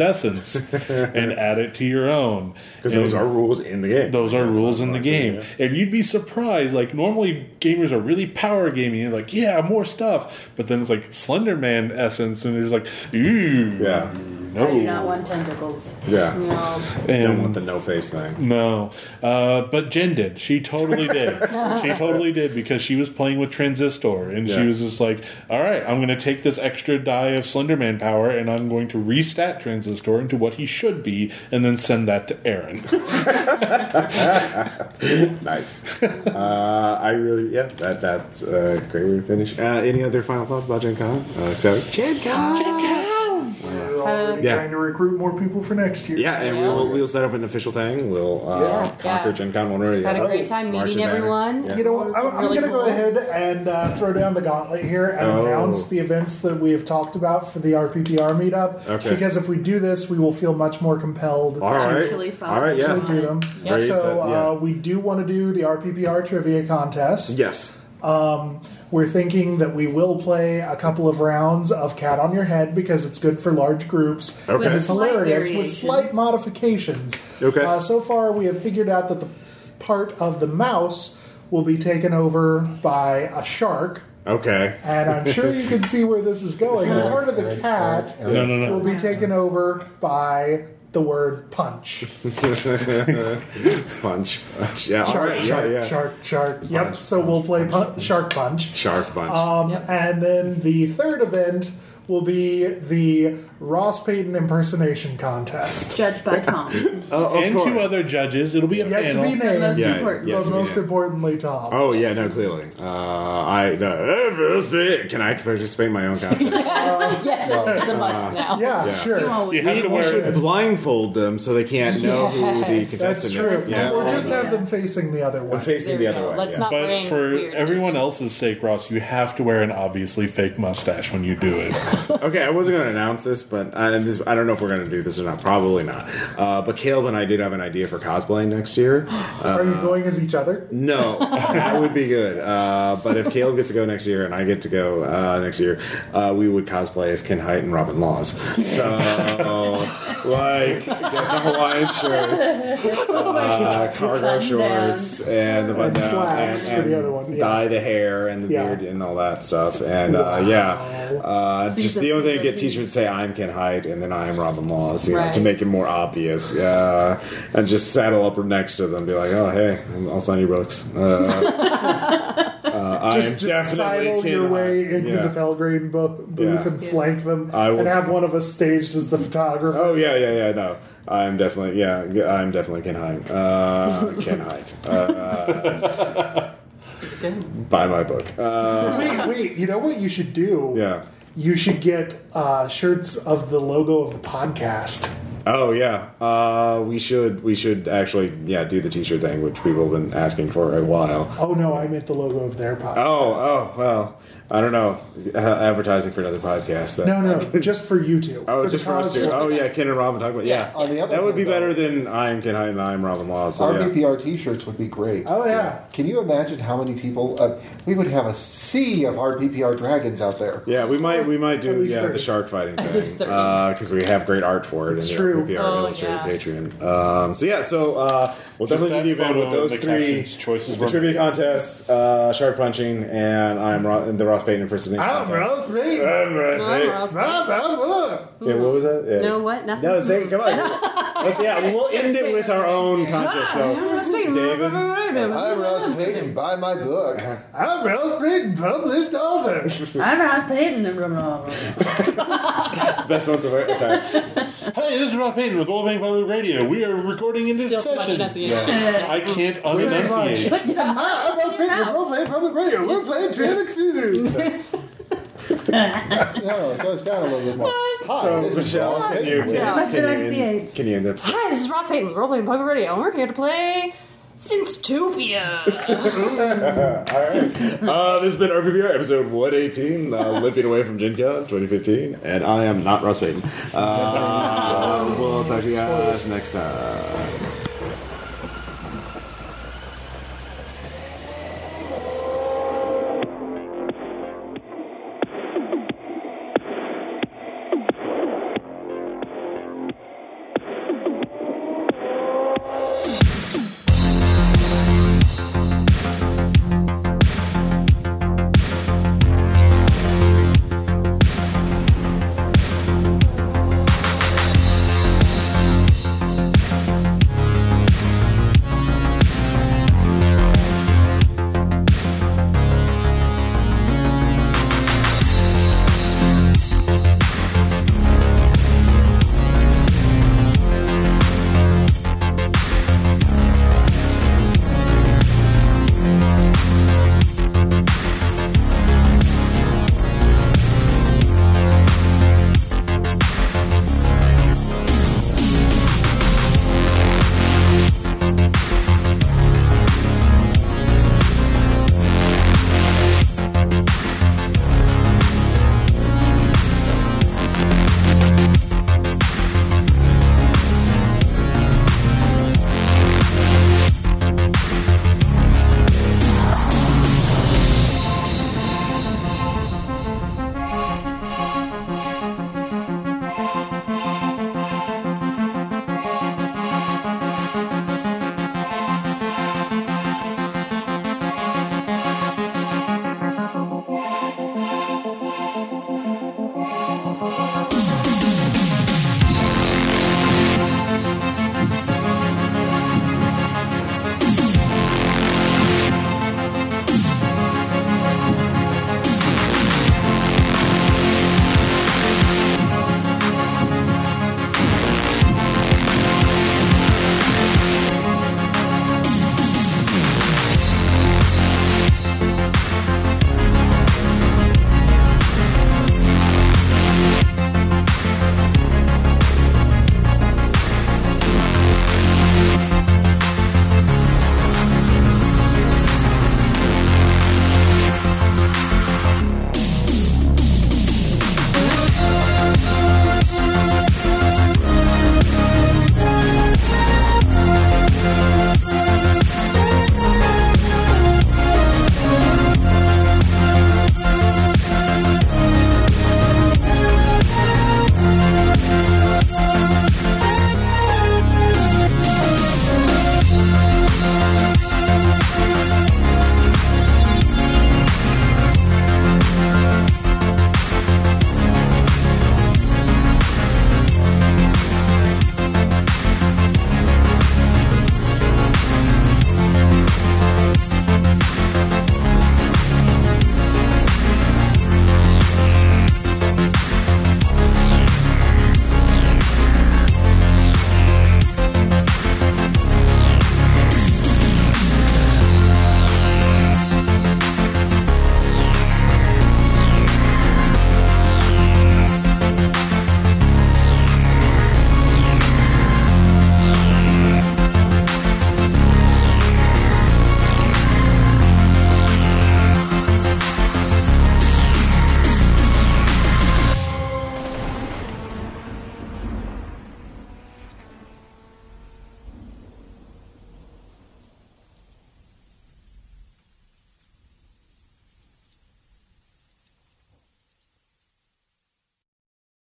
J: essence and add it to your own.
A: 'Cause those
J: And
A: are rules in the game.
J: Those are rules in the game. And you'd be surprised. Like, normally gamers are really power gaming. and like, yeah, more stuff. But then it's like Slenderman essence, and there's like, ooh.
A: Yeah.
J: No.
I: I do not want tentacles.
A: Yeah.
I: No.
A: Don't want the no face thing.
J: No, uh, but Jen did. She totally did. she totally did because she was playing with transistor, and
A: Yeah.
J: she was just like, "All right, I'm going to take this extra die of Slenderman power, and I'm going to restat transistor into what he should be, and then send that to Aaron."
A: nice. Uh, I really, yeah, that that's a great way to finish. Uh, any other final thoughts about Gen Con? Uh, Terry?
F: Chad Cow. We're already
A: Yeah.
F: trying to recruit more people for next year.
A: Yeah, and we'll, we'll set up an official thing. We'll uh,
F: Yeah.
A: conquer
G: Yeah.
A: Gen Con one way or the
G: Had a
A: other.
G: great time
A: March
G: meeting
A: it down.
G: everyone.
A: Yeah.
F: You know what?
G: It was
F: I'm, I'm
G: really
F: going to
G: cool.
F: go ahead and uh, throw down the gauntlet here and
A: Oh.
F: announce the events that we have talked about for the RPPR meetup.
A: Okay.
F: Because if we do this, we will feel much more compelled
A: All right.
F: to
A: Potentially follow All right, yeah.
F: actually do them.
A: Yeah. Raise
F: So
A: that- yeah.
F: uh, we do want to do the RPPR trivia contest.
A: Yes.
F: Um, we're thinking that we will play a couple of rounds of Cat on Your Head because it's good for large groups.
A: Okay.
F: And
A: With
F: it's
A: slight
F: hilarious with
A: variations.
F: slight modifications.
A: Okay.
F: Uh, so far, we have figured out that the part of the mouse will be taken over by a shark.
A: Okay.
F: And I'm sure you can see where this is going.
A: Yes.
F: Part of the cat
A: No, no, no.
F: will be taken over by the word punch.
A: punch, punch. Yeah, all
F: shark,
A: right.
F: shark,
A: yeah, yeah.
F: shark, shark. Yep. so we'll play pun- shark punch.
A: Shark punch.
F: Um, And then the third event will be the Ross Payton impersonation contest.
I: Judged by Tom.
F: Uh,
J: and two other judges. It'll be a
F: Yet to
J: panel.
F: be named,
A: Most Yeah, important. yet
F: but
A: to be
F: most
A: named.
F: importantly, Tom.
A: Oh yeah, no, clearly. Uh, I no. Can I participate in my own contest?
G: yes, it's a must now.
F: Yeah,
A: uh, Yeah.
F: sure.
A: We, we should blindfold them so they can't know who the
F: Yes.
A: contestant
F: That's
A: is.
F: true.
A: Yeah.
F: Or just have them facing the other way.
A: Facing the other way. yeah.
J: but for everyone else's sake, Ross, you have to wear an obviously fake mustache when you do it.
A: okay, I wasn't going to announce this, but I, this, I don't know if we're going to do this or not. Probably not. Uh, but Caleb and I did have an idea for cosplaying next year.
F: Are you
A: Uh,
F: going as each other?
A: No, that would be good. Uh, but if Caleb gets to go next year and I get to go uh, next year, uh, we would cosplay as Ken Height and Robin Laws. So, like, get the
G: Oh
A: Hawaiian shirts, uh, cargo shorts, and the button
F: And
A: down, and,
F: slacks for the other one, yeah.
A: dye the hair and the
F: Yeah.
A: beard and all that stuff. And uh, yeah, uh,
F: Please
A: just
F: don't
A: the only thing
F: do
A: I
F: that,
A: get T-shirts say I'm Ken Height and then I'm Robin Laws, you know, to
G: Right.
A: make it more obvious. Uh, and just saddle up next to them, be like, oh hey, I'll sign your books. Uh, uh,
F: just
A: I'm
F: just sidle
A: definitely
F: your
A: Ken Height.
F: way into
A: Yeah.
F: the Pelgrane bo- booth
A: Yeah.
F: and flank them,
A: I will-
F: and have one of us staged as the photographer.
A: Oh yeah, yeah, yeah. No, I'm definitely yeah. I'm definitely Ken Height. Uh, Ken Height. Uh, buy my book. Uh,
F: wait, wait. You know what you should do?
A: Yeah.
F: You should get uh, shirts of the logo of the podcast.
A: Oh yeah, uh, we should we should actually yeah do the T-shirt thing, which people have been asking for a while.
F: Oh no, I meant the logo of their podcast.
A: Oh, oh, well. I don't know. Uh, advertising for another podcast. That,
F: No, no, just for you two.
A: Uh, Oh,
F: For
A: just
F: the
A: for us
F: cause-
A: two. Oh, yeah, Ken and Robin talk about yeah.
H: On the other
A: that would
H: hand,
A: be
H: though-
A: better than I am Ken Hyde and I am Robin Law. So yeah.
H: RBPR T-shirts would be great.
F: Oh yeah.
H: Can you imagine how many people uh, we would have a sea of RBPR dragons out there?
A: Yeah, we might we might do
H: least
A: yeah
H: thirty.
A: the shark fighting
H: At
A: thing
H: least thirty.
A: because we have great art for it.
H: It's
A: in
H: true.
A: The PR
H: Oh,
A: Illustrated
H: yeah.
A: Patreon. Um, so yeah, so uh, we'll
L: Just
A: definitely
L: that
A: do the event
L: photo
A: with those
L: and the
A: three
L: captions choices
A: The
L: were-
A: trivia contests, uh, shark punching, and I'm Ro- the Ross Payton impersonation.
F: I'm
A: contest.
F: Ross Payton.
A: I'm Ross
G: I'm
A: Payton.
G: Ross
F: Blah, blah, blah.
A: Yeah, what was that? Yeah.
G: No, what? Nothing.
A: No, say come on. Let's- yeah, we'll end it with our own contest.
G: I'm Ross
A: So,
G: Payton.
A: David,
H: I'm Ross Payton. Buy my book.
F: I'm Ross Payton, published author.
I: I'm Ross Payton. and blah, blah, blah.
A: best ones of our sorry.
L: Hey, this is Rob Payton with World Bank Public Radio. We are recording in this
G: Still too much
L: session.
G: enunciation.
L: Yeah. I can't
F: Pretty
L: unenunciate.
F: much. I'm Ross Payton, role playing public radio. We're playing Trail of Cthulhu.
H: No, it goes down a little bit more. Hi,
A: So,
H: this is
A: Michelle,
H: Ross
A: can
H: Payton.
A: you, can,
G: Yeah.
A: you-
G: Much
A: can you,
G: enunciate.
A: end- can you end up?
G: Hi, this is Ross Payton, Role Playing Public Radio, and we're here to play Synstopia.
A: Uh, this has been RPBR episode 118, uh, Limping Away from Gen Con 2015, and I am not Russ Payton. Uh, we'll talk to you guys next time.